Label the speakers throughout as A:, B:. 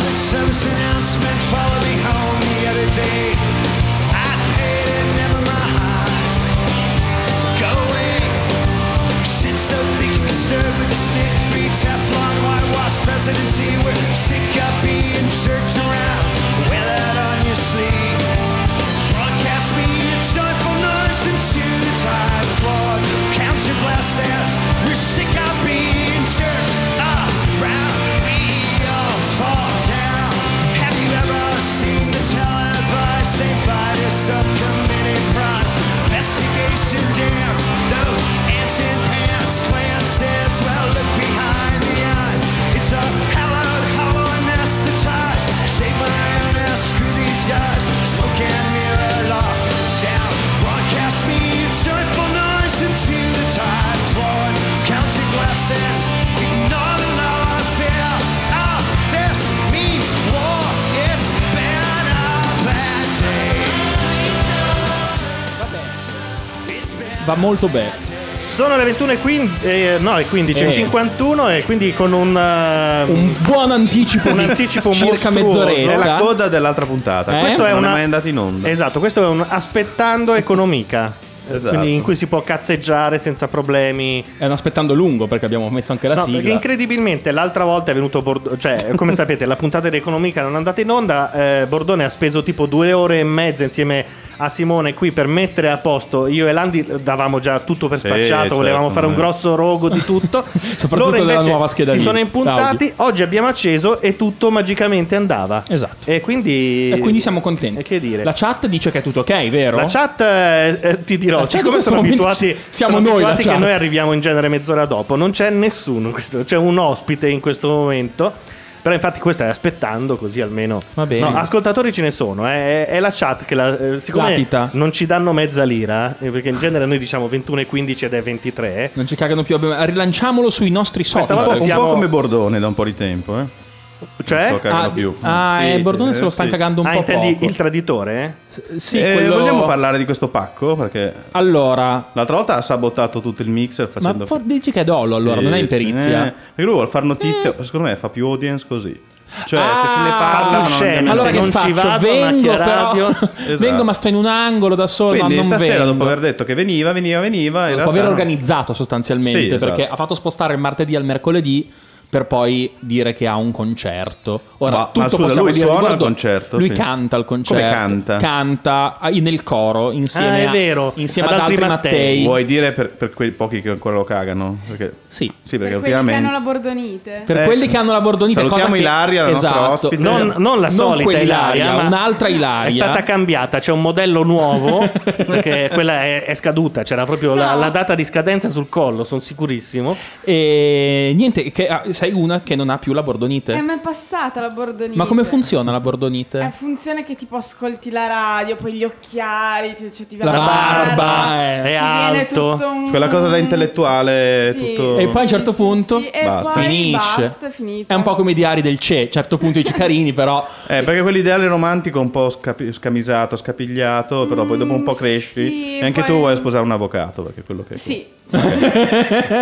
A: This announcement followed me home the other day. I paid it, never mind. Go away. Shit so thick you can serve with a stick. Free Teflon, whitewash presidency. We're sick of being jerked around. Wear that on your sleeve. Broadcast me a joyful noise into the times, Lord. Count your blessings. We're sick of being jerked around. We all fall down. Have you ever seen the televised St. Vitus subcommittee prize? Investigation dance. Those ants in pants glances. Well, look behind the eyes. It's a hallowed hollow anesthetized. Save my own ass. Screw these guys. Smoke and mirror lock down. Broadcast me a joyful noise into the tides. Lord, count your blessings. Ignore the law of fear. Ah, this means war. It's been a bad day. It's been
B: Va molto bene.
C: Sono le 21 e 15, no, le 15,
B: Eh.
C: 51 e quindi con un, eh,
B: Un buon anticipo,
C: Un
B: di
C: anticipo
B: circa
C: mostruoso.
B: mezz'oretta.
D: È la coda dell'altra puntata.
B: Eh?
D: Questo è
C: Non è
D: una...
C: mai
D: mai andato in onda.
C: Esatto, questo è un aspettando economica. eh,
D: Esatto.
C: Quindi in cui si può cazzeggiare senza problemi.
B: È un aspettando lungo perché abbiamo messo anche la
C: No, perché
B: sigla.
C: incredibilmente l'altra volta è venuto Bordone. Cioè, come sapete, la puntata di Economica non è andata in onda. eh, Bordone ha speso tipo due ore e mezza insieme a Simone qui per mettere a posto. Io e Landi davamo già tutto per
D: Sì,
C: sfacciato.
D: certo,
C: volevamo fare un
D: eh.
C: grosso rogo di tutto.
B: Soprattutto
C: Loro
B: della
C: invece
B: nuova scheda
C: Si
B: lì,
C: sono impuntati. Oggi abbiamo acceso e tutto magicamente andava.
B: Esatto.
C: E quindi.
B: E quindi siamo contenti.
C: E che dire?
B: La chat dice che è tutto ok, vero?
C: La chat, eh, eh, ti dirò,
B: La chat in
C: siccome
B: questo
C: sono
B: momento
C: abituati,
B: siamo
C: sono
B: noi la
C: abituati che
B: chat.
C: noi arriviamo in genere mezz'ora dopo, non c'è nessuno, in questo- c'è un ospite in questo momento. Però infatti questo è aspettando così almeno...
B: Va bene.
C: No, ascoltatori ce ne sono, eh, è, è la chat che la... eh, siccome
B: Latita.
C: non ci danno mezza lira, eh, perché in genere noi diciamo 21 e 15 ed è 23,
B: Non ci cagano più. abbiamo- Rilanciamolo sui nostri
C: Questa
B: social.
C: volta
D: Un po'
C: siamo-
D: come Bordone da un po' di tempo, eh. Non sto
C: cioè...
B: Ah,
D: cagando più.
B: ah,
D: Sì,
B: eh, Bordone se lo
D: eh,
B: sta
D: sì.
B: cagando un
C: Ah,
B: po'
C: intendi
B: poco.
C: il traditore?
B: Sì,
D: Eh,
B: quello-
D: Vogliamo parlare di questo pacco? Perché
B: Allora,
D: l'altro volta ha sabotato tutto il mixer
B: ma
D: facendo...
B: for- dici che è dolo allora,
D: Sì,
B: non è
D: sì,
B: imperizia. Eh.
D: eh, perché lui vuole far notizia, secondo me fa più audience così. Cioè, se se ne
B: Ah,
D: parla, ma non
C: scemo.
D: ne-
B: Allora
C: se
B: che
C: non ci
B: faccio?
C: vado,
B: vengo
C: macchia
B: però
C: radio.
B: Vengo ma sto in un angolo da solo
D: Esatto. Quindi
B: ma non
D: stasera,
B: vengo
D: dopo aver detto che veniva, veniva, veniva. in
B: Dopo aver
D: realtà-
B: organizzato sostanzialmente
D: Sì, esatto.
B: Perché ha fatto spostare il martedì al mercoledì per poi dire che ha un concerto. Ora,
D: Ma- ma
B: tutto
D: scusa,
B: possiamo
D: lui
B: dire
D: suona
B: riguardo-
D: al concerto,
B: Lui
D: sì.
B: canta al concerto.
D: canta?
B: Canta ah, nel coro
C: Ah,
B: insieme,
C: è
B: a-
C: vero,
B: insieme
C: ad
B: ad, altri
C: altri
B: Mattei.
D: Vuoi dire per, per quei pochi che ancora lo cagano? Perché-
B: Sì.
D: Sì,
E: Per
D: perché
E: quelli che
D: ultimamente...
E: hanno la bordonite.
B: Per
D: Eh,
B: quelli che hanno la bordonita
D: salutiamo
B: cosa che-
D: Ilaria, la nostra
B: esatto.
D: ospite.
C: Non, non la
B: Non
C: solita
B: quell'Ilaria,
C: Ilaria, ma
B: un'altra Ilaria.
C: È stata cambiata, c'è un modello nuovo perché quella è, è scaduta, c'era proprio la,
E: No.
C: la data di scadenza sul collo, sono sicurissimo.
B: E niente, che, ah, sei una che non ha più la bordonite.
E: Eh, ma è passata la bordonite.
B: Ma come funziona la bordonite?
E: Eh, funziona che tipo ascolti la radio, poi gli occhiali, ti, cioè, ti viene
B: La barba, eh,
C: è
E: ti viene
C: alto.
E: tutto un-
D: Quella cosa da intellettuale
E: Sì.
D: tutto...
B: E poi a un certo
E: Sì, sì,
B: punto
E: sì, e
D: basta.
E: poi
B: finisce.
E: basta, è finita.
B: È un po' come i diari del CE, a un certo punto dici carini, però
D: Eh, perché quell'ideale romantico un po' scapi- scamisato, scapigliato, però poi dopo un po'
E: Mm, sì,
D: cresci e anche
E: poi-
D: tu vuoi sposare un avvocato, perché è quello che...
E: Sì,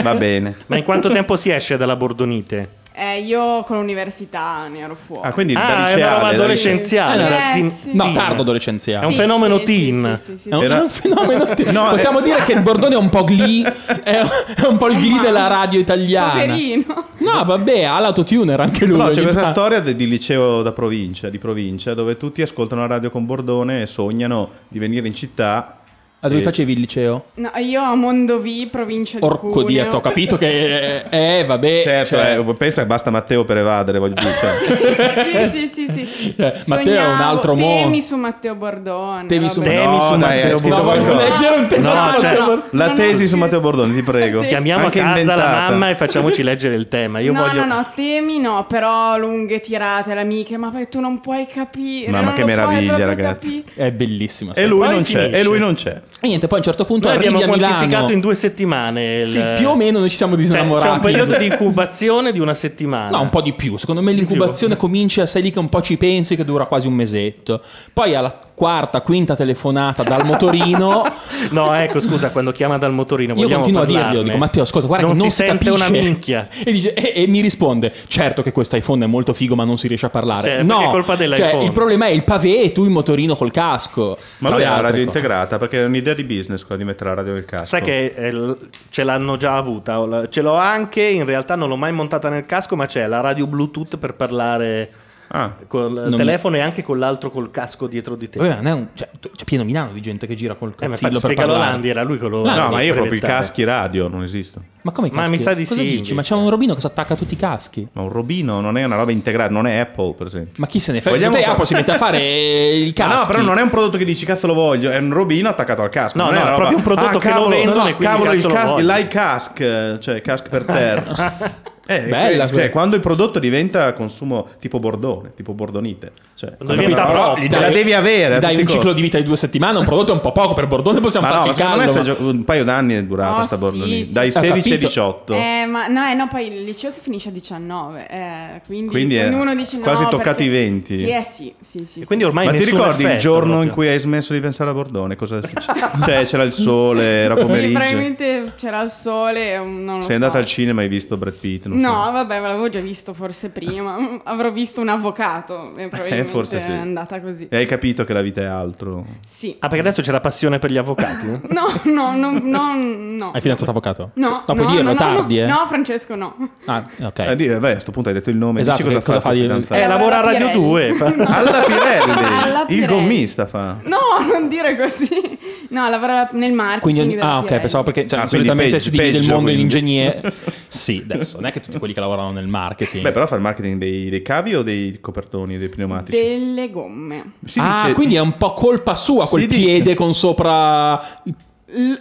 D: Va bene.
C: Ma in quanto tempo si esce dalla Bordonite?
E: eh, io con l'università ne ero fuori.
D: Ah, quindi da
C: ah, è
D: liceale,
C: una roba
D: da liceale.
C: adolescenziale.
E: Eh,
C: era teen-
E: sì.
B: no,
C: teen.
B: tardo
C: È
B: adolescenziale.
C: un
E: Sì,
C: fenomeno
E: sì,
C: teen.
E: Sì, sì, sì,
B: È un,
E: sì.
D: Era-
B: è un fenomeno.
D: No,
B: Possiamo
D: eh.
B: dire che il Bordone è un po' glee, è, è un po' il glee della radio italiana.
E: Poverino.
B: No, vabbè, ha l'autotuner anche lui.
D: No,
B: ogni
D: c'è questa
B: tanto.
D: storia de- di liceo da provincia, di provincia, dove tutti ascoltano la radio con Bordone e sognano di venire in città.
B: Ah, dove
D: Eh.
B: facevi il liceo?
E: No, io a Mondovì, provincia di
B: Orco di
E: Cuneo.
B: ho capito che... Eh, vabbè.
D: Certo,
B: cioè,
D: eh, pensa che basta Matteo per evadere, voglio dire. cioè.
E: sì, sì, sì, sì.
B: Eh, Matteo è un
E: Sognavo-
B: altro mo-
E: Temi su Matteo Bordone.
B: Temi su
E: vabbè.
C: Temi
D: No,
C: su
D: dai,
C: Matteo
D: hai scritto
B: No,
C: Bordone.
B: voglio
D: qualcosa.
B: leggere un tema
C: No,
B: su
C: cioè,
B: Matteo Bordone.
D: La
E: Non ho
D: tesi su
E: scritto-
D: Matteo Bordone, ti prego.
E: Sì.
C: Chiamiamo
D: Anche
C: a casa
D: inventata.
C: la mamma e facciamoci leggere il tema. Io
E: no, no,
C: voglio...
E: no, temi no, però lunghe tirate, le amiche, ma poi tu non puoi capire.
D: Mamma,
E: Eh, non
D: che
E: lo puoi
D: meraviglia,
E: proprio
D: ragazzi.
E: capire.
B: È bellissima.
D: E
B: sta
D: lui
B: cosa.
D: non c'è.
B: finisce.
D: E lui non c'è.
B: E niente, poi a un certo punto
C: Noi
B: arrivi
C: abbiamo
B: a Milano.
C: quantificato in due settimane. il-
B: Sì, più o meno noi ci siamo
C: Cioè,
B: disamorati.
C: C'è un periodo di incubazione di una settimana. mm.
B: No, un po' di più. Secondo me l'incubazione comincia, sei lì che un po' ci pensi, che dura quasi un mesetto. Poi alla quarta, quinta telefonata dal motorino,
C: No, ecco, scusa, quando chiama dal motorino.
B: io
C: vogliamo
B: continuo a
C: parlarne.
B: dirgli, dico Matteo, ascolta, guarda
C: non
B: che non
C: si, sente
B: capisce.
C: una minchia.
B: E, dice- e- e mi risponde, certo che questo iPhone è molto figo ma non si riesce a parlare.
C: Cioè,
B: no,
C: perché è colpa dell'iPhone.
B: Cioè, il problema è il pavé e tu il motorino col casco. ecco.
D: Ma
B: Tra
D: lui
B: le
D: ha la
B: altre
D: radio
B: cose.
D: integrata perché è un'idea di business quella di mettere la radio nel casco.
C: Sai che eh, l- ce l'hanno già avuta, o la- ce l'ho anche, in realtà non l'ho mai montata nel casco, ma c'è la radio Bluetooth per parlare
D: Ah,
C: col
B: mi-
C: telefono e anche con l'altro col casco dietro di te.
B: Vabbè, ma non è un- cioè, tu- c'è pieno Milano di gente che gira col
C: eh,
B: cazzillo
C: ma infatti
B: per
C: spiegalo a
B: parlare.
C: Landi, era lui quello...
B: Ah,
D: no, ma io proprio i
C: brevettare.
D: caschi radio non esistono.
B: Ma come
C: Ma
B: caschi?
C: mi sa di
B: Cosa
C: sì,
B: dici?
C: invece.
B: Ma c'è un robino che si attacca a tutti i caschi.
D: Ma un robino non è una roba integrata, non è Apple, per esempio.
B: Ma chi se ne frega?
D: Vogliamo
B: Secondo te
D: far-
B: Apple si mette a fare eh, il
D: Ma
B: casco.
D: No, però non è un prodotto che dici cazzo lo voglio, è un robino attaccato al casco.
C: No,
D: non
C: no,
D: è,
C: è
D: una roba,
C: proprio un prodotto
D: "Ah,
C: che lo vendono e quindi
D: cavolo,
C: cazzo
D: il
C: lo
D: casco,
C: voglio".
D: l'iCask, eh, cioè casco per terra. Eh,
B: Bella
D: eh,
B: quella.
D: cioè, quando il prodotto diventa consumo tipo bordone, tipo bordonite, cioè,
C: Non diventa
D: una roba-
C: proprio.
D: te la devi avere. a tutti
B: Dai un
D: i costi.
B: ciclo di vita di due settimane, un prodotto è un po' poco per Bordone, possiamo
D: Ma no,
B: farci
D: ma
B: il
D: secondo me
B: caldo. ma-
D: se gio- un paio d'anni è durata
E: Oh,
D: sta
E: sì,
D: bordonina.
E: sì,
D: Dai
B: sì. Ho
D: 16 ai
B: capito.
D: 18.
E: Eh, ma no, eh, no, poi il liceo si finisce a 19, eh, quindi,
D: Quindi è
E: ognuno dice no.
D: quasi toccati
E: perché-
D: i 20.
E: Sì, eh, sì, sì, sì.
C: E quindi
E: sì,
C: ormai
D: Ma ti
C: nessun
D: ricordi il
C: effetto,
D: giorno in
C: proprio.
D: cui hai smesso di pensare a Bordone? Cosa è successo? cioè, c'era il sole, era
E: sì. Sì,
D: pomeriggio.
E: probabilmente c'era il sole, um, non lo
D: Sei
E: so.
D: andata al cinema e hai visto Brad Pitt? non so.
E: No, vabbè, l'avevo già visto forse prima. mm, Avrò visto un avvocato e probabilmente
D: Eh, forse sì.
E: è andata così.
D: E hai capito che la vita è altro.
E: Sì.
C: Ah, perché adesso c'è la passione per gli avvocati?
E: No, no, no, no, no.
B: Hai fidanzato avvocato?
E: No,
B: No,
E: no,
B: puoi
E: no,
B: dirlo,
E: no,
B: tardi,
E: no.
B: eh.
E: No, Francesco, no.
B: Ah,
D: Eh,
B: ok.
D: di- beh, a sto punto hai detto il nome.
B: Esatto,
D: Dici
B: che cosa
D: cosa,
B: fa
D: fa il
B: di-
D: tuo fidanzato.
C: eh, lavora a Radio
E: Pirelli.
C: 2. fa-
D: Alla Pirelli,
E: Alla
D: il
E: Pirelli.
D: gommista fa.
E: No, non dire così. No, lavora nel marketing.
B: Quindi ogni-
E: della
B: ah, ok,
E: Pirelli.
B: pensavo perché cioè,
D: Ah, quindi
B: solitamente
D: peggio,
B: si divide il
D: peggio,
B: mondo in
D: quindi.
B: ingegnere. sì, adesso non è che tutti quelli che lavorano nel marketing.
D: Beh, però fa il marketing dei, dei cavi o dei copertoni, dei pneumatici?
E: Delle gomme.
D: Si
B: ah,
D: dice-
B: quindi è un po' colpa sua quel
D: Si dice-
B: piede con sopra il,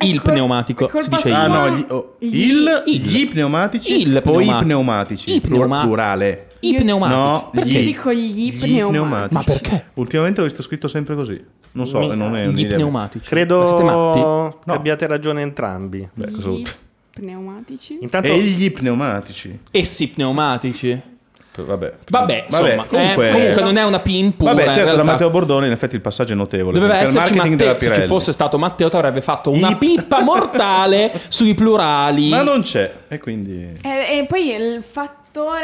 B: il
E: è col-
B: pneumatico.
E: è colpa
B: si dice
E: sua.
D: Ah,
B: il.
D: no, gli- oh,
E: Gli-
D: il,
B: il-
D: gli pneumatici,
B: il
D: poi
B: pneuma-
D: i pneumatici,
B: i pneuma-
D: plurale.
B: I pneumatici.
D: No,
E: Perché dico gli pneumatici?
B: Ma perché?
D: Ultimamente l'ho visto scritto sempre così. Non so,
C: Mi-
D: non è
B: Gli
D: un'idea.
B: pneumatici. Ma siete matti?
C: Credo che
D: No.
C: abbiate ragione entrambi.
D: Beh, cosa vuol
E: Gli
D: dire?
E: pneumatici?
C: Intanto
D: E gli pneumatici.
B: Essi pneumatici.
D: Vabbè,
B: Vabbè, insomma, eh, comunque,
D: comunque,
B: non è una pin pura.
D: Vabbè,
B: in
D: certo, da
B: realtà.
D: Matteo Bordone in effetti il passaggio è notevole.
B: Doveva
D: Per il
B: esserci
D: marketing
B: Matteo,
D: della
B: se ci
D: Pirelli.
B: fosse stato Matteo ti avrebbe fatto una
D: I-
B: pippa mortale sui plurali.
D: Ma non c'è, e quindi...
E: E, e poi il fattore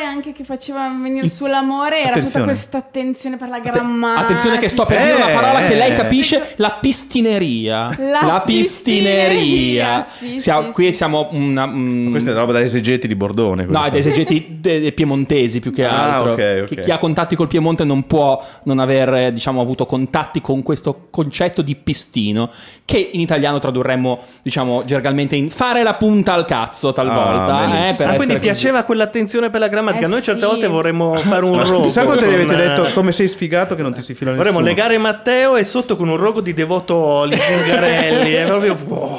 E: anche che faceva venire sull'amore era tutta
D: Attenzione.
E: questa attenzione per la
B: Atte-
E: grammatica.
B: Attenzione che sto per dire una
D: Eh,
B: parola che lei
D: eh.
B: capisce, la pistineria.
E: La pistineria, sì,
B: Siamo-
E: sì,
B: qui
E: sì,
B: siamo una... mm,
D: Questa è roba da esegeti di Bordone.
B: No,
D: questa.
B: è dei esegeti de- de- piemontesi più che
D: Ah,
B: altro.
D: ok, ok.
B: Chi, chi ha contatti col Piemonte non può non aver eh, diciamo, avuto contatti con questo concetto di pistino, che in italiano tradurremmo diciamo, gergalmente in fare la punta al cazzo talvolta.
D: Ah,
B: eh, per
C: Ah, quindi
B: essere così.
C: piaceva quell'attenzione per la grammatica.
E: Eh
C: Noi certe
E: sì.
C: volte vorremmo fare un rogo.
D: Chissà quanto gli
C: con- eh,
D: avete detto come sei sfigato che non ti si fila nessuno.
C: Vorremmo legare Matteo e sotto con un rogo di devoto Oli Zingarelli. È proprio. wow.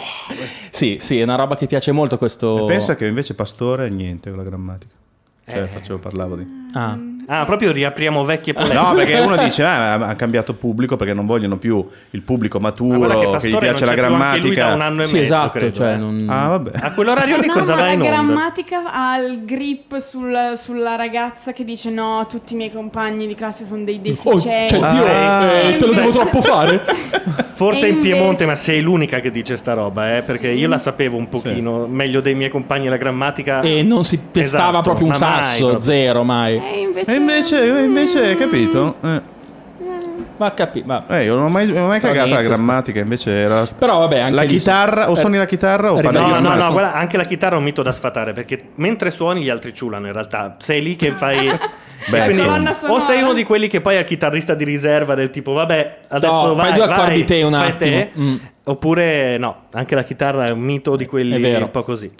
B: Sì, sì, è una roba che piace molto questo...
D: Pensa che invece Pastore è niente con la grammatica. Cioè,
C: Eh.
D: facevo, parlavo di...
B: Ah.
C: Ah, proprio riapriamo vecchie polemiche.
D: No, perché uno dice, ah, ha cambiato pubblico perché non vogliono più il pubblico
C: Ma
D: maturo,
C: guarda
D: che, gli
C: Pastore
D: piace la
C: non c'è più anche lui da un
D: grammatica.
C: anno e
B: Sì,
C: mezzo,
B: esatto.
C: credo,
B: cioè,
C: eh.
B: non-
D: Ah, vabbè.
C: A quell'orario lì
E: No,
C: cosa
E: ma
C: va
E: la
C: in onda?
E: grammatica ha il grip sul- sulla ragazza che dice no, tutti i miei compagni di classe sono dei
B: Oh,
E: deficienti.
B: cioè, zio,
C: Ah.
B: eh, te lo devo
E: Invece-
B: troppo fare?
C: Forse
E: E
C: in Piemonte,
E: invece-
C: ma sei l'unica che dice sta roba, eh, perché
E: Sì.
C: io la sapevo un pochino meglio dei miei compagni la grammatica.
B: E non si pestava
C: Esatto,
B: proprio un
C: ma mai
B: sasso,
C: proprio.
B: zero mai.
E: E invece...
D: E invece, invece,
E: Mm.
D: capito? Eh,
B: Ma capi, ma...
D: eh, io non ho mai, non ho mai
B: Sta
D: cagato la
B: inizio, sta-
D: grammatica, invece era...
B: Però vabbè, anche
D: la
B: lì-
D: chitarra, o
B: Eh,
D: suoni la chitarra o
B: eh,
D: parli
C: No,
D: di
C: no,
D: smartphone.
C: no, guarda, anche la chitarra è un mito da sfatare perché mentre suoni gli altri ciulano in realtà. Sei lì che fai...
D: Beh,
C: Quindi-
D: Colonna
E: sonora.
C: o sei uno di quelli che poi è il chitarrista di riserva del tipo vabbè adesso
B: No,
C: vai,
B: fai due accordi
C: vai,
B: te un
C: fai te.
B: attimo. Mm.
C: Oppure no, anche la chitarra è un mito di quelli
B: È vero.
C: un po' così.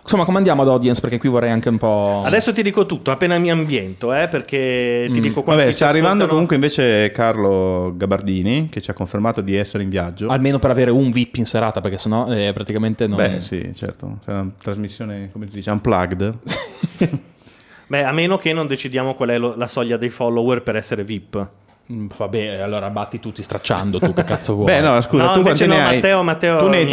B: Insomma, come andiamo ad audience? Perché qui vorrei anche un po'.
C: Adesso ti dico tutto, appena mi ambiento, eh, perché
B: Mm.
C: ti dico quanti
D: Mm. Vabbè,
C: ci
D: sta arrivando
C: ascoltano.
D: comunque invece Carlo Gabardini, che ci ha confermato di essere in viaggio.
B: Almeno per avere un VIP in serata, perché sennò eh, praticamente non.
D: Beh, sì, certo. C'è una trasmissione, come si dice, unplugged.
C: Beh, a meno che non decidiamo qual è lo- la soglia dei follower per essere VIP.
B: Mm, Vabbè, allora batti tutti stracciando tu, che cazzo vuoi.
D: Beh, no, scusa,
C: No,
D: tu quanti
C: invece
D: ne
C: no,
D: hai?
C: Matteo, Matteo
D: tu ne hai
C: mi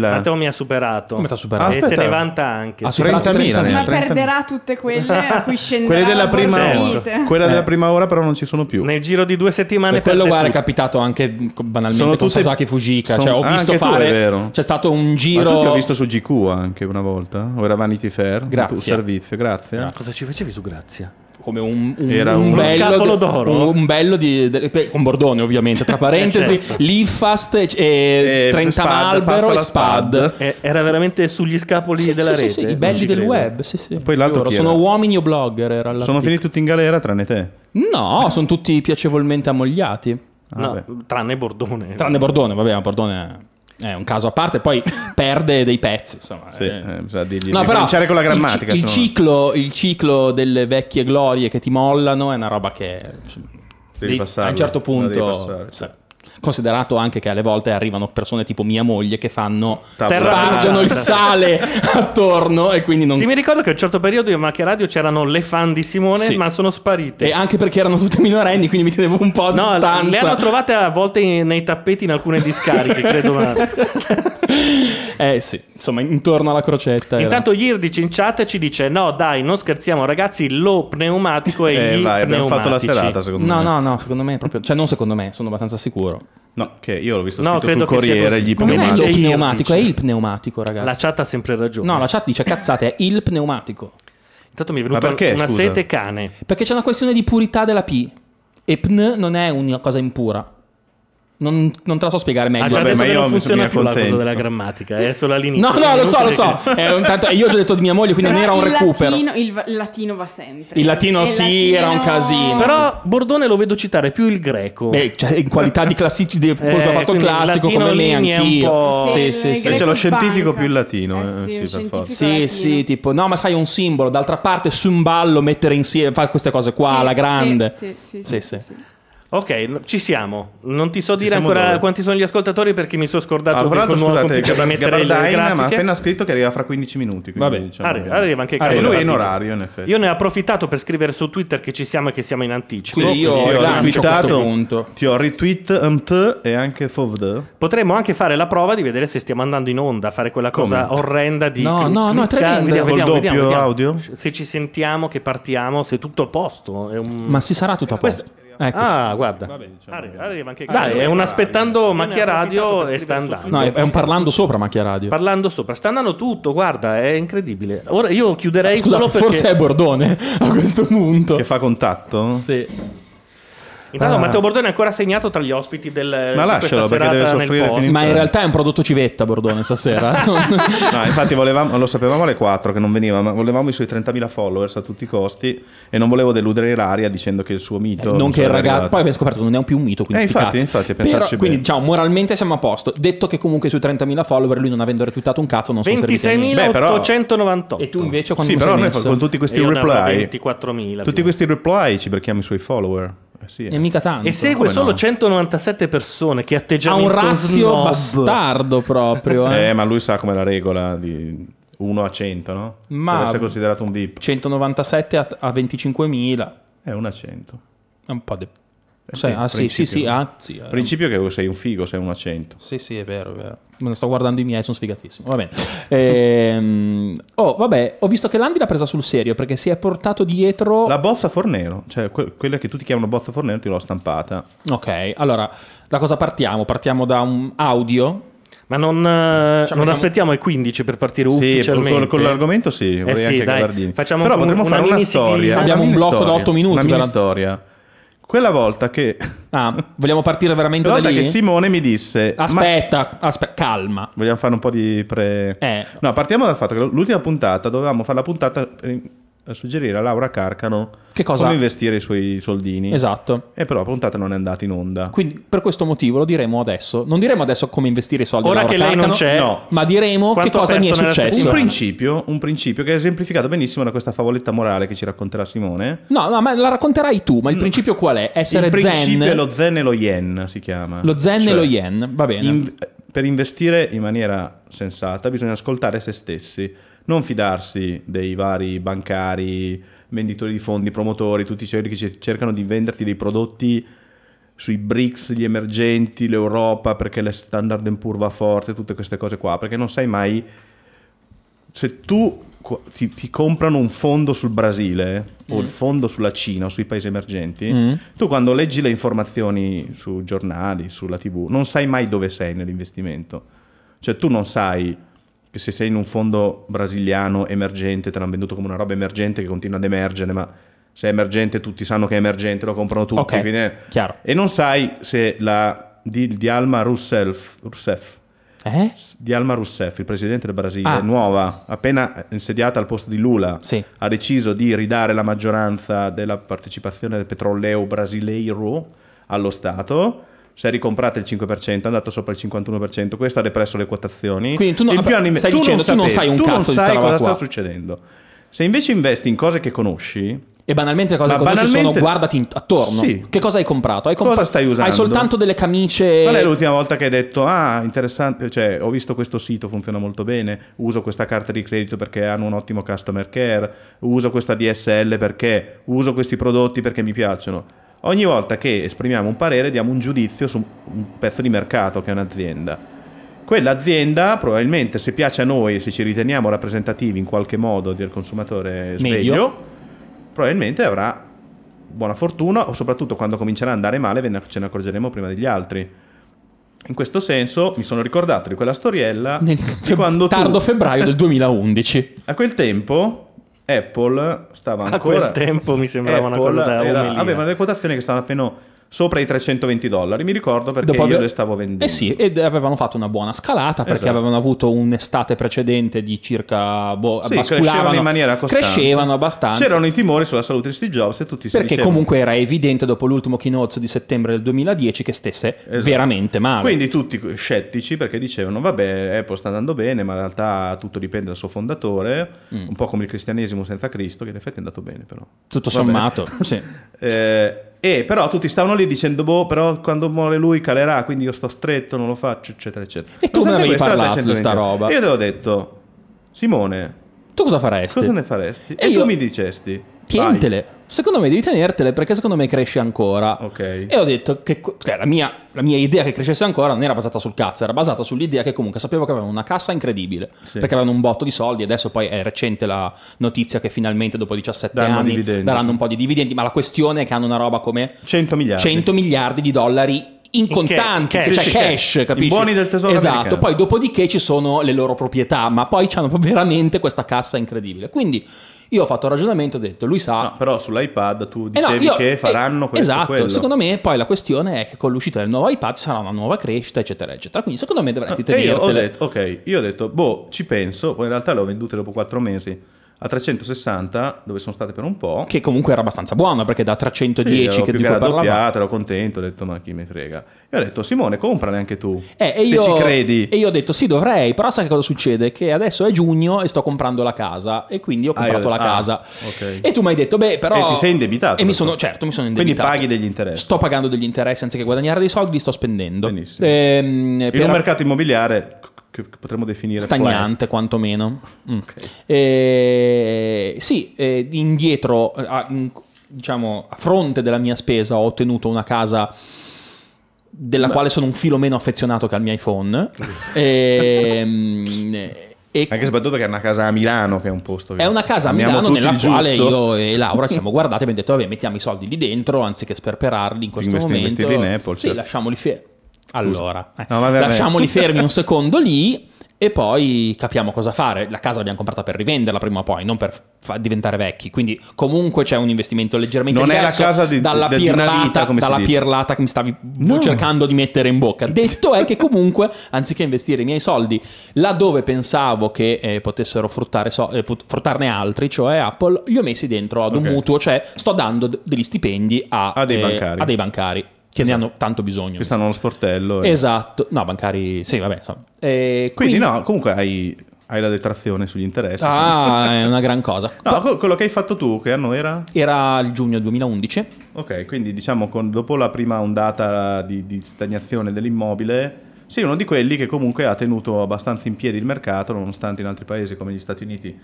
D: 30.000.
C: Matteo mi ha superato.
B: Come t'ha superato?
C: E
D: Aspetta.
C: se ne vanta anche.
B: Ah,
C: sì.
B: superato
D: 30.000 ne
E: Ma
D: hai. 30.000.
E: perderà tutte quelle a cui scenderà
D: Quelle della
E: la Certo.
D: prima
E: borsellite.
D: ora.
C: Eh,
D: Quella della prima ora però non ci sono più.
C: Nel giro di due settimane
B: E Eh. quello
C: perde
B: guarda è
C: tutto.
B: capitato anche mh, banalmente
D: Sono
B: con
D: tutte-
B: Sasaki Fujika,
D: sono-
B: cioè ho
D: Ah,
B: visto
D: anche tu,
B: fare
D: è vero.
B: c'è stato un
D: Ma
B: giro
D: tu ti ho visto su GQ anche una volta, o era Vanity Fair,
B: Grazie.
D: un servizio, grazie.
C: Cosa ci facevi su Grazia?
B: Ah. come un, un-
D: Era
B: un
D: uno
B: bello
C: scapolo d'oro?
B: un, un bello di, de- beh, con Bordone ovviamente tra parentesi
C: Certo.
B: Liffast e, e
D: E
B: 30
D: Eh, Spad,
B: Malbero
D: passa
B: e
D: la
B: Spad
D: Spad.
C: Eh, era veramente sugli scapoli
B: Sì,
C: della
B: sì,
C: rete.
B: sì, sì, i
C: non
B: belli
C: ci
B: del
C: credo.
B: web Eh, sì, sì.
D: Poi l'altro
B: Loro
D: chi era?
B: sono uomini o blogger era
D: Sono
B: l'articolo.
D: finiti tutti in galera tranne te.
B: no sono tutti piacevolmente ammogliati
D: Eh. Ah,
C: No,
D: beh.
C: tranne Bordone.
B: tranne Bordone vabbè ma Bordone è un caso a parte poi perde dei pezzi insomma
D: Sì,
B: eh.
D: eh, bisogna dirgli
B: No,
D: di
B: però
D: cominciare con la
B: il ci-
D: grammatica.
B: Il,
D: se no-
B: ciclo, il ciclo delle vecchie glorie che ti mollano è una roba che
D: Devi
B: di-
D: passarlo,
B: a un certo
D: la devi
B: punto.
D: passare, sì.
B: sa- Considerato anche che alle volte arrivano persone tipo mia moglie che fanno
D: Tavola.
B: spargono il
C: Tavola.
B: sale attorno e quindi non.
C: Sì, mi ricordo che a un certo periodo in Macchia Radio c'erano le fan di Simone,
B: Sì.
C: ma sono sparite.
B: E anche perché erano tutte minorenni, quindi mi tenevo un po' a
C: No,
B: distanza.
C: le hanno trovate a volte in- nei tappeti in alcune discariche, credo. ma-
B: eh sì, insomma, intorno alla crocetta. era-
C: Intanto Yirdic in chat ci dice no dai, non scherziamo ragazzi, lo pneumatico e
D: Eh,
C: gli
D: vai, abbiamo
C: pneumatici.
D: fatto la serata secondo
B: No,
D: me.
B: no, no, secondo me è proprio. Cioè, non secondo me, sono abbastanza sicuro.
D: No, che Eh, io l'ho visto
C: No,
D: scritto
C: credo
D: sul
C: che sia
D: Corriere,
C: così.
D: gli
B: Non è
C: Pneumatico.
B: lo
C: Dice
B: pneumatico, è
C: Yirdic.
B: il pneumatico, ragazzi.
C: La chat ha sempre ragione.
B: No, la chat dice cazzate, è il pneumatico.
C: Intanto mi è venuta
D: Ma perché,
C: una
D: scusa?
C: sete cane.
B: Perché c'è una questione di purità della P. E pn non è una cosa impura. Non, non te la so spiegare
C: Ha
B: meglio.
C: Eh, già
D: Vabbè,
C: detto
D: ma
C: che
D: io
C: non
D: mi-
C: funziona
D: mi
C: più la cosa
D: accontento.
C: della grammatica, eh, è solo all'inizio.
B: No, no, lo so, lo
C: Inutile
B: so.
C: che-
B: È un tanto- e io ho già detto di mia moglie, quindi non
E: Però
B: era un
E: il
B: recupero.
E: Latino, il, va- il latino va sempre.
B: Il latino
E: E
B: T era un casino.
C: Però Bordone lo vedo citare più il greco.
B: Beh, cioè, in qualità di classici, di quello che ha fatto il
C: Eh, quindi
B: classico,
C: latino
B: come me,
C: lì mi è un
B: anch'io.
C: po'-
E: Se
B: Sì,
E: il
B: sì, sì.
E: greco
D: C'è Cioè, lo
E: sbanca.
D: scientifico più il latino, eh, sì,
E: il
D: per
E: scientifico
D: forza.
B: Sì,
E: latino.
B: sì, tipo, no, ma sai, è un simbolo. D'altra parte, su un ballo, mettere insieme, fare queste cose qua,
E: Sì,
B: alla grande.
E: Sì, sì,
B: Sì,
E: sì.
B: sì.
E: sì, sì.
C: Ok, no- ci siamo. Non ti so dire
D: siamo
C: ancora
D: dove?
C: quanti sono gli ascoltatori perché mi sono scordato
D: Ah, tra
C: che col
D: l'altro,
C: nuovo
D: scusate,
C: computer da mettere le
D: Gabardaina mi ha
C: grafiche.
D: appena scritto che arriva fra 15 minuti. quindi,
B: Vabbè.
D: diciamo,
C: Arri-
D: che-
C: arriva anche
D: Eh,
B: Arriva.
D: lui è
C: Carlo.
D: in orario, in effetti.
C: Io ne ho approfittato per scrivere su Twitter che ci siamo e che siamo in anticipo.
B: Quindi io-
D: Ti
B: Oh,
D: ho
B: lancio a questo
D: retweetato,
B: punto.
D: ti ho retweet MT e anche FOVD.
C: Potremmo anche fare la prova di vedere se stiamo andando in onda, fare quella cosa
D: Come?
C: orrenda di...
B: No,
C: cl-
B: no, no, è
C: clicca-
B: tremendo.
C: Vediamo,
D: Col
C: vediamo,
D: doppio
C: vediamo, vediamo.
D: audio?
C: Se ci sentiamo, che partiamo, se è tutto a posto. È un...
B: Ma si sarà tutto a posto. Ecco.
C: Ah, guarda. Arri- arriva anche Dai, Ah, è un aspettando macchia radio e sta andando.
B: no, è, è un parlando sopra macchia radio.
C: Parlando sopra, sta andando tutto, guarda, è incredibile. Ora io chiuderei
B: Scusate,
C: solo perché
B: forse è Bordone a questo punto.
D: Che fa contatto?
B: Sì.
C: intanto
B: Ah.
C: Matteo Bordone è ancora segnato tra gli ospiti del
D: Ma
C: di
D: lascialo, perché
C: questa
D: deve
C: serata nel
D: soffrire
C: post.
D: fino-
B: Ma in realtà è un prodotto civetta Bordone stasera.
D: No, infatti volevamo- lo sapevamo alle 4 che non veniva, ma volevamo i suoi 30.000 followers a tutti i costi e non volevo deludere l'aria dicendo che il suo mito...
B: Eh, non che il
D: sarebbe
B: ragazzo.
D: arrivato.
B: Poi abbiamo scoperto che non è un più un mito. Quindi
D: Esatto, Eh,
B: sti
D: infatti,
B: cazzi.
D: infatti,
B: Però,
D: pensarci
B: Quindi,
D: bene.
B: diciamo, moralmente siamo a posto. Detto che comunque i suoi 30.000 follower, lui non avendo retweetato un cazzo, non sono serviti a niente.
C: 26.898.
B: E tu invece, quando
D: Sì,
B: mi
D: però
B: sei
D: noi
B: messo?
D: con tutti questi
C: E io ne avrò
D: reply...
C: 24.000.
D: Tutti
C: più.
D: questi reply ci becchiamo i suoi follower. Eh sì, eh.
B: E mica tanto.
C: E segue
D: Come
C: solo
D: no?
C: 197 persone. Che
B: ha un
C: atteggiamento
B: razio
C: snob.
B: bastardo proprio. eh.
D: Eh, ma lui sa come la regola di 1 a 100, no?
B: Ma- Cioè,
D: Deve essere considerato un VIP.
B: 197 a, a 25.000.
D: È 1 a 100.
B: È un po' di...
D: Eh
B: Sai, ah, sì, sì,
D: principio.
B: sì, ah, sì, eh.
D: Principio che sei un figo, sei 1 a 100.
B: Sì, sì, è vero, è vero. Me lo sto guardando i miei, sono sfigatissimo. Va bene. Ehm, oh, vabbè, ho visto che Landi l'ha presa sul serio perché si è portato dietro.
D: La bozza Fornero, cioè que- quella che tutti chiamano bozza Fornero, ti l'ho stampata.
B: Ok, allora da cosa partiamo? Partiamo da un audio.
C: Ma non, eh,
B: Cioè,
C: non
B: abbiamo-
C: aspettiamo i 15 per partire
D: Sì,
C: ufficialmente. Eh
D: con, con l'argomento sì, vorrei
C: sì,
D: anche
C: dai,
D: Gavardini.
C: facciamo
D: Però
C: un-
D: potremmo
C: una
D: fare una
C: mini
D: storia.
C: sigla.
B: Abbiamo
D: una
B: un blocco
D: mini
B: da
D: storia,
B: otto minuti
D: Una
B: per-
D: mini storia. Quella volta che,
B: Ah, vogliamo partire veramente
D: quella
B: da
D: volta
B: lì?
D: che Simone mi disse... "Ma-
B: Aspetta, aspe- calma.
D: Vogliamo fare un po' di pre...
B: Eh.
D: No, partiamo dal fatto che l'ultima puntata dovevamo fare la puntata per per suggerire a Laura Carcano
B: Che cosa?
D: come investire i suoi soldini.
B: Esatto.
D: E però la puntata non è andata in onda.
B: Quindi per questo motivo lo diremo adesso. Non diremo adesso come investire i soldi. a
C: Ora
B: Laura
C: che lei non
B: Carcano,
C: c'è,
D: No.
B: Ma diremo
C: Quanto
B: che cosa
C: ha
B: mi è
C: perso nella
B: successo.
D: Un
C: settimana?
D: principio, un principio che è esemplificato benissimo da questa favoletta morale che ci racconterà Simone.
B: No, no, ma la racconterai tu, ma il principio qual è? Essere
D: Mm. il principio
B: zen.
D: è lo zen e lo yen, si chiama.
B: Lo zen
D: Cioè,
B: e lo yen, va bene.
D: in- per investire in maniera sensata bisogna ascoltare se stessi, non fidarsi dei vari bancari, venditori di fondi, promotori, tutti quelli che ce- cercano di venderti dei prodotti sui BRICS, gli emergenti, l'Europa, perché le standard in pur va forte, tutte queste cose qua, perché non sai mai se tu co- ti, ti comprano un fondo sul Brasile o il fondo sulla Cina o sui paesi emergenti,
B: Mm.
D: tu quando leggi le informazioni su giornali, sulla TV, non sai mai dove sei nell'investimento. Cioè tu non sai che se sei in un fondo brasiliano emergente, te l'hanno venduto come una roba emergente che continua ad emergere, ma se è emergente tutti sanno che è emergente, lo comprano tutti.
B: Ok,
D: quindi è-
B: chiaro.
D: E non sai se la di, di Alma Rousseff, Rousseff
B: Eh?
D: di Alma Rousseff, il presidente del Brasile,
B: Ah.
D: nuova, appena insediata al posto di Lula,
B: Sì.
D: ha deciso di ridare la maggioranza della partecipazione del petroleo brasileiro allo Stato. Si è ricomprata il 5%, è andata sopra il 51%. Questo ha depresso le quotazioni.
B: Quindi tu no-
D: In più hanno inve-
B: stai dicendo, tu non
D: sapevi,
B: sai un
D: tu non
B: cazzo di
D: sai
B: sta roba
D: cosa
B: qua.
D: sta succedendo. Se invece investi in cose che conosci,
B: E banalmente le cose
D: Ma
B: che conosci sono
D: banalmente-
B: guardati int- attorno.
D: Sì.
B: Che cosa hai comprato? Hai compra-
D: Cosa stai usando?
B: Hai soltanto delle camicie.
D: Qual è l'ultima volta che hai detto, ah, interessante, cioè, ho visto questo sito, funziona molto bene, uso questa carta di credito perché hanno un ottimo customer care, uso questa DSL perché, uso questi prodotti perché mi piacciono. Ogni volta che esprimiamo un parere diamo un giudizio su un pezzo di mercato che è un'azienda. Quell'azienda probabilmente se piace a noi, se ci riteniamo rappresentativi in qualche modo del consumatore sveglio,
B: Medio.
D: probabilmente avrà buona fortuna o soprattutto quando comincerà ad andare male ve ne- ce ne accorgeremo prima degli altri. In questo senso mi sono ricordato di quella storiella
B: Nel
D: di quando tu-
B: tardo febbraio del 2011.
D: a quel tempo Apple stava
C: A
D: ancora
C: quel tempo mi sembrava una cosa da
D: era-
C: omelina.
D: aveva le quotazioni che stavano appena sopra i 320 dollari, mi ricordo perché
B: Dopo
D: io
B: aver-
D: le stavo vendendo.
B: Eh sì, ed avevano fatto una buona scalata perché
D: Esatto.
B: avevano avuto un'estate precedente di circa. Boh,
D: Sì,
B: basculavano,
D: crescevano in maniera costante.
B: Crescevano abbastanza.
D: C'erano i timori sulla salute di Steve Jobs e tutti si
B: perché
D: dicevano-
B: comunque era evidente dopo l'ultimo keynote di settembre del 2010 che stesse
D: Esatto.
B: veramente male.
D: Quindi tutti scettici perché dicevano vabbè Apple sta andando bene ma in realtà tutto dipende dal suo fondatore,
B: Mm.
D: un po' come il cristianesimo senza Cristo che in effetti è andato bene però.
B: Tutto
D: Vabbè.
B: sommato, sì.
D: Eh, e però tutti stavano lì dicendo boh però quando muore lui calerà quindi io sto stretto non lo faccio eccetera eccetera.
B: E tu ne
D: Nonostante
B: avevi
D: questo era
B: parlato di sta
D: 320.
B: roba.
D: Io avevo detto Simone
B: Tu cosa faresti?
D: cosa ne faresti?
B: E
D: E,
B: io-
D: tu mi dicesti
B: Tientele. Secondo me devi tenertele perché secondo me cresce ancora.
D: "Vai". Ok.
B: E ho detto che que- cioè, la, mia, la mia idea che crescesse ancora non era basata sul cazzo, era basata sull'idea che comunque sapevo che avevano una cassa incredibile,
D: Sì.
B: perché avevano un botto di soldi e adesso poi è recente la notizia che finalmente dopo 17
D: Danno
B: anni
D: dividendi,
B: daranno
D: sì.
B: un po' di dividendi, ma la questione è che hanno una roba come
D: 100 miliardi.
B: 100 miliardi di dollari in
C: ca-
B: contanti,
C: cash.
B: cioè
D: Sì, sì,
B: cash,
D: cash.
B: capisci?
D: I buoni del tesoro
B: Esatto,
D: americano.
B: poi dopodiché ci sono le loro proprietà, ma poi hanno veramente questa cassa incredibile. Quindi io ho fatto il ragionamento, ho detto, lui sa,
D: No, però sull'iPad tu
B: eh no,
D: dicevi
B: io-
D: che
B: eh,
D: faranno questo e
B: Esatto,
D: quello.
B: secondo me poi la questione è che con l'uscita del nuovo iPad ci sarà una nuova crescita, eccetera, eccetera. Quindi secondo me dovresti
D: eh, E io ho
B: tenertele.
D: detto, ok, io ho detto, boh, ci penso, poi in realtà le ho vendute dopo 4 mesi a 360, dove sono state per un po'.
B: Che comunque era abbastanza buona perché da
D: Sì,
B: 310
D: ero
B: che
D: più
B: di
D: che
B: cui parlavamo.
D: raddoppiata, ero contento, ho detto, ma chi me frega. E ho detto, Simone, comprale anche tu,
B: Eh, e
D: se
B: io,
D: ci credi.
B: E io ho detto sì, dovrei, però sai che cosa succede? Che adesso è giugno e sto comprando la casa e quindi ho
D: Ah, io-
B: comprato la
D: ah,
B: casa.
D: ok.
B: E tu mi hai detto, beh, però...
D: E ti sei indebitato,
B: E mi
D: per
B: sono,
D: questo.
B: certo, mi sono
D: Quindi
B: indebitato.
D: paghi degli interessi.
B: Sto pagando degli interessi anziché guadagnare dei soldi, li sto spendendo.
D: Benissimo.
B: Ehm,
D: In
B: per-
D: un mercato immobiliare che che potremmo definire
B: stagnante quantomeno. Mm. Eh, sì, eh, indietro, eh, a, in- diciamo, a fronte della mia spesa ho ottenuto una casa della quale sono un filo meno affezionato che al mio iPhone. Eh, Ehm, e
D: flat. Anche soprattutto perché è una casa a Milano, che è un posto che
B: è una casa a
D: amiamo
B: Milano
D: tutti
B: nella
D: il
B: quale
D: giusto.
B: io e Laura ci siamo guardati e abbiamo detto: Vabbè, mettiamo i soldi lì dentro anziché sperperarli in questo
D: Investi-
B: momento.
D: investirli in Apple,
B: sì,
D: certo.
B: lasciamoli fermi. Allora, eh,
D: No, vabbè, vabbè.
B: lasciamoli fermi un secondo lì e poi capiamo cosa fare. La casa l'abbiamo comprata per rivenderla prima o poi, non per fa- diventare vecchi. Quindi, comunque, c'è un investimento leggermente
D: Non è la
B: diverso
D: casa di-
B: dalla,
D: del- di una
B: pirlata,
D: vita, come si
B: dalla
D: dice.
B: pirlata che mi stavi
D: No.
B: cercando di mettere in bocca. Detto è che, comunque, anziché investire i miei soldi Laddove pensavo che eh, potessero fruttare so- eh, pot- fruttarne altri, cioè Apple, li ho messi dentro ad un
D: Ok.
B: mutuo, cioè sto dando d- degli stipendi a, eh,
D: A dei bancari.
B: a dei bancari che ne hanno tanto bisogno.
D: Qui Esatto. stanno allo sportello. e-
B: Esatto, no, bancari, sì, vabbè. Insomma. Eh,
D: Quindi, no, comunque hai, hai la detrazione sugli interessi.
B: Ah, è una gran cosa.
D: sì. No, co- quello che hai fatto tu, che anno era?
B: Era il giugno 2011.
D: Ok, quindi diciamo con- dopo la prima ondata di, di stagnazione dell'immobile, sei uno di quelli che comunque ha tenuto abbastanza in piedi il mercato, nonostante in altri paesi come gli Stati Uniti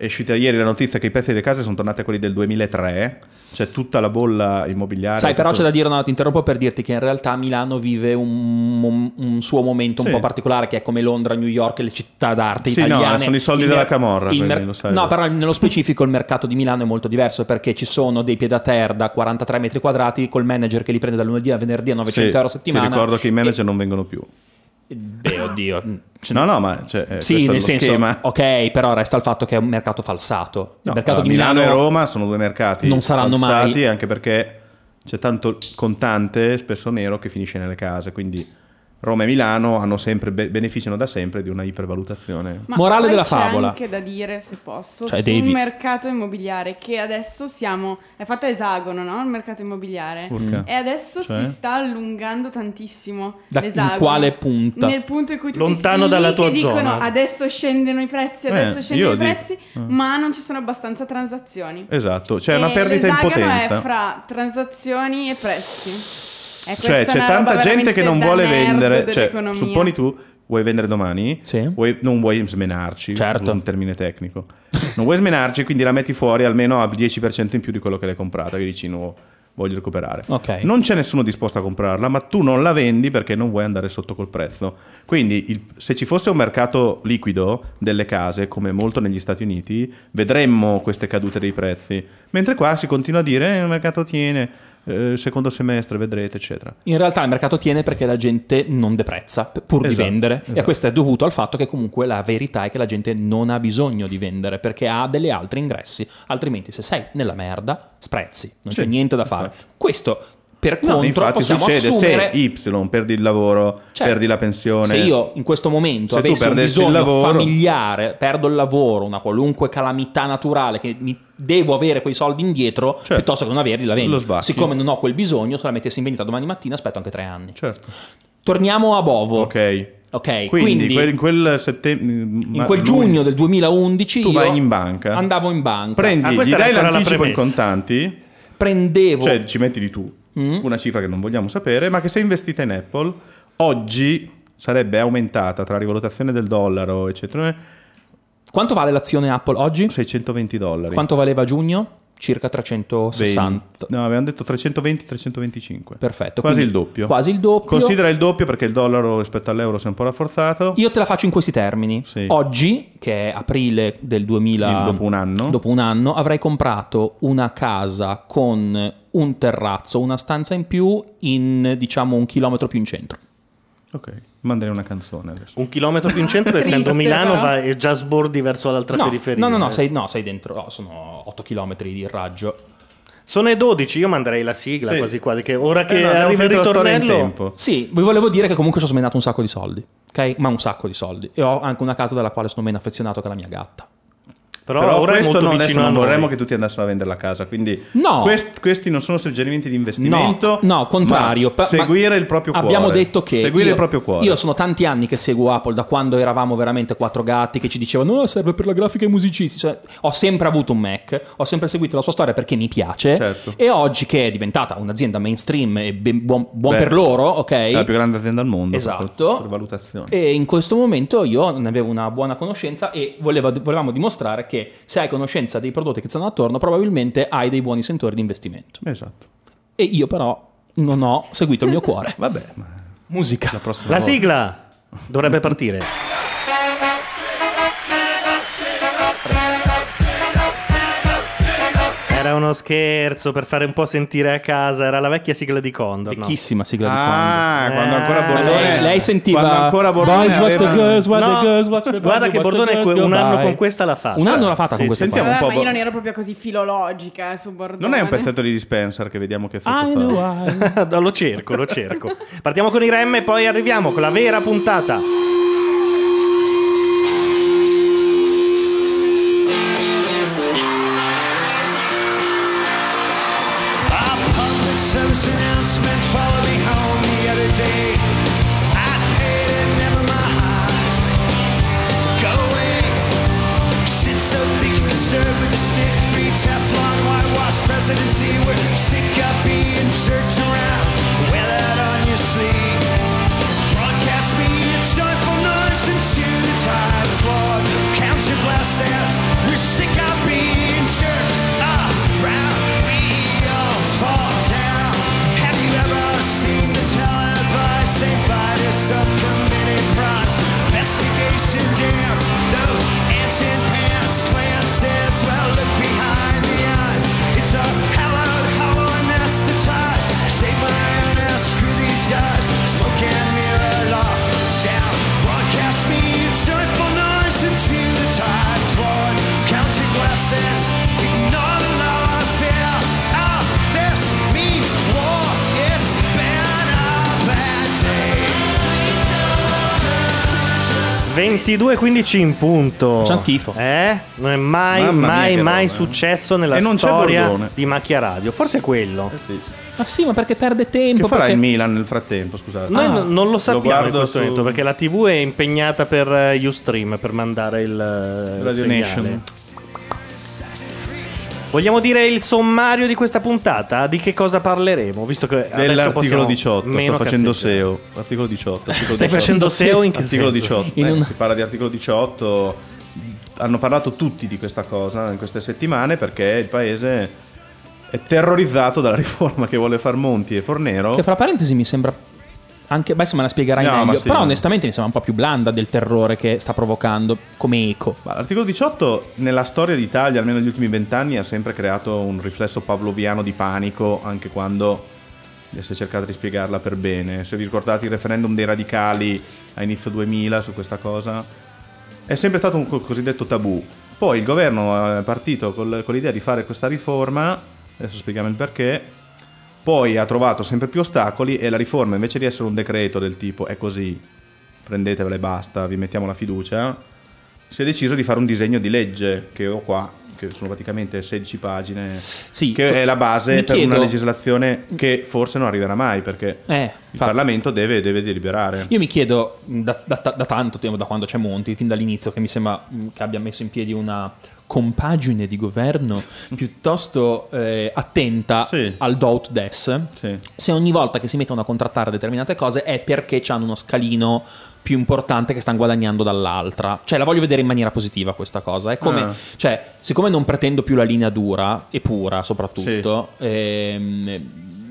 D: È uscita ieri la notizia che i prezzi delle case sono tornati a quelli del 2003, c'è tutta la bolla immobiliare.
B: Sai, però c'è
D: tutto-
B: da dire, no, ti interrompo per dirti che in realtà Milano vive un, mom- un suo momento un
D: Sì.
B: po' particolare, che è come Londra, New York, le città d'arte
D: Sì, no,
B: italiane.
D: sono i soldi
B: Il
D: della Camorra,
B: il
D: quelli, lo sai.
B: no, però nello specifico il mercato di Milano è molto diverso perché ci sono dei piedaterra da 43 metri quadrati col manager che li prende dal lunedì a venerdì a 900
D: Sì,
B: euro a settimana.
D: Ti ricordo che i manager non vengono più.
B: E- Beh, oddio. Cioè,
D: No, no, ma cioè, eh, questo
B: sì,
D: è lo
B: nel senso,
D: schema.
B: ok, però resta il fatto che è un mercato falsato. Il
D: No,
B: mercato
D: allora,
B: di Milano,
D: e Roma sono due mercati
B: non saranno
D: falsati,
B: mai.
D: anche perché c'è tanto contante, spesso nero, che finisce nelle case. Quindi Roma e Milano hanno sempre, be- beneficiano da sempre di una ipervalutazione.
E: Ma
B: Morale
E: poi
B: della
E: c'è
B: favola.
E: anche da dire, se posso,
B: Cioè,
E: sul
B: devi.
E: mercato immobiliare che adesso siamo... È fatto a esagono, no? Il mercato immobiliare.
D: Urca.
E: E adesso
D: Cioè?
E: si sta allungando tantissimo
B: Da- in
E: l'esagono.
B: quale punta?
E: Esatto. Nel punto in cui tutti sti
C: Lontano
E: lì
C: dalla
E: che
C: tua
E: dicono
C: zona.
E: adesso scendono i prezzi,
D: Eh,
E: adesso
D: io
E: scendono i
D: dico- eh.
E: prezzi, ma non ci sono abbastanza transazioni.
D: Esatto, c'è
E: E
D: una perdita in
E: Eh, l'esagono
D: potenza.
E: è fra transazioni e prezzi. E
D: Cioè,
E: questa è
D: c'è
E: una
D: tanta
E: roba
D: gente
E: veramente
D: che non
E: da
D: vuole
E: nerd
D: vendere. Cioè,
E: dell'economia.
D: supponi tu vuoi vendere domani,
B: Sì.
D: vuoi- non vuoi smenarci,
B: Certo.
D: uso un termine tecnico. Non vuoi smenarci, quindi la metti fuori almeno a 10% in più di quello che l'hai comprata, che dici no, voglio recuperare.
B: Ok.
D: Non c'è nessuno disposto a comprarla, ma tu non la vendi perché non vuoi andare sotto col prezzo. Quindi il- se ci fosse un mercato liquido delle case, come molto negli Stati Uniti, vedremmo queste cadute dei prezzi. Mentre qua si continua a dire eh, il mercato tiene, eh, secondo semestre vedrete, eccetera.
B: In realtà il mercato tiene perché la gente non deprezza p- pur di
D: Esatto,
B: vendere e
D: esatto.
B: questo è dovuto al fatto che comunque la verità è che la gente non ha bisogno di vendere perché ha delle altre ingressi, altrimenti se sei nella merda sprezzi, non c'è
D: Sì,
B: niente da fare.
D: esatto.
B: Questo per
D: No,
B: contro
D: infatti
B: possiamo
D: succede
B: assumere
D: se Y perdi il lavoro,
B: Cioè,
D: perdi la pensione.
B: se io in questo momento
D: Se tu
B: avessi un
D: perdessi il
B: bisogno
D: lavoro-
B: familiare, perdo il lavoro, una qualunque calamità naturale che mi devo avere quei soldi indietro,
D: Certo.
B: piuttosto che non averli la
D: Lo
B: vendo.
D: sbacchi.
B: Siccome non ho quel bisogno, se la mettessi in vendita domani mattina aspetto anche tre anni.
D: Certo.
B: Torniamo a Bovo.
D: Ok.
B: Ok,
D: Quindi,
B: quindi,
D: quel- in quel settembre
B: in quel giugno del 2011
D: tu
B: io
D: vai in banca.
B: andavo in banca,
C: Ah,
D: Prendi, gli
C: questa era
D: dai
C: ancora la
D: l'anticipo in
C: premessa.
D: contanti,
B: prendevo
D: cioè ci metti di tu
B: Mm.
D: una cifra che non vogliamo sapere, ma che se investita in Apple oggi sarebbe aumentata tra rivalutazione del dollaro, eccetera,
B: quanto vale l'azione Apple oggi?
D: 620 dollari.
B: Quanto valeva a giugno? Circa 360.
D: 20. No, avevamo detto 320-325.
B: Perfetto,
D: Quasi
B: quindi
D: il doppio.
B: quasi il doppio.
D: Considera il doppio perché il dollaro rispetto all'euro si è un po' rafforzato.
B: Io te la faccio in questi termini.
D: Sì.
B: Oggi, che è aprile del 2000,
D: Il- dopo un anno.
B: dopo un anno, avrei comprato una casa con un terrazzo, una stanza in più, in diciamo un chilometro più in centro.
D: Ok, manderei una canzone adesso.
C: Un chilometro più in centro,
E: Triste,
C: essendo Milano,
E: però.
C: va e già sbordi verso l'altra
B: No,
C: periferia. eh.
B: no, no, no, sei, no, sei dentro, no, sono 8 km di raggio.
C: Sono le 12, io manderei la sigla
D: Sì.
C: quasi quasi, che ora che
D: Eh no, abbiamo
C: arriva il
D: finito la storia in
C: ritornello...
D: tempo.
B: Sì, vi volevo dire che comunque ci ho smenato un sacco di soldi, ok? Ma un sacco di soldi. E ho anche una casa dalla quale sono meno affezionato che la mia gatta.
C: Però,
D: Però,
C: ora è
D: questo
C: molto
D: non, adesso
C: vicino a
D: non
C: noi.
D: vorremmo che tutti andassero a vendere la casa, quindi
B: No.
D: quest- questi non sono suggerimenti di investimento.
B: No, no, contrario.
D: ma
B: Pa- ma
D: seguire il proprio cuore.
B: Abbiamo detto che.
D: seguire
B: io,
D: il proprio cuore.
B: Io sono tanti anni che seguo Apple, da quando eravamo veramente quattro gatti che ci dicevano: No, serve per la grafica e i musicisti. Cioè, ho sempre avuto un Mac, ho sempre seguito la sua storia perché mi piace.
D: Certo.
B: E oggi che è diventata un'azienda mainstream e ben- buon, buon
D: Beh,
B: per loro, ok?
D: È la più grande azienda al mondo.
B: Esatto.
D: Per, per valutazione.
B: E in questo momento io ne avevo una buona conoscenza e volevo- volevamo dimostrare che se hai conoscenza dei prodotti che stanno attorno, probabilmente hai dei buoni sentori di investimento.
D: Esatto.
B: E io però non ho seguito il mio cuore.
D: Vabbè, ma
B: Musica.
D: la prossima
C: La
D: volta.
C: sigla dovrebbe partire. Era uno scherzo per fare un po' sentire a casa, era la vecchia sigla di Condor. no?
B: Vecchissima sigla di quando.
D: Ah,
C: Eh,
D: quando ancora Bordone
B: Lei, lei sentiva
D: quando ancora Bordone
B: Boys watch the
D: aveva-
B: girls, watch
C: No,
B: the girls, watch the boys,
C: guarda che
B: watch the
C: Bordone
B: girls
C: que- un
B: go
C: anno
B: by.
C: con questa l'ha fatta.
B: Un anno l'ha fatta
D: Sì,
B: con questa.
D: sentiamo
B: qua.
E: Vabbè,
D: un po'
E: ma io
D: Bo-
E: non ero proprio così filologica eh, su Bordone.
D: Non è un pezzetto di dispenser che vediamo che effetto
B: I
D: fa.
B: know I-
C: No, lo cerco, lo cerco. Partiamo con i rem e poi arriviamo con la vera puntata.
A: Our public service announcement followed me home the other day. I paid it, never mind. Go away. Shit, so thick you can serve with a stick. Free Teflon, whitewash presidency. We're sick of being jerked around. Well out on your sleeve. Broadcast me a joyful noise into the times, Lord. Count your blessings. We're sick and mirror lock down. Broadcast me a joyful noise into the tide flood. Count your blessings, ignore the law of fear. Ah, this means war. It's been a bad day.
C: 22-15 in punto.
B: Facciamo schifo.
C: Eh? Non è mai,
D: Mamma mia,
C: mai,
D: che
C: mai
D: roba, eh.
C: successo nella
D: E non c'è
C: storia
D: Bordone. Eh
C: di Macchia Radio. Forse è quello.
B: Ma sì, ma perché perde tempo?
D: Che farà
B: perché-
D: il Milan nel frattempo, scusate?
C: Noi no- non lo sappiamo in
D: guardo su-
C: questo momento perché la TV è impegnata per eh, Ustream per mandare il eh,
D: Radio
C: segnale.
D: Nation.
C: Vogliamo dire il sommario di questa puntata? Di che cosa parleremo? Visto che adesso
D: Dell'articolo
C: possiamo
D: 18,
C: meno
D: sto facendo
C: cazzeggiare.
D: SEO. Articolo 18. articolo
C: Stai
D: 18.
C: facendo SEO in che
D: Articolo
C: senso?
D: 18.
B: In
D: eh,
B: un-
D: Si parla di articolo 18. Hanno parlato tutti di questa cosa in queste settimane perché il paese è terrorizzato dalla riforma che vuole far Monti e Fornero.
B: Che fra parentesi mi sembra anche beh, se me la spiegherai
D: No,
B: meglio,
D: ma sì,
B: però
D: no.
B: onestamente mi sembra un po' più blanda del terrore che sta provocando come eco.
D: Ma l'articolo 18 nella storia d'Italia, almeno negli ultimi vent'anni, ha sempre creato un riflesso pavloviano di panico, anche quando adesso cercate di spiegarla per bene. Se vi ricordate il referendum dei radicali a inizio 2000 su questa cosa, è sempre stato un co- cosiddetto tabù. Poi il governo è partito col- con l'idea di fare questa riforma, adesso spieghiamo il perché, poi ha trovato sempre più ostacoli e la riforma invece di essere un decreto del tipo è così, prendetevela e basta, vi mettiamo la fiducia, si è deciso di fare un disegno di legge che ho qua, che sono praticamente 16 pagine,
B: Sì,
D: che
B: tu-
D: è la base
B: mi
D: per
B: chiedo-
D: una legislazione che forse non arriverà mai perché
B: Eh,
D: il
B: infatti.
D: Parlamento deve, deve deliberare.
B: Io mi chiedo da, da- da tanto tempo, da quando c'è Monti, fin dall'inizio, che mi sembra mh, che abbia messo in piedi una compagine di governo piuttosto eh, attenta
D: Sì.
B: al do ut des.
D: Sì.
B: Se ogni volta che si mettono a contrattare determinate cose è perché hanno uno scalino più importante che stanno guadagnando dall'altra. Cioè, la voglio vedere in maniera positiva questa cosa. È come,
D: Ah.
B: cioè, siccome non pretendo più la linea dura e pura, soprattutto, ehm,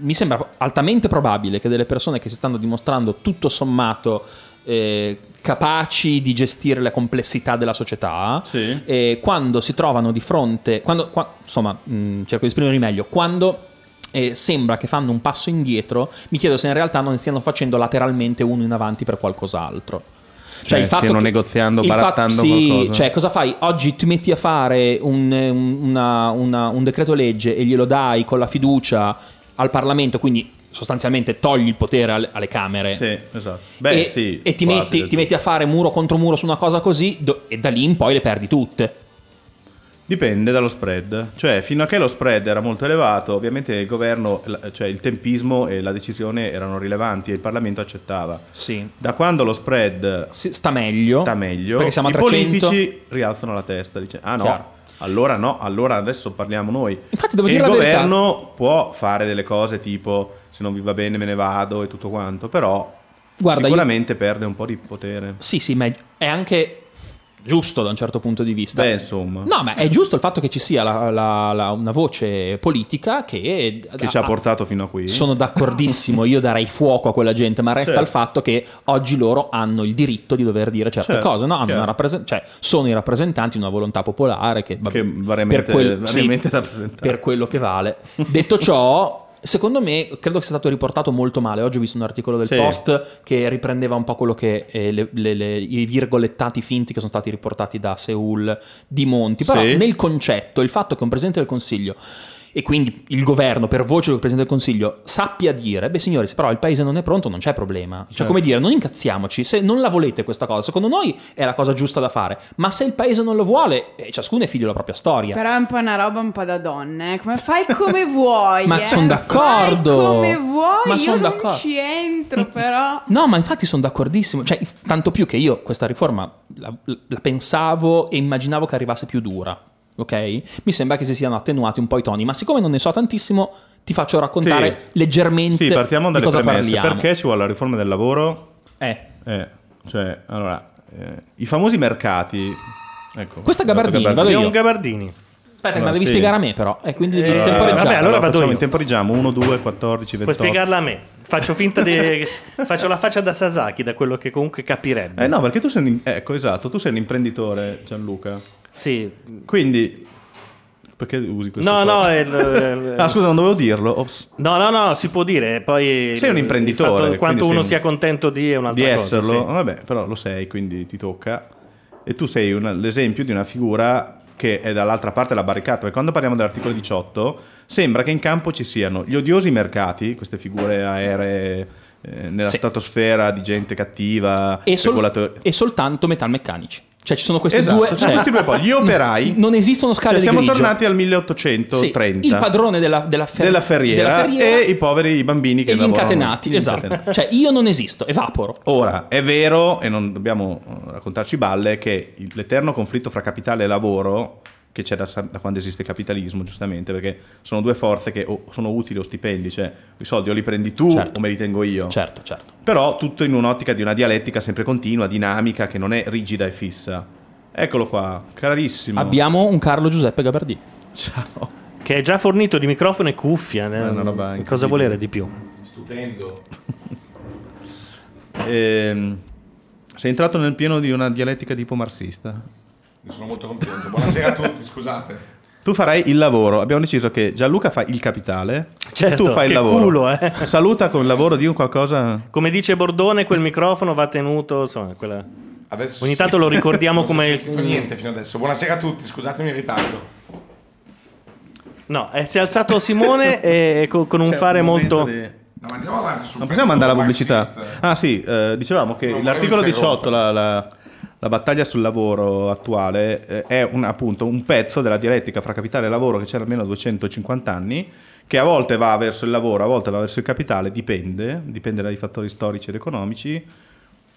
B: mi sembra altamente probabile che delle persone che si stanno dimostrando tutto sommato eh, capaci di gestire la complessità della società,
D: Sì.
B: eh, quando si trovano di fronte, quando, qua- insomma, mh, cerco di esprimermi meglio, quando eh, sembra che fanno un passo indietro, mi chiedo se in realtà non ne stiano facendo lateralmente uno in avanti per qualcos'altro.
D: Cioè, stiano negoziando,
B: il fatto-
D: barattando
B: sì,
D: qualcosa.
B: cioè, cosa fai? Oggi ti metti a fare un, un- una- una- un decreto legge e glielo dai con la fiducia al Parlamento, quindi sostanzialmente togli il potere alle, alle Camere.
D: Sì, esatto. Beh,
B: e,
D: sì,
B: e ti,
D: quasi
B: metti,
D: del
B: ti metti a fare muro contro muro su una cosa così do- e da lì in poi le perdi tutte.
D: Dipende dallo spread, cioè fino a che lo spread era molto elevato, ovviamente il governo, la- cioè il tempismo e la decisione erano rilevanti e il Parlamento accettava.
B: Sì.
D: Da quando lo spread
B: Si- sta meglio.
D: sta meglio,
B: Perché siamo a
D: i
B: 300.
D: politici rialzano la testa, dice ah no,
B: Chiaro.
D: allora no, allora adesso parliamo noi.
B: Infatti devo
D: e
B: dire
D: il
B: la verità.
D: governo può fare delle cose tipo se non vi va bene me ne vado e tutto quanto, però
B: Guarda, io-
D: sicuramente perde un po' di potere.
B: Sì, sì, ma è- è anche giusto da un certo punto di vista.
D: Beh, insomma.
B: No, ma è giusto il fatto che ci sia la- la- la- una voce politica che,
D: Che ci ha portato fino a qui.
B: Sono d'accordissimo, io darei fuoco a quella gente, ma resta
D: Certo.
B: il fatto che oggi loro hanno il diritto di dover dire certe
D: Certo,
B: cose, no? Hanno
D: chiaro.
B: una rappresen- cioè, sono i rappresentanti di una volontà popolare che, vabbè,
D: Che variamente- variamente rappresentata.
B: per quello che vale. Detto ciò, secondo me, credo che sia stato riportato molto male. Oggi ho visto un articolo del
D: Sì.
B: Post che riprendeva un po' quello che eh, le- le- le- i virgolettati finti che sono stati riportati da Seoul di Monti. Però
D: Sì.
B: nel concetto, il fatto che un presidente del Consiglio e quindi il governo, per voce del Presidente del Consiglio, sappia dire, beh signori, se però il paese non è pronto non c'è problema.
D: Certo.
B: Cioè, come dire, non incazziamoci, se non la volete questa cosa, secondo noi è la cosa giusta da fare, ma se il paese non lo vuole, eh, ciascuno è figlio della propria storia.
E: Però è un po' una roba un po' da donna, eh. Come fai come vuoi?
B: Ma
E: eh.
B: son d'accordo.
E: Fai come vuoi,
B: Ma
E: io
B: son
E: non
B: d'accordo.
E: ci entro, però.
B: No, ma infatti sono d'accordissimo. Cioè, tanto più che io questa riforma la, la pensavo e immaginavo che arrivasse più dura. Ok? Mi sembra che si siano attenuati un po' i toni, ma siccome non ne so tantissimo, ti faccio raccontare
D: Sì.
B: leggermente
D: Sì, partiamo
B: Cioè, di
D: dalle
B: cosa
D: premesse.
B: parliamo.
D: Perché ci vuole la riforma del lavoro?
B: Eh,
D: Eh, cioè, allora, eh, i famosi mercati. Ecco,
B: Questa
D: guardate
B: Gabardini, vado io.
C: Leon Gabardini.
B: aspetta,
D: Allora,
B: ma devi
D: sì.
B: spiegare a me, però. E quindi devi
C: Eh,
B: temporeggiare.
D: Vabbè, allora vado
C: io.
D: Temporeggiamo 1, 2, 14, 28.
C: Puoi spiegarla a me. Faccio finta di. faccio la faccia da Sasaki, da quello che comunque capirebbe.
D: Eh no, perché tu sei un... im- Ecco, esatto, tu sei un imprenditore, Gianluca.
C: Sì.
D: Quindi, Perché usi questo?
C: No,
D: tono?
C: no, è- è-
D: ah, scusa, non dovevo dirlo. Ops.
C: No, no, no, si può dire. Poi
D: Sei un
C: il
D: imprenditore,
C: fatto-
D: quindi
C: Quanto
D: sei
C: uno
D: un-
C: sia contento di è
D: Di
C: un'altra cosa.
D: esserlo,
C: sì.
D: vabbè, però lo sei, quindi ti tocca. E tu sei una- l'esempio di una figura che è dall'altra parte della barricata. Perché quando parliamo dell'articolo 18, sembra che in campo ci siano gli odiosi mercati, queste figure aeree eh, nella
B: Sì.
D: stratosfera di gente cattiva,
B: E, sol-
D: speculatori.
B: e soltanto metalmeccanici. Cioè ci sono questi
D: Esatto,
B: due...
D: cioè,
B: cioè,
D: questi due poi, gli operai.
B: Non esistono scale
D: Cioè,
B: di
D: siamo
B: grigio.
D: tornati al
B: Sì,
D: 1830.
B: il padrone della, della, fer-
D: della ferriera,
B: della ferriera
D: e i poveri bambini che
B: e gli
D: lavorano-
B: incatenati,
D: gli
B: esatto.
D: incatenati.
B: Cioè io non esisto, evaporo.
D: Ora, è vero, e non dobbiamo eh, raccontarci balle, che il- l'eterno conflitto fra capitale e lavoro, che c'è da, sa- da quando esiste il capitalismo, giustamente, perché sono due forze che o sono utili o stipendi, cioè i soldi o li prendi tu
B: Certo.
D: o me li tengo io.
B: Certo, certo.
D: Però tutto in un'ottica di una dialettica sempre continua, dinamica, che non è rigida e fissa. Eccolo qua, carissimo.
B: Abbiamo un Carlo Giuseppe Gabardini.
D: Ciao.
C: Che è già fornito di microfono e cuffia. né?
D: È una roba
C: cosa
D: incredibile.
C: volere di più?
F: Stupendo.
D: Ehm, sei entrato nel pieno di una dialettica tipo marxista.
F: Ne sono molto contento. Buonasera a tutti, scusate.
D: Tu farai il lavoro. Abbiamo deciso che Gianluca fa il capitale.
C: Certo,
D: tu fai il
C: che
D: lavoro.
C: culo, eh.
D: Saluta con il lavoro di un qualcosa.
C: Come dice Bordone, quel microfono va tenuto. Insomma, quella...
F: Adesso
C: Ogni tanto lo ricordiamo
F: Non si è
C: come-
F: sentito niente fino adesso. Buonasera a tutti, scusatemi il ritardo.
C: No, eh, si è alzato Simone e co- con un
D: Cioè,
C: fare
D: un momento
C: molto.
D: di-
F: No, ma andiamo avanti sul
D: Non possiamo
F: pezzo
D: mandare la pubblicità.
F: marxista.
D: Ah, sì, eh, dicevamo che
F: Non
D: l'articolo
F: volevo
D: 18, la, la- la battaglia sul lavoro attuale, eh, è un- appunto un pezzo della dialettica fra capitale e lavoro che c'era almeno 250 anni, che a volte va verso il lavoro, a volte va verso il capitale, dipende, dipende dai fattori storici ed economici,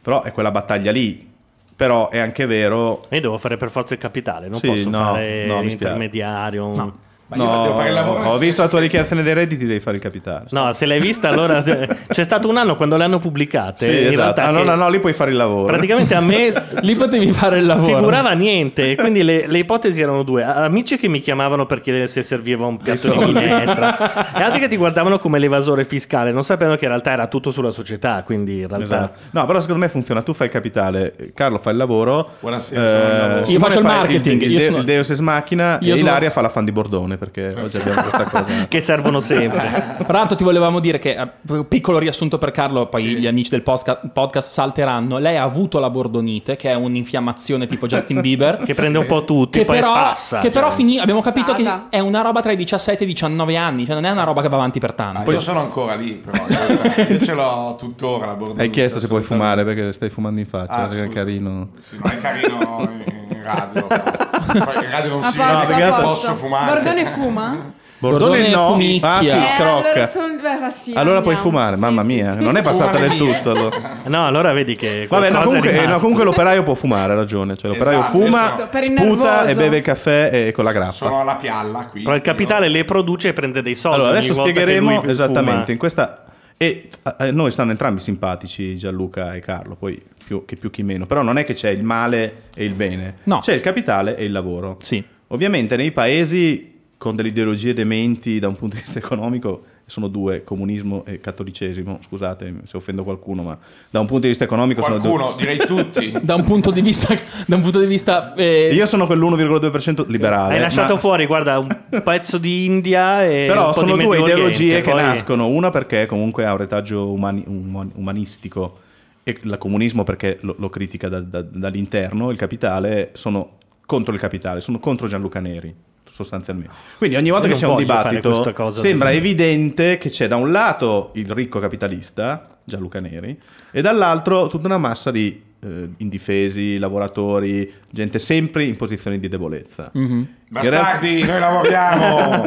D: però è quella battaglia lì. Però è anche vero...
C: Io devo fare per forza il capitale, non
D: Sì,
C: posso
D: no,
C: fare
D: no, mi spiace.
C: l'intermediario. No.
F: Ma io devo fare il lavoro nel
D: ho
F: senso
D: visto la tua
F: che-
D: dichiarazione dei redditi, devi fare il capitale.
C: se l'hai vista, allora c'è stato un anno quando le hanno pubblicate.
D: Sì,
C: in
D: esatto.
C: realtà
D: Ah, no,
C: che
D: no, no, lì puoi fare il lavoro.
C: Praticamente a me
B: Lì potevi fare il lavoro.
C: figurava niente, quindi le, le ipotesi erano due: amici che mi chiamavano per chiedere se serviva un piatto di
D: soldi.
C: minestra, e altri che ti guardavano come l'evasore fiscale, non sapendo che in realtà era tutto sulla società. Quindi in realtà.
D: Esatto. No, però secondo me funziona. Tu fai il capitale, eh, Carlo fa il lavoro.
F: Buonasera, sono al lavoro. Io
D: Simone
B: faccio il
D: fa
B: marketing,
D: Eh, Il,
B: io
D: De-
B: sono-
D: il Deus es machina.
B: Io
D: e
B: sono-
D: Ilaria fa la fan di Bordone perché oggi abbiamo questa cosa.
C: Che servono sempre.
B: Tra l'altro ti volevamo dire che, eh, piccolo riassunto per Carlo, poi
F: Sì.
B: gli amici del posca- podcast salteranno, lei ha avuto la bordonite, che è un'infiammazione tipo Justin Bieber,
C: che prende un po' tutti,
B: che
C: poi
B: però,
C: passa.
B: che però
C: cioè.
B: finì- abbiamo capito che
E: Passata.
B: è una roba tra i 17 e i 19 anni, cioè non è una roba che va avanti per tanto.
F: Ah, Io sono ancora lì, però. eh, Io ce l'ho tuttora la bordone.
D: Hai chiesto se puoi
F: assolutamente.
D: fumare perché stai fumando in faccia.
F: Ah,
D: perché è
F: scusa.
D: carino.
F: Sì, ma è carino in, in radio. però. Poi in radio non
E: A
F: si vede,
E: posto,
D: perché
E: a
F: non
E: posto.
F: posso fumare.
E: Bordone fuma?
B: Bordone
D: Bordone no.
B: fumicchia.
D: Ah, si
B: Eh,
D: scrocca.
E: allora, son- beh, fa sì,
D: Allora puoi
E: andiamo.
D: fumare.
E: Sì,
D: Mamma
E: sì,
D: mia,
E: sì.
D: non è passata
F: Fumane
D: del
F: via.
D: tutto. allora.
C: No, allora vedi che.
D: Vabbè, no,
C: qualcosa è
D: comunque, eh, no,
C: rimasto.
D: comunque l'operaio può fumare, ha ragione. Cioè, l'operaio
F: Esatto,
D: fuma,
F: esatto.
E: Per il
D: sputa
E: nervoso.
D: e beve il caffè eh, con la grappa.
F: Sono alla pialla qui.
C: Però il capitale le produce e prende dei soldi.
D: Allora,
C: ogni
D: adesso
C: volta che lui
D: spiegheremo
C: fuma.
D: esattamente in questa. E a noi stanno entrambi simpatici Gianluca e Carlo, poi più che più chi meno. Però non è che c'è il male e il bene,
B: No.
D: c'è il capitale e il lavoro.
B: Sì.
D: Ovviamente nei paesi con delle ideologie dementi da un punto di vista economico sono due, comunismo e cattolicesimo, scusate se offendo qualcuno, ma da un punto di vista economico sono due.
F: Qualcuno, direi tutti.
B: Da un punto di vista... da un punto di vista eh,
D: Io sono quell'1,2% liberale.
C: Hai lasciato
D: ma-
C: fuori, guarda, un pezzo di India e.
D: Però
C: un po
D: sono
C: di
D: due
C: Medio
D: ideologie
C: Oriente,
D: che
C: poi- Eh,
D: nascono, una perché comunque ha un retaggio umani- um- umanistico e il comunismo perché lo, lo critica da- da- dall'interno, il capitale, sono contro il capitale, sono contro Gianluca Neri sostanzialmente. Quindi ogni volta
C: Io
D: che c'è
C: non
D: un
C: voglio fare
D: dibattito
C: questa cosa.
D: sembra evidente che c'è da un lato il ricco capitalista, Gianluca Neri, e dall'altro tutta una massa di eh, indifesi, lavoratori, gente sempre in posizioni di debolezza. In realtà-
F: Mhm. Bastardi, noi lavoriamo.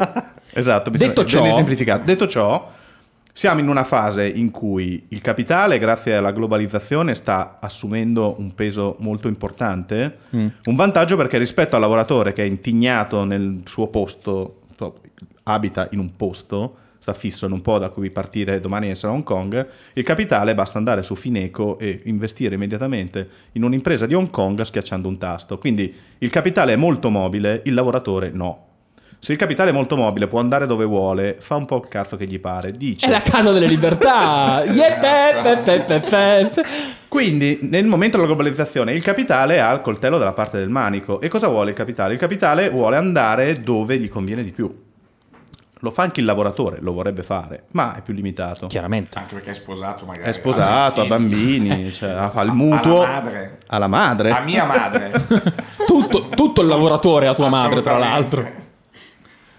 D: Esatto, bisogna-
B: Detto ciò-
D: viene semplificato. Detto ciò, siamo in una fase in cui il capitale, grazie alla globalizzazione, sta assumendo un peso molto importante. Un vantaggio perché rispetto al lavoratore che è intignato nel suo posto, so, abita in un posto, sta fisso, non può da cui partire domani e essere a Hong Kong, il capitale basta andare su Fineco e investire immediatamente in un'impresa di Hong Kong schiacciando un tasto. Quindi il capitale è molto mobile, il lavoratore no. Se il capitale è molto mobile, può andare dove vuole, fa un po' il cazzo che gli pare, dice...
B: È la casa delle libertà! Yeah, pe, pe, pe, pe, pe.
D: Quindi, nel momento della globalizzazione, il capitale ha il coltello dalla parte del manico. E cosa vuole il capitale? Il capitale vuole andare dove gli conviene di più. Lo fa anche il lavoratore, lo vorrebbe fare, ma è più limitato.
B: Chiaramente.
F: Anche perché è sposato magari.
D: È sposato, ha
F: Ha
D: bambini, cioè, ha fa il mutuo.
F: Alla madre.
D: Alla madre.
F: A mia madre.
B: Tutto, tutto il lavoratore a tua madre, tra
F: Assolutamente.
B: l'altro.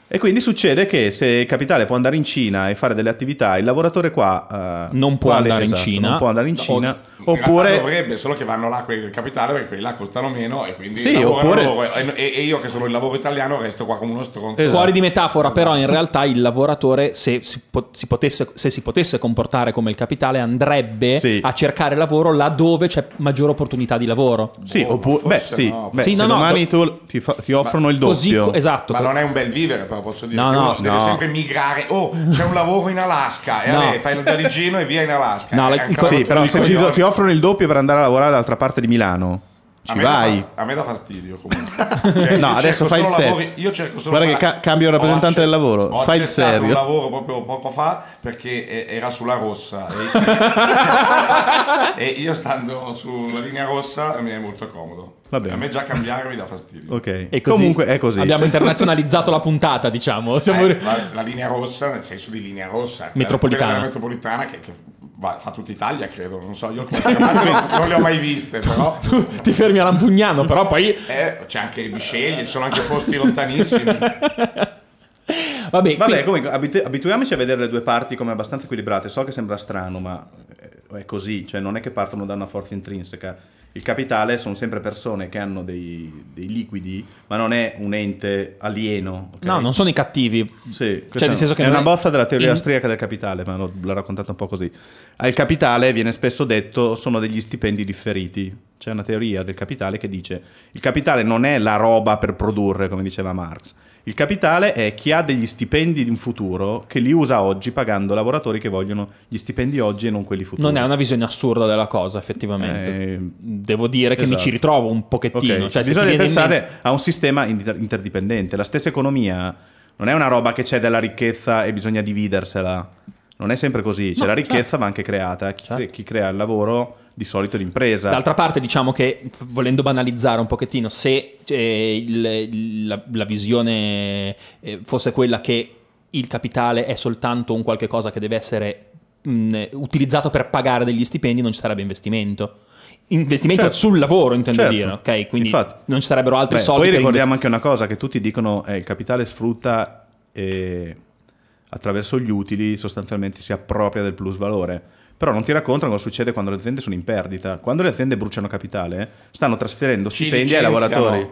D: E quindi succede che se il capitale può andare in Cina e fare delle attività, il lavoratore qua eh,
B: Non può
D: quale-
B: andare in
D: esatto,
B: Cina.
D: non può andare in
F: No,
D: Cina,
F: in realtà
D: oppure
F: dovrebbe, solo che vanno là quelli del capitale perché quelli là costano meno e quindi
D: Sì,
F: lavorano
D: oppure-
F: loro. E, e- e io che sono il lavoro italiano resto qua come uno stronzo.
D: Esatto.
B: Fuori di metafora, però, in realtà il lavoratore, se si, po- si potesse, se si potesse comportare come il capitale, andrebbe
D: Sì.
B: a cercare lavoro laddove c'è maggior opportunità di lavoro.
D: sì,
F: Boh,
D: oppure beh,
F: forse
D: sì,
F: no.
D: beh,
B: Sì,
D: se
B: no, no,
D: domani tu ti, fa- ti offrono il
B: Così,
D: doppio.
B: esatto.
F: Ma non è un bel vivere, però posso dire.
B: No,
F: che
B: no,
F: uno si deve
D: no.
F: sempre migrare. Oh, c'è un lavoro in Alaska. E
B: No.
F: vabbè, fai il parigino e via in Alaska.
B: No,
F: Eh,
B: la-
F: ancora
D: Sì,
F: tu
D: però
F: di
D: se
F: coglioni.
D: ti, ti offrono il doppio per andare a lavorare dall'altra parte di Milano,
F: A
D: ci
F: me dà
D: vai.
F: fas- A me dà fastidio comunque. Cioè,
D: No,
F: io cerco
D: adesso fai il
F: solo
D: serio.
F: lavori- io cerco solo
D: Guarda che
F: ma-
D: ca- cambio il rappresentante
F: Ho
D: del lavoro.
F: ho
D: Fai il
F: accettato
D: serio.
F: un lavoro proprio poco fa perché eh, era sulla rossa. E, e io stando sulla linea rossa mi è molto comodo.
D: Va bene.
F: A me già cambiare mi dà fastidio.
D: Ok.
B: E così
D: Comunque è così.
B: Abbiamo internazionalizzato la puntata, diciamo.
F: Eh,
B: Siamo-
F: la, la linea rossa nel senso di linea rossa quella-
B: Metropolitana.
F: quella della metropolitana che, che va- fa tutta Italia credo non so io queste domande non le ho mai viste però
B: tu ti fermi a Lampugnano, però poi...
F: eh, c'è anche Bisceglie ci sono anche posti lontanissimi
D: Vabbè,
B: Vabbè, quindi-
D: comunque abitu- abituiamoci a vedere le due parti come abbastanza equilibrate. So che sembra strano, ma eh, è così, cioè non è che partono da una forza intrinseca. Il capitale sono sempre persone che hanno dei, dei liquidi, ma non è un ente alieno. ok?
B: No, non sono i cattivi.
D: Sì, questa
B: Cioè, nel senso che
D: è
B: non
D: una
B: è-
D: bozza della teoria
B: in-
D: austriaca del capitale, ma l'ho, l'ho raccontata un po' così. Al capitale viene spesso detto sono degli stipendi differiti. C'è una teoria del capitale che dice il capitale non è la roba per produrre, come diceva Marx. Il capitale è chi ha degli stipendi in futuro che li usa oggi pagando lavoratori che vogliono gli stipendi oggi e non quelli futuri.
B: Non è una visione assurda della cosa, effettivamente.
D: Eh,
B: Devo dire che mi
D: esatto.
B: ci ritrovo un pochettino.
D: Ok,
B: Cioè, se ti
D: Bisogna
B: viene in
D: pensare
B: mente-
D: a un sistema inter- interdipendente. La stessa economia non è una roba che c'è della ricchezza e bisogna dividersela. Non è sempre così. Cioè,
B: No,
D: la ricchezza va anche creata. Chi,
B: Certo.
D: chi crea il lavoro di solito è l'impresa.
B: D'altra parte, diciamo che f- volendo banalizzare un pochettino, se eh, il- la, la visione eh, fosse quella che il capitale è soltanto un qualche cosa che deve essere mh, utilizzato per pagare degli stipendi, non ci sarebbe investimento. Investimento
D: Certo.
B: sul lavoro, intendo
D: Certo.
B: dire, ok? Quindi
D: Infatti.
B: non ci sarebbero altri
D: Beh,
B: soldi.
D: Poi
B: per
D: ricordiamo
B: invest-
D: anche una cosa: che tutti dicono che il capitale sfrutta e attraverso gli utili sostanzialmente si appropria del plus valore. Però non ti raccontano cosa succede quando le aziende sono in perdita. Quando le aziende bruciano capitale, stanno trasferendo
F: Ci
D: stipendi ai
F: licenziano.
D: lavoratori.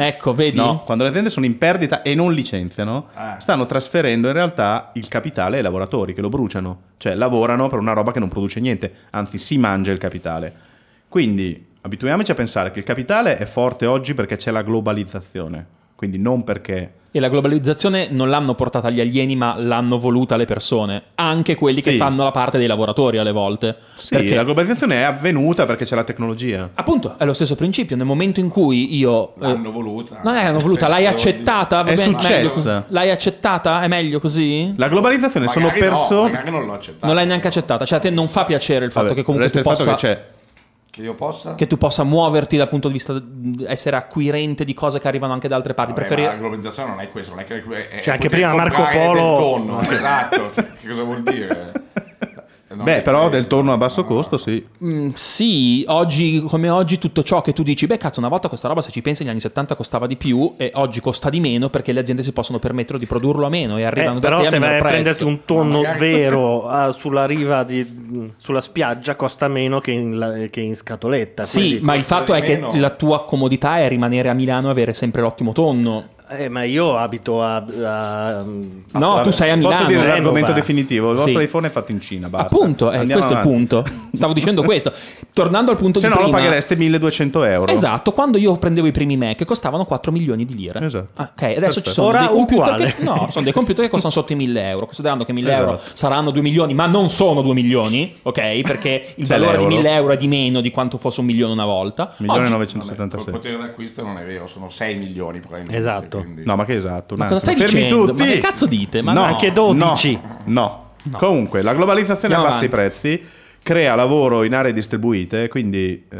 B: Ecco, vedi?
D: No, quando le aziende sono in perdita e non licenziano,
F: Ah.
D: stanno trasferendo in realtà il capitale ai lavoratori che lo bruciano, cioè lavorano per una roba che non produce niente, anzi si mangia il capitale. Quindi abituiamoci a pensare che il capitale è forte oggi perché c'è la globalizzazione, quindi non perché...
B: E la globalizzazione non l'hanno portata gli alieni, ma l'hanno voluta le persone, anche quelli che
D: Sì.
B: fanno la parte dei lavoratori alle volte.
D: Sì,
B: perché
D: la globalizzazione è avvenuta perché c'è la tecnologia.
B: appunto è lo stesso principio, nel momento in cui io eh,
F: l'hanno voluta
B: non è che l'hanno voluta,
F: Sì,
B: l'hai
F: devo dire.
B: accettata, va
D: È
B: bene,
D: successa.
B: meglio. L'hai accettata? È meglio così?
D: La globalizzazione sono
F: Magari no,
D: persone...
F: magari non l'ho accettata
B: Non l'hai neanche accettata, cioè a te non fa piacere il fatto
D: Vabbè,
B: che comunque
D: resta
B: tu
D: il fatto
B: possa,
D: che c'è
F: che io possa
B: che tu possa muoverti dal punto di vista mh, essere acquirente di cose che arrivano anche da altre parti,
F: Vabbè,
B: Preferi-
F: ma la globalizzazione non è questo, non è che è-
C: Cioè, anche
F: poter
C: prima Marco
F: comprare
C: Polo-
F: del tonno, esatto, che, che cosa vuol dire? No, eh,
D: Beh,
F: che-
D: però del torno a basso costo, sì.
B: Mm, sì, oggi come oggi tutto ciò che tu dici, beh cazzo, una volta questa roba se ci pensi negli anni 70 costava di più e oggi costa di meno perché le aziende si possono permettere di produrlo a meno e arrivano
C: Eh,
B: da
C: però
B: te a
C: se vai
B: minor
C: a
B: prezzo.
C: prendersi un tonno
F: Ma magari-
C: vero eh, sulla riva di, sulla spiaggia costa meno che in, la- che in scatoletta.
B: Sì,
C: quindi-
B: ma il
F: costa
B: fatto
F: di
B: è che
F: meno.
B: la tua comodità è rimanere a Milano e avere sempre l'ottimo tonno.
C: Eh, ma io abito a... a-
B: No,
D: Vabbè,
B: tu sei a
D: Posso
B: Milano.
D: dire
C: Genova.
D: l'argomento definitivo, il vostro
B: Sì.
D: iPhone è fatto in Cina, basta.
B: Appunto, eh,
D: Andiamo
B: questo è il
D: avanti.
B: punto. Stavo dicendo questo. Tornando al punto
D: Se
B: di
D: no lo
B: prima.
D: paghereste 1200 euro.
B: Esatto, quando io prendevo i primi Mac costavano 4 milioni di lire.
D: Esatto.
B: Ah, ok, adesso ci sono
C: Ora
B: dei computer
C: uguale.
B: che, no, sono dei computer che costano sotto i 1000 euro. Considerando che 1000 euro
D: Esatto.
B: saranno 2 milioni, ma non sono 2 milioni, ok? Perché il
D: C'è
B: valore di
D: Cioè, l'euro.
B: 1000 euro è di meno di quanto fosse un milione una volta. Oggi-
D: 1976.
F: Col potere d'acquisto non è vero, sono 6 milioni probabilmente.
C: Esatto.
F: quindi-
D: No, ma che esatto. un
B: Ma cosa
D: attimo.
B: stai
D: Fermi
B: dicendo?
D: Tutti.
B: Ma che cazzo dite? Ma
D: no,
B: no.
C: Anche 12.
D: No. no. Comunque, la globalizzazione
B: Andiamo
D: abbassa i
B: avanti.
D: prezzi. crea lavoro in aree distribuite, quindi eh,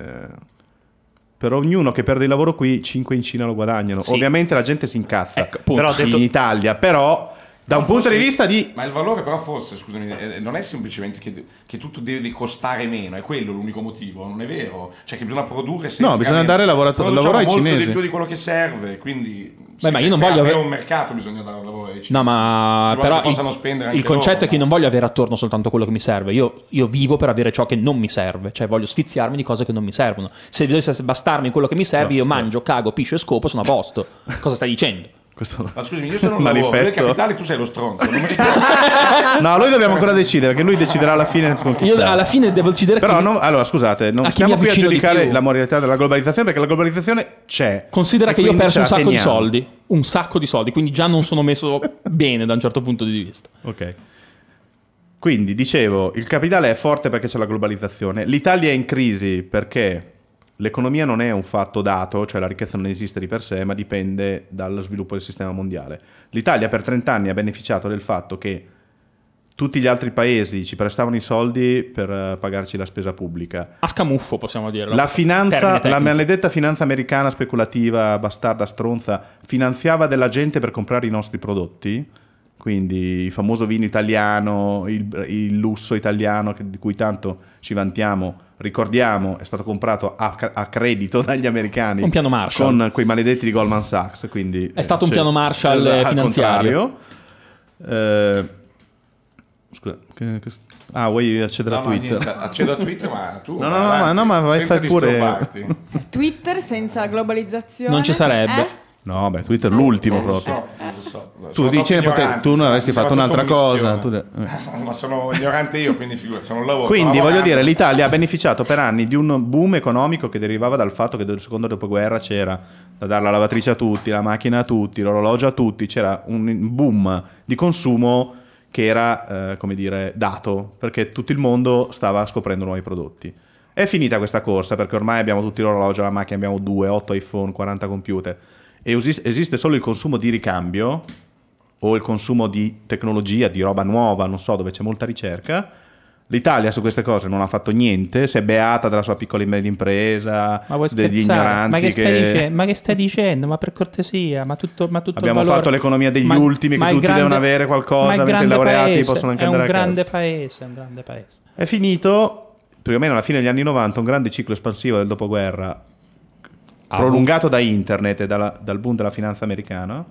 D: per ognuno che perde il lavoro qui, 5 in Cina lo guadagnano.
B: Sì.
D: Ovviamente la gente si incazza
B: Ecco, punto.
D: però in Italia, però da un punto di vista di...
F: Ma il valore però forse, scusami, eh, non è semplicemente che, che tutto deve costare meno, è quello l'unico motivo, non è vero? Cioè che bisogna produrre sempre
D: No, bisogna
F: meno.
D: dare lavorato-
F: Produciamo
D: lavoro ai
F: molto
D: cinesi.
F: di più di quello che serve, quindi...
B: Beh,
F: sì,
B: ma io non
F: per
B: voglio
F: avere
B: avere-
F: un mercato bisogna dare lavoro ai cinesi.
B: No, ma
F: Loro
B: però
F: che possano spendere
B: il,
F: anche
B: il concetto
F: loro,
B: è che
F: no?
B: non voglio avere attorno soltanto quello che mi serve. Io, io vivo per avere ciò che non mi serve, cioè voglio sfiziarmi di cose che non mi servono. Se dovesse bastarmi quello che mi serve, io mangio, cago, piscio e scopo, sono a posto. Cosa stai dicendo?
D: Questo...
F: Ma scusami, io sono un lavoro, del
D: Manifesto.
F: capitale tu sei lo stronzo. Non mi ricordo.
D: No, noi dobbiamo ancora decidere, che lui deciderà alla fine con chi
B: Io
D: sta.
B: alla fine devo decidere
D: Però
B: chi-
D: no, allora scusate,
B: a
D: non
B: chi
D: stiamo
B: mi
D: qui a
B: avvicino di
D: giudicare
B: più.
D: la moralità della globalizzazione, perché la globalizzazione c'è.
B: Considera
D: E
B: che io ho
D: quindi ce
B: perso un
D: la
B: sacco di
D: teniamo.
B: soldi, un sacco di soldi, quindi già non sono messo bene da un certo punto di vista.
D: Ok. Quindi dicevo, il capitale è forte perché c'è la globalizzazione, l'Italia è in crisi perché l'economia non è un fatto dato, cioè la ricchezza non esiste di per sé, ma dipende dallo sviluppo del sistema mondiale. L'Italia per 30 anni ha beneficiato del fatto che tutti gli altri paesi ci prestavano i soldi per eh, pagarci la spesa pubblica.
B: A scamuffo possiamo dire.
D: La finanza,
B: Termine
D: la
B: tecnico.
D: maledetta finanza americana speculativa, bastarda, stronza, finanziava della gente per comprare i nostri prodotti, quindi il famoso vino italiano, il, il lusso italiano che- di cui tanto ci vantiamo, ricordiamo, è stato comprato a, a credito dagli americani.
B: Un piano Marshall.
D: Con quei maledetti di Goldman Sachs, quindi...
B: È stato un
D: c'è-
B: piano Marshall, eh,
D: al
B: finanziario.
D: contrario. Eh, Scusa, che- che- ah, vuoi accedere
F: No,
D: a
F: no,
D: Twitter?
F: niente, accedo a Twitter, ma tu...
D: No, no,
F: vai
D: no, ma-
F: avanti,
D: no, ma vai-
F: senza
D: fai pure-
F: disturbarti.
E: Twitter senza la globalizzazione.
B: Non ci sarebbe.
E: Eh?
D: No, beh, Twitter l'ultimo
F: Non Eh, lo
D: proprio.
F: so, non lo so.
D: Tu
F: Sono
D: dici,
F: troppo
D: pote-
F: ignorante,
D: tu non
F: sono-
D: avresti
F: sono
D: fatto
F: tutto
D: un'altra
F: un
D: cosa.
F: mischione.
D: tu de- eh.
F: Ma sono ignorante io, quindi figurati, sono un lavoro.
D: Quindi
F: sono
D: voglio dire,
F: lavorante.
D: l'Italia ha beneficiato per anni di un boom economico che derivava dal fatto che nel secondo dopoguerra c'era da dare la lavatrice a tutti, la macchina a tutti, l'orologio a tutti, c'era un boom di consumo che era, eh, come dire, dato, perché tutto il mondo stava scoprendo nuovi prodotti. È finita questa corsa perché ormai abbiamo tutti l'orologio, la macchina, abbiamo due, 8 iPhone, 40 computer e usi- esiste solo il consumo di ricambio o il consumo di tecnologia, di roba nuova, non so, dove c'è molta ricerca. L'Italia su queste cose non ha fatto niente, si è beata della sua piccola e media impresa, degli ignoranti
B: dicendo? Ma per cortesia, ma tutto, ma tutto
D: Abbiamo fatto l'economia degli ultimi, che tutti devono avere qualcosa, mentre i laureati possono anche andare a casa.
B: paese, è un grande paese.
D: È finito, più o meno alla fine degli anni 90, un grande ciclo espansivo del dopoguerra,
B: Ah.
D: prolungato da internet e dalla- dal boom della finanza americana.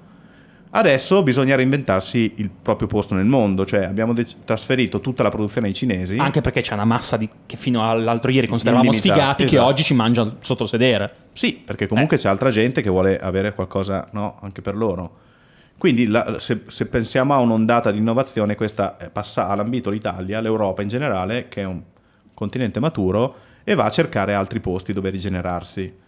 D: Adesso bisogna reinventarsi il proprio posto nel mondo, cioè abbiamo dec- trasferito tutta la produzione ai cinesi.
B: Anche perché c'è una massa di, che fino all'altro ieri consideravamo
D: Illimitata,
B: sfigati, che
D: esatto.
B: oggi ci mangiano sotto il sedere. Eh.
D: Sì, perché comunque c'è altra gente che vuole avere qualcosa no, anche per loro. Quindi la- se, se pensiamo a un'ondata di innovazione, questa è passa, ha lambito l'Italia, l'Europa in generale, che è un continente maturo, e va a cercare altri posti dove rigenerarsi.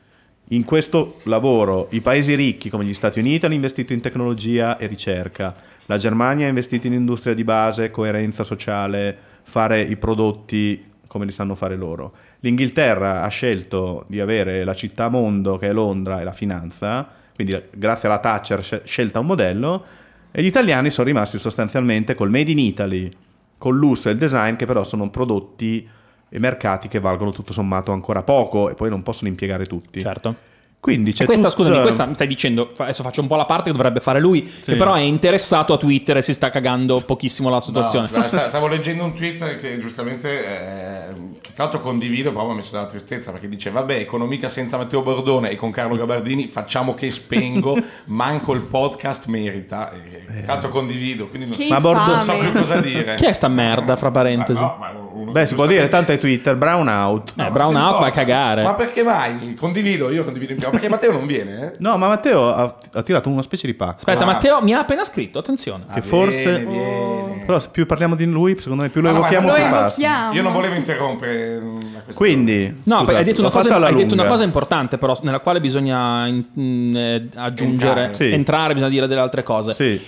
D: In questo lavoro i paesi ricchi come gli Stati Uniti hanno investito in tecnologia e ricerca, la Germania ha investito in industria di base, coerenza sociale, fare i prodotti come li sanno fare loro. L'Inghilterra ha scelto di avere la città mondo che è Londra e la finanza, quindi grazie alla Thatcher sce- scelta un modello e gli italiani sono rimasti sostanzialmente col Made in Italy, col lusso e il design che però sono prodotti e mercati che valgono tutto sommato ancora poco e poi non possono impiegare tutti.
B: Certo.
D: Quindi c'è
B: E questa,
D: tutta-
B: scusami, questa mi stai dicendo, fa- adesso faccio un po' la parte che dovrebbe fare lui, che però è interessato a Twitter e si sta cagando pochissimo la situazione.
F: No, sta- sta- stavo leggendo un tweet che giustamente, eh, che tra l'altro condivido, però mi ha messo dalla tristezza perché dice: Vabbè, economica senza Matteo Bordone e con Carlo Gabardini facciamo che spengo, manco il podcast merita. E,
B: Eh.
F: e, tra l'altro condivido, quindi non,
E: Che
D: Ma Bordo-
F: non so più
E: infame.
F: cosa dire.
B: Chi è sta merda, fra parentesi?
F: Ah, no, ma uno-
D: Beh, si può dire, tanto è Twitter, brown out.
B: Eh, Brown
F: Non
B: Out va a
F: importa.
B: cagare.
F: Ma perché mai? Condivido, io condivido in piano. Perché Matteo non viene? eh? Ah.
D: No, ma Matteo ha, ha tirato una specie di pacco.
B: Aspetta,
F: Ma-
B: Matteo mi ha appena scritto,
F: Ah,
B: attenzione.
D: che forse...
F: Viene, viene.
D: Però se più parliamo di lui, secondo me più lo
F: Ma no, ma
D: evochiamo
E: Lo
F: noi
D: più
F: lo
D: basta.
E: evochiamo.
F: Io non volevo interrompere. mm, la questione.
D: Quindi...
B: No,
D: scusate,
B: hai, detto una
D: l'ho fatta
B: cosa,
D: alla
B: hai detto una
D: lunga.
B: cosa importante, però, nella quale bisogna in- mh, eh, aggiungere,
F: Entrare.
D: Sì.
B: entrare, bisogna dire delle altre cose.
D: Sì.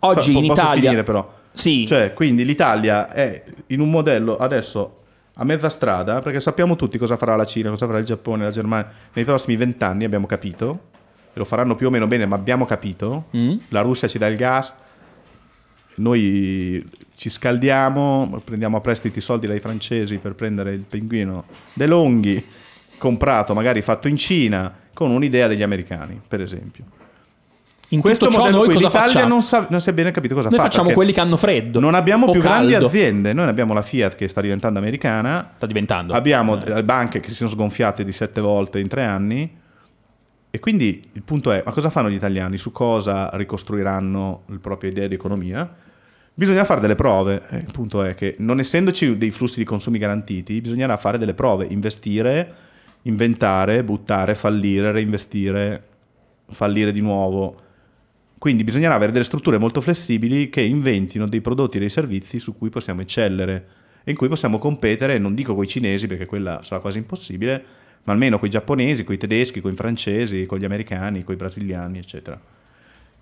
B: Oggi
D: Fa-
B: in
D: posso
B: Italia.
D: finire però.
B: Sì,
D: Cioè, quindi l'Italia è in un modello adesso a mezza strada, perché sappiamo tutti cosa farà la Cina, cosa farà il Giappone, la Germania. Nei prossimi vent'anni abbiamo capito,
B: Mm.
D: e lo faranno più o meno bene, ma abbiamo capito. La Russia ci dà il gas, noi ci scaldiamo, prendiamo a prestiti i soldi dai francesi per prendere il pinguino De Longhi, comprato magari fatto in Cina, con un'idea degli americani, per esempio.
B: In
D: Questo
B: tutto ciò
D: modello
B: noi
D: qui
B: cosa
D: l'Italia
B: facciamo?
D: non, sa- non si è bene capito cosa
B: Noi
D: fa.
B: facciamo
D: perché
B: quelli che hanno freddo.
D: Non abbiamo
B: o
D: più grandi
B: caldo.
D: aziende, noi ne abbiamo la Fiat che sta diventando americana,
B: Sta diventando.
D: Abbiamo
B: Eh.
D: eh, banche che si sono sgonfiate di sette volte in tre anni. E quindi il punto è: ma cosa fanno gli italiani? Su cosa ricostruiranno le proprie idee di economia? Bisogna fare delle prove. Eh, Il punto è che, non essendoci dei flussi di consumi garantiti, bisognerà fare delle prove, investire, inventare, buttare, fallire, reinvestire, fallire di nuovo. Quindi bisognerà avere delle strutture molto flessibili che inventino dei prodotti e dei servizi su cui possiamo eccellere e in cui possiamo competere, non dico con i cinesi perché quella sarà quasi impossibile, ma almeno con i giapponesi, con i tedeschi, con i francesi, con gli americani, con i brasiliani, eccetera.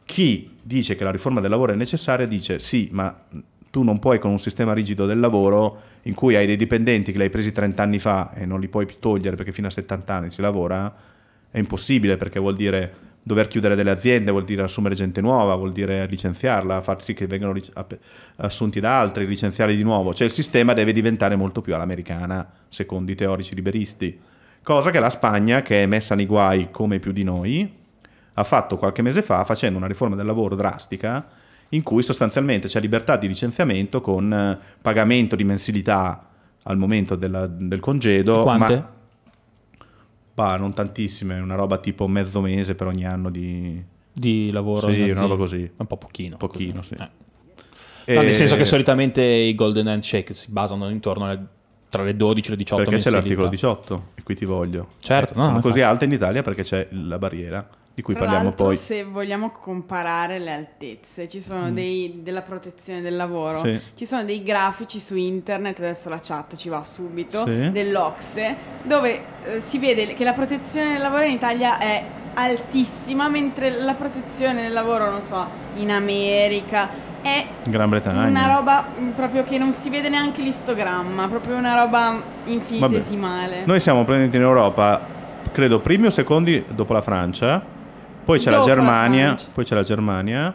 D: Chi dice che la riforma del lavoro è necessaria dice sì, ma tu non puoi con un sistema rigido del lavoro in cui hai dei dipendenti che li hai presi 30 anni fa e non li puoi più togliere perché fino a 70 anni si lavora, è impossibile perché vuol dire dover chiudere delle aziende, vuol dire assumere gente nuova, vuol dire licenziarla, far sì che vengano lic- app- assunti da altri, licenziarli di nuovo. Cioè il sistema deve diventare molto più all'americana, secondo i teorici liberisti. Cosa che la Spagna, che è messa nei guai come più di noi, ha fatto qualche mese fa facendo una riforma del lavoro drastica in cui sostanzialmente c'è libertà di licenziamento con eh, pagamento di mensilità al momento della- del congedo.
B: Quante?
D: ma- Bah, non tantissime, una roba tipo mezzo mese per ogni anno di...
B: Di lavoro.
D: Sì,
B: in
D: una
B: azienda.
D: roba così.
B: Un po' pochino.
D: Pochino, sì.
B: Eh.
D: E-
B: No, nel senso che solitamente i golden handshake si basano intorno alle, tra le 12 e le 18
D: Perché c'è
B: mensilità.
D: l'articolo 18 e qui ti voglio.
B: Certo, no,
D: Sono
B: no,
D: così alte in Italia perché c'è la barriera di cui
E: Tra
D: parliamo
E: l'altro,
D: poi. Mm.
E: se vogliamo comparare le altezze, ci sono dei, della protezione del lavoro,
D: Sì.
E: ci sono dei grafici su internet, adesso la chat ci va subito,
D: Sì.
E: dell'Ocse, dove eh, si vede che la protezione del lavoro in Italia è altissima, mentre la protezione del lavoro, non so, in America è
D: Gran Bretagna.
E: una roba mm, proprio che non si vede neanche l'istogramma, proprio una roba infinitesimale.
D: Noi siamo presenti in Europa, credo, primi o secondi dopo la Francia, poi c'è la
E: Dopo la
D: Germania,
E: Francia.
D: poi c'è la Germania,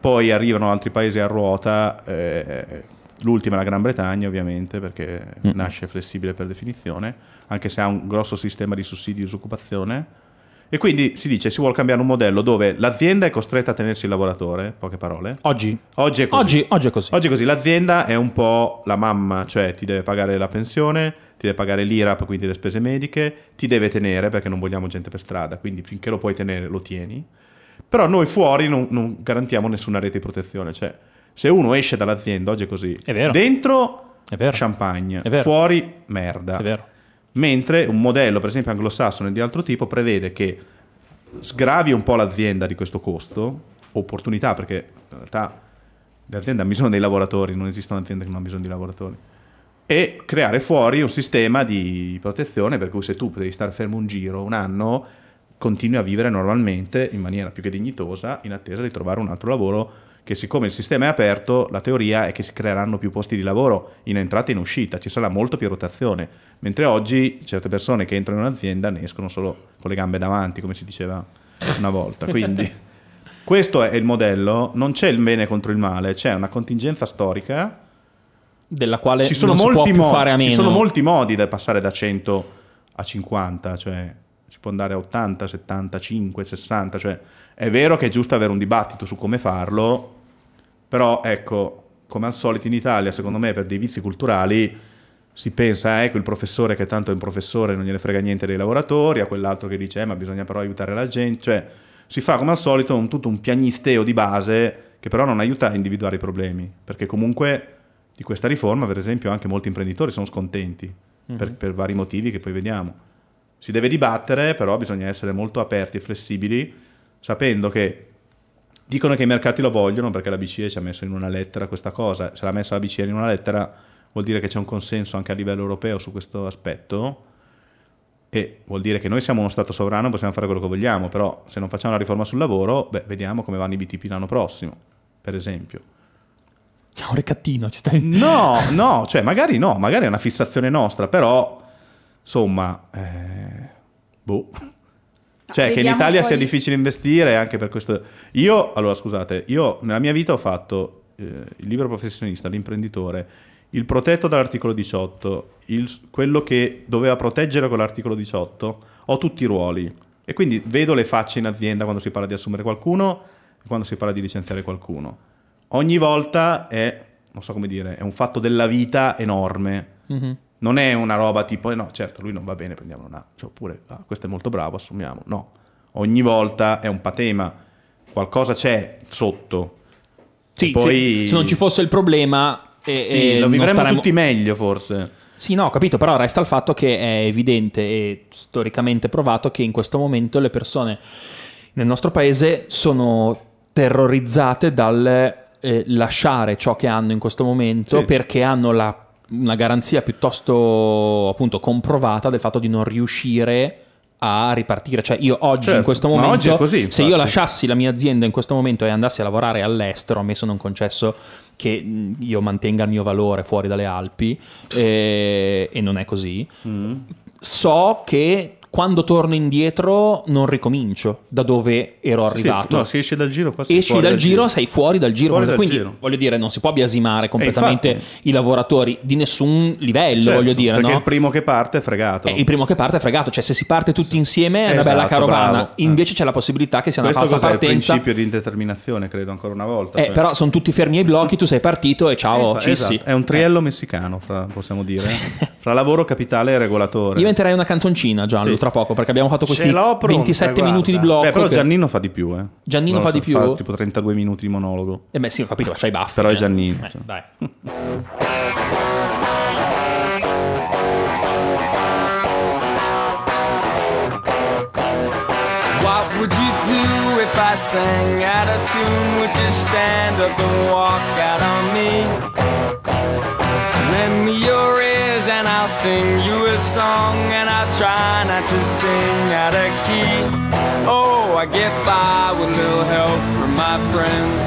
D: poi arrivano altri paesi a ruota, eh, l'ultima è la Gran Bretagna ovviamente perché
B: Mm.
D: nasce flessibile per definizione, anche se ha un grosso sistema di sussidi di disoccupazione. E quindi si dice, si vuole cambiare un modello dove l'azienda è costretta a tenersi il lavoratore, poche parole.
B: Oggi?
D: Oggi è così.
B: Oggi, oggi è così.
D: Oggi è così, l'azienda è un po' la mamma, cioè ti deve pagare la pensione, ti deve pagare l'IRAP, quindi le spese mediche, ti deve tenere perché non vogliamo gente per strada, quindi finché lo puoi tenere lo tieni. Però noi fuori non, non garantiamo nessuna rete di protezione, cioè se uno esce dall'azienda, oggi è così,
B: È vero.
D: dentro
B: È vero.
D: champagne,
B: È vero.
D: fuori merda.
B: È vero.
D: Mentre un modello, per esempio anglosassone di altro tipo, prevede che sgravi un po' l'azienda di questo costo, opportunità, perché in realtà le aziende hanno bisogno dei lavoratori, non esistono aziende che non hanno bisogno di lavoratori, e creare fuori un sistema di protezione per cui se tu devi stare fermo un giro, un anno, continui a vivere normalmente in maniera più che dignitosa in attesa di trovare un altro lavoro che siccome il sistema è aperto, la teoria è che si creeranno più posti di lavoro in entrata e in uscita, ci sarà molto più rotazione, mentre oggi certe persone che entrano in un'azienda ne escono solo con le gambe davanti, come si diceva una volta. Quindi questo è il modello, non c'è il bene contro il male, c'è una contingenza storica
B: Della quale
D: ci sono,
B: non si può
D: molti
B: più
D: modi,
B: fare a
D: ci
B: meno.
D: sono molti modi da passare da 100 a 50, cioè si può andare a 80, 75, 60, cioè è vero che è giusto avere un dibattito su come farlo, però ecco, come al solito in Italia, secondo me per dei vizi culturali si pensa, eh, ecco il professore che tanto è un professore, non gliene frega niente dei lavoratori, a quell'altro che dice, eh, ma bisogna però aiutare la gente, cioè si fa come al solito un, tutto un piagnisteo di base che però non aiuta a individuare i problemi, perché comunque di questa riforma, per esempio, anche molti imprenditori sono scontenti per, per vari motivi che poi vediamo. Si deve dibattere, però bisogna essere molto aperti e flessibili, sapendo che dicono che i mercati lo vogliono perché la BCE ci ha messo in una lettera questa cosa. Se l'ha messa la BCE in una lettera vuol dire che c'è un consenso anche a livello europeo su questo aspetto e vuol dire che noi siamo uno Stato sovrano, possiamo fare quello che vogliamo, però se non facciamo una riforma sul lavoro, beh, vediamo come vanno i BTP l'anno prossimo, per esempio.
B: Ciao, recattino, ci stai...
D: No, no, cioè magari no, magari è una fissazione nostra, però insomma, eh, boh. Cioè, che in
E: Vediamo
D: Italia
E: poi-
D: sia difficile investire anche per questo. Io, allora scusate, io nella mia vita ho fatto eh, il libero professionista, l'imprenditore, il protetto dall'articolo 18, il- quello che doveva proteggere con l'articolo 18, ho tutti i ruoli. E quindi vedo le facce in azienda quando si parla di assumere qualcuno e quando si parla di licenziare qualcuno. Ogni volta è, non so come dire, è un fatto della vita enorme.
B: Mhm.
D: Non è una roba tipo, eh no, certo, lui non va bene, prendiamolo là. Cioè, oppure, ah, questo è molto bravo, assumiamo. No, ogni volta è un patema, qualcosa c'è sotto.
B: Sì,
D: E poi-
B: sì, se non ci fosse il problema... E,
D: sì,
B: e
D: lo
B: non
D: vivremmo
B: staremmo-
D: tutti meglio forse.
B: Sì, no, ho capito, però resta il fatto che è evidente e storicamente provato che in questo momento le persone nel nostro paese sono terrorizzate dal eh, lasciare ciò che hanno in questo momento
D: Sì.
B: perché hanno la- una garanzia piuttosto appunto comprovata del fatto di non riuscire a ripartire. Cioè io oggi
D: Certo,
B: in questo
D: ma
B: momento,
D: oggi è così,
B: se
D: infatti.
B: io lasciassi la mia azienda in questo momento e andassi a lavorare all'estero, a me sono un concesso che mh, io mantenga il mio valore fuori dalle Alpi eh, e non è così.
D: Mm.
B: So che quando torno indietro non ricomincio da dove ero
D: Sì,
B: arrivato.
D: no, si esce dal giro qua si
B: Esci
D: fuori
B: dal giro, sei fuori dal giro.
D: Fuori dal
B: quindi,
D: giro. Eh,
B: voglio dire, non si può biasimare completamente
D: infatti.
B: i lavoratori di nessun livello,
D: Certo,
B: voglio dire,
D: perché
B: no?
D: il primo che parte è fregato.
B: Eh, il primo che parte è fregato, cioè se si parte tutti insieme è una
D: Esatto,
B: bella carovana,
D: bravo. Eh.
B: invece c'è la possibilità che sia una
D: Questo
B: falsa
D: cos'è il
B: partenza.
D: principio di indeterminazione, credo ancora una volta.
B: Eh,
D: cioè.
B: però sono tutti fermi ai blocchi, tu sei partito e
D: Eh,
B: ciao,
D: fa-
B: cissi.
D: esatto, È un triello messicano, fra- possiamo dire, fra lavoro, capitale e regolatore.
B: Diventerai una canzoncina, Gianlu,
D: Sì.
B: tra poco, perché abbiamo fatto questi
C: Ce l'ho pronta,
B: 27
C: guarda.
B: minuti di blocco.
D: Beh, però
B: che-
D: Giannino fa di più, eh.
B: Giannino
D: Non lo
B: fa di più?
D: Fa tipo 32 minuti di monologo.
B: Eh beh, sì, ho capito, ma c'hai i baffi.
D: Però è
B: eh.
D: Giannino,
B: Eh,
D: cioè.
B: dai.
G: What would you do if I sang out of tune? Would you stand up and walk out on me? Lend me your ears and I'll sing you a song and I'll try not to sing out of key. Oh, I get by with little help from my friends.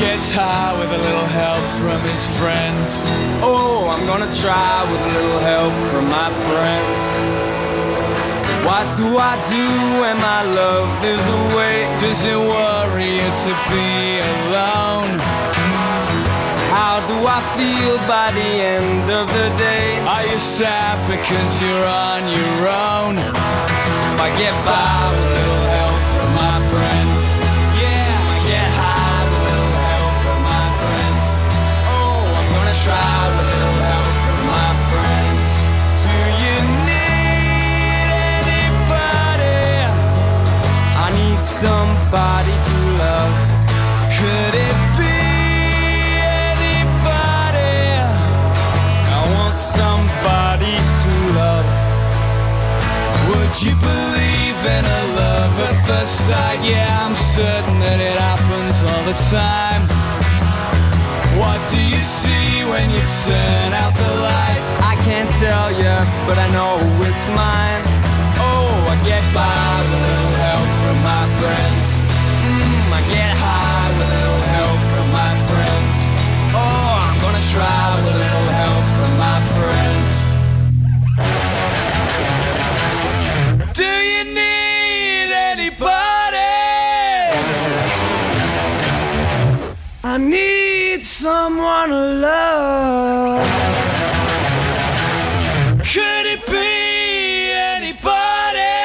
G: Gets high with a little help from his friends. Oh, I'm gonna try with a little help from my friends. What do I do when my love is away? Does it worry you to be alone? How do I feel by the end of the day? Are you sad because you're on your own? I get by with a little help from my friends. Yeah, I get high with a little help from my friends. Oh, I'm gonna try with a little help from my friends. Do you need anybody? I need somebody to love. Could it be anybody? I want somebody to love. Would you believe in a love at first sight? Yeah, I'm certain that it happens all the time. What do you see when you turn out the light? I can't tell you, but I know it's mine. Oh, I get by with a little help from my friends. Mm, I get high with a little help from my friends. Oh, I'm gonna try with a little help from my friends. Do you need anybody? I need someone to love. Could it be anybody?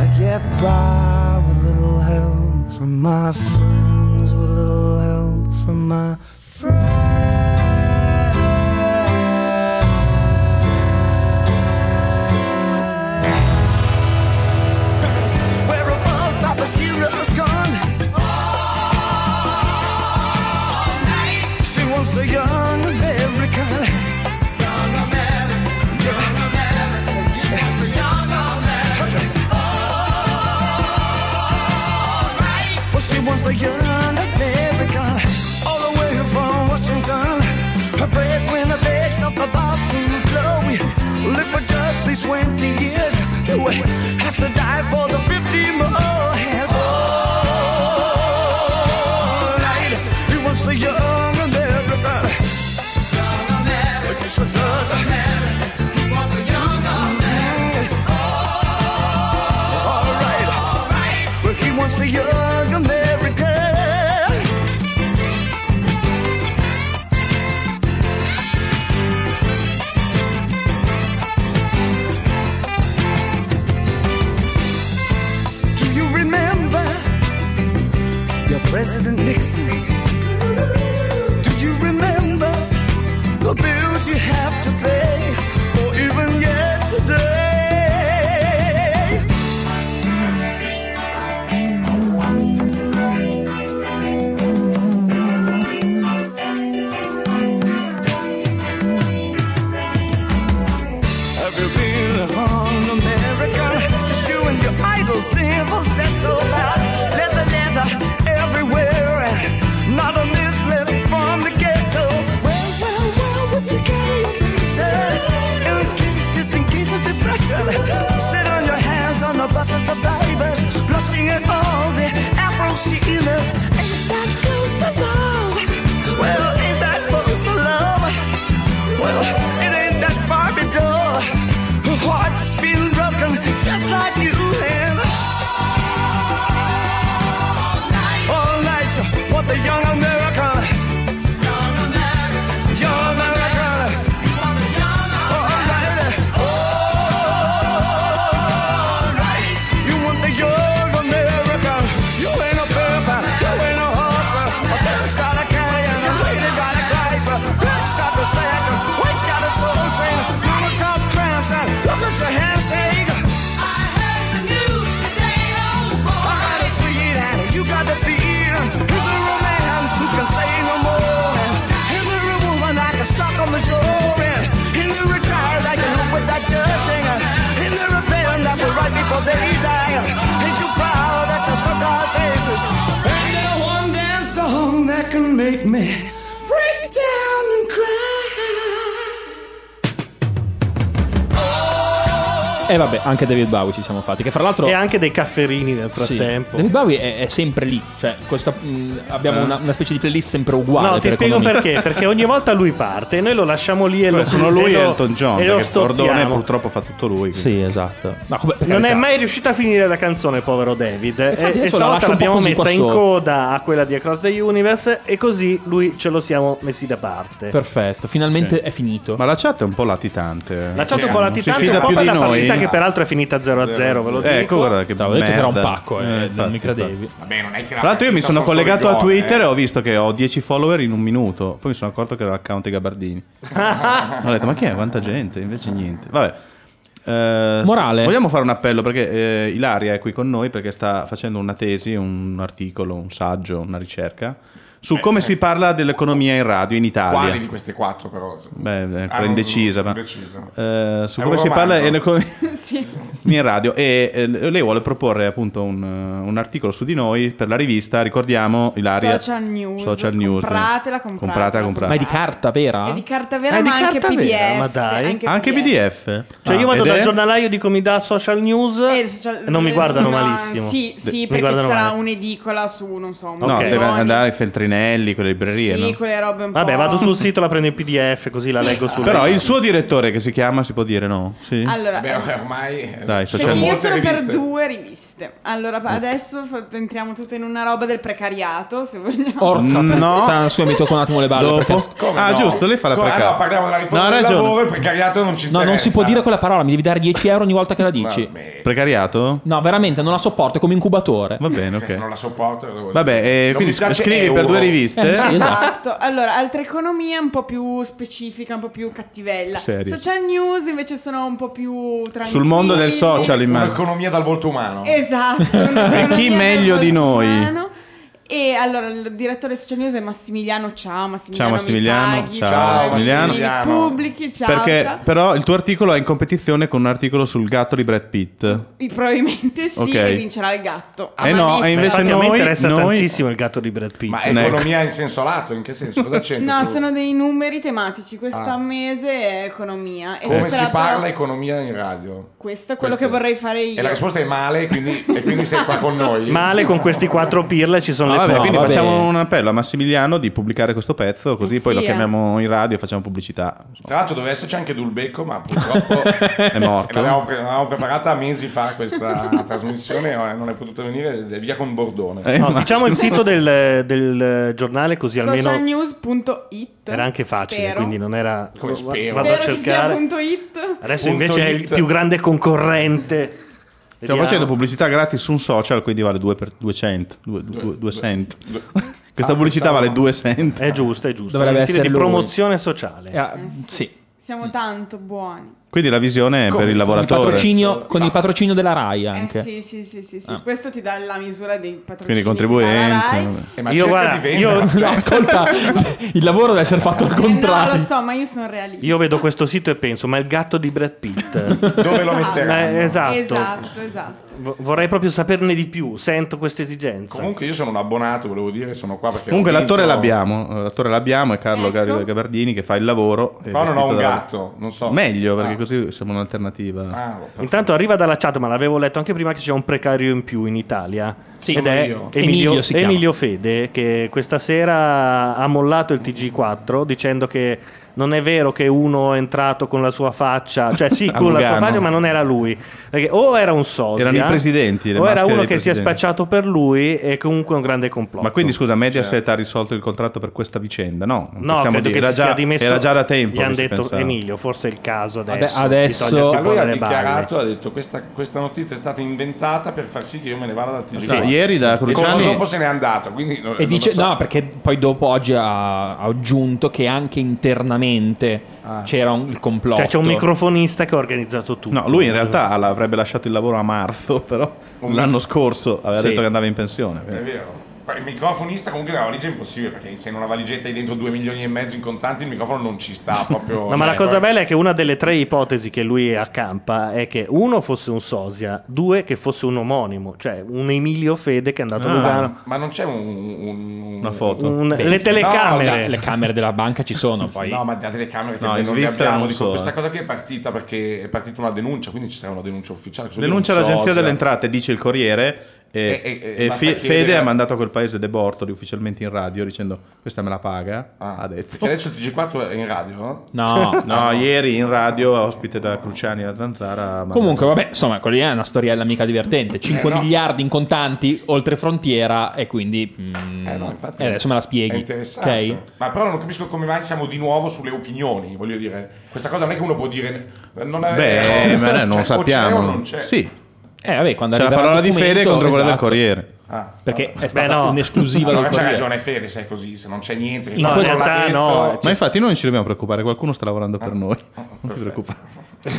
H: I get by with little help from my friends, with little help from my
A: Where are all Papa's heroes gone? All night. She wants a young American. Young
H: She was a young American, all the way from Washington. Her breadwinner begs off the bathroom floor. We live for just these 20 years. Do we have to die for the 50 more? And all night, he was a young American. Just a thug. All right. But he wants a young America. Do you remember your President Nixon? Do you remember the bills you have to pay? Or even yesterday? Have you been on America? Just you and your idle simple set so loud. Leather, leather everywhere, and not a miss left from the ghetto. Well, well, well, would you carry a reason? In case, just in case of depression. Sit on your hands on the buses of divers, blushing at all the afro sheeners. Ain't that close to love? Well, ain't that close to love? Well, it ain't that far door. Her heart's been broken just like you have. All night, what the young American. Young American. All right. All right. You want the young American. You ain't a burper, you ain't a horse. A bird's got a carry and a lady got a geyser. Red's got the stack, white's got a soul train. Mama's got tramps and look at your handshake. I got a sweet and you got the beat. Here's the man who can say no more. And Here's the woman I can suck on the jaw. And here's the retired I can look without judging. And here's the rebellion that will right before they die. Ain't you proud that you stuck our faces? Ain't there one damn song that can make me break down and cry?
B: E vabbè, anche David Bowie ci siamo fatti. Che fra l'altro.
C: E anche dei cafferini nel
B: sì,
C: frattempo.
B: David Bowie è, è sempre lì. Cioè, questa, mh,
D: Eh.
B: abbiamo una, una specie di playlist sempre uguale.
C: No, ti
B: per
C: spiego
B: economia.
C: perché. Perché ogni volta lui parte e noi lo lasciamo lì e lo
D: Sono lui e
C: lo-
D: Elton John,
C: e lo
D: perché Bordone
C: stoppiamo.
D: purtroppo fa tutto lui. quindi.
B: Sì, esatto. Ma come- per
C: Non è
B: carità.
C: mai riuscito a finire la canzone, povero David. E,
B: adesso la
C: e stavolta
B: lascio un po'
C: l'abbiamo
B: così qua
C: messa in
B: sopra.
C: coda a quella di Across the Universe. E così lui ce lo siamo messi da parte.
B: Perfetto, finalmente è finito.
D: Ma la chat è un po' latitante.
C: La chat
D: Cioè,
C: un po'
D: non
C: latitante,
D: Si fida
C: un po'
D: più
C: per
D: di
C: la
D: noi.
C: partita che peraltro è finita 0 a 0, ve lo dico.
D: Ecco, guarda che
B: Ti avevo detto che era un
D: merda.
B: pacco, eh,
D: Eh,
B: non
D: infatti,
B: mi credevi.
F: Vabbè, non è che la
D: Tra l'altro io mi
F: partita solo
D: sono collegato a
F: gol,
D: Twitter
F: eh.
D: e ho visto che ho 10 follower in un minuto. Poi mi sono accorto che era l'account di Gabardini. ho detto, ma chi è? Quanta gente? Invece niente. Vabbè. Eh,
B: Morale.
D: Vogliamo fare un appello perché eh, Ilaria è qui con noi perché sta facendo una tesi, un articolo, un saggio, una ricerca su come si parla dell'economia in radio in Italia.
F: Quali di queste quattro però?
D: Beh, è ancora
F: Ah, non-
D: indecisa, ma
F: indecisa.
D: eh, su
F: È
D: come
F: un
D: si parla
F: romanzo.
D: dell'economia
E: Sì.
D: in radio e eh, lei vuole proporre appunto un, eh, un articolo su di noi per la rivista, ricordiamo Ilaria
E: Social news.
D: Social news.
E: Compratela,
D: compratela,
E: compratela.
B: Ma
D: compratela.
B: è di carta vera?
E: È di carta vera,
D: Eh,
C: Ah, è di
E: ma anche
C: carta
E: PDF.
C: vera, ma dai.
D: Anche PDF.
C: Cioè, io vado
D: Ah, Ed
C: dal
D: è-
C: giornalaio, dico mi dà social news.
E: Eh, il social-
C: e non mi guardano
E: no,
C: malissimo.
E: Ah, Sì, sì,
C: Mi
E: perché
C: guardano
E: sarà
C: male.
E: un'edicola su, non so, un
D: No,
C: Ok.
D: deve
E: Monitor.
D: andare ai Feltrinelli, quelle librerie,
E: Sì,
D: no?
E: quelle robe un
C: Vabbè,
E: po'.
C: vado sul sito, la prendo in PDF, così la
E: Sì.
C: leggo sul
D: Però
C: sito.
D: il suo direttore che si chiama si può dire no? Sì.
E: Allora, eh,
F: Vabbè, ormai
D: Dai,
F: ci
E: perché
D: social sono Ecco.
E: io
F: molte
E: sono per
F: riviste.
E: due riviste. Allora, pa- adesso fa- entriamo tutto in una roba del precariato, se vogliamo.
B: Orca
C: Mm,
D: No.
B: puttana, scusa, mi tocco un attimo le balle.
D: Dopo?
B: perché-
F: Come
D: ah,
F: no?
D: giusto, lei fa la
F: Co- ah,
D: precariato.
F: no, parliamo della
D: No,
F: riforma
D: ha
F: del
D: ragione.
F: lavoro, il precariato non ci
B: No,
F: interessa.
B: non si può dire quella parola, mi devi dare 10 euro ogni volta che la
F: Ma
B: dici.
F: smetti,
D: Precariato?
B: No, veramente, non la sopporto, è come incubatore.
D: Va bene,
F: Non
D: ok.
F: la sopporto. lo devo
D: Vabbè,
F: dire.
D: eh,
F: Non
D: quindi
F: mi piace
D: scrivi per
F: euro.
D: due riviste.
B: Eh, sì, esatto.
E: Esatto, allora altra economia un po' più specifica, un po' più cattivella.
D: Seria.
E: Social news invece sono un po' più tranquilli.
D: Sul mondo del social, immagino.
F: Un'economia dal volto umano.
E: Esatto. Eh, un'economia
D: chi
E: del
D: meglio di
E: volto
D: noi?
E: umano. E allora il direttore social news è Massimiliano. Ciao Massimiliano.
D: Ciao
E: mi
D: Massimiliano,
E: paghi,
D: ciao
E: ciao
D: Massimiliano.
E: Massimiliano. Pubblichi, ciao.
D: Perché
E: ciao.
D: però il tuo articolo è in competizione con un articolo sul gatto di Brad Pitt.
E: Probabilmente sì,
D: Ok.
E: e vincerà il gatto.
D: Eh no,
E: Amanita.
D: e invece
C: Infatti a me
D: noi-
C: Ah, interessa
D: noi-
C: tantissimo il gatto di Brad Pitt.
F: Ma
D: Ecco.
F: economia in senso lato, in che senso? Cosa c'entra?
E: No,
F: su-
E: sono dei numeri tematici. Questa
F: Ah.
E: mese è economia. E
F: Come
E: questa è
F: si
E: la parola-
F: parla economia in radio?
E: Questo è quello
F: Questo-
E: che vorrei fare io.
F: E la risposta è male, quindi, e quindi sei qua con noi.
C: Male con questi quattro pirla ci sono
D: Ah,
C: le
D: vabbè,
C: prove.
D: quindi
B: vabbè.
D: facciamo un appello a Massimiliano di pubblicare questo pezzo, così
E: Eh
D: poi
E: sì,
D: lo
E: eh.
D: chiamiamo in radio e facciamo pubblicità.
F: Tra l'altro doveva esserci anche Dulbecco, ma purtroppo
D: È morto.
F: l'avevamo, pre- l'avevamo preparata mesi fa questa trasmissione, eh, non è potuto venire ed è via con Bordone.
D: Eh,
C: No,
D: ma-
C: diciamo il sito del, del giornale così almeno
E: Socialnews.it
C: era anche facile,
E: Spero.
C: quindi non era...
F: Come spero.
C: Vado a
E: Spero che sia
C: cercare.
E: punto .it.
C: Adesso
F: Punto
C: invece è il
F: it.
C: più grande concorrente.
D: Stiamo
C: Vediamo.
D: facendo pubblicità gratis su un social, quindi vale 2 per 200. 2 cent. Questa
F: Ah,
D: pubblicità
F: pensavo-
D: vale 2 cent.
C: È giusto, è giusto.
B: Dovrebbe
C: È un sito
B: essere
C: di
B: lui.
C: promozione sociale.
B: Ah,
E: Eh, sì.
B: sì.
E: Siamo tanto buoni.
D: Quindi la visione è per il
B: Con il
D: lavoratore.
B: patrocinio, con il patrocinio della Rai
E: Ah. Eh,
B: anche.
E: sì, sì, sì, sì, sì. Questo ti dà la misura dei patrocini.
D: Ah. Quindi
E: che dà la
D: contribuenti.
E: Rai.
D: vabbè.
F: Eh, ma
C: Io
F: cerca
C: guarda,
F: di vendere,
C: io-
F: cioè,
B: No, ascolta, il lavoro deve essere fatto al
E: Eh, No,
B: contrario.
E: lo so, ma io sono realista.
C: Io vedo questo sito e penso, ma il gatto di Brad Pitt...
F: dove lo
E: Esatto.
F: metteranno?
C: Eh, esatto.
E: Esatto, esatto.
C: V- vorrei proprio saperne di più, sento questa esigenza.
F: Comunque io sono un abbonato, volevo dire, sono qua perché...
D: Comunque
F: ho vinto-
D: l'attore l'abbiamo, l'attore l'abbiamo, è Carlo
E: Ecco.
D: Gabardini che fa il lavoro. è
F: Però non ho
D: vestito
F: un
D: da-
F: gatto, non so.
D: Meglio, perché
F: Ah.
D: così siamo un'alternativa.
F: Ah, perfetto.
C: Intanto arriva dalla chat, ma l'avevo letto anche prima che c'è un precario in più in Italia.
F: Sì,
C: ed
F: sono
C: è
F: io.
C: Emilio,
B: Emilio si chiama.
C: Emilio Fede che questa sera ha mollato il TG4 dicendo che non è vero che uno è entrato con la sua faccia, cioè sì,
D: A
C: con la sua
D: Lugano.
C: faccia, ma non era lui. Perché o era un socio,
D: Erano i presidenti, le
C: o era
D: maschere
C: uno
D: dei
C: che si è
D: presidenti.
C: spacciato per lui e comunque è un grande complotto.
D: Ma quindi scusa, Mediaset ha risolto il contratto per questa vicenda? No, non
C: Certo. No,
D: possiamo
C: credo
D: dire,
C: che
D: era,
C: si sia
D: già,
C: dimesso.
D: era già da tempo.
C: Gli hanno
D: che si
C: detto
D: pensava.
C: Emilio, forse è il caso
B: Vabbè,
C: adesso.
B: adesso-
C: di togliersi
F: Ma
C: un
F: lui
C: po'
F: ha
C: dalle balle.
F: dichiarato, ha detto questa, questa notizia è stata inventata per far sì che io me ne vada dal TG4.
D: Sì, ieri da
F: Il giorno
D: Cruciani-
F: dopo se n'è andato, quindi non, non
B: E dice,
F: lo so.
B: no, perché poi dopo oggi ha, ha aggiunto che anche internamente
F: Ah.
B: c'era un, il complotto.
C: Cioè, c'è un microfonista che ha organizzato tutto.
D: No, lui in realtà alla- avrebbe lasciato il lavoro a marzo, però l'anno scorso aveva
B: Sì.
D: detto che andava in
F: È
D: pensione.
F: vero. Poi Il microfonista comunque è una valigia impossibile perché se in una valigetta hai dentro 2 milioni e mezzo in contanti il microfono non ci sta proprio.
C: No, ma la
F: Cioè,
C: cosa
F: poi-
C: bella è che una delle tre ipotesi che lui accampa è che uno fosse un sosia, due che fosse un omonimo, cioè un Emilio Fede che è andato a
D: Ah.
C: Lugano.
F: Ma non c'è un, un-
D: Una foto.
C: Un-
B: Beh,
C: le telecamere.
B: no, le camere della banca ci sono poi.
F: No, ma la telecamera che
D: No, in
F: non ne
D: Svizzera
F: abbiamo.
D: non
F: dico,
D: so,
F: Questa
D: eh.
F: cosa qui è partita perché è partita una denuncia, quindi ci sarà una denuncia ufficiale. Cosa
D: Denuncia
F: dire, un
D: l'agenzia
F: socio?
D: delle entrate, dice il Corriere. E,
F: E- e- e
D: e
F: basta
D: Fe-
F: chiedere-
D: Fede ha mandato a quel paese De Bortoli ufficialmente in radio dicendo questa me la paga.
F: Ah,
D: ha detto.
F: Perché adesso il TG4 è in radio? eh?
B: No.
D: No, ieri in radio, ospite da Cruciani da Zanzara. ma-
B: Comunque, vabbè, insomma, quella lì è una storiella mica divertente. 5
F: Eh, no.
B: miliardi in contanti oltre frontiera e quindi... mm,
F: Eh, no, infatti
B: e adesso me la
F: È
B: spieghi.
F: interessante.
B: ok?
F: Ma però non capisco come mai siamo di nuovo sulle opinioni, voglio dire. Questa cosa non è che uno può dire... Non è
D: Beh, eh,
F: vero.
D: ma noi
F: Eh,
D: non
F: Cioè, o
D: sappiamo.
F: c'è o non c'è.
D: Sì,
B: Eh, vabbè, quando
D: c'è la
B: arriverà il
D: parola di
B: documento,
D: Fede contro quella del
B: esatto,
D: Corriere.
F: Ah.
B: Perché è stata
C: no.
B: un'esclusiva
F: Allora
B: del
F: c'ha
B: Corriere.
F: ragione Fede se è così, se non c'è niente... che
B: In
F: non
B: questa-
F: l'ha
C: realtà
F: detto.
C: no,
D: Ma infatti noi non ci dobbiamo preoccupare, qualcuno sta lavorando per noi. Non ti
F: Ah. perfetto.
D: preoccupare,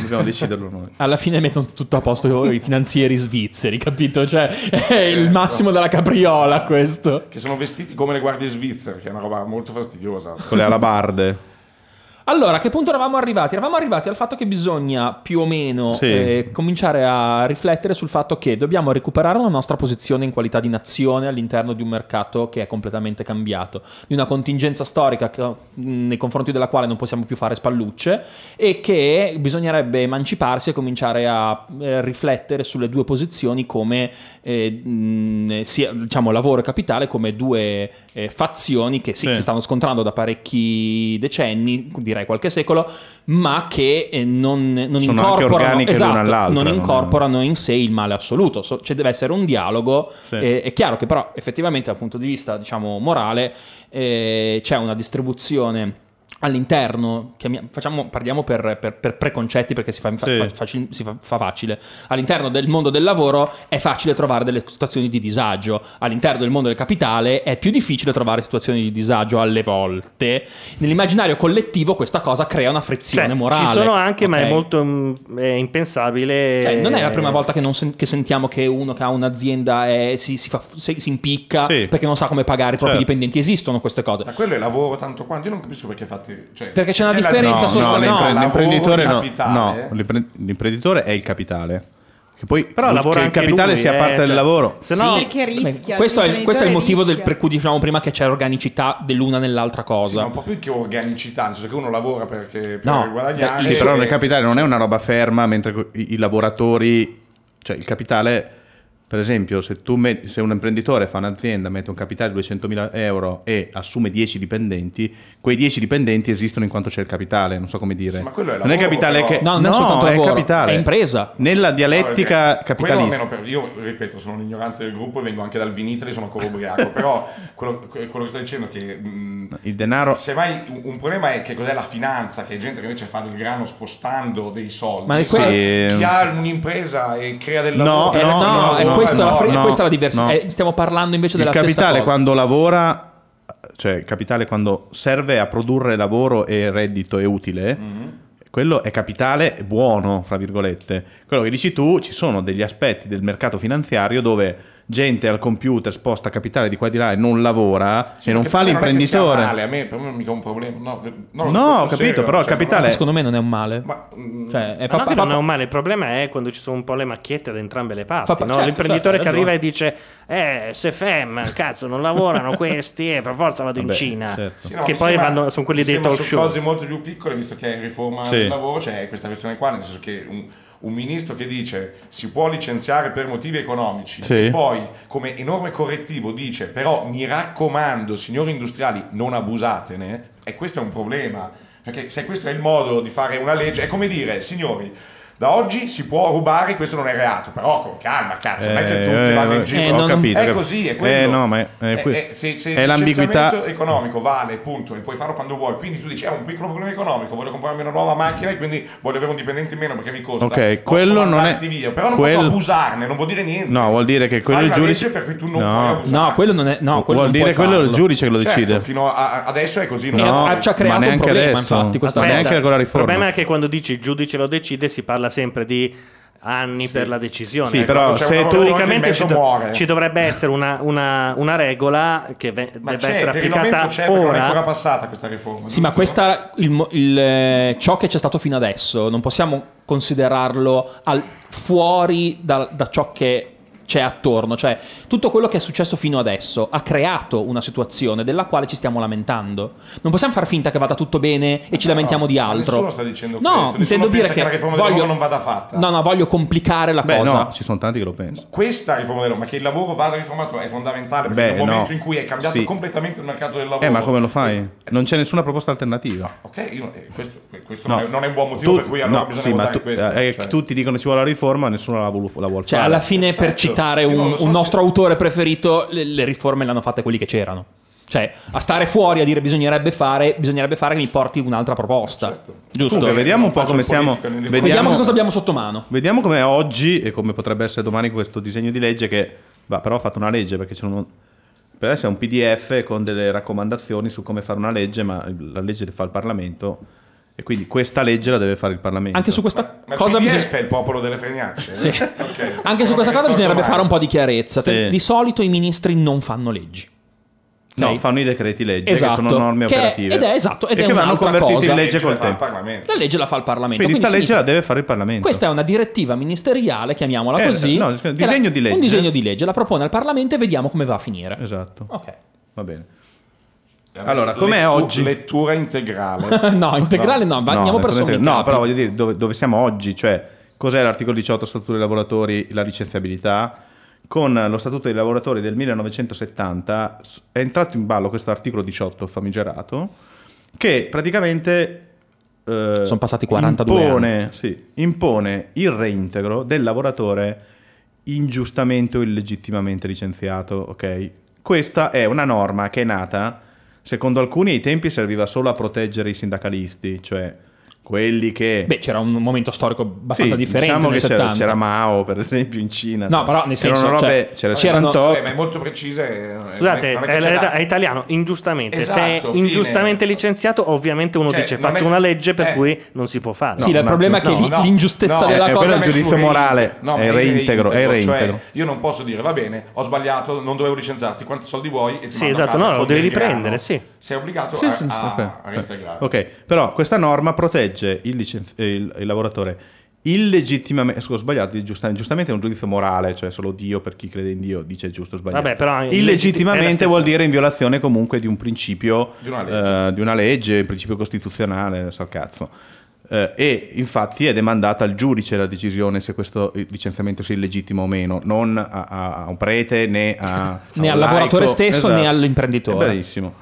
D: dobbiamo deciderlo noi.
B: Alla fine mettono tutto a posto i finanzieri svizzeri, capito? Cioè, è
F: Certo.
B: il massimo della capriola questo.
F: Che sono vestiti come le guardie svizzere, che è una roba molto fastidiosa.
D: Con le alabarde.
B: Allora, a che punto eravamo arrivati? Eravamo arrivati al fatto che bisogna più o meno
D: Sì.
B: eh, cominciare a riflettere sul fatto che dobbiamo recuperare una nostra posizione in qualità di nazione all'interno di un mercato che è completamente cambiato, di una contingenza storica che- mh, nei confronti della quale non possiamo più fare spallucce e che bisognerebbe emanciparsi e cominciare a eh, riflettere sulle due posizioni come eh, mh, sia, diciamo, lavoro e capitale come due eh, fazioni che sì,
D: Sì.
B: si stanno scontrando da parecchi decenni, direi qualche secolo, ma che eh, non, non
D: Sono anche
B: incorporano,
D: organiche
B: esatto,
D: l'una all'altra,
B: non
D: non-
B: incorporano in sé il male assoluto. So- cioè, deve essere un dialogo.
D: Sì.
B: eh, è chiaro che, però, effettivamente, dal punto di vista diciamo, morale, eh, c'è una distribuzione all'interno, chiamia- facciamo- parliamo per, per- per preconcetti perché si, fa, infa-
D: Sì.
B: fa- facil- si fa- fa facile, all'interno del mondo del lavoro è facile trovare delle situazioni di disagio, all'interno del mondo del capitale è più difficile trovare situazioni di disagio alle volte. Nell'immaginario collettivo questa cosa crea una frizione
C: Cioè,
B: morale.
C: Ci sono anche, ma è
B: ok?
C: molto mm, è impensabile.
B: Cioè, non è la
D: Eh.
B: prima volta che, non sen- che sentiamo che uno che ha un'azienda è- si, si fa- si- si impicca
D: Sì.
B: perché non sa come pagare i propri
D: Certo.
B: dipendenti. Esistono queste cose.
F: Ma quello è lavoro tanto quanto. Io non capisco perché fatti. Cioè,
B: Perché c'è una
F: è la-
B: differenza
F: no,
B: sostanziale.
F: no,
B: l'impre-
F: lavoro,
D: l'imprenditore no,
F: capitale. eh?
D: no, l'impre- l'imprenditore è il capitale. Che poi
C: Però lavora
D: che il
C: anche
D: capitale
C: lui,
D: sia
C: eh,
D: parte del
C: cioè-
D: lavoro.
C: Se no,
E: Sì, perché rischia,
B: Questo è, il- questo è il
E: l'imprenditore
B: motivo del-
E: rischia.
B: per cui diciamo prima che c'è organicità dell'una nell'altra
F: Sì, ma
B: cosa.
F: un po' più che organicità, nel senso che uno lavora perché per
B: No,
F: guadagnare.
D: cioè, Sì, però
F: e-
D: nel capitale non è una roba ferma, mentre co- i, i lavoratori, cioè il capitale, per esempio, se, tu metti- se un imprenditore fa un'azienda, mette un capitale di 200.000 euro e assume 10 dipendenti, quei 10 dipendenti esistono in quanto c'è il capitale, non so come dire.
F: Sì, ma quello è
D: non è
F: lavoro,
D: capitale
F: però.
D: che...
B: No, non è soltanto
D: è
B: lavoro,
D: capitale.
B: è impresa.
D: Nella dialettica
F: No, perché
D: capitalista.
F: quello almeno per- io ripeto, sono un ignorante del gruppo e vengo anche dal Vinitri, sono ancora ubriaco. però quello, que- quello che sto dicendo è che. mm, mh,
D: Il denaro...
F: Semmai un- un problema è che cos'è la finanza, che è gente che invece fa del grano spostando dei soldi.
B: Ma è
F: Sì.
D: que-
F: Chi ha un'impresa e crea del
D: No,
F: lavoro...
B: Eh,
D: no,
B: no,
D: no,
B: è
D: no,
B: questa, la
D: no,
B: fri-
D: no,
B: questa è la diversa.
D: no.
B: eh, stiamo parlando invece
D: il
B: della stessa
D: capitale
B: cosa.
D: quando lavora cioè il capitale quando serve a produrre lavoro e reddito e utile
F: Mhm.
D: quello è capitale buono fra virgolette quello che dici tu ci sono degli aspetti del mercato finanziario dove gente al computer sposta capitale di qua e di là e non lavora
F: Sì,
D: e non
F: perché
D: fa
F: non è che sia
D: l'imprenditore
F: male, a me, per me non è mica un problema. No,
D: No, ho capito, però
F: cioè,
D: il capitale-
B: Eh, Secondo me non è un male.
F: Ma, mm,
B: Cioè, è
C: Ma
B: fa-
C: no, che
B: fa-
C: non è un male, il problema è quando ci sono un po' le macchiette da entrambe le parti.
B: Fa- fa-
C: no?
B: certo,
C: L'imprenditore
B: certo,
C: che
B: hai
C: arriva e dice: Eh, se fem, cazzo, non lavorano questi, e per forza vado in
D: Vabbè,
C: Cina.
D: certo.
F: Sì, no,
C: che
F: mi
C: poi
F: sembra-
C: vanno- sono quelli
F: mi
C: dei
F: sembra
C: talk
F: su
C: show.
F: cose molto più piccole, visto che è riforma
D: Sì.
F: del lavoro, c'è questa questione qua, nel senso che un, un ministro che dice si può licenziare per motivi economici,
D: Sì.
F: e poi come enorme correttivo dice però mi raccomando signori industriali non abusatene, e questo è un problema, perché se questo è il modo di fare una legge, è come dire signori... Da oggi si può rubare, questo non è reato, però con calma, cazzo, non è che tutti
D: Eh,
F: vanno
D: eh,
F: in giro.
B: Eh,
D: ho
B: no, non-
D: capito, ho
F: È
D: capito.
F: così, è quello.
D: Eh, no, ma è, è
F: Eh,
D: qui-
F: eh, se, se
D: è
F: il
D: l'ambiguità
F: licenziamento economico vale, punto, e puoi farlo quando vuoi. Quindi tu dici, è un piccolo problema economico, voglio comprarmi una nuova macchina e quindi voglio avere un dipendente in meno perché mi costa.
D: Ok,
F: Posso
D: quello non è-
F: mandarti Via, però non
D: quel-
F: posso abusarne, non vuol dire niente.
D: no vuol dire che quello
F: Fai
D: il
F: una
D: giudice
F: legge per cui tu non
D: no,
F: puoi abusare.
B: No, quello non è. No, quello
D: vuol
B: non
D: dire
B: puoi
D: quello è il
B: farlo.
D: giudice che lo
F: Certo,
D: decide
F: fino a- a- adesso è così.
B: No,
F: non è-
B: ha già
D: ma
B: creato un
D: neanche
B: problema,
D: adesso.
B: infatti, questa
D: Ma
B: volta.
D: neanche con la riforma
C: Il problema è che quando dici il giudice lo decide, si parla sempre di anni per la decisione.
D: Sì,
C: Ecco,
D: però
F: c'è
D: se
F: una
D: tu-
F: ragione, il
C: Teoricamente
F: mezzo
C: ci, do-
F: muore.
C: ci dovrebbe essere una, una- una regola che ve-
F: ma
C: deve
F: c'è,
C: essere
F: per il momento c'è,
C: applicata
F: perché non è ancora
C: ora.
F: passata questa riforma.
B: Sì, ma
F: giusto?
B: questa, il mo- il, eh, ciò che c'è stato fino adesso non possiamo considerarlo al- fuori da, da ciò che c'è attorno. Cioè, tutto quello che è successo fino adesso ha creato una situazione della quale ci stiamo lamentando. Non possiamo far finta che vada tutto bene e ci lamentiamo di
F: Eh, ma
B: altro.
F: nessuno sta dicendo
B: no,
F: questo, nessuno
B: intendo dire
F: pensa
B: che,
F: che la riforma del
B: voglio,
F: lavoro non vada fatta.
B: No, no, voglio complicare la
D: beh
B: cosa.
D: no ci sono tanti che lo pensano
F: Questa riforma del lavoro, ma che il lavoro vada riformato è fondamentale perché
D: Beh,
F: nel momento
D: no.
F: in cui è cambiato
D: Sì.
F: completamente il mercato del lavoro.
D: eh ma come lo fai non c'è nessuna proposta alternativa
F: Ok, io- eh, questo, questo
D: No.
F: non, è, non è un buon motivo
D: Tu-
F: per cui allora
D: no,
F: bisogna
D: sì, ma
F: votare
D: tu-
F: questo.
D: eh,
F: cioè.
D: Tutti dicono ci vuole la riforma, nessuno la, volu- la vuole
B: Cioè,
D: fare.
B: alla fine, per
F: Perfetto.
B: citare
F: Io
B: un,
F: non lo so
B: un
F: se-
B: nostro autore preferito, le, le riforme le hanno fatte quelli che c'erano. Cioè, a stare fuori a dire bisognerebbe fare, bisognerebbe fare che mi porti un'altra proposta.
F: Certo.
B: Giusto?
D: Comunque, vediamo un po'
F: Faccio
D: come
F: il
D: siamo.
F: politico, non dico-
D: Vediamo,
B: Vediamo che cosa abbiamo sotto mano.
D: vediamo come è oggi e come potrebbe essere domani questo disegno di legge. Che va, però, ha fatto una legge perché c'è un. Per adesso è un PDF con delle raccomandazioni su come fare una legge, ma la legge le fa il Parlamento e quindi questa legge la deve fare il Parlamento.
B: Anche su questa
F: Ma il
B: cosa
F: PDF
B: bisogna-
F: è il popolo delle fregnacce.
B: Sì.
F: Ok.
B: Anche su
F: Non
B: questa
F: me ne
B: cosa bisognerebbe
F: ricordo
B: fare un po'
F: mai.
B: di chiarezza.
D: Sì.
B: Di solito i ministri non fanno leggi.
D: No,
B: Ok?
D: fanno i decreti legge
B: Esatto.
D: che sono norme
B: Che è-
D: operative.
B: ed è esatto, ed
D: e
B: è
D: che vanno
B: un'altra
D: convertite
B: cosa.
D: in legge
F: Ce la
D: col
F: fa il
D: tempo.
F: Parlamento.
B: La legge la fa il Parlamento.
D: Quindi, sta legge
B: significa-
D: la deve fare il Parlamento.
B: Questa è una direttiva ministeriale, chiamiamola
D: Eh,
B: così.
D: no, disegno
B: che la-
D: di legge.
B: Un disegno di legge, la propone al Parlamento e vediamo come va a finire.
D: Esatto.
B: Ok.
D: Va bene.
F: Adesso
D: Allora, com'è
F: lettu-
D: oggi?
F: Lettura integrale.
B: No, integrale no, va- andiamo per sommi
D: naturalmente- No,
B: capi.
D: però voglio dire dove, dove siamo oggi, cioè cos'è l'articolo 18 Statuto dei lavoratori, la licenziabilità. Con lo Statuto dei lavoratori del 1970 s- è entrato in ballo questo articolo 18 famigerato che praticamente eh,
B: Sono passati 42
D: impone, sì, impone il reintegro del lavoratore ingiustamente o illegittimamente licenziato, ok? Questa è una norma che è nata Secondo alcuni ai tempi serviva solo a proteggere i sindacalisti, cioè quelli che...
B: Beh, c'era un momento storico abbastanza
D: Sì,
B: differente
D: diciamo
B: nel
D: che c'era,
B: 70.
D: c'era Mao, per esempio, in Cina. cioè
B: No, però nel
D: C'erano
B: senso,
D: robe-
B: cioè,
D: c'era
B: c'erano- eh,
D: Santoro,
F: Eh, ma è molto precisa. e-
C: Scusate,
F: non
C: è,
F: è che ce l'ha.
C: è- è italiano, ingiustamente.
F: Esatto,
C: Se è
F: fine.
C: ingiustamente licenziato, ovviamente uno
F: Cioè,
C: dice
F: non
C: faccio
F: è-
C: una legge per
F: eh.
C: cui non si può fare.
B: Sì,
D: No,
B: il
D: un
B: problema è
D: attimo.
B: che
F: No,
B: l-
F: no,
B: l'ingiustezza
F: no,
B: della
D: eh,
B: cosa
D: quello è il giudizio
F: Sul
D: morale,
F: ma
D: è reintegro, è reintegro.
F: Cioè, io non posso dire, va bene, ho sbagliato, non dovevo licenziarti, quanti soldi vuoi? E ti
C: Sì,
F: mando a
C: esatto,
F: casa
C: no, lo
F: con
C: devi
F: del grano.
C: riprendere, sì.
F: Sei obbligato
D: Sì,
F: a,
D: sì, sì,
F: a-
D: ok.
F: a reintegrare.
D: Ok, però questa norma protegge il, licenz- eh, il- il lavoratore illegittimamente, scusa, ho sbagliato, giusta- giustamente è un giudizio morale, cioè solo Dio per chi crede in Dio dice giusto o sbagliato.
C: Vabbè, però illegitti- è la
D: illegittimamente
C: stessa-
D: vuol dire in violazione comunque di un principio
F: Di una legge.
D: eh, di una legge, un principio costituzionale, non so cazzo. Eh, e infatti è demandata al giudice la decisione se questo licenziamento sia illegittimo o meno, non a, a- a un prete né, a,
B: Né
D: a
B: al
D: un
B: lavoratore
D: laico.
B: stesso, né all'imprenditore.
D: È bravissimo.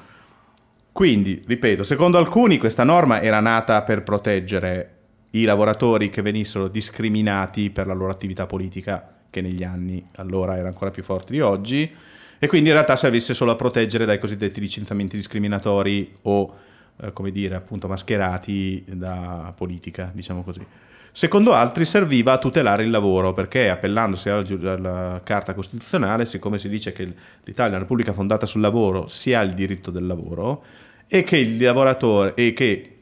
D: Quindi, ripeto, secondo alcuni questa norma era nata per proteggere i lavoratori che venissero discriminati per la loro attività politica, che negli anni allora era ancora più forte di oggi, e quindi in realtà servisse solo a proteggere dai cosiddetti licenziamenti discriminatori o, eh, come dire, appunto mascherati da politica, diciamo così. Secondo altri serviva a tutelare il lavoro perché appellandosi alla, giu- alla Carta Costituzionale, siccome si dice che l'Italia è una Repubblica fondata sul lavoro, si ha il diritto del lavoro e che il lavoratore e che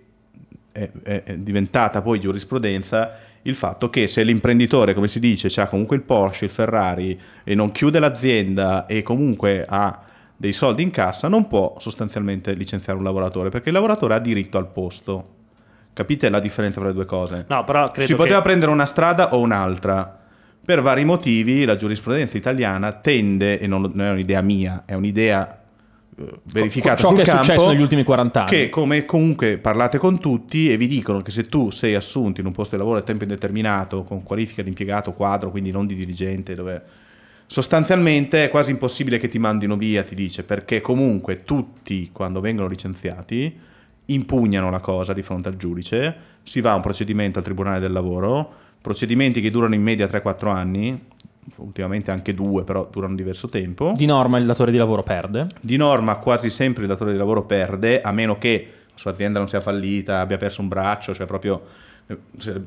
D: è, è- è diventata poi giurisprudenza il fatto che se l'imprenditore, come si dice, ha comunque il Porsche, il Ferrari e non chiude l'azienda e comunque ha dei soldi in cassa, non può sostanzialmente licenziare un lavoratore perché il lavoratore ha diritto al posto. Capite la differenza tra le due cose?
C: No, però credo
D: si poteva
C: che-
D: prendere una strada o un'altra. Per vari motivi la giurisprudenza italiana tende, e non, non è un'idea mia, è un'idea eh, verificata
B: Ciò
D: sul
B: che è
D: campo,
B: successo negli ultimi 40 anni.
D: Che come comunque parlate con tutti e vi dicono che se tu sei assunto in un posto di lavoro a tempo indeterminato, con qualifica di impiegato quadro, quindi non di dirigente, dove sostanzialmente è quasi impossibile che ti mandino via, ti dice, perché comunque tutti quando vengono licenziati impugnano la cosa di fronte al giudice, si va a un procedimento al Tribunale del Lavoro, procedimenti che durano in media 3-4 anni, ultimamente anche due, però durano diverso tempo.
B: Di norma il datore di lavoro perde.
D: Di norma quasi sempre il datore di lavoro perde, a meno che la sua azienda non sia fallita, abbia perso un braccio, cioè proprio eh, se,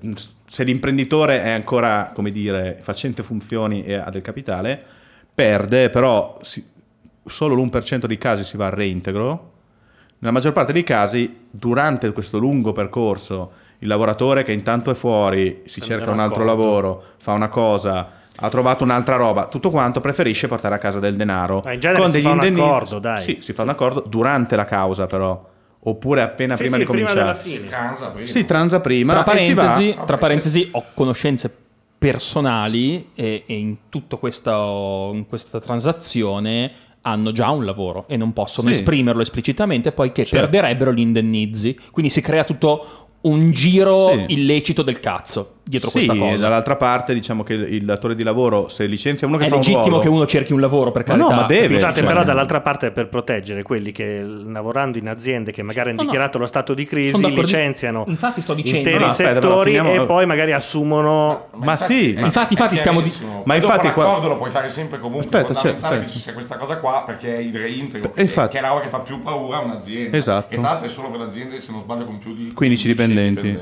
D: se l'imprenditore è ancora, come dire, facente funzioni e ha del capitale, perde, però si- solo l'1% dei casi si va al reintegro. Nella maggior parte dei casi, durante questo lungo percorso, il lavoratore che intanto è fuori, si cerca un altro lavoro, fa una cosa, ha trovato un'altra roba, tutto quanto preferisce portare a casa del denaro.
C: Ma Eh, in genere si fa un accordo, dai.
D: Sì, si fa un accordo durante la causa, però. Oppure appena
C: Sì,
D: prima
C: sì,
D: di cominciare.
C: della fine.
F: Transa prima.
D: si transa prima
B: tra,
D: e si va-
B: parentesi,
F: va.
B: tra parentesi, ho conoscenze personali e, e in tutta questa, in questa transazione hanno già un lavoro e non possono
D: Sì.
B: esprimerlo esplicitamente poiché
D: Certo.
B: perderebbero gli indennizi. Quindi si crea tutto un giro
D: Sì.
B: illecito del cazzo dietro
D: Sì,
B: questa cosa.
D: e dall'altra parte diciamo che il, il datore di lavoro, se licenzia uno che
B: È
D: fa un
B: legittimo
D: ruolo-
B: che uno cerchi un lavoro per
D: Ma no,
B: carità.
D: ma deve,
B: capito?
D: cioè-
C: Scusate, però dall'altra parte per proteggere quelli che l- lavorando in aziende che magari hanno
B: No, no.
C: dichiarato lo stato di crisi
B: Sono d'accordo.
C: licenziano
B: Infatti sto dicendo-
C: interi
B: No, no,
D: aspetta,
C: settori
D: però finiamo-
C: e poi magari assumono
D: Ma sì, ma-
B: Infatti, infatti, stiamo di-
D: Ma
F: Ma
D: infatti
F: infatti
D: qua-
F: l'accordo lo puoi fare sempre comunque.
D: Aspetta,
F: Aspetta, fondamentale
D: cioè,
F: che ci sia questa cosa qua perché è il reintegro.
D: Beh,
F: Che,
D: infatti.
F: che è la roba che fa più paura a un'azienda.
D: Esatto.
F: E tra l'altro è solo per aziende, se non sbaglio, con più di
D: 15 dipendenti. Sì,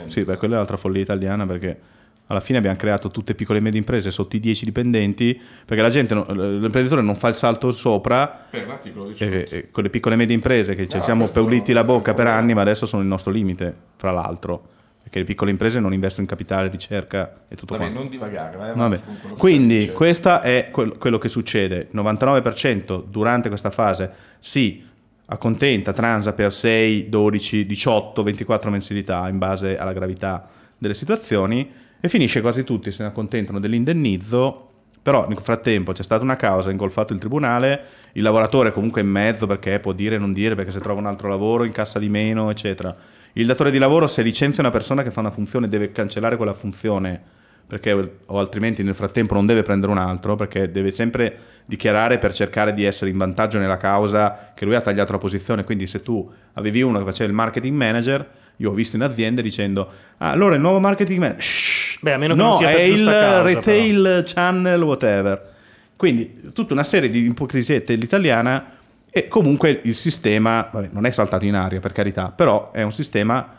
F: Sì,
D: beh, quella è l'altra follia italiana perché alla fine abbiamo creato tutte piccole e medie imprese sotto i 10 dipendenti perché la gente, no- l- l'imprenditore non fa il salto sopra
F: Per l'articolo 18.
D: e, e con le piccole e medie imprese che ci
F: No,
D: siamo
F: questo-
D: peuliti la bocca per anni ma adesso sono il nostro limite, fra l'altro, perché le piccole imprese non investono in capitale, ricerca e tutto
F: Vabbè,
D: quanto.
F: non divagare. vai avanti
D: Vabbè.
F: con quello che stai
D: Quindi
F: dicendo.
D: questo è quel- quello che succede. Il 99% durante questa fase si accontenta, transa per 6, 12, 18, 24 mensilità in base alla gravità delle situazioni e finisce quasi tutti se ne accontentano dell'indennizzo. Però nel frattempo c'è stata una causa, è ingolfato il tribunale, il lavoratore è comunque in mezzo perché può dire e non dire, perché se trova un altro lavoro incassa di meno, eccetera. Il datore di lavoro se licenzia una persona che fa una funzione deve cancellare quella funzione perché o altrimenti nel frattempo non deve prendere un altro, perché deve sempre dichiarare per cercare di essere in vantaggio nella causa che lui ha tagliato la posizione. Quindi se tu avevi uno che faceva il marketing manager, io ho visto in aziende dicendo, ah, allora il nuovo marketing manager... Shh,
C: Beh, a meno che
D: no,
C: non sia per
D: è il
C: giusta causa,
D: retail channel, whatever. Quindi tutta una serie di ipocrisiette l'italiana E comunque il sistema vabbè, non è saltato in aria, per carità, però è un sistema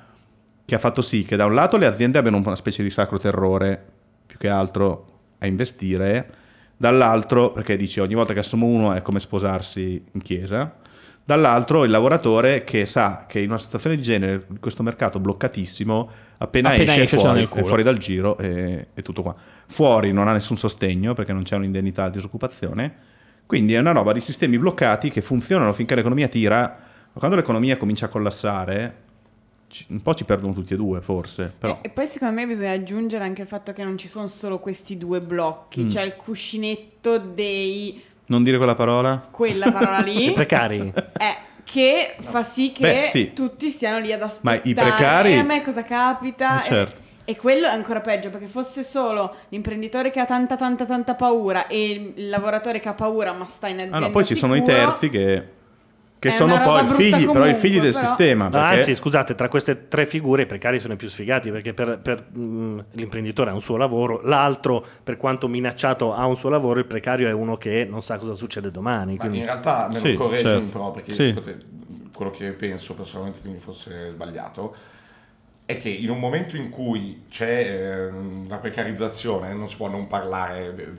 D: che ha fatto sì che da un lato le aziende abbiano una specie di sacro terrore, più che altro a investire, dall'altro, perché dici ogni volta che assumo uno è come sposarsi in chiesa, dall'altro il lavoratore che sa che in una situazione di genere, in questo mercato bloccatissimo, appena,
B: Appena
D: esce,
B: esce
D: è
B: ce l'ha
D: fuori,
B: nel culo.
D: è fuori dal giro e, e tutto qua. Fuori non ha nessun sostegno perché non c'è un'indennità di disoccupazione, quindi è una roba di sistemi bloccati che funzionano finché l'economia tira, ma quando l'economia comincia a collassare, ci- un po' ci perdono tutti e due forse, però...
B: Eh.
E: E, e poi secondo me bisogna aggiungere anche il fatto che non ci sono solo questi due blocchi,
D: Mm.
E: c'è il cuscinetto dei
D: Non dire quella parola?
E: quella parola lì
C: Precari.
E: eh, che fa sì che
D: Beh, sì.
E: tutti stiano lì ad
D: Ma
E: aspettare.
D: i precari-
E: E a me cosa capita?
D: Eh, certo.
E: E, e quello è ancora peggio perché fosse solo l'imprenditore che ha tanta tanta tanta paura e il lavoratore che ha paura ma sta in azienda
D: Ah no, poi ci sono i
E: sicuro,
D: terzi che, che
E: È
D: sono
E: una roba
D: poi
E: brutta
D: figli, però i
E: comunque,
D: figli del
E: però-
D: sistema.
C: No,
D: perché-
C: Anzi, scusate, tra queste tre figure i precari sono i più sfigati perché per, per, mh, l'imprenditore ha un suo lavoro, l'altro, per quanto minacciato, ha un suo lavoro, il precario è uno che non sa cosa succede domani.
F: Ma
C: quindi-
F: in realtà me
D: Sì,
F: lo correggi
D: certo.
F: un po', perché
D: Sì.
F: pote- quello che penso personalmente quindi fosse sbagliato è che in un momento in cui c'è ehm, la precarizzazione eh, non si può non parlare de-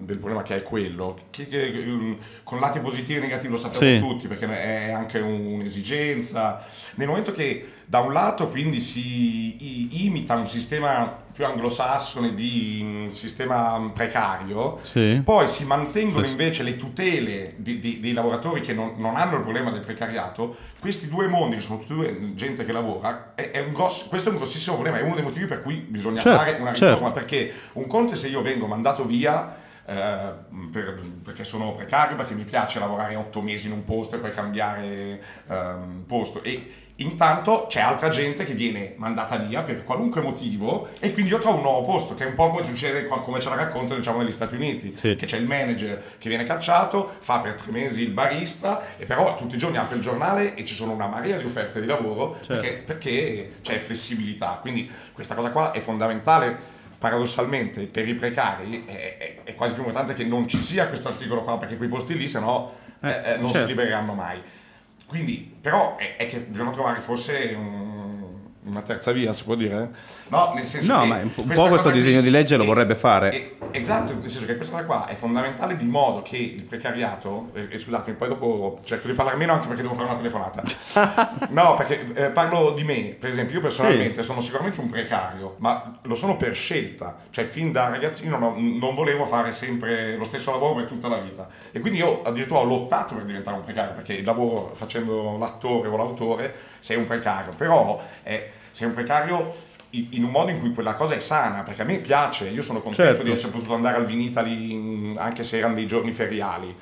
F: del problema che è quello che, che- ehm, con lati positivi e negativi lo sappiamo
D: Sì.
F: tutti perché è anche un- un'esigenza nel momento che da un lato quindi si i- imita un sistema più anglosassone di un sistema precario
D: Sì.
F: poi si mantengono
D: Sì, sì.
F: invece le tutele di- di- dei lavoratori che non, non hanno il problema del precariato. Questi due mondi, che sono tutti e due gente che lavora, è, è un grosso- questo è un grossissimo problema. È uno dei motivi per cui bisogna
D: Certo,
F: fare una riforma.
D: certo.
F: Perché un conto è se io vengo mandato via. eh, per- perché sono precario, perché mi piace lavorare otto mesi in un posto e poi cambiare ehm, posto e intanto c'è altra gente che viene mandata via per qualunque motivo e quindi io trovo un nuovo posto che è un po' come succede co- come ce la raccontano diciamo negli Stati Uniti
D: Sì.
F: che c'è il manager che viene cacciato, fa per tre mesi il barista, e però tutti i giorni apre il giornale e ci sono una marea di offerte di lavoro
D: Certo.
F: perché, perché c'è flessibilità. Quindi questa cosa qua è fondamentale. Paradossalmente, per i precari è, è- è quasi più importante che non ci sia questo articolo qua, perché quei posti lì, se no,
D: Eh,
F: eh, eh, non si
D: certo.
F: libereranno mai. Quindi, però, è, è che bisogna trovare forse un- una terza via, si può dire? No, nel senso
D: No,
F: che
D: ma un po'
F: questa
D: questo
F: cosa qui-
D: disegno di legge lo
F: eh,
D: vorrebbe fare.
F: eh, Esatto, nel senso che questa cosa qua è fondamentale di modo che il precariato, e, e scusatemi, poi dopo cerco di parlare meno anche perché devo fare una telefonata. No, perché eh, parlo di me, per esempio, io personalmente sono sicuramente un precario, ma lo sono per scelta, cioè fin da ragazzino non, non volevo fare sempre lo stesso lavoro per tutta la vita e quindi io addirittura ho lottato per diventare un precario, perché il lavoro facendo l'attore o l'autore sei un precario, però eh, sei un precario in in un modo in cui quella cosa è sana, perché a me piace, io sono contento
D: Certo.
F: di essere potuto andare al Vinitali in- anche se erano dei giorni feriali.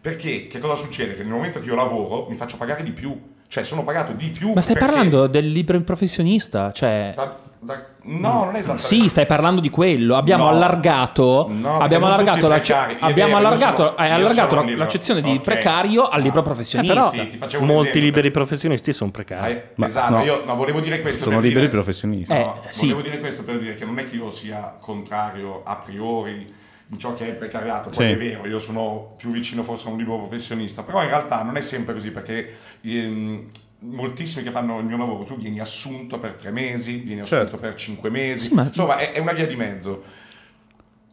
F: Perché che cosa succede? Che nel momento che io lavoro mi faccio pagare di più, cioè sono pagato di più.
B: Ma stai
F: perché-
B: parlando del libero professionista? Cioè,
F: Da- da- no, non è esattamente.
B: Sì, stai parlando di quello. Abbiamo
F: No.
B: allargato,
F: No, perché
B: abbiamo
F: non
B: allargato,
F: tutti i
B: l'acce-
F: precari. È
B: abbiamo
F: vero, io
B: allargato,
F: sono-
B: hai
F: io
B: allargato
F: sono
B: la-
F: libero.
B: l'accezione di
F: Ok.
B: precario al libero professionista.
F: sì, ti facevo un
C: Ah. Eh, Molti
F: esempio.
C: liberi professionisti sono precari.
F: Eh,
D: Ma
F: esatto,
D: no.
F: io no, volevo dire questo.
D: sono
F: per
D: liberi
F: dire-
D: professionisti.
B: Eh,
F: No,
B: sì.
F: Volevo dire questo per dire che non è che io sia contrario a priori di ciò che è il precariato, poi
D: Sì.
F: è vero, io sono più vicino forse a un libero professionista, però in realtà non è sempre così perché ehm, moltissimi che fanno il mio lavoro, tu vieni assunto per tre mesi, vieni assunto
D: Certo.
F: per cinque mesi,
B: Sì, ma-
F: insomma è, è una via di mezzo.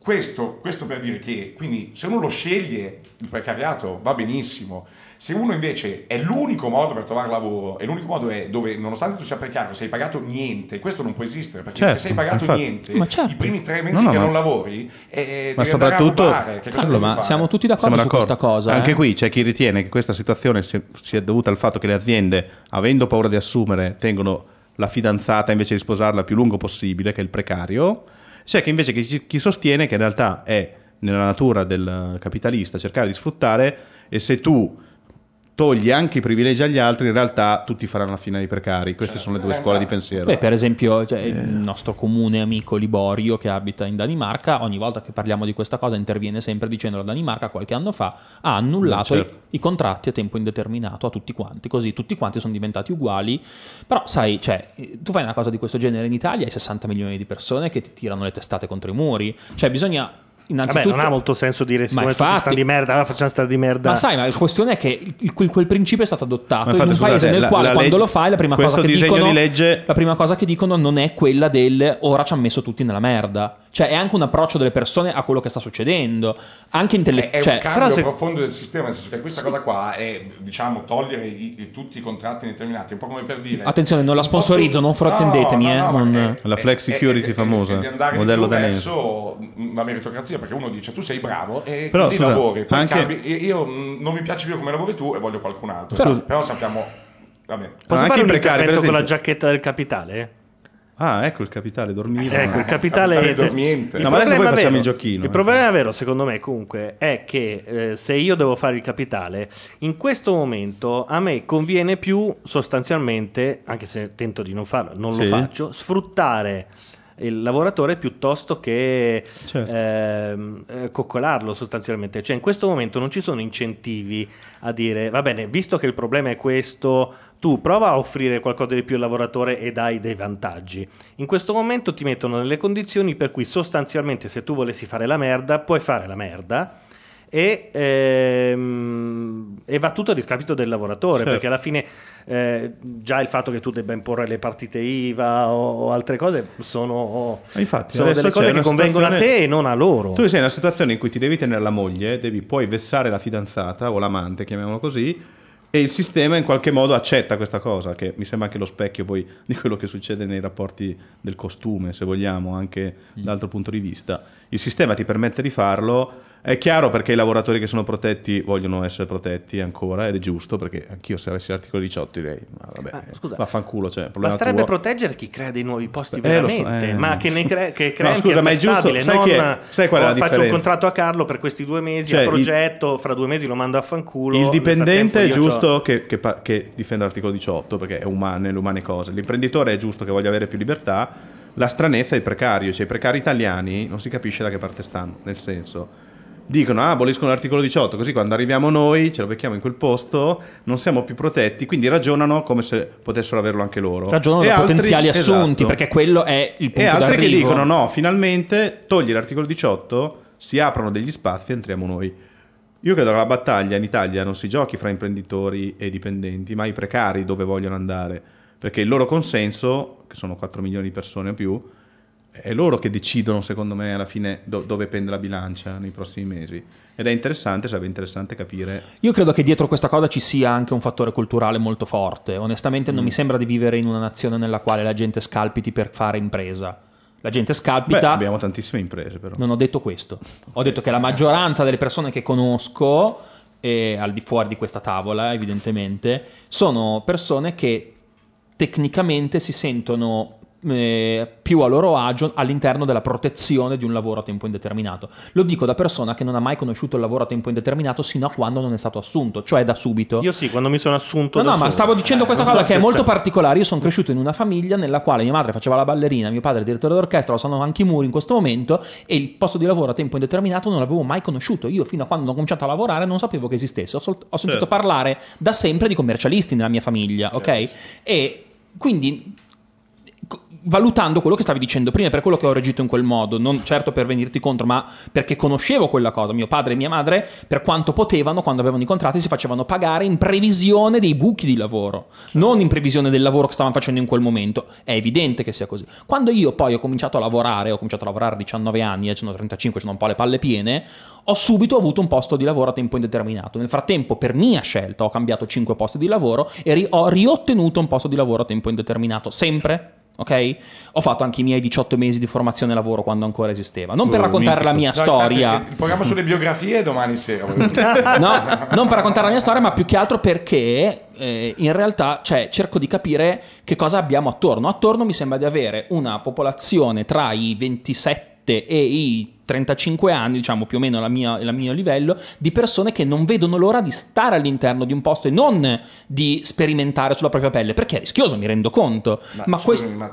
F: Questo, questo per dire che quindi se uno lo sceglie il precariato va benissimo, se uno invece è l'unico modo per trovare lavoro e l'unico modo è dove nonostante tu sia precario sei pagato niente, questo non può esistere perché
D: Certo,
F: se sei pagato
D: infatti.
F: niente
B: Ma certo.
F: i primi tre mesi
D: No, no,
F: che
D: ma-
F: non lavori eh,
D: Ma
F: devi andare a
D: soprattutto-
F: rubare, che cosa
B: Carlo,
F: devi
B: ma
F: fare?
B: siamo tutti d'accordo
D: Siamo
B: su
D: d'accordo.
B: questa cosa.
D: Anche
B: eh?
D: qui c'è chi ritiene che questa situazione si- sia dovuta al fatto che le aziende, avendo paura di assumere, tengono la fidanzata invece di sposarla il più lungo possibile, che è il precario. C'è chi invece chi, chi sostiene che in realtà è nella natura del capitalista cercare di sfruttare e se tu togli anche i privilegi agli altri, in realtà tutti faranno la fine ai precari. Queste sono le due
F: Eh,
D: scuole di
F: infatti.
D: pensiero.
B: Beh, per esempio,
D: Eh.
B: cioè, il nostro comune amico Liborio che abita in Danimarca, ogni volta che parliamo di questa cosa interviene sempre dicendo la Danimarca qualche anno fa ha annullato
D: Eh, certo.
B: i, i contratti a tempo indeterminato a tutti quanti, così tutti quanti sono diventati uguali. Però sai, cioè, eh, tu fai una cosa di questo genere in Italia, hai 60 milioni di persone che ti tirano le testate contro i muri, cioè bisogna
C: Vabbè,
B: innanzitutto...
C: non ha molto senso dire siccome tutti
B: infatti-
C: stanno di merda, allora facciamo sta di merda.
B: Ma sai, ma la questione è che il- quel, quel principio è stato adottato
D: Ma infatti,
B: in un paese
D: scusate,
B: nel
D: la-
B: quale
D: la
B: quando
D: legge-
B: lo fai la prima,
D: questo
B: cosa che
D: disegno
B: dicono,
D: di legge-
B: la prima cosa che dicono non è quella del ora ci hanno messo tutti nella merda. Cioè è anche un approccio delle persone a quello che sta succedendo, anche
F: È, è
B: intellettuale.
F: un
B: Cioè,
F: cambio
C: però se-
F: profondo del sistema, nel senso che questa cosa qua è, diciamo, togliere i- i- tutti i contratti indeterminati, è un po' come per dire...
B: Attenzione, non la
F: un po'
B: sponsorizzo,
F: tu-
B: non frattendetemi, eh,
F: ma
B: non-
D: La flex security famosa,
F: di andare di
D: modello
F: più
D: danese.
F: verso mm, la meritocrazia, perché uno dice tu sei bravo e
D: Però,
F: quindi
D: scusa,
F: lavori, poi
D: anche-
F: cambi, io- io mh, non mi piaci più come lavori tu e voglio qualcun altro.
B: Però-
F: Però, sappiamo... Vabbè.
D: Ma
C: Posso
D: anche
C: fare
D: i
C: un
D: precari,
C: intervento
D: per
C: con la
D: esempio.
C: giacchetta del capitale?
D: Ah, ecco il capitale, dormiva.
C: Ecco, il capitale è
F: dormiente.
D: No, ma adesso
C: problema
D: poi facciamo
C: vero-
D: il giochino,
C: Il
D: eh.
C: problema vero, secondo me, comunque, è che eh, se io devo fare il capitale, in questo momento a me conviene più sostanzialmente, anche se tento di non farlo, non
D: Sì.
C: lo faccio, sfruttare il lavoratore piuttosto che
D: Certo.
C: ehm, eh, coccolarlo sostanzialmente. Cioè, in questo momento non ci sono incentivi a dire va bene, visto che il problema è questo, tu prova a offrire qualcosa di più al lavoratore e dai dei vantaggi. In questo momento ti mettono nelle condizioni per cui sostanzialmente se tu volessi fare la merda, puoi fare la merda. E, ehm, e va tutto a discapito del lavoratore
D: Certo.
C: perché alla fine eh, già il fatto che tu debba imporre le partite IVA o, o altre cose sono,
D: Ma infatti,
C: sono
D: adesso
C: delle
D: c'è
C: cose
D: una
C: che convengono a
D: situazione-
C: te e non a loro.
D: Tu sei in una situazione in cui ti devi tenere la moglie, devi puoi vessare la fidanzata o l'amante, chiamiamolo così, e il sistema in qualche modo accetta questa cosa, che mi sembra anche lo specchio poi di quello che succede nei rapporti del costume, se vogliamo, anche
C: Mm.
D: dall'altro punto di vista. Il sistema ti permette di farlo, è chiaro perché i lavoratori che sono protetti vogliono essere protetti ancora, ed è giusto, perché anch'io se avessi l'articolo 18 direi, ma vabbè,
C: Ah, scusa.
D: vaffanculo, cioè, problema
C: Basterebbe
D: tuo.
C: proteggere chi crea dei nuovi posti
D: Eh, lo so,
C: veramente,
D: eh.
C: ma che ne crea, che crea
D: No, scusa, ma è giusto, sai
C: non
D: chi è- sai qual è
C: "Oh,
D: la
C: faccio un
D: differenza?"
C: contratto a Carlo per questi due mesi
D: Cioè,
C: a
D: il-
C: progetto, fra due mesi lo mando a fanculo.
D: Il
C: nel
D: dipendente è
C: frattempo io c'ho-
D: giusto che, che pa- che difenda l'articolo 18 perché è umane, le umane cose. L'imprenditore è giusto che voglia avere più libertà. La stranezza è il precario, cioè i precari italiani non si capisce da che parte stanno, nel senso. Dicono, ah, aboliscono l'articolo 18, così quando arriviamo noi ce lo becchiamo in quel posto, non siamo più protetti, quindi ragionano come se potessero averlo anche loro.
B: Ragionano
D: E
B: da
D: altri-
B: potenziali assunti,
D: esatto.
B: perché quello è il
D: E
B: punto
D: altri che
B: d'arrivo.
D: dicono no, finalmente togli l'articolo 18, si aprono degli spazi e entriamo noi. Io credo che la battaglia in Italia non si giochi fra imprenditori e dipendenti, ma i precari dove vogliono andare, perché il loro consenso, che sono 4 milioni di persone o più, è loro che decidono, secondo me, alla fine do- dove pende la bilancia nei prossimi mesi. Ed è interessante, sarebbe interessante capire.
B: Io credo che dietro questa cosa ci sia anche un fattore culturale molto forte. Onestamente,
D: Mm.
B: non mi sembra di vivere in una nazione nella quale la gente scalpiti per fare impresa. La gente
D: Beh,
B: scalpita.
D: abbiamo tantissime imprese, però.
B: Non ho detto questo. Ho detto che la maggioranza delle persone che conosco, eh, al di fuori di questa tavola, evidentemente, sono persone che tecnicamente si sentono eh, più a loro agio all'interno della protezione di un lavoro a tempo indeterminato. Lo dico da persona che non ha mai conosciuto il lavoro a tempo indeterminato sino a quando non è stato assunto, cioè da subito.
C: Io sì, quando mi sono assunto...
B: No,
C: da
B: no, ma
C: solo.
B: stavo dicendo
C: Eh,
B: questa
C: non
B: cosa
C: so
B: che è molto
C: scherzare.
B: particolare. Io sono cresciuto in una famiglia nella quale mia madre faceva la ballerina, mio padre è direttore d'orchestra, lo sanno anche i muri in questo momento, e il posto di lavoro a tempo indeterminato non l'avevo mai conosciuto. Io fino a quando non ho cominciato a lavorare non sapevo che esistesse. Ho, sol- ho sentito
D: Certo.
B: parlare da sempre di commercialisti nella mia famiglia, ok? E quindi co- valutando quello che stavi dicendo prima, per quello che ho reagito in quel modo, non certo per venirti contro, ma perché conoscevo quella cosa. Mio padre e mia madre, per quanto potevano, quando avevano i contratti, si facevano pagare in previsione dei buchi di lavoro, non in previsione del lavoro che stavano facendo in quel momento. È evidente che sia così. Quando io poi ho cominciato a lavorare, ho cominciato a lavorare a 19 anni, e sono 35, sono un po' le palle piene, ho subito avuto un posto di lavoro a tempo indeterminato. Nel frattempo, per mia scelta, ho cambiato 5 posti di lavoro e ri- ho riottenuto un posto di lavoro a tempo indeterminato, sempre. Ok? Ho fatto anche i miei 18 mesi di formazione lavoro quando ancora esisteva.
D: Uh,
B: Non per raccontare la mia
F: No, infatti, eh,
B: storia.
F: il programma sulle biografie è domani sera. voglio dire.
B: No, non per raccontare la mia storia, ma più che altro perché eh, in realtà cioè, cerco di capire che cosa abbiamo attorno. Attorno mi sembra di avere una popolazione tra i 27 e i 35 anni, diciamo più o meno la mia- il mio livello, di persone che non vedono l'ora di stare all'interno di un posto e non di sperimentare sulla propria pelle, perché è rischioso, mi rendo conto. Ma, questo...
F: scusami, ma-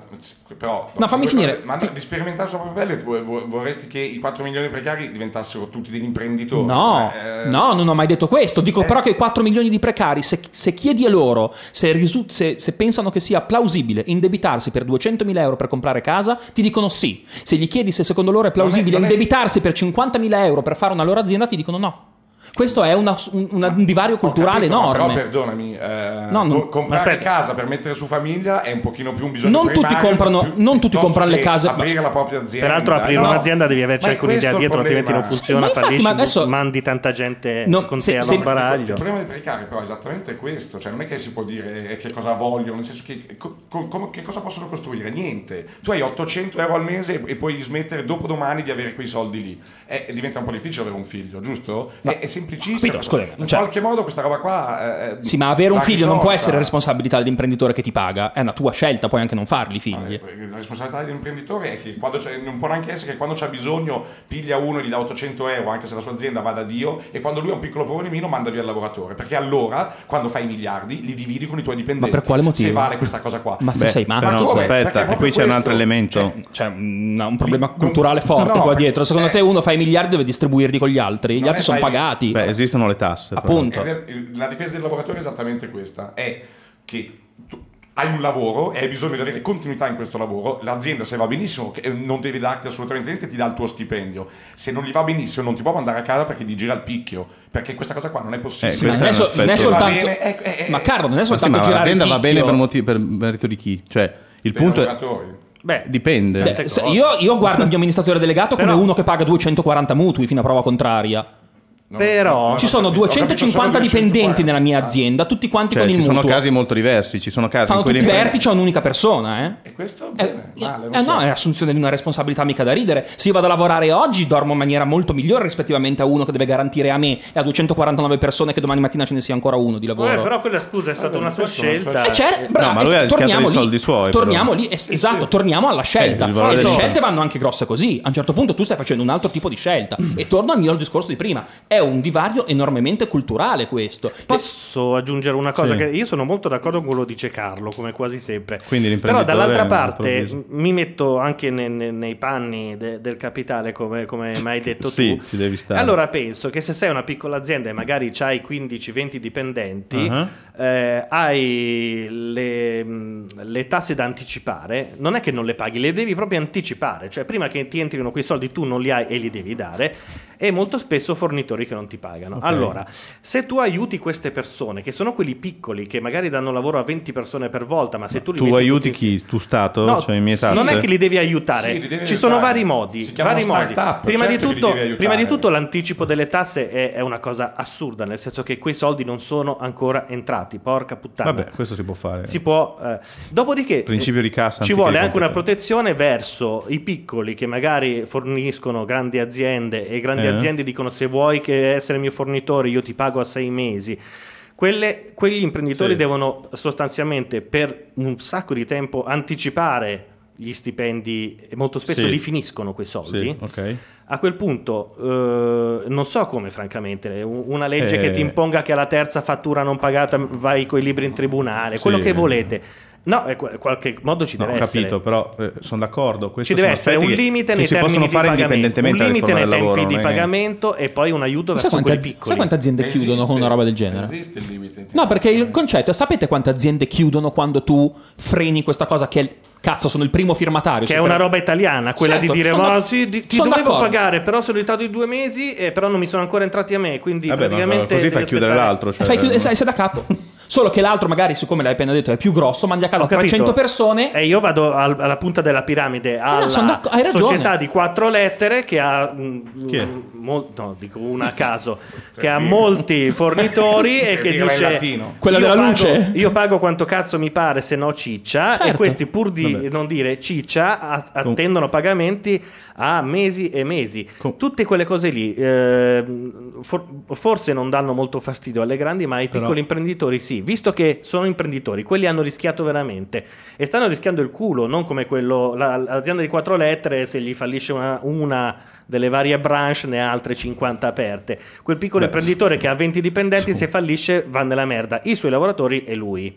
F: però,
B: No, fammi
F: voi-
B: finire.
F: Ma
B: Fi-
F: di sperimentare sulla propria pelle tu- vo- vorresti che i 4 milioni di precari diventassero tutti degli imprenditori?
B: No,
F: Eh,
B: no, non ho mai detto questo. Dico però che i 4 milioni di precari, se, se chiedi a loro, se, risu- se- se pensano che sia plausibile indebitarsi per 200.000 euro per comprare casa, ti dicono sì. Se gli chiedi se secondo loro è plausibile
F: non è-
B: limitarsi per 50.000 euro per fare una loro azienda, ti dicono no. Questo è una- un, una- un divario culturale
F: Capito, ma
B: enorme.
F: Però perdonami, eh,
B: No, non-
F: co- comprare
C: aspetta.
F: casa per mettere su famiglia è un pochino più un bisogno
B: Non tutti
F: primario,
B: comprano-
F: più-
B: non tutti
F: piuttosto
B: comprano le
F: che
B: case-
F: Aprire la propria azienda.
C: Peraltro aprire
F: No,
C: un'azienda devi averci
F: ma è
C: anche un'idea
F: questo il
C: dietro, altrimenti non
F: problema.
C: funziona.
B: Ma infatti,
C: fallisci,
B: ma adesso-
C: mandi tanta gente
B: No,
C: con
B: se-
C: te allo
B: se-
F: Il
C: sbaraglio.
F: problema dei precari però è esattamente questo, cioè non è che si può dire che cosa vogliono, nel senso che co- co- come- che cosa possono costruire? Niente. Tu hai 800 euro al mese e puoi smettere dopodomani di avere quei soldi lì. Eh, diventa un po' difficile avere un figlio, giusto? È, è semplicissimo.
B: capito, scusa,
F: In
B: cioè-
F: qualche modo questa roba qua... eh,
B: Sì, ma avere un
F: va
B: figlio non può
F: risolta.
B: essere responsabilità dell'imprenditore che ti paga, è una tua scelta, puoi anche non farli i figli.
F: Vabbè, La responsabilità dell'imprenditore è che quando c'è, non può neanche essere che quando c'ha bisogno piglia uno e gli dà 800 euro anche se la sua azienda va da Dio e quando lui ha un piccolo problemino manda via il lavoratore perché allora quando fai i miliardi li dividi con i tuoi dipendenti
B: Ma per quale motivo?
F: se vale questa cosa qua
B: Ma tu
D: Beh,
B: sei matto.
F: Ma
D: però,
F: come? Perché
D: aspetta,
F: proprio
D: e poi c'è un altro
F: questo-
D: elemento.
B: C'è un, un problema
F: Non-
B: culturale forte
F: no, no,
B: qua
F: perché-
B: dietro. Secondo
F: eh.
B: te uno fa i miliardi e deve distribuirli con gli altri, gli
F: Non
B: altri
F: è
B: sono
F: fai- Eh,
B: pagati.
D: Beh, esistono le tasse. però.
B: Appunto.
F: Ed è- il- la difesa del lavoratore è esattamente questa: è che tu hai un lavoro e hai bisogno di avere continuità in questo lavoro. L'azienda, se va benissimo, che- eh, non deve darti assolutamente niente, ti dà il tuo stipendio. Se non gli va benissimo, non ti può mandare a casa perché gli gira il picchio. Perché questa cosa qua non è possibile.
D: Eh,
B: Sì, ma
D: questo
B: non è,
D: è
B: so-
D: un aspetto-
B: non è
F: Va
B: soltanto.
F: bene, eh, eh, eh.
B: ma Carlo, non è
D: Ma sì,
B: soltanto
D: ma
B: girare il
D: l'azienda va bene
B: picchio.
D: per, motivi- per merito di chi? Cioè, il
F: Per i
D: punto è...
F: lavoratori.
C: Beh,
D: Dipende.
B: Beh, se- io, io guardo il mio amministratore delegato come
C: Però-
B: uno che paga 240 mutui fino a prova contraria.
F: No,
C: Però-
F: no, no,
B: Ci sono
F: ho capito, ho capito,
B: 250
F: sono 240.
B: dipendenti nella mia azienda, tutti quanti
D: Cioè,
B: con il
D: ci sono
B: mutuo.
D: casi molto diversi. Ci sono casi
B: Fanno
D: in cui
B: tutti
D: le
B: i
D: imprese-
B: vertici a un'unica persona, eh.
F: E questo
B: Eh,
F: bene, male, non
B: eh,
F: so.
B: no, è assunzione di una responsabilità mica da ridere. Se io vado a lavorare oggi, dormo in maniera molto migliore rispettivamente a uno che deve garantire a me e a 249 persone che domani mattina ce ne sia ancora uno di lavoro.
C: Eh, però quella scusa è stata una sua
F: questa è una sua
C: scelta.
B: Eh, c'è- bra-
D: No, ma lui ha
B: e
D: rischiato
B: torniamo
D: i
B: lì.
D: soldi suoi,
B: Torniamo
D: però.
B: lì, es- esatto, torniamo alla scelta.
D: Eh, il valore
B: E le
D: delle
B: scelte vanno anche grosse così. A un certo punto tu stai facendo un altro tipo di scelta. E torno al mio discorso di prima. È un divario enormemente culturale questo.
C: Posso aggiungere una cosa?
D: Sì.
C: Che io sono molto d'accordo con quello che dice Carlo, come quasi sempre.
D: Quindi
C: Però
D: l'imprenditore
C: dall'altra
D: è
C: parte
D: all'improvviso.
C: m- mi metto anche ne- ne- nei panni de- del capitale, come, come mi hai detto
D: Sì,
C: tu.
D: ci devi stare.
C: Allora penso che se sei una piccola azienda e magari hai 15-20 dipendenti,
D: Ah.
C: eh, hai le, mh, le tasse da anticipare, non è che non le paghi, le devi proprio anticipare, cioè prima che ti entrino quei soldi tu non li hai e li devi dare e molto spesso fornitori che non ti pagano.
D: Ok.
C: Allora, se tu aiuti queste persone, che sono quelli piccoli che magari danno lavoro a 20 persone per volta, ma se tu li
D: Tu
C: metti
D: aiuti
C: tutti insieme-
D: chi? Tu Stato?
C: No,
D: Cioè, i miei tasse?
C: non è che li devi aiutare,
F: Sì, li devi
C: ci sono
F: aiutare.
C: vari modi.
F: Si chiamano
C: vari modi.
F: start-up,
C: prima,
F: certo
C: di
F: che li
C: tutto,
F: devi aiutare.
C: prima di tutto l'anticipo delle tasse è, è una cosa assurda, nel senso che quei soldi non sono ancora entrati, porca puttana.
D: Vabbè, questo si può fare.
C: Si può, eh, Dopodiché
D: Principio di cassa
C: ci
D: anziché
C: vuole
D: di
C: anche una
D: competenza.
C: protezione verso i piccoli che magari forniscono grandi aziende e grandi
D: Eh.
C: aziende dicono se vuoi che essere mio fornitore io ti pago a sei mesi. Quelle- quegli imprenditori
D: Sì.
C: devono sostanzialmente per un sacco di tempo anticipare gli stipendi e molto spesso
D: Sì.
C: li finiscono quei soldi.
D: Sì, ok.
C: A quel punto, eh, non so come, francamente, un- una legge
D: Eh.
C: che ti imponga che alla terza fattura non pagata vai coi libri in tribunale,
D: Sì.
C: quello che volete. No, in qualche modo ci
D: No,
C: deve
D: ho
C: essere.
D: capito, però eh, sono d'accordo. Questi
C: Ci deve
D: sono
C: essere un
D: aspetti che-
C: limite
D: che
C: nei
D: si
C: termini
D: possono
C: di
D: fare
C: pagamento, un
D: indipendentemente dalla
C: limite
D: riforma
C: nei
D: del
C: tempi
D: lavoro, eh. non
C: di
D: è che-
C: pagamento e poi un aiuto
B: Sai
C: verso
B: quante,
C: quelli
B: az-
C: piccoli.
B: sai quante aziende
F: Esiste-
B: chiudono con una roba del genere?
F: Esiste il limite.
B: No, perché il concetto è sapete quante aziende chiudono quando tu freni questa cosa che è il cazzo, sono il primo firmatario.
C: Che è
B: Se
C: una
B: fermi-
C: roba italiana, quella
B: Certo,
C: di dire
B: sono-
C: ma sì, di- ti
B: sono
C: dovevo
B: d'accordo.
C: pagare, però sono aiutato di due mesi e però non mi sono ancora entrati a me, quindi
D: Vabbè, ma
C: praticamente...
D: così
C: devi
D: fai chiudere
C: aspettare.
D: l'altro.
B: E
D: Cioè,
B: fai chiudere, sai, sei da capo. Solo che l'altro, magari, siccome l'hai appena detto, è più grosso, mandi a casa
C: Ho capito.
B: 300 persone. Eh
C: E io vado al- alla punta della piramide, alla
B: son d'acc- hai ragione.
C: società di quattro lettere che ha. mm,
D: Chi è? Cioè,
C: mol- no, dico una a caso. che ha molti fornitori e
F: Per
C: che
F: dirla in
C: dice.
F: latino.
B: Quella
C: "Io
B: della
C: pago-
B: luce?"
C: Io pago quanto cazzo mi pare, se no ciccia. E
B: Certo.
C: questi, pur di
D: Vabbè.
C: non dire ciccia, a- attendono pagamenti a mesi e mesi.
D: Com-
C: Tutte quelle cose lì. ehm, for- forse non danno molto fastidio alle grandi, ma ai
D: Però-
C: piccoli imprenditori sì, visto che sono imprenditori, quelli hanno rischiato veramente e stanno rischiando il culo, non come quello, la- l'azienda di quattro lettere, se gli fallisce una, una delle varie branch ne ha altre 50 aperte. Quel piccolo
D: Beh,
C: imprenditore che ha 20 dipendenti, se fallisce va nella merda, i suoi lavoratori e lui.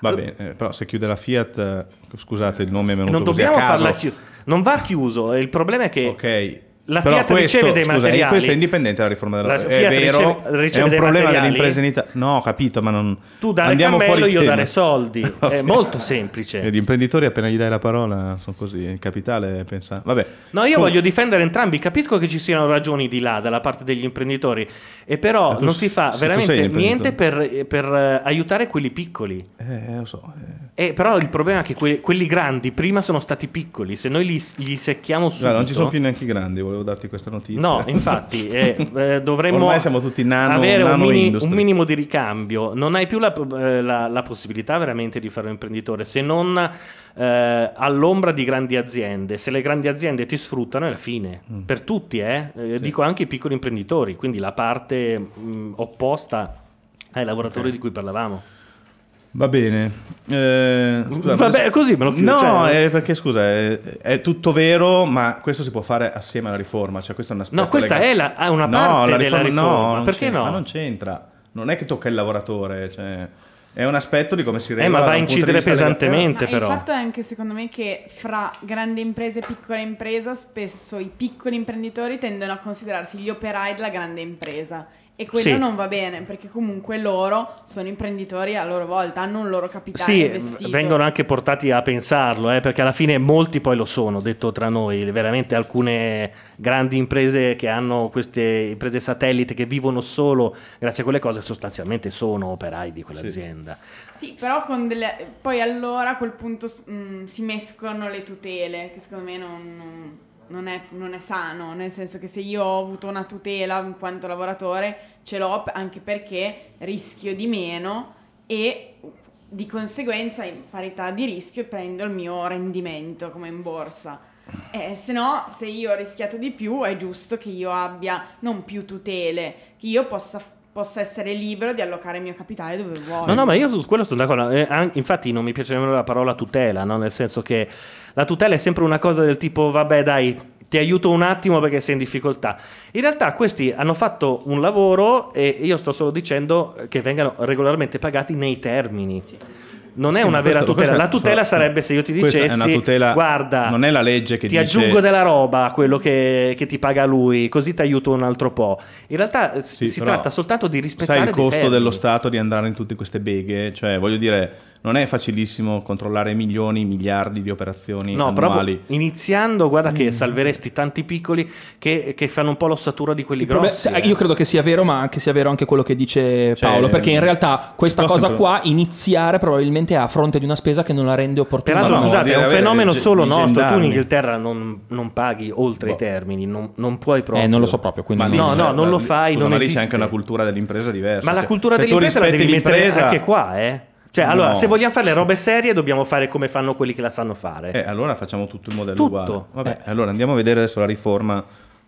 D: Va bene, eh, però se chiude la Fiat, eh, scusate il nome è venuto
C: Non
D: così
C: dobbiamo
D: a caso.
C: farla chiudere, non va chiuso, il problema è che...
D: Ok,
C: La
D: Però
C: Fiat
D: questo-
C: riceve dei
D: scusa,
C: materiali.
D: Questo è indipendente dalla riforma della
C: La
D: È
C: Fiat
D: vero,
C: riceve- riceve
D: è un
C: dei
D: problema
C: materiali.
D: delle imprese in Italia. No, ho capito, ma non.
C: Tu dare
D: Andiamo
C: cammello,
D: fuori
C: io
D: tema.
C: dare soldi. È molto semplice.
D: E Gli imprenditori, appena gli dai la parola, sono così. Il capitale pensa. Vabbè,
C: No, io
D: Su-
C: voglio difendere entrambi. Capisco che ci siano ragioni di là, dalla parte degli imprenditori, e però
D: Ma Eh, tu
C: non
D: s-
C: si
D: se
C: fa
D: tu sei
C: veramente
D: un
C: niente per, per, eh, aiutare quelli piccoli.
D: Eh, lo so.
C: E però il problema è che que- quelli grandi prima sono stati piccoli. Se noi li, gli secchiamo subito,
D: Guarda, non ci sono più neanche i grandi. Volevo darti questa notizia.
C: No, infatti, eh, eh, dovremmo
D: Ormai siamo tutti nano-
C: avere un,
D: nano
C: mini-
D: industry.
C: un minimo di ricambio. Non hai più la, eh, la- la possibilità veramente di fare un imprenditore se non eh, all'ombra di grandi aziende. Se le grandi aziende ti sfruttano, è la fine
D: Mm.
C: per tutti, eh? Eh, dico anche i piccoli imprenditori, quindi la parte mh, opposta ai lavoratori di cui parlavamo.
D: Va bene. Eh, scusa,
C: Vabbè,
D: ma-
C: così me lo chiudo,
D: No,
C: cioè-
D: eh, perché scusa, è, è tutto vero, ma questo si può fare assieme alla riforma. Cioè, questo è un aspetto
C: No, questa
D: legato-
C: è la- è una
D: No,
C: parte
D: la
C: della
D: No,
C: riforma.
D: non
C: Perché
D: c'entra,
C: no?
D: ma non c'entra. Non è che tocca il lavoratore, cioè, è un aspetto di come si regola.
C: Eh, ma va
D: da
C: a
D: un punto di
C: incidere
D: vista legato-
C: pesantemente.
E: Eh, Ma
C: però.
E: il fatto è anche secondo me che fra grande impresa e piccola impresa spesso i piccoli imprenditori tendono a considerarsi gli operai della grande impresa e quello
C: Sì.
E: non va bene perché comunque loro sono imprenditori a loro volta, hanno un loro capitale
C: Sì,
E: investito.
C: v- vengono anche portati a pensarlo, eh, perché alla fine molti poi lo sono, detto tra noi, veramente alcune grandi imprese che hanno queste imprese satellite che vivono solo grazie a quelle cose sostanzialmente sono operai di quell'azienda.
E: Sì, però con delle... poi allora a quel punto mm, si mescolano le tutele, che secondo me non, non- non è, non è sano, nel senso che se io ho avuto una tutela in quanto lavoratore, ce l'ho p- anche perché rischio di meno e di conseguenza in parità di rischio prendo il mio rendimento come in borsa. Eh, se no, se io ho rischiato di più, è giusto che io abbia non più tutele, che io possa, possa essere libero di allocare il mio capitale dove voglio.
C: No, no, ma io su quello sono d'accordo. eh, an- infatti, non mi piace nemmeno la parola tutela, no? nel senso che la tutela è sempre una cosa del tipo, vabbè, dai. Ti aiuto un attimo perché sei in difficoltà. In realtà questi hanno fatto un lavoro e io sto solo dicendo che vengano regolarmente pagati nei termini. Non è
D: Sì,
C: una
D: ma
C: vera
D: questo-
C: tutela.
D: questo è-
C: La tutela sarebbe se io ti
D: Questa è
C: dicessi:
D: una tutela-
C: Guarda,
D: non è la legge che
C: ti
D: dice-
C: aggiungo della roba a quello che, che ti paga lui, così ti aiuto un altro po'. In realtà eh, si-
D: Sì,
C: si
D: però
C: tratta soltanto di rispettare
D: Sai il
C: dei
D: costo
C: termini.
D: dello Stato di andare in tutte queste beghe? Cioè, voglio dire, non è facilissimo controllare milioni, miliardi di operazioni
C: No, proprio
D: annuali.
C: iniziando, guarda
D: Mm.
C: che salveresti tanti piccoli che, che fanno un po' l'ossatura di quelli
B: Il problema-
C: grossi.
B: se-
C: eh.
B: Io credo che sia vero, ma anche sia vero anche quello che dice
D: Cioè,
B: Paolo, perché in realtà questa
D: si può
B: cosa
D: sempre-
B: qua iniziare probabilmente è a fronte di una spesa che non la rende opportuna.
C: Peraltro,
D: No, no,
C: scusate,
D: dire,
C: è un
D: avere
C: fenomeno
D: dei ge-
C: solo
D: dei
C: nostro. Tu in
D: gendarmi.
C: Inghilterra non, non paghi oltre i
D: Boh.
C: termini, non, non puoi proprio.
B: Eh, non lo so proprio, quindi
D: Ma
B: non-
D: lì
C: no,
D: c'è-
C: no, non
D: ma
C: lo
D: lì-
C: fai,
D: scusa,
C: non
D: ma lì c'è
C: esiste.
D: anche una cultura dell'impresa diversa.
C: Ma la
D: Cioè,
C: cultura
D: se tu
C: dell'impresa la
D: rispetti
C: devi mettere
D: l'impresa-
C: anche qua, eh? Cioè,
D: No.
C: allora, se vogliamo fare le robe serie, dobbiamo fare come fanno quelli che la sanno fare.
D: Eh, allora facciamo tutto il modello
C: Tutto. Eh.
D: uguale. Vabbè, allora andiamo a vedere adesso la riforma.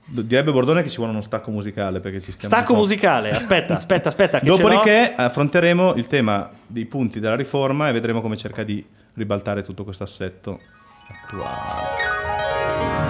D: D- Direbbe Bordone che ci vuole uno stacco musicale perché ci stiamo
C: Stacco
D: un po'-
C: musicale, aspetta, aspetta, aspetta. Che ce l'ho.
D: Dopodiché affronteremo il tema dei punti della riforma e vedremo come cerca di ribaltare tutto questo assetto attuale.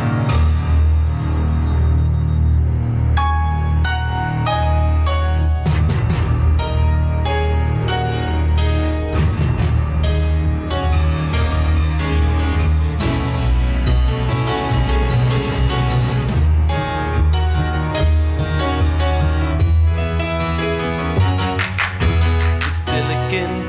I: silicon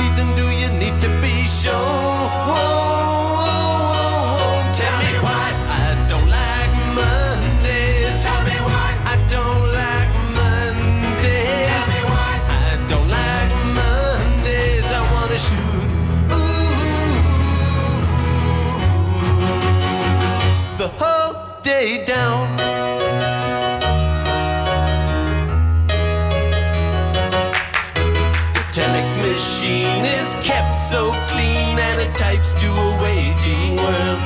I: reason do you need to be shown? Tell me why I don't like Mondays. Tell me why I don't like Mondays. Tell me why I don't like Mondays. I wanna shoot. Ooh, the whole day down. telex machine is kept so clean and it types to a waging world.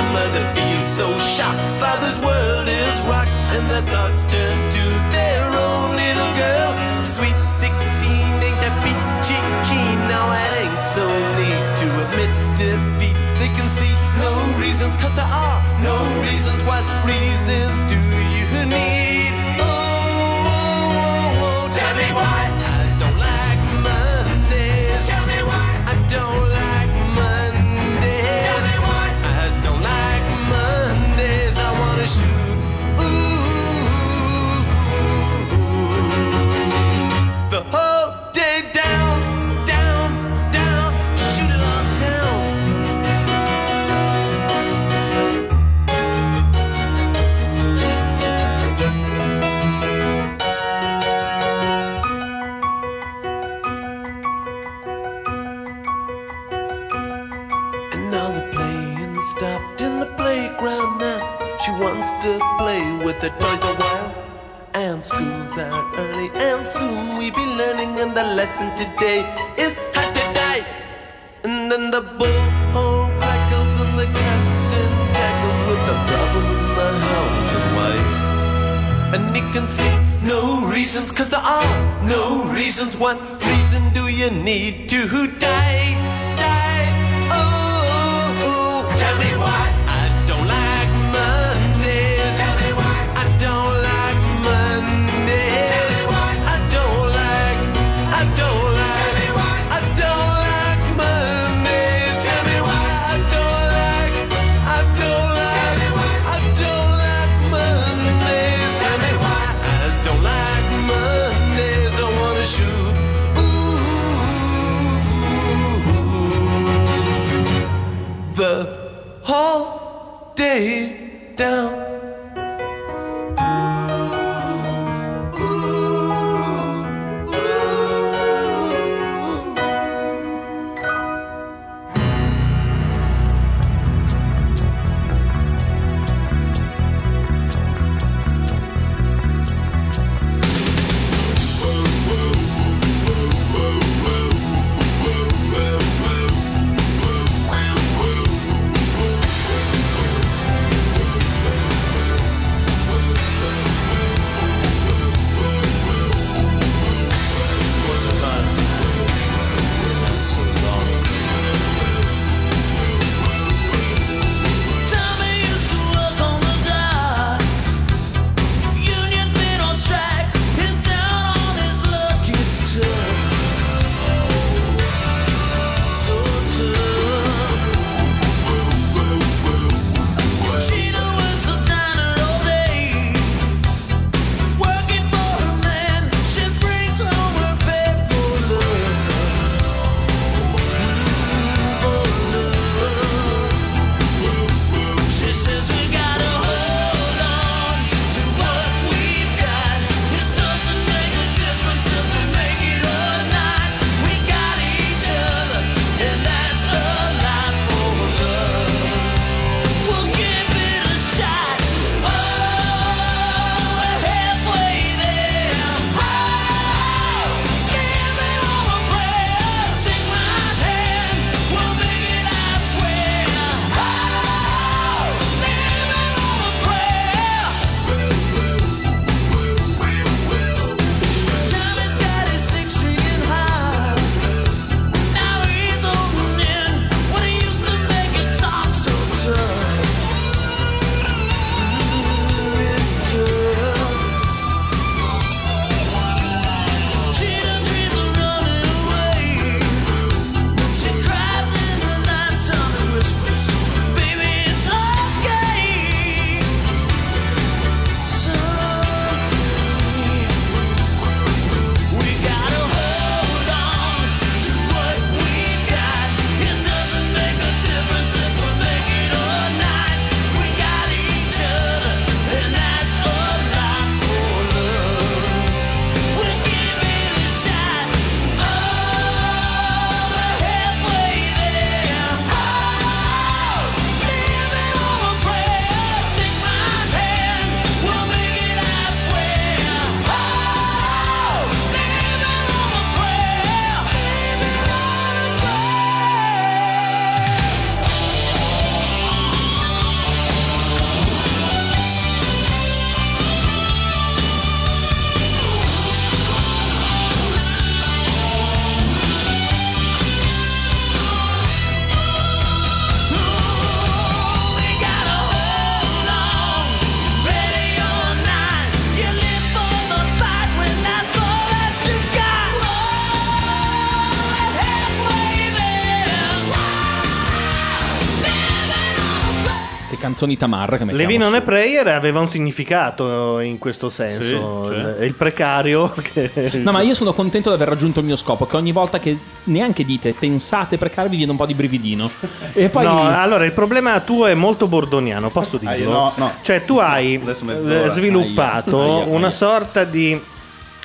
I: A mother feels so shocked, father's world is rocked, and the thoughts turn to their own little girl. Sweet 16 ain't that peachy keen, Oh,
H: stopped in the playground now. She wants to play with the toys a while. And school's out early, and soon we be learning. And the lesson today is how to die. And then the bullhorn crackles, and the captain tackles with the problems in the house and wife. And he can see no reasons, cause there are no reasons. What reason do you need to die? Die, oh, oh. Tell me why I don't like Mondays. Tell me why I don't like Mondays. Tell me why I don't like, I don't like. Tell me why I don't like Mondays. Tell me why I don't like, I don't like. Tell me why I don't like Mondays. Tell me why I don't like Mondays. I wanna shoot. Ooh, the whole day down. What a bad time. Not so long ago. Tommy used to work on the docks. Union's been on strike. He's down on his luck. It's tough. So tough. Sheena works the diner all day. Working for her man, she brings home her bed for love. For love. She says we gotta hold on to what we've got. It doesn't make a difference if we make it or not. We got each other, and that's a lot for love. We'll give it a shot. Oh, we're halfway there. Oh, give it all a prayer. Take my hand, we'll make it. I swear. Oh, give it all a prayer. Tommy's got his six-string and high. Now he's holding in what he used to make it talk so tough. It's tough. Cheetah dreams of running away. She cries in the night, Tommy whispers, "Baby, it's okay." Someday we gotta hold on to what we got. It doesn't make a difference if we make it or not. We got each other, and that's a lot for love. We'll give it a shot. Oh, we're halfway there. Oh, give it all a prayer. Take my hand, we'll make it. I swear. Oh, give it all a prayer. Give it all a prayer. We gotta hold on, ready or not. You live for the fight when that's all that you've got. Oh, halfway there.
B: Che canzoni tamarra che mettiamo
C: Levi non
B: su.
C: è prayer aveva un significato eh, in questo senso.
D: Sì, cioè.
C: È il precario che...
B: No, ma io sono contento di aver raggiunto il mio scopo. Che ogni volta che neanche dite pensate precario, vi viene un po' di brividino. E poi.
C: No, allora il problema tuo è molto bordoniano, posso dirlo?
D: Ah, io no, no.
C: Cioè tu hai
D: adesso mezz'ora.
C: eh, sviluppato
B: Aia, aia, aia.
C: una sorta di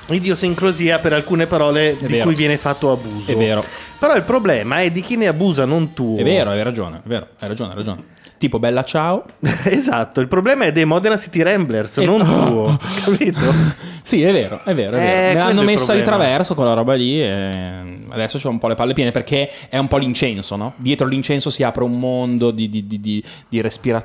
C: idiosincrosia per alcune parole di
B: vero.
C: cui viene fatto abuso.
B: È vero.
C: Però il problema è di chi ne abusa, non tu.
B: È vero, hai ragione, è vero, hai ragione, hai ragione. Tipo Bella Ciao.
C: esatto, il problema è dei Modena City Ramblers,
B: E-
C: non tuo. capito?
B: oh.
C: Eh,
B: Sì, è vero, è vero, è vero. Eh, Me
C: quello è
B: l'hanno
C: il
B: messa di
C: problema.
B: traverso quella roba lì e adesso c'ho un po' le palle piene perché è un po' l'incenso, no? Dietro l'incenso si apre un mondo di, di- di- di- di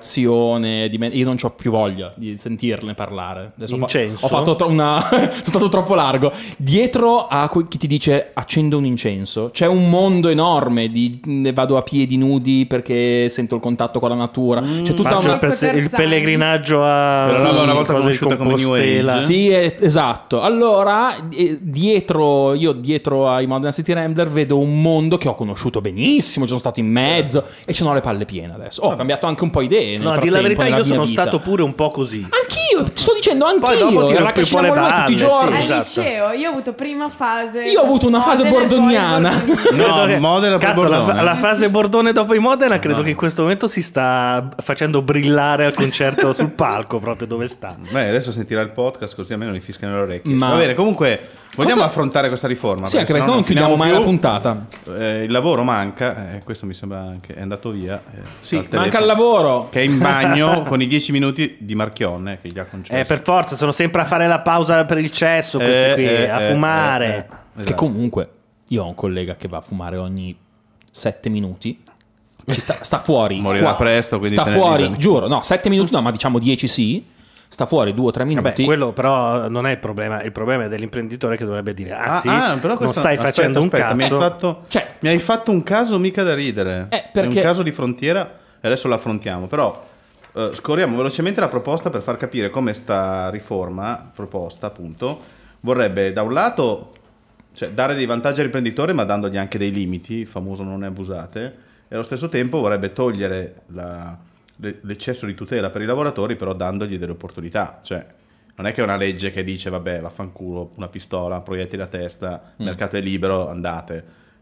B: respirazione, di me- io non ho più voglia di sentirne parlare. Adesso ho fa-
C: Incenso?
B: Ho fatto tro- una... sono stato troppo largo. Dietro a que- chi ti dice accendo un incenso c'è un mondo enorme di ne vado a piedi nudi perché sento il contatto con la natura. C'è tutta
C: Mm. Faccio
B: una...
C: il, perse- il
E: Terzani.
C: pellegrinaggio a
D: Però l'aveva una volta
C: cosa di
D: conosciuta come New Age.
C: Compostela.
B: Sì, eh, esatto. Allora, eh, dietro, io dietro ai Modern City Rambler vedo un mondo che ho conosciuto benissimo, ci sono stato in mezzo e ce n'ho le palle piene adesso. Oh, Ho cambiato anche un po' idee.
C: No,
B: nel
C: a dire la
B: frattempo,
C: verità,
B: nella
C: io
B: mia
C: sono
B: vita.
C: stato pure un po' così.
B: Anch'io, ti sto dicendo anch'io.
C: Poi dopo ti
B: era
C: rompi un po'
B: Cascina
C: le
B: Borlone tutti i
C: balle, sì,
B: giorni.
E: Al
C: esatto.
E: Eh, liceo io ho avuto prima fase.
B: Io ho avuto una fase
E: Modena e Ah, poi
B: bordoniana.
E: Bordoni.
D: No,
C: che-
D: Modena per
C: Cazzo, la, fa-
D: Bordone.
C: la fase Bordone dopo i Modena credo che in questo momento si sta facendo brillare al concerto sul palco proprio dove sta.
D: Beh, adesso sentirà il podcast così almeno gli fischiano le orecchie.
B: Ma-
D: Va bene, comunque vogliamo
B: Cosa-
D: affrontare questa riforma.
B: Sì, anche perché sennò non
D: finiamo
B: chiudiamo mai la
D: più.
B: puntata.
D: Eh, il lavoro manca, eh, questo mi sembra anche è andato via. eh,
B: Sì,
D: dal
B: manca
D: telefono.
B: il lavoro.
D: Che è in bagno con i 10 minuti di Marchionne che gli ha concesso.
C: Eh, per forza, sono sempre a fare la pausa per il cesso questi
D: Eh,
C: qui,
D: eh,
C: a
D: eh,
C: fumare.
D: eh, eh. Esatto.
B: Che comunque io ho un collega che va a fumare ogni 7 minuti. Ci sta, sta fuori.
D: Morirà
B: qua.
D: presto, quindi
B: Sta
D: te ne
B: fuori,
D: liberi.
B: giuro. No, 7 minuti no, ma diciamo 10 sì. Sta fuori 2 o 3 minuti.
C: Vabbè, quello però non è il problema, il problema è dell'imprenditore che dovrebbe dire "Ah, sì, non
D: questo-
C: stai
D: aspetta,
C: facendo
D: aspetta,
C: un
D: Mi hai,
C: cazzo".
D: fatto,
B: Cioè-
D: mi hai fatto un caso mica da ridere.
B: Eh, perché-
D: È un caso di frontiera e adesso lo affrontiamo. Però eh, scorriamo velocemente la proposta per far capire come sta riforma, proposta appunto, vorrebbe da un lato cioè, dare dei vantaggi all'imprenditore ma dandogli anche dei limiti, il famoso non ne abusate, e allo stesso tempo vorrebbe togliere la- le- l'eccesso di tutela per i lavoratori però dandogli delle opportunità. Cioè, non è che è una legge che dice vabbè vaffanculo, una pistola, proiettili a testa, mercato è libero, andate.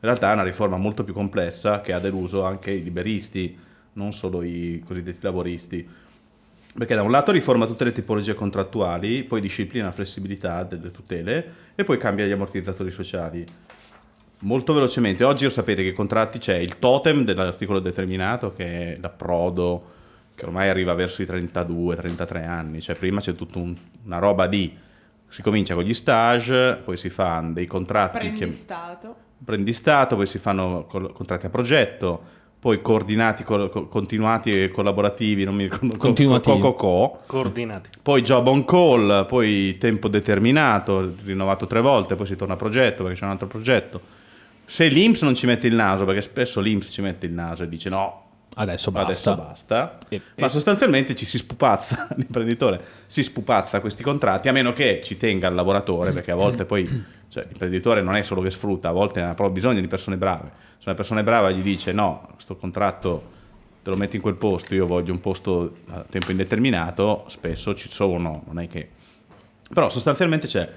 D: In realtà è una riforma molto più complessa che ha deluso anche i liberisti, non solo i cosiddetti lavoristi. Perché da un lato riforma tutte le tipologie contrattuali, poi disciplina la flessibilità delle tutele e poi cambia gli ammortizzatori sociali. Molto velocemente, oggi lo sapete che i contratti c'è il totem dell'articolo determinato che è l'approdo che ormai arriva verso i 32-33 anni, cioè prima c'è tutta un- una roba di si comincia con gli stage, poi si fanno dei contratti
E: Prendi
D: che
E: stato.
D: apprendistato, poi si fanno col- contratti a progetto, poi coordinati, col- co- continuati e collaborativi, non mi ricordo, co-
B: Continuativi.
D: co- co- co-
C: Coordinati.
D: poi job on call, poi tempo determinato, rinnovato tre volte, poi si torna a progetto perché c'è un altro progetto. Se l'Inps non ci mette il naso, perché spesso l'Inps ci mette il naso e dice no,
B: Adesso basta.
D: Adesso basta.
B: E-
D: Ma sostanzialmente ci si spupazza, l'imprenditore si spupazza questi contratti, a meno che ci tenga il lavoratore, perché a volte poi cioè, l'imprenditore non è solo che sfrutta, a volte ha proprio bisogno di persone brave. Se una persona brava gli dice no, questo contratto te lo metti in quel posto, io voglio un posto a tempo indeterminato, spesso ci sono, non è che... Però sostanzialmente c'è,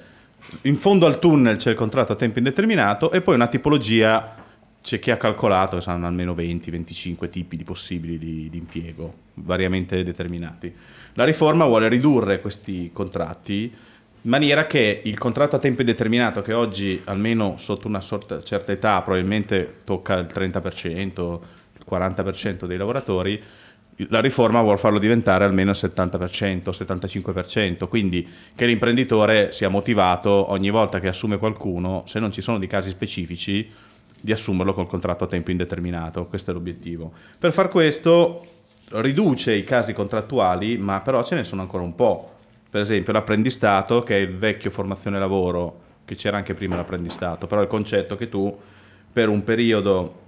D: in fondo al tunnel c'è il contratto a tempo indeterminato e poi una tipologia, c'è chi ha calcolato che saranno almeno 20-25 tipi di possibili di, di impiego, variamente determinati. La riforma vuole ridurre questi contratti in maniera che il contratto a tempo indeterminato, che oggi almeno sotto una sorta- certa età probabilmente tocca il 30%, il 40% dei lavoratori, la riforma vuole farlo diventare almeno il 70%, 75%, quindi che l'imprenditore sia motivato ogni volta che assume qualcuno, se non ci sono di casi specifici, di assumerlo col contratto a tempo indeterminato. Questo è l'obiettivo. Per far questo riduce i casi contrattuali, ma però ce ne sono ancora un po'. Per esempio l'apprendistato, che è il vecchio formazione lavoro, che c'era anche prima l'apprendistato, però il concetto che tu per un periodo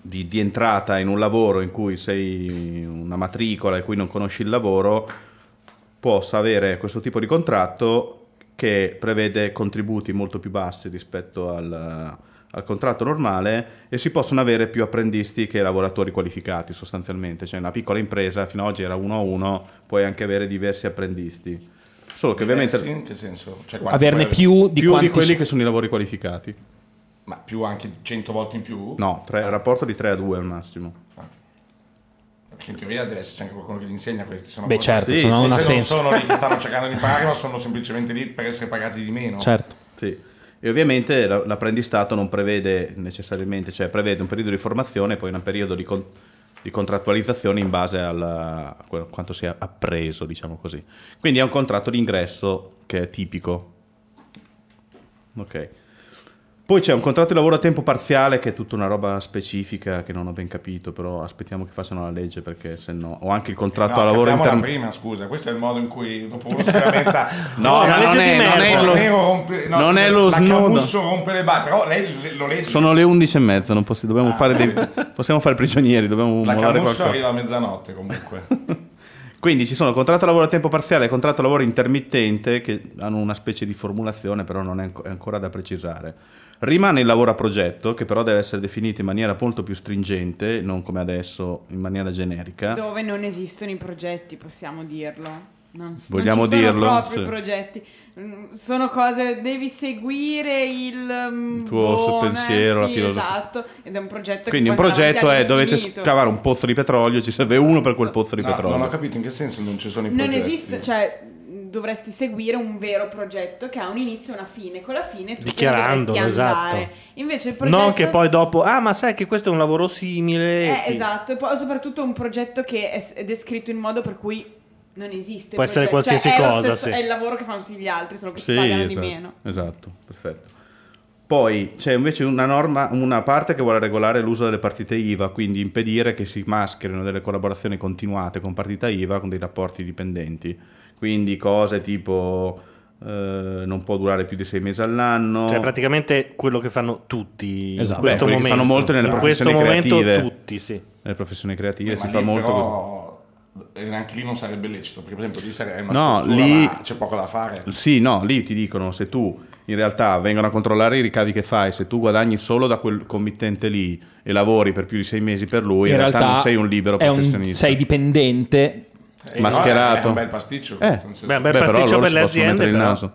D: di, di entrata in un lavoro in cui sei una matricola e cui non conosci il lavoro, possa avere questo tipo di contratto che prevede contributi molto più bassi rispetto al, al contratto normale e si possono avere più apprendisti che lavoratori qualificati sostanzialmente. Cioè una piccola impresa fino ad oggi era uno a uno, puoi anche avere diversi apprendisti. Solo che ovviamente
F: Diversi in che senso? Cioè, quanti
B: Averne
F: poi-
B: più di
D: più
B: quanti
D: di quelli che sono i lavori qualificati.
F: Ma più anche 100 volte in più?
D: No, tre- rapporto di 3 a 2 al massimo.
F: Perché in teoria deve esserci anche qualcuno che li insegna questi. Sennò
B: Beh,
F: forse-
B: certo,
D: Sì,
B: se no
D: sì,
B: non
F: forse
B: ha
F: non
B: senso.
F: sono lì che stanno cercando di imparare, ma sono semplicemente lì per essere pagati di meno.
B: Certo.
D: Sì. E ovviamente la- l'apprendistato non prevede necessariamente, cioè prevede un periodo di formazione e poi un periodo di, con- di contrattualizzazione in base alla- a quello- quanto si è appreso, diciamo così. Quindi è un contratto di ingresso che è tipico. Ok. Poi c'è un contratto di lavoro a tempo parziale che è tutta una roba specifica che non ho ben capito, però aspettiamo che facciano la legge perché se no... O anche il contratto
F: No,
D: a lavoro
F: capiamola
D: interno...
F: prima, scusa, questo è il modo in cui dopo uno si lamenta.
D: No,
F: Cioè,
D: ma
F: la
D: non
F: legge
D: è-
F: di
D: non è
F: Merkel,
D: lo-
F: Nero rompe- no,
D: non
F: scusa,
D: è lo
F: la
D: snudo.
F: Camusso rompe le balle, però lei le- lo legge.
D: Sono le 11 e mezza, non possi- dobbiamo fare dei- possiamo fare prigionieri, dobbiamo
F: Ah. la
D: mollare
F: Camusso
D: qualcosa.
F: arriva a mezzanotte comunque.
D: Quindi ci sono contratto lavoro a tempo parziale e contratto lavoro intermittente che hanno una specie di formulazione, però non è anco- è ancora da precisare. Rimane il lavoro a progetto, che però deve essere definito in maniera molto più stringente, non come adesso in maniera generica.
E: Dove non esistono i progetti, possiamo dirlo. Non, s-
D: Vogliamo
E: non ci sono
D: dirlo?
E: proprio
D: Sì.
E: i progetti. Mm, Sono cose, devi seguire il, mm,
D: Il tuo pensiero, la
E: sì,
D: filosofia.
E: Esatto, ed è un progetto
D: Quindi un
E: che poi va avanti
D: progetto è dovete
E: all'infinito.
D: scavare un pozzo di petrolio, ci serve uno per quel pozzo di
F: No,
D: petrolio.
F: non ho capito in che senso non ci sono i
E: Non
F: progetti.
E: esiste, cioè dovresti seguire un vero progetto che ha un inizio e una fine, con la fine tu te ne
C: Dichiarandolo,
E: dovresti andare.
C: esatto.
E: Invece il progetto
C: Non che poi dopo, ah, ma sai che questo è un lavoro
E: è
C: simile. ti-
E: esatto, e poi soprattutto un progetto che è, s- è descritto in modo per cui non esiste.
C: Può
E: il
C: essere
E: progetto. Cioè,
C: qualsiasi
E: è lo
C: cosa,
E: stesso-
C: sì.
E: È il lavoro che fanno tutti gli altri, solo che si
D: Sì,
E: pagano
D: esatto,
E: di meno.
D: Esatto, perfetto. Poi c'è invece una norma, una parte che vuole regolare l'uso delle partite IVA, quindi impedire che si mascherino delle collaborazioni continuate con partita IVA con dei rapporti dipendenti. Quindi cose tipo eh, non può durare più di sei mesi all'anno.
C: Cioè, praticamente quello che fanno tutti
B: Esatto.
C: in questo
D: Beh, quelli che
C: momento.
D: fanno molto nelle
C: in questo
D: professioni
C: momento
D: creative.
C: tutti, sì.
D: Nelle professioni creative
F: Ma
D: si
F: lì
D: fa molto così.
F: però, eh, anche lì non sarebbe lecito, perché per esempio lì sare- è una
D: No,
F: struttura,
D: lì-
F: ma c'è poco da fare.
D: Sì, no, lì ti dicono se tu in realtà vengono a controllare i ricavi che fai, se tu guadagni solo da quel committente lì e lavori per più di sei mesi per lui, in, realtà, non sei un libero
B: è
D: professionista.
B: sei dipendente.
F: E
D: mascherato.
F: Eh, no, È un bel pasticcio.
D: Eh,
F: questo, nel senso-
C: beh, beh,
D: però
C: pasticcio
D: loro
C: per
D: ci
C: le
D: possono
C: aziende,
D: mettere il
C: però.
D: naso.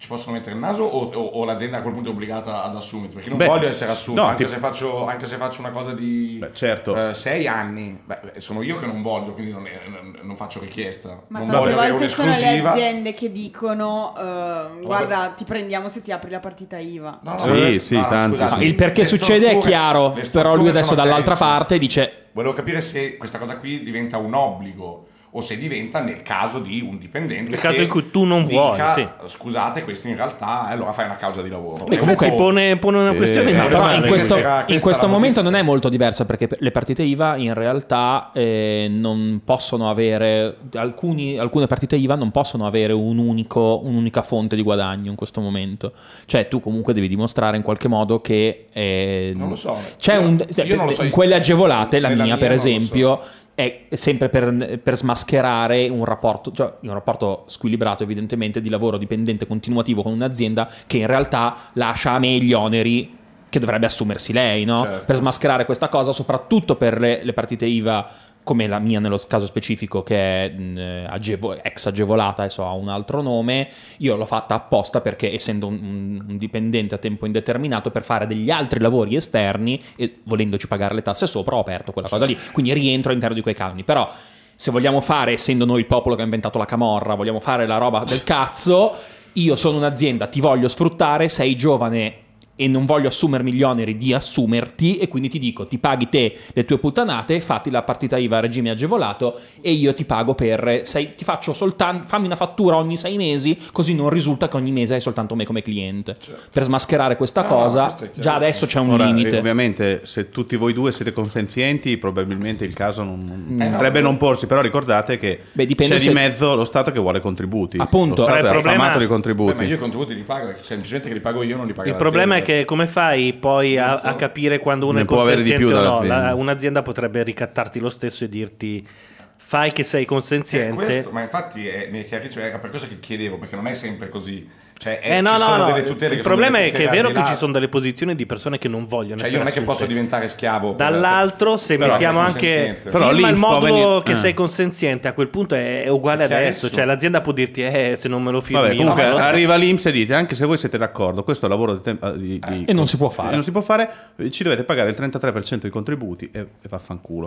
F: Ci possono mettere il naso o, o- o l'azienda a quel punto è obbligata ad assumerti? Perché non
D: Beh,
F: voglio essere assunto,
D: no,
F: anche,
D: ti-
F: se faccio, anche se faccio una cosa di
D: Beh, certo.
F: eh, sei anni, Beh, beh, sono io che non voglio, quindi non, eh, non- non faccio richiesta.
E: Ma
F: non
E: tante
F: voglio avere
E: volte sono le
F: un'esclusiva.
E: aziende che dicono eh, guarda ti prendiamo se ti apri la partita IVA.
F: No, no,
D: Sì,
F: no,
D: sì,
F: no, no,
D: tanti.
F: scusate,
D: Ah,
B: Il perché
F: le
B: succede è
F: strutture-
B: chiaro,
F: le strutture
B: però lui adesso
F: sono
B: dall'altra
F: chiarissime.
B: parte dice
F: Volevo capire se questa cosa qui diventa un obbligo o se diventa nel caso di un dipendente.
C: Nel caso
F: che
C: in cui tu non
F: dica,
C: vuoi, sì.
F: Scusate, questo in realtà, eh, allora fai una causa di lavoro.
B: Beh,
F: È
B: comunque-
F: un
C: Ti
F: po'
C: pone, pone una
D: Eh,
C: questione
F: eh,
C: normale,
B: però in
F: quindi
B: questo,
F: era-
B: in
F: questa era
B: questo
F: la
B: momento
F: modifica.
B: non è molto diversa perché le partite IVA in realtà eh, non possono avere alcuni- alcune partite IVA non possono avere un unico- un'unica fonte di guadagno in questo momento cioè tu comunque devi dimostrare in qualche modo che eh,
F: Non lo so.
B: c'è
F: Io-
B: un,
F: io non lo so.
B: in quelle agevolate la
F: Nella
B: mia,
F: mia
B: per
F: non lo so.
B: esempio è sempre per, per smascherare un rapporto, cioè un rapporto squilibrato evidentemente di lavoro dipendente continuativo con un'azienda che in realtà lascia a me gli oneri che dovrebbe assumersi lei, no?
F: Certo.
B: Per smascherare questa cosa, soprattutto per le, le partite IVA come la mia nello caso specifico che è mh, agevo- ex agevolata, adesso ha un altro nome, io l'ho fatta apposta perché essendo un- un, un dipendente a tempo indeterminato per fare degli altri lavori esterni e volendoci pagare le tasse sopra ho aperto quella cosa lì, quindi rientro all'interno di quei canoni, però se vogliamo fare, essendo noi il popolo che ha inventato la camorra, vogliamo fare la roba del cazzo, io sono un'azienda, ti voglio sfruttare, sei giovane e non voglio assumermi gli oneri di assumerti e quindi ti dico, ti paghi te le tue puttanate, fatti la partita IVA a regime agevolato e io ti pago per, sei, ti faccio soltanto, fammi una fattura ogni sei mesi, così non risulta che ogni mese hai soltanto me come cliente. Per smascherare questa
F: Certo. No, no,
B: cosa,
F: questo è
B: già adesso c'è un
D: Ora, eh,
B: limite.
D: ovviamente, se tutti voi due siete consenzienti, probabilmente il caso non, non-
F: Eh, no.
D: potrebbe non porsi. Però ricordate che
B: Beh, dipende
D: c'è di
B: se-
D: mezzo lo Stato che vuole contributi.
B: Appunto.
D: lo Stato
C: Però il
D: è
C: problema-
D: affamato di
F: Beh,
D: contributi.
F: ma io i contributi li pago, cioè, semplicemente che li pago io, non li pago
C: Il
F: l'azienda.
C: problema è che come fai poi a, a capire quando uno
D: Ne
C: è
D: può avere di
C: consenziente
D: più
C: o no?
D: dall'azienda.
C: La- un'azienda potrebbe ricattarti lo stesso e dirti fai che sei
F: Eh, questo-
C: consenziente.
F: ma infatti è, mi è chiarissimo, era per questo che chiedevo, perché non è sempre così. Cioè, è-
C: Eh no,
F: ci
C: no,
F: sono
C: no.
F: delle tutele che
C: Il
F: sono delle
C: problema è che è
F: tutele
C: vero
F: al
C: che
F: di là.
C: ci sono delle posizioni di persone che non vogliono
F: Cioè, io
C: essere
F: non è che posso
C: assunte.
F: diventare schiavo. per-
C: Dall'altro, se
F: Però
C: mettiamo
F: è
C: anche
F: consenziente.
D: Però
C: Sì,
D: lì
C: ma il
D: può
C: modulo
D: venire-
C: che
D: eh.
C: sei consenziente a quel punto è è
F: Ah.
C: uguale
F: È
C: adesso.
F: chiarissimo.
C: Cioè, l'azienda può dirti: Eh, se non me lo firmi,
D: Vabbè,
C: io non
D: comunque
C: me lo-
D: arriva l'Inps e dite anche se voi siete d'accordo, questo è lavoro di tempo- di- di-
B: E non si può fare.
D: e non si può fare, eh, ci dovete pagare il 33% dei contributi e, e vaffanculo.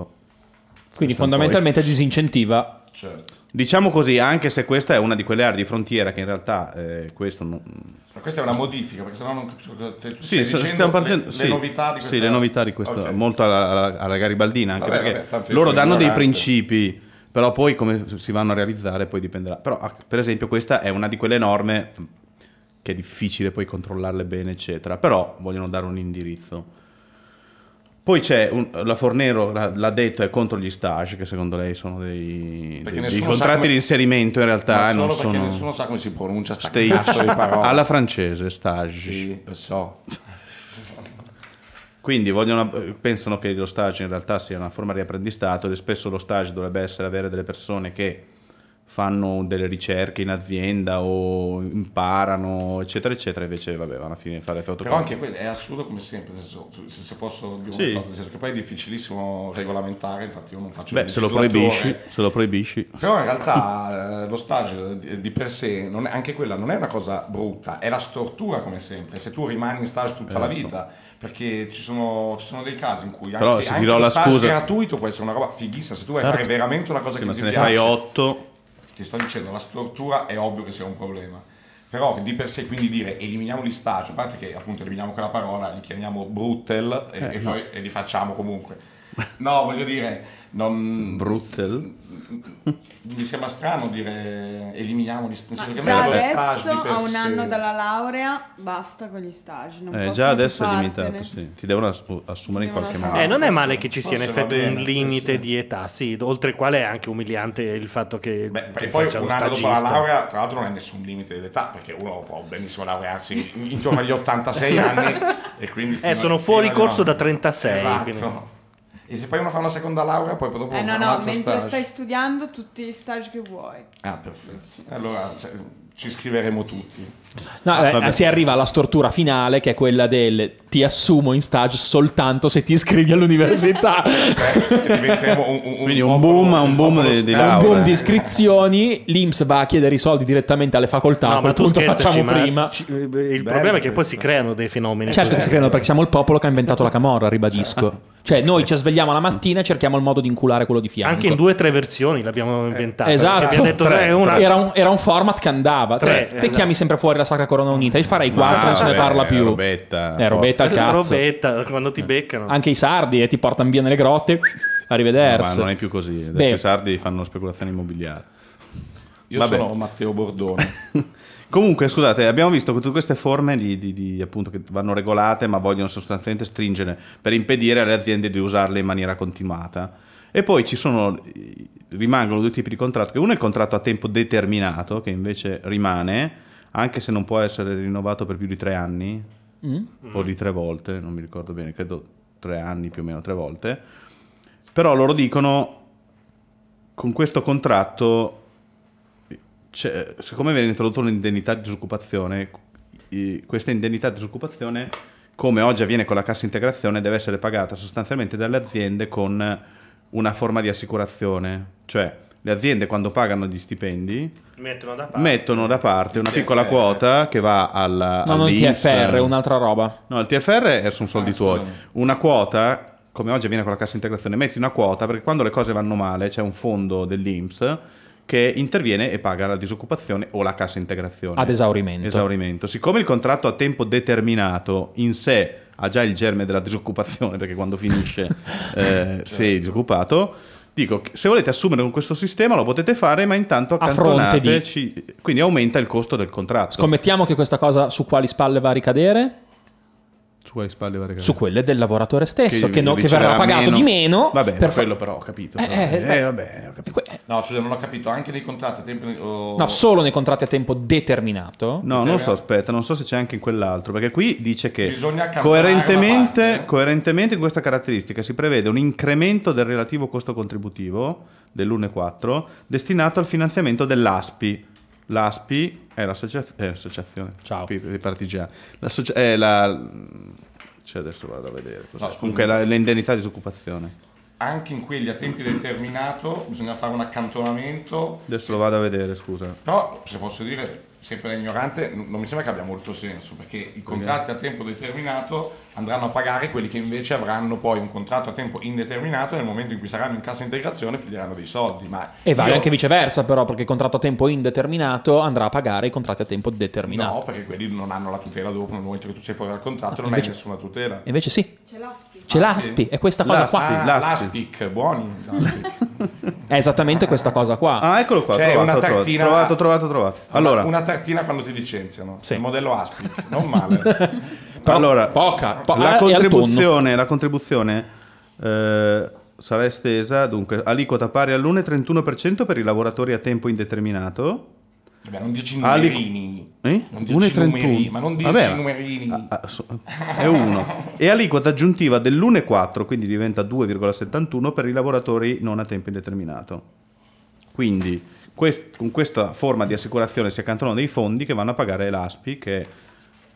B: Quindi
D: Questo è un po'
B: fondamentalmente disincentiva
F: certo.
D: Diciamo così, anche se questa è una di quelle aree di frontiera che in realtà eh, questo non...
F: Ma questa è una modifica, perché sennò non capisco cosa te- tu
D: Sì,
F: stai
D: st-
F: dicendo
D: stiamo partendo,
F: le,
D: sì,
F: le novità di questa
D: sì, le novità di questo,
F: Ok.
D: molto alla, alla- alla Garibaldina, anche
F: Vabbè,
D: perché
F: vabbè, tanto io
D: loro
F: sono
D: danno dei
F: ignorante.
D: principi, però poi come si vanno a realizzare poi dipenderà. Però ah, per esempio questa è una di quelle norme che è difficile poi controllarle bene, eccetera, però vogliono dare un indirizzo. Poi c'è un- la Fornero, l'ha, l'ha detto, è contro gli stage, che secondo lei sono dei,
F: Perché
D: dei- dei
F: nessuno sa
D: contratti
F: come-
D: di inserimento in realtà.
F: Ma solo
D: eh, non
F: perché
D: sono...
F: nessuno sa come si pronuncia sta
D: Stage.
F: cazzo di parola.
D: alla francese, stage.
F: Sì, lo so.
D: Quindi vogliono- pensano che lo stage in realtà sia una forma di apprendistato e spesso lo stage dovrebbe essere avere delle persone che fanno delle ricerche in azienda o imparano, eccetera, eccetera, invece vabbè, vanno a fine fare
F: Però
D: fotocopie.
F: anche quello è assurdo come sempre, nel senso, tu- se, se posso dire
D: Sì.
F: una cosa, nel senso che poi è difficilissimo regolamentare, infatti io non faccio
D: Beh,
F: il
D: se lo
F: legislatore.
D: proibisci, se lo proibisci.
F: Però in realtà eh, lo stage di- di per sé, non è- anche quella non è una cosa brutta, è la stortura come sempre, se tu rimani in stage tutta
D: Eh,
F: la
D: lo so.
F: vita, perché ci sono, ci sono dei casi in cui
D: Però
F: anche,
D: se
F: anche
D: dirò
F: lo
D: la
F: stage
D: scusa-
F: gratuito può essere una roba fighissima, se tu vuoi
D: Certo.
F: fare veramente una cosa
D: Sì,
F: che
D: ma
F: ti
D: se ne
F: piace.
D: fai 8,
F: ti sto dicendo, la stortura è ovvio che sia un problema. Però di per sé quindi dire eliminiamo gli stage, a parte che appunto eliminiamo quella parola, li chiamiamo bruttel e,
D: Eh,
F: e poi e li facciamo comunque. No, voglio dire, non-
D: bruttel.
F: mi sembra strano dire eliminiamo gli
E: Ma
F: stage. nel senso che
E: già
F: a me lo stage
E: adesso,
F: di per
E: a un
F: sé-
E: anno dalla laurea, basta con gli stage. Non
D: Eh,
E: possono
D: già adesso
E: più
D: è
E: fartene.
D: limitato, sì. Ti devono assu- assumere in
E: Devono
D: qualche
E: assumere.
D: modo.
C: Eh, non è male che ci sia in
F: Forse va
C: effetti
F: bene,
C: un
F: sì,
C: limite
F: sì.
C: di età, sì, oltre il quale è anche umiliante il fatto che
F: Beh,
C: ti
F: e poi
C: faccia lo
F: un anno dopo la
C: stagista.
F: laurea, tra l'altro, non è nessun limite d'età, perché uno può benissimo laurearsi in- intorno agli 86 anni e quindi. fino-
C: sono fuori
F: fino a-
C: corso da 36,
F: Esatto.
C: quindi.
F: E se poi uno fa una seconda laurea, poi dopo
E: Eh
F: fa
E: no,
F: un
E: no,
F: altro
E: mentre
F: stage.
E: stai studiando tutti gli stage che vuoi.
F: Ah, perfetto. Allora cioè, ci scriveremo tutti.
B: No, eh,
D: Ah, vabbè.
B: si arriva alla stortura finale che è quella del ti assumo in stage soltanto se ti iscrivi all'università.
F: Eh, e diventeremo un, un,
D: Quindi un boom, un boom di, di
F: Un
B: Un boom
D: laurea.
B: di iscrizioni, l'Inps va a chiedere i soldi direttamente alle facoltà,
C: No,
B: ma
C: ma tu
B: appunto
C: scherzaci,
B: facciamo
C: ma
B: prima.
C: ci- eh, il problema è che poi
F: questo.
C: si creano dei fenomeni.
B: Certo che si credono perché siamo il popolo che ha inventato la camorra,
C: Ah.
B: ribadisco. Cioè, noi ci svegliamo la mattina e cerchiamo il modo di inculare quello di fianco.
C: Anche in due o tre versioni
F: Eh,
C: l'abbiamo inventato.
B: Esatto.
C: Abbiamo detto
D: Tre,
C: "Dai, una,
B: Era, un, era un format che andava.
C: Tre, Ah,
B: Te,
C: eh,
B: te
C: no.
B: chiami sempre fuori la Sacra Corona Unita, io farei quattro, non se ne
D: vabbè,
B: parla più.
D: robetta,
B: Eh, robetta al
C: una
B: cazzo.
C: robetta quando ti beccano.
B: Anche i sardi eh, ti portano via nelle grotte.
D: Ma
B: Arrivederci.
D: non è più così. Adesso
B: Beh.
D: i sardi fanno speculazioni immobiliari.
F: Io
D: Vabbè.
F: sono Matteo Bordone.
D: Comunque, scusate, abbiamo visto che tutte queste forme di, di- di, appunto, che vanno regolate, ma vogliono sostanzialmente stringere per impedire alle aziende di usarle in maniera continuata. E poi ci sono, rimangono due tipi di contratto. che Uno è il contratto a tempo determinato, che invece rimane, anche se non può essere rinnovato per più di tre anni, o di tre volte, non mi ricordo bene, credo tre anni più o meno tre volte. Però loro dicono, con questo contratto c'è- Cioè, siccome viene introdotto un'indennità di disoccupazione, i- questa indennità di disoccupazione, come oggi avviene con la cassa integrazione, deve essere pagata sostanzialmente dalle aziende con una forma di assicurazione. Cioè, le aziende quando pagano gli stipendi
C: Mettono da parte.
D: mettono da parte una piccola
F: TFR.
D: quota che va alla,
B: No, non il
D: all'INPS.
B: TFR, un'altra roba.
D: No, il TFR sono soldi
F: Ah,
D: tuoi.
F: scusami.
D: Una quota, come oggi avviene con la cassa integrazione, metti una quota perché quando le cose vanno male c'è un fondo dell'INPS che interviene e paga la disoccupazione o la cassa integrazione.
B: Ad esaurimento.
D: Esaurimento. Siccome il contratto a tempo determinato in sé ha già il germe della disoccupazione perché quando finisce eh,
B: Certo.
D: sei disoccupato, dico che se volete assumere con questo sistema lo potete fare ma intanto
B: A fronte di-
D: accantonateci- Quindi aumenta il costo del contratto.
B: Scommettiamo che questa cosa su quali spalle va a ricadere?
D: Su quali spalle va a ricadere?
B: Su quelle del lavoratore stesso, che, no- che
D: riceverà
B: verrà pagato di meno.
D: Vabbè, per
B: fa-
D: quello però ho capito.
B: Eh,
D: però.
B: eh,
D: Eh,
B: eh.
D: vabbè, ho capito.
F: No, scusa, non ho capito. Anche nei contratti a tempo. o-
B: No, solo nei contratti a tempo determinato.
D: No, non so, aspetta, non so se c'è anche in quell'altro, perché qui dice che
F: Bisogna accantonare
D: coerentemente,
F: una parte, eh.
D: coerentemente in questa caratteristica si prevede un incremento del relativo costo contributivo dell'1,4 destinato al finanziamento dell'ASPI. L'ASPI è l'associazione, l'associazione
B: Ciao.
D: Pi- pi- partigiani. L'associa- è la... Cioè adesso vado a vedere. cos'è.
F: No, scusa.
D: Comunque la- l'indennità di disoccupazione.
F: Anche in quelli a tempo determinato bisogna fare un accantonamento.
D: Adesso lo vado a vedere, scusa.
F: Però, se posso dire, sempre da ignorante, n- non mi sembra che abbia molto senso, perché i contratti a tempo determinato andranno a pagare quelli che invece avranno poi un contratto a tempo indeterminato nel momento in cui saranno in cassa integrazione piglieranno dei soldi. Ma
B: E vale
F: io-
B: anche viceversa, però, perché il contratto a tempo indeterminato andrà a pagare i contratti a tempo determinato.
F: No, perché quelli non hanno la tutela dopo nel momento che tu sei fuori dal contratto, non
B: invece-
F: hai nessuna tutela.
B: Invece sì,
E: C'è l'aspi.
B: c'è
F: Ah,
B: l'ASPI,
F: sì?
B: è questa cosa qua.
D: L'ASPI.
F: Ah,
D: l'Aspic.
F: l'Aspic, buoni. l'Aspic.
B: È esattamente questa cosa qua.
D: Ah, eccolo qua.
F: C'è
D: trovato,
F: Cioè, una
D: trovato,
F: tartina-
D: Trovato, trovato, trovato. Allora,
F: Allora, una tartina quando ti licenziano.
B: Sì.
F: Il modello Aspic, non male.
B: Però
D: allora,
B: poca, po- ah, e
D: la
B: al tonno.
D: contribuzione, la contribuzione eh, sarà estesa, dunque, aliquota pari all'1,31% per i lavoratori a tempo indeterminato.
F: Vabbè, non dici
D: Ali-
F: numerini.
D: Eh?
F: Non dici
D: 1,31.
F: numerini, ma non dici
D: Vabbè.
F: numerini.
D: Ah, ah, so- è 1. e aliquota aggiuntiva dell'1,4, quindi diventa 2,71 per i lavoratori non a tempo indeterminato. Quindi quest- con questa forma di assicurazione si accantonano dei fondi che vanno a pagare l'ASPI, che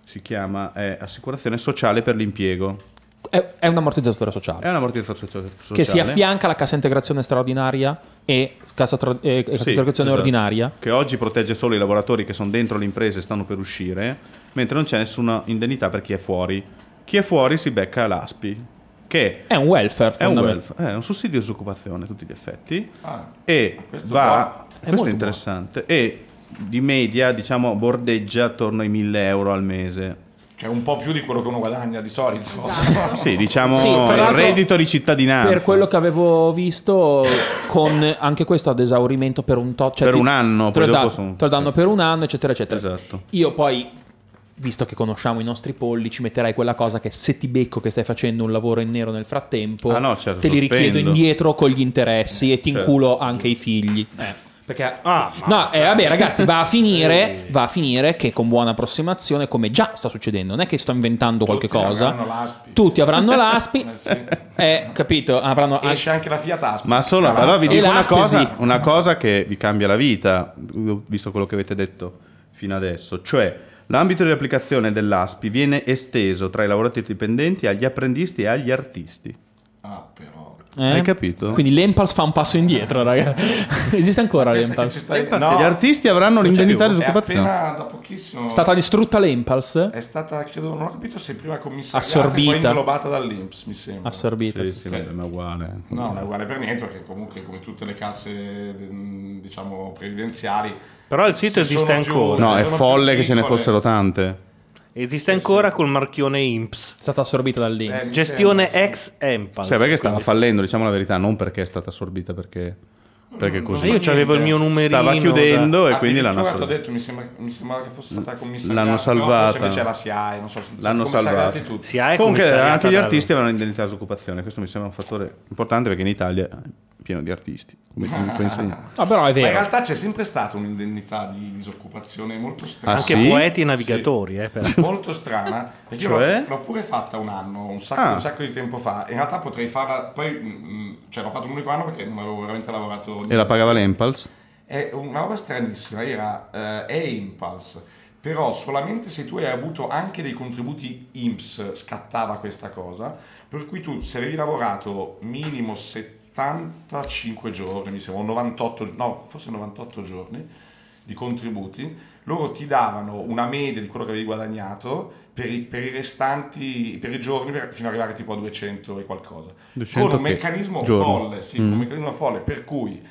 D: si chiama eh, Assicurazione Sociale per l'Impiego.
B: È, è un ammortizzatore sociale.
D: È un ammortizzatore socia- sociale.
B: Che si affianca alla cassa integrazione straordinaria e cassa, tra- eh, cassa
D: Sì,
B: integrazione
D: esatto.
B: ordinaria.
D: Che oggi protegge solo i lavoratori che sono dentro le imprese e stanno per uscire, mentre non c'è nessuna indennità per chi è fuori. Chi è fuori si becca l'ASPI, che
B: È un welfare
D: È un,
B: fondamentalmente.
D: welfare, eh, è un sussidio di disoccupazione a tutti gli effetti.
F: Ah,
D: e
F: questo
D: va,
B: È
D: questo
B: molto
D: è interessante, e di media diciamo bordeggia attorno ai 1000 euro al mese.
F: Cioè un po' più di quello che uno guadagna di solito.
E: Esatto.
D: Sì, diciamo
B: Sì, fra
D: il
B: l'altro,
D: reddito di cittadinanza.
B: Per quello che avevo visto, con anche questo ad esaurimento per un tot. cioè
D: Per
B: ti-
D: un anno,
B: te
D: poi
B: lo,
D: dopo
B: da-
D: sono-
B: te lo danno per un anno, eccetera, eccetera.
D: Esatto.
B: Io poi, visto che conosciamo i nostri polli, ci metterai quella cosa che se ti becco che stai facendo un lavoro in nero nel frattempo,
D: Ah, no, certo,
B: te li richiedo
D: sospendo.
B: indietro con gli interessi e ti
D: Certo. Eh.
B: inculo anche i figli. Perché,
C: Ah,
B: no, eh, vabbè, ragazzi, va a finire, va a finire che con buona approssimazione, come già sta succedendo, non è che sto inventando qualche
F: Tutti
B: cosa,
F: avranno l'ASPI.
B: tutti avranno l'ASPI,
F: Eh, sì.
B: eh, capito? Avranno Esatto.
F: Esce anche la Fiat Aspic.
D: Ma solo,
F: Cavolo.
D: allora vi
B: E
D: dico una
B: l'ASPI, sì.
D: cosa, una cosa che vi cambia la vita, visto quello che avete detto fino adesso, cioè l'ambito di applicazione dell'ASPI viene esteso tra i lavoratori dipendenti agli apprendisti e agli artisti.
F: Ah, però.
B: Eh?
D: Hai capito?
B: Quindi l'Empals fa un passo indietro, raga. Esiste ancora
F: Questa che
B: l'Empals?
F: ci
B: È
F: stai-
D: Infatti, Gli artisti avranno
F: c'è più.
D: l'indennità di
F: È
D: disoccupazione.
F: eh, appena da pochissimo.
B: stata distrutta l'Empals?
F: È stata, credo, non ho capito se prima commissariata e poi
B: Assorbita.
F: inglobata dall'Inps, mi sembra.
B: Assorbita.
D: Sì,
B: sì.
D: sì, vabbè, ma è uguale.
F: No, non è uguale per niente, perché comunque come tutte le casse, mh, diciamo, previdenziali...
C: Però il sito
F: se
C: esiste
F: sono più-
C: ancora.
D: No,
F: Cioè, se
D: è
F: sono
D: folle
F: più
D: che ce ne
F: piccole-
D: fossero tante.
C: Esiste ancora col marchione IMPS.
B: È stata assorbita
F: Eh,
B: dall'Inps.
F: mi
C: Gestione
F: sembra, sì.
C: ex Empal.
D: Cioè, perché stava fallendo, diciamo la verità, non perché è stata assorbita, perché, perché
F: Mm,
D: così.
C: Io avevo il mio numerino.
D: Stava
C: da-
D: chiudendo e
F: Ah, Addirittura
D: quindi l'hanno
F: t'ho
D: assorbita.
F: detto, mi sembra, mi sembrava che fosse stata commissariata.
D: L'hanno
F: però
D: salvata.
F: Forse invece la SIAE, non so. sono
D: L'hanno
F: commissariati
D: salvata.
F: tutti.
C: Si ha e
D: Comunque
C: commissariata
D: anche gli
C: dalla-
D: artisti avranno l'indennità di disoccupazione, questo mi sembra un fattore importante perché in Italia è pieno di artisti, come come puoi insegnare.
B: Ah, però è
F: Ma in
B: vero.
F: realtà c'è sempre stata un'indennità di disoccupazione molto strana.
D: Ah,
C: Anche
D: sì?
C: poeti e navigatori, eh, però.
F: Molto strana, perché io
D: Cioè?
F: l'ho- l'ho pure fatta un anno, un sacco,
D: Ah.
F: un sacco di tempo fa. In realtà potrei farla, poi mm, mm, cioè, l'ho fatto un unico anno perché non avevo veramente lavorato. niente.
D: E la pagava l'Empals?
F: È una roba stranissima, era eh, è Impulse, però solamente se tu hai avuto anche dei contributi IMSS scattava questa cosa, per cui tu se avevi lavorato minimo 75 giorni, mi sembra, o 98, no, forse 98 giorni di contributi, loro ti davano una media di quello che avevi guadagnato per i, per i restanti, per i giorni, per- fino ad arrivare tipo a 200 e qualcosa.
D: 200
F: con un
D: che?
F: meccanismo
D: Giorni.
F: folle, sì,
B: Mm.
F: un meccanismo folle, per cui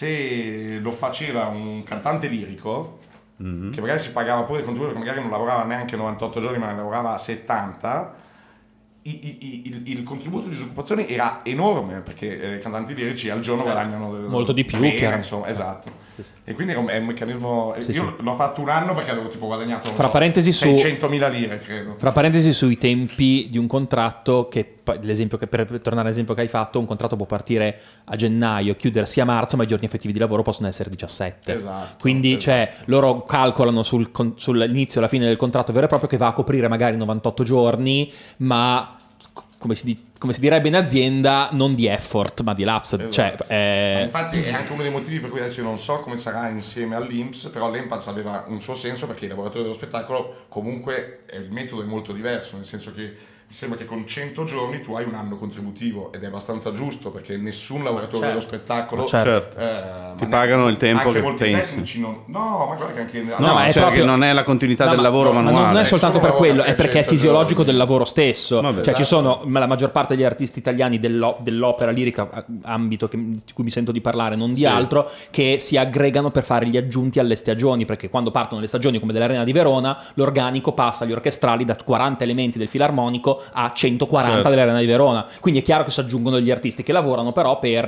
F: se lo faceva un cantante lirico,
B: Mm-hmm.
F: che magari si pagava pure il contributo, che magari non lavorava neanche 98 giorni, ma ne lavorava 70, i- i- i- il, il contributo di disoccupazione era enorme, perché eh, i cantanti lirici al giorno guadagnano
B: Molto di più,
F: bene,
B: chiaro.
F: insomma, esatto. E quindi era un- è un meccanismo... eh,
B: Sì,
F: io l'ho fatto un anno perché avevo tipo guadagnato... non
B: Fra
F: so,
B: parentesi su-
F: 600.000 lire, credo.
B: Fra parentesi sui tempi di un contratto, che poi l'esempio che- per tornare all'esempio che hai fatto, un contratto può partire a gennaio, chiudersi a marzo, ma i giorni effettivi di lavoro possono essere 17.
F: Esatto,
B: Quindi
F: esatto.
B: cioè, loro calcolano sul con- sull'inizio e alla fine del contratto vero e proprio che va a coprire magari 98 giorni, ma c- come si, di- come si direbbe in azienda, non di effort, ma di lapse. Cioè,
F: Esatto. Ma
B: eh,
F: Infatti è anche uno dei motivi per cui adesso io non so come sarà insieme all'Inps, però l'Empaz aveva un suo senso perché i lavoratori dello spettacolo comunque eh, il metodo è molto diverso, nel senso che mi sembra che con 100 giorni tu hai un anno contributivo ed è abbastanza giusto perché nessun lavoratore
B: certo.
F: dello spettacolo
D: Ma certo.
F: eh, ma
D: Ti
F: ne-
D: pagano il tempo
F: anche
D: che
F: molti
D: pensi.
F: tecnici non- no ma guarda che anche
D: No,
B: ma è
D: cioè
B: proprio-
D: che non è la continuità
B: No,
D: del
B: ma-
D: lavoro
B: ma
D: manuale.
B: non è soltanto per
F: Nessuno
B: quello,
F: lavora
B: è perché è
F: 300
B: fisiologico
F: giorni.
B: del lavoro stesso.
D: Vabbè.
B: cioè, ci sono ma la maggior parte degli artisti italiani dello- dell'opera lirica, a- ambito che- di cui mi sento di parlare, non di altro, che si aggregano per fare gli aggiunti alle stagioni. Perché quando partono le stagioni, come dell'Arena di Verona, l'organico passa agli orchestrali da 40 elementi del filarmonico a 140
D: Certo.
B: dell'Arena di Verona. Quindi è chiaro che si aggiungono degli artisti che lavorano però per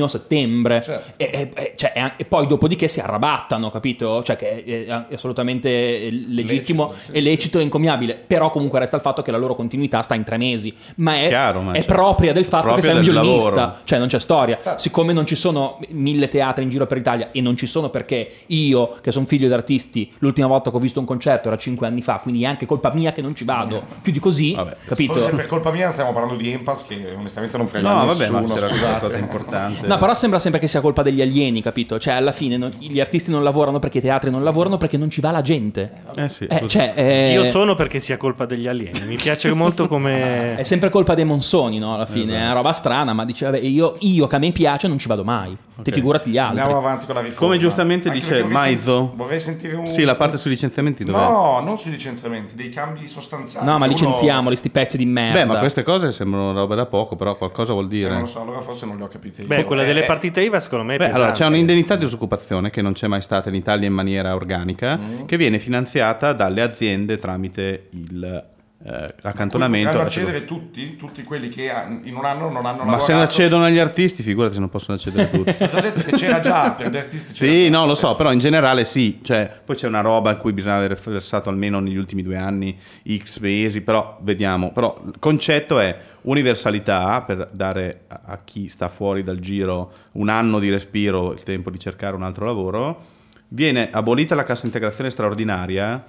B: giugno-settembre.
F: Certo.
B: E, e- e- cioè, e an- e poi dopodiché si arrabattano, capito? Cioè che è, è assolutamente eh, legittimo,
F: Lecito, sì,
B: è lecito e encomiabile, però comunque resta il fatto che la loro continuità sta in tre mesi, ma è,
D: Chiaro, ma
B: è
D: cioè,
F: certo.
B: propria del fatto che
D: propria
B: sei un
D: del
B: violinista,
D: lavoro.
B: cioè non c'è storia. Siccome non ci sono mille teatri in giro per l'Italia e non ci sono perché io, che sono figlio di artisti, l'ultima volta che ho visto un concerto era cinque anni fa, quindi è anche colpa mia che non ci vado, più di così,
D: Vabbè.
B: capito?
F: Eh. forse per colpa mia stiamo parlando di Empass che onestamente non frega
D: No, vabbè,
F: nessuno
D: ma c'era questa cosa
F: scusate
D: importante.
B: No, però sembra sempre che sia colpa degli alieni, capito? Cioè, alla fine non- gli artisti non lavorano perché i teatri non lavorano perché non ci va la gente.
D: Eh sì,
B: Eh,
D: così.
B: cioè, eh,
C: Io sono perché sia colpa degli alieni. Mi piace molto
B: È
C: come. Esatto.
B: sempre colpa dei monsoni, no? Alla fine è una roba strana, ma dice, vabbè, io, io che a me piace non ci vado mai. Te figurati gli altri.
F: andiamo avanti con la riforma
D: Come giustamente
F: Anche
D: dice
F: perché vorrei
D: Maizo.
F: sen- vorrei sentire un
D: Sì, la parte sui licenziamenti dov'è?
F: no non sui licenziamenti dei cambi sostanziali
B: No, ma
F: Uno-
B: licenziamoli, sti pezzi di merda.
D: Beh, ma queste cose sembrano roba da poco, però qualcosa vuol
F: Eh,
D: dire.
F: non lo so allora forse non le ho capite io.
C: Beh, quella
F: Eh,
C: delle
F: eh,
C: partite IVA, secondo me. È
D: Beh,
C: pesante.
D: allora c'è
B: Esatto.
D: un'indennità di disoccupazione che non c'è mai stata in Italia in maniera organica,
B: Mm.
D: che viene finanziata dalle aziende tramite il, eh, l'accantonamento.
F: Potranno accedere tutti, tutti quelli che ha- in un anno non hanno lavorato.
D: Ma se non accedono agli artisti, figurati se non possono accedere tutti.
F: Ho già detto che c'era già per gli artisti. c'era
D: Sì,
F: già.
D: no, lo so, però in generale sì. Cioè, poi c'è una roba in cui bisogna aver versato almeno negli ultimi due anni X mesi, però vediamo. Però il concetto è universalità per dare a- a chi sta fuori dal giro un anno di respiro, il tempo di cercare un altro lavoro. Viene abolita la cassa integrazione straordinaria,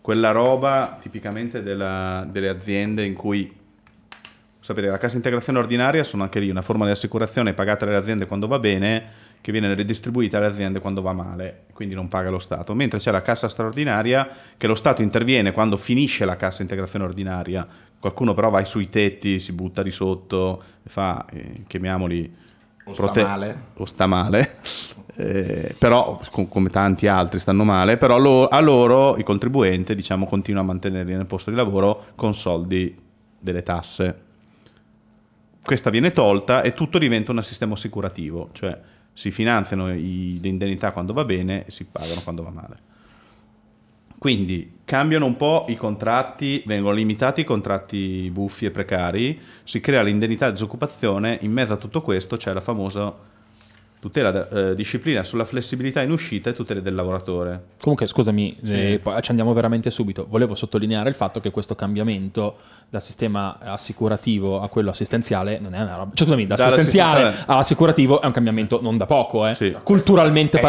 D: quella roba tipicamente della- delle aziende in cui Sapete, la cassa integrazione ordinaria sono anche lì una forma di assicurazione pagata dalle aziende quando va bene, che viene ridistribuita alle aziende quando va male, quindi non paga lo Stato. Mentre c'è la cassa straordinaria, che lo Stato interviene quando finisce la cassa integrazione ordinaria. Qualcuno però va sui tetti, si butta di sotto, fa, eh, chiamiamoli...
F: O sta male.
D: O sta male. Eh, però, com- come tanti altri, stanno male. Però lo- a loro, il contribuente, diciamo, continua a mantenerli nel posto di lavoro con soldi delle tasse questa viene tolta e tutto diventa un sistema assicurativo, cioè si finanziano i- le indennità quando va bene e si pagano quando va male. Quindi cambiano un po' i contratti, vengono limitati i contratti buffi e precari, si crea l'indennità di disoccupazione, in mezzo a tutto questo c'è la famosa tutela, de- eh, disciplina sulla flessibilità in uscita e tutela del lavoratore.
B: Comunque, scusami, eh, poi ci andiamo veramente subito. Volevo sottolineare il fatto che questo cambiamento dal sistema assicurativo a quello assistenziale non è una roba. Cioè, scusami, da assistenziale
D: Dall'assistenziale.
B: all'assicurativo è un cambiamento non da poco, eh.
D: Sì.
B: culturalmente
F: È il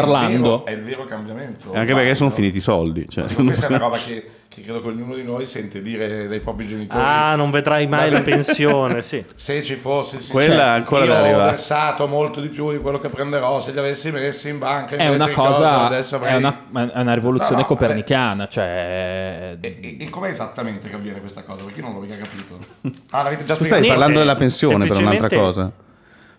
F: vero-
B: parlando.
F: è il vero cambiamento.
D: E anche perché sono
F: Sbaglio.
D: finiti i soldi. Cioè,
F: Dico, Ecco, Questa è una roba che, che credo che ognuno di noi sente dire dai propri genitori.
C: Ah, non vedrai mai la pensione. Sì.
F: Se ci fosse, sì,
D: Quella
F: cioè,
D: ancora
F: io
D: deve
F: ho
D: arrivare.
F: versato molto di più di quello che prenderò se li avessi messi in banca.
B: È
F: invece
B: una
F: di
B: cosa,
F: adesso avrei-
B: è, una, è una rivoluzione
F: No, no,
B: copernicana, cioè
F: E, e- e com'è esattamente che avviene questa cosa? Perché io non l'ho mica capito. Ah, l'avete già
D: tu stai
F: spiegato.
C: Niente,
D: parlando della pensione per un'altra
C: semplicemente-
D: cosa.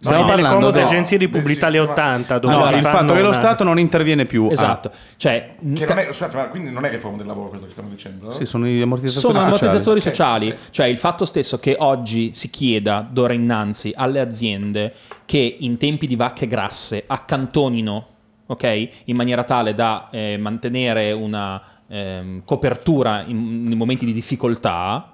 C: Stiamo
D: Stiamo
C: parlando
D: parlando
C: comode
F: del-
C: agenzie di
F: del
C: pubblicità alle
F: sistema-
C: 80. Dove
D: No,
C: ti
D: il
C: fanno
D: fatto che lo
C: una-
D: Stato non interviene più. ah,
B: esatto, cioè
F: Che
B: sta-
F: non è, scusate, ma quindi non è riforma del lavoro questo che stiamo dicendo? no?
D: Sì, sono gli ammortizzatori
B: sono
D: sociali.
B: ammortizzatori
F: Ok,
B: sociali, cioè il fatto stesso che oggi si chieda d'ora innanzi alle aziende che in tempi di vacche grasse accantonino, ok, in maniera tale da eh, mantenere una ehm, copertura in, in momenti di difficoltà.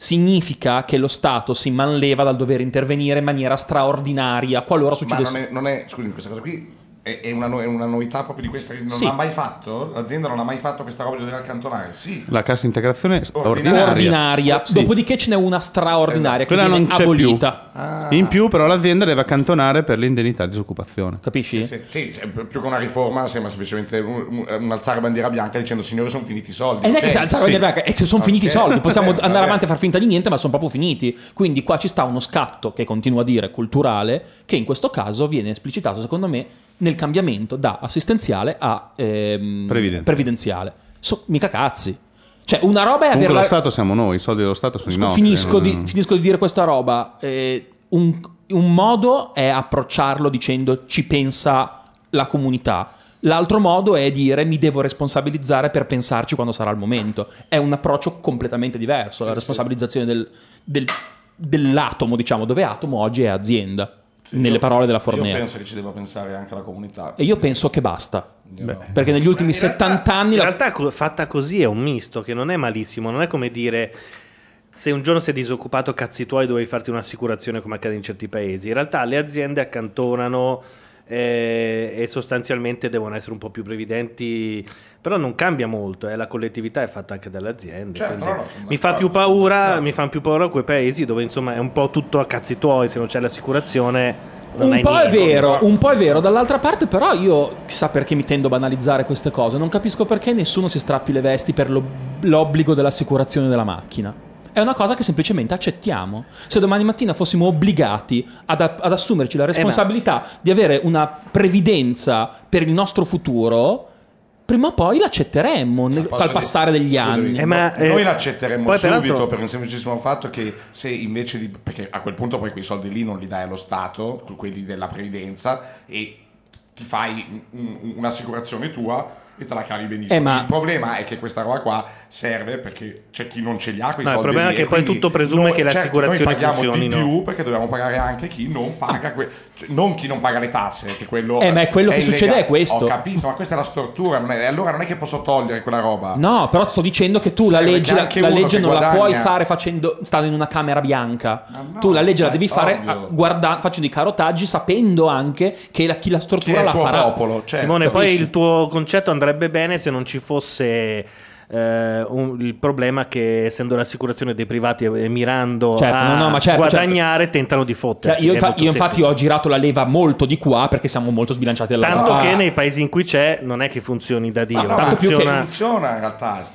B: Significa che lo Stato si manleva dal dover intervenire in maniera straordinaria qualora
F: Ma
B: succedesse.
F: non è, non è- scusami, questa cosa qui è, è una, no- è una novità proprio di questa che non
B: Sì.
F: l'ha mai fatto? L'azienda non ha mai fatto questa roba di dover accantonare? Sì.
D: La cassa integrazione
F: Ordinaria.
D: ordinaria.
B: ordinaria.
D: Sì. Esatto.
B: Dopodiché ce n'è una straordinaria che
D: Quella
B: viene
D: non c'è
B: abolita.
D: più.
F: Ah.
D: Ah. In più, però, l'azienda deve accantonare per l'indennità di disoccupazione.
B: Capisci? Eh,
F: Sì, sì, cioè, più che una riforma sembra semplicemente un, un alzare bandiera bianca dicendo signore sono finiti i soldi.
B: E Eh, non è
F: ok?
B: che si alzava
D: sì.
B: la banca, e ci sono
F: Ok.
B: finiti i soldi, possiamo
F: Vabbè,
B: andare
F: vabbè.
B: avanti e far finta di niente, ma sono proprio finiti. Quindi qua ci sta uno scatto che continuo a dire culturale, che in questo caso viene esplicitato, secondo me, nel cambiamento da assistenziale a ehm,
D: Previdenziale.
B: previdenziale. So- mica cazzi. Cioè, una roba è
J: Comunque
B: averla.
J: lo Stato siamo noi, i soldi dello Stato sono i
B: Scu-
J: nostri.
B: finisco,
J: non-
F: mm.
D: Ah,
B: di, finisco di dire questa roba. Eh, un, un modo è approcciarlo dicendo ci pensa la comunità. L'altro modo è dire mi devo responsabilizzare per pensarci quando sarà il momento. È un approccio completamente diverso. la responsabilizzazione del- del- dell'atomo, diciamo, dove atomo oggi è azienda. nelle parole della
F: Io
B: Fornero.
F: penso che ci debba pensare anche la comunità.
B: E io penso che basta.
F: Beh.
B: Perché negli ultimi 70 anni
C: Eh, In
B: la
C: realtà co- fatta così è un misto che non è malissimo, non è come dire se un giorno sei disoccupato cazzi tuoi dovevi farti un'assicurazione come accade in certi paesi. In realtà le aziende accantonano eh, e sostanzialmente devono essere un po' più previdenti, però non cambia molto, eh, la collettività è fatta anche dalle aziende.
F: Certo,
C: quindi
F: no, no, sono
C: mi fa
F: d'accordo,
C: più
F: sono
C: paura,
F: d'accordo.
C: mi fanno più paura quei paesi dove insomma è un po' tutto a cazzi tuoi, se non c'è l'assicurazione non
B: Un
C: hai
B: po' è
C: niente.
B: vero, un po' è vero. Dall'altra parte, però, io chissà perché mi tendo a banalizzare queste cose. Non capisco perché nessuno si strappi le vesti per lo- l'obbligo dell'assicurazione della macchina. È una cosa che semplicemente accettiamo. Se domani mattina fossimo obbligati ad, ad assumerci
C: Eh,
B: la responsabilità di avere una previdenza per il nostro futuro, prima o poi l'accetteremmo nel-
F: Posso
B: al
F: dire-
B: passare degli
F: scusami,
B: anni.
C: Eh, ma,
F: no- noi
C: eh,
F: l'accetteremmo
C: poi
F: subito
C: peraltro-
F: per un semplicissimo fatto che se invece di perché a quel punto poi quei soldi lì non li dai allo Stato, quelli della previdenza e ti fai un- un- un'assicurazione tua e te la cavi benissimo.
B: Eh, ma-
F: Il problema è che questa roba qua serve perché c'è chi non ce li ha quei
C: No, il
F: soldi.
C: problema
F: lì,
C: è che
F: e
C: poi
F: quindi
C: tutto presume
F: noi-
C: che le
F: certo,
C: assicurazioni
F: noi paghiamo
C: funzionino.
F: di più perché dobbiamo pagare anche chi non paga que- cioè, non chi non paga le tasse, che quello
B: Eh, ma è quello che succede,
F: illegale.
B: è questo.
F: Ho capito, ma questa è la stortura, non è- allora non è che posso togliere quella roba.
B: No, però sto dicendo che tu
F: Sì,
B: la
F: perché
B: legge, la,
F: anche
B: la
F: uno
B: legge
F: che
B: non la
F: guadagna-
B: puoi fare facendo, stando in una camera bianca.
F: Ma no,
B: tu la legge la
F: ma è
B: devi fare
F: ovvio.
B: a- guarda- facendo i carotaggi, sapendo anche che la- chi la
F: Chi è
B: stortura
F: il
B: la
F: tuo
B: farà.
F: popolo? Certo.
C: Simone, poi
B: Cioè, capisci?
C: il tuo concetto andrebbe bene se non ci fosse eh, un- il problema che essendo l'assicurazione dei privati e mirando
B: Certo,
C: a
B: no, no, ma certo,
C: guadagnare tentano di fottere.
B: Cioè, io, infa- io infatti ho girato la leva molto di qua perché siamo molto sbilanciati dalla
C: Tanto
B: parte.
C: che nei paesi in cui c'è non è che funzioni da Dio,
F: Ma no,
B: tanto più che-
F: funziona...
C: funziona...
F: funziona in realtà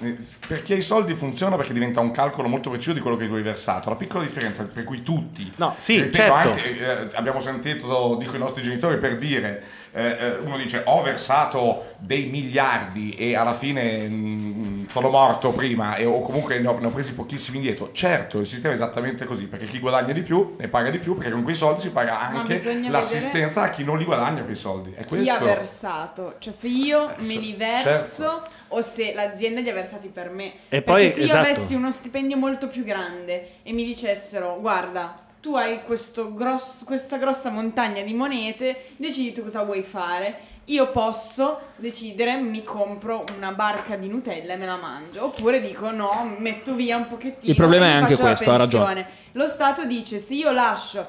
F: perché i soldi funzionano perché diventa un calcolo molto preciso di quello che tu hai versato la piccola differenza per cui tutti
C: No, sì,
F: ripeto,
C: certo.
F: anche, eh, abbiamo sentito dico i nostri genitori per dire eh, eh, uno dice ho versato dei miliardi e alla fine mh, sono morto prima e, o comunque ne ho, ne ho presi pochissimi indietro certo il sistema è esattamente così perché chi guadagna di più ne paga di più perché con quei soldi si paga anche
E: bisogna vedere-
F: l'assistenza a chi non li guadagna quei soldi è
E: chi ha
F: questo
E: versato, cioè se io
F: Eh, se-
E: me li verso o se l'azienda li ha versati per me.
C: E
E: Perché
C: poi-
E: se io
C: esatto.
E: avessi uno stipendio molto più grande e mi dicessero guarda, tu hai questo grosso- questa grossa montagna di monete, decidi tu cosa vuoi fare. Io posso decidere, mi compro una barca di Nutella e me la mangio, oppure dico no, metto via un pochettino.
B: Il problema
E: e
B: è
E: mi
B: anche
E: faccio la
B: questo, ha ragione.
E: pensione. Lo Stato dice se io lascio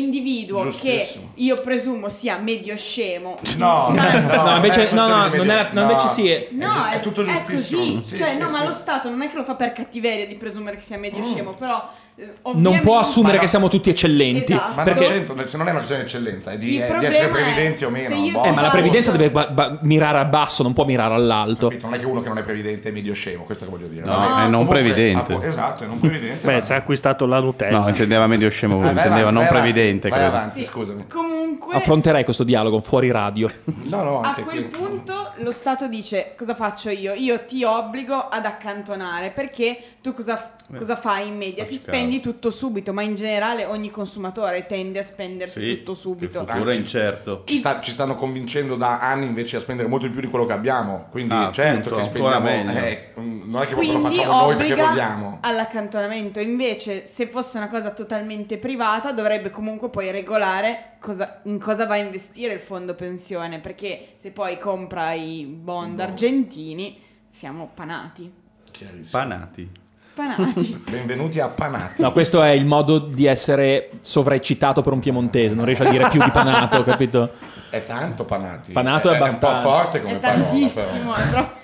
E: all'individuo che
F: Giustissimo.
E: io presumo sia medio scemo,
F: No,
E: ma-
F: no,
B: No, invece, no,
F: non è questione
B: no,
F: di
B: non è,
F: media-
B: no, invece
F: no.
B: sì. è-
E: No,
F: cioè, È
E: è,
F: gi- è tutto
E: è
F: giustissimo.
E: così.
F: Sì,
E: cioè,
F: sì,
E: no,
F: sì, Mm.
E: ma lo
F: sì.
E: Stato non è che lo fa per cattiveria di presumere che sia medio scemo, però eh,
B: Non
E: ovviamente-
B: può assumere
F: Ma no.
B: che siamo tutti eccellenti.
E: Esatto.
F: Ma
B: Perché
F: non, c'entra- se non è una questione di eccellenza, è di,
E: Il
F: è di
E: problema
F: essere
E: è
F: previdenti o meno.
E: se io
F: boh.
E: ti
B: Eh, ma la
E: Basta.
B: previdenza deve ba- ba- mirare a basso, non può mirare all'alto.
F: Capito? Non è che uno che non è previdente è medio scemo, questo che voglio dire.
J: No,
F: Vabbè.
J: è non
F: Comunque,
J: previdente.
F: ah, boh, esatto, è non previdente.
C: Beh,
F: va-
C: si è acquistato la Nutella.
J: No, intendeva medio scemo,
F: vai avanti,
J: intendeva non
F: vai avanti,
J: previdente.
F: Vai
J: credo.
F: avanti,
E: Sì.
F: scusami.
E: Comunque,
B: Affronterei questo dialogo fuori radio.
F: No, no,
E: a
F: anche
E: quel
F: qui.
E: punto lo Stato dice cosa faccio io? Io ti obbligo ad accantonare perché tu cosa,
F: Eh.
E: cosa fai in media? Ti
J: faccio
E: spendi tutto subito, ma in generale ogni consumatore tende a spendersi tutto subito.
J: Il futuro è incerto.
F: Ci, sta- ci stanno convincendo da anni invece a spendere molto di più di quello che abbiamo. Quindi,
J: Ah,
F: certo,
J: appunto,
F: che
J: ancora
F: spendiamo.
J: meglio.
F: eh, mm, non è che proprio lo
E: Quindi
F: facciamo noi perché
E: obbliga
F: vogliamo.
E: all'accantonamento. Invece, se fosse una cosa totalmente privata, dovrebbe comunque poi regolare cosa- in cosa va a investire il fondo pensione. Perché se poi compra i
F: Boh.
E: bond argentini, siamo panati.
F: Chiarissimo.
J: Panati.
E: Panati.
F: Benvenuti a Panatti.
B: No, questo è il modo di essere sovraeccitato per un piemontese, non riesce a dire più di panato, capito?
F: È tanto Panatti.
B: Panato è abbastanza.
F: un po' forte come
E: È
F: parola,
E: tantissimo.
F: però.
E: è troppo-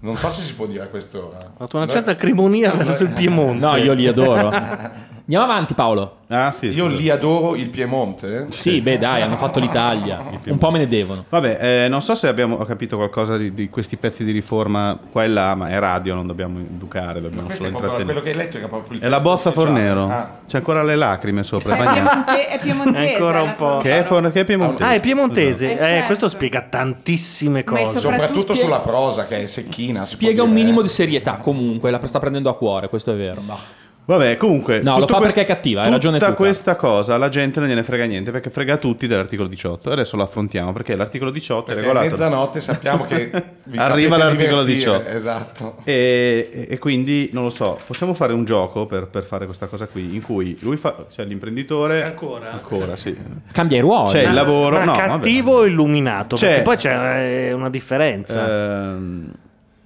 F: Non so se si può dire eh. a quest'ora.
C: Ho fatto una
F: Noi-
B: eh.
C: certa acrimonia verso il Piemonte.
B: No, io li adoro. Andiamo avanti, Paolo.
K: Ah, sì.
F: Io li adoro il Piemonte.
B: Sì, beh, dai, hanno fatto l'Italia. Un po' me ne devono.
D: Vabbè, eh, non so se abbiamo ho capito qualcosa di, di questi pezzi di riforma qua e là, ma è radio, non dobbiamo educare, dobbiamo
F: Questo
D: solo
F: è proprio quello che
D: intrattenere.
F: hai letto. Che è proprio il
D: È la
F: testo
D: bozza
F: ufficiale.
D: Fornero.
F: Ah.
D: C'è ancora le lacrime sopra.
E: È,
D: è bagnato.
E: piemonte- è piemontese.
C: Ancora un
E: alla
C: po'.
D: Che è,
E: Fornero.
D: for- che è piemontese. Esatto.
C: Ah, è piemontese.
E: Eh,
C: Eh,
E: certo.
C: Questo spiega tantissime
E: Ma è
C: cose.
E: sopra-
F: Soprattutto
B: spie-
F: sulla prosa che è secchina. si può
B: Spiega un
F: dire,
B: minimo
F: eh.
B: di serietà, comunque, la sta prendendo a cuore, questo è vero.
D: Vabbè, comunque.
B: No, lo
D: tutto
B: fa
D: quest-
B: perché è cattiva, hai
D: tutta
B: ragione tu, Carlo.
D: questa cosa la gente non gliene frega niente perché frega tutti dell'articolo 18. Adesso lo affrontiamo perché l'articolo 18 è
F: Perché a
D: regolato.
F: mezzanotte sappiamo che vi
D: Arriva
F: sapete
D: l'articolo
F: divertire.
D: 18.
F: Esatto.
D: E, e quindi non lo so, possiamo fare un gioco per, per fare questa cosa qui in cui lui fa, cioè l'imprenditore.
C: Ancora?
D: Ancora, sì.
B: Cambia i ruoli.
D: C'è il lavoro.
C: Ma
D: no, vabbè.
C: cattivo o illuminato?
D: C'è-
C: Perché poi c'è eh, una differenza.
D: Ehm,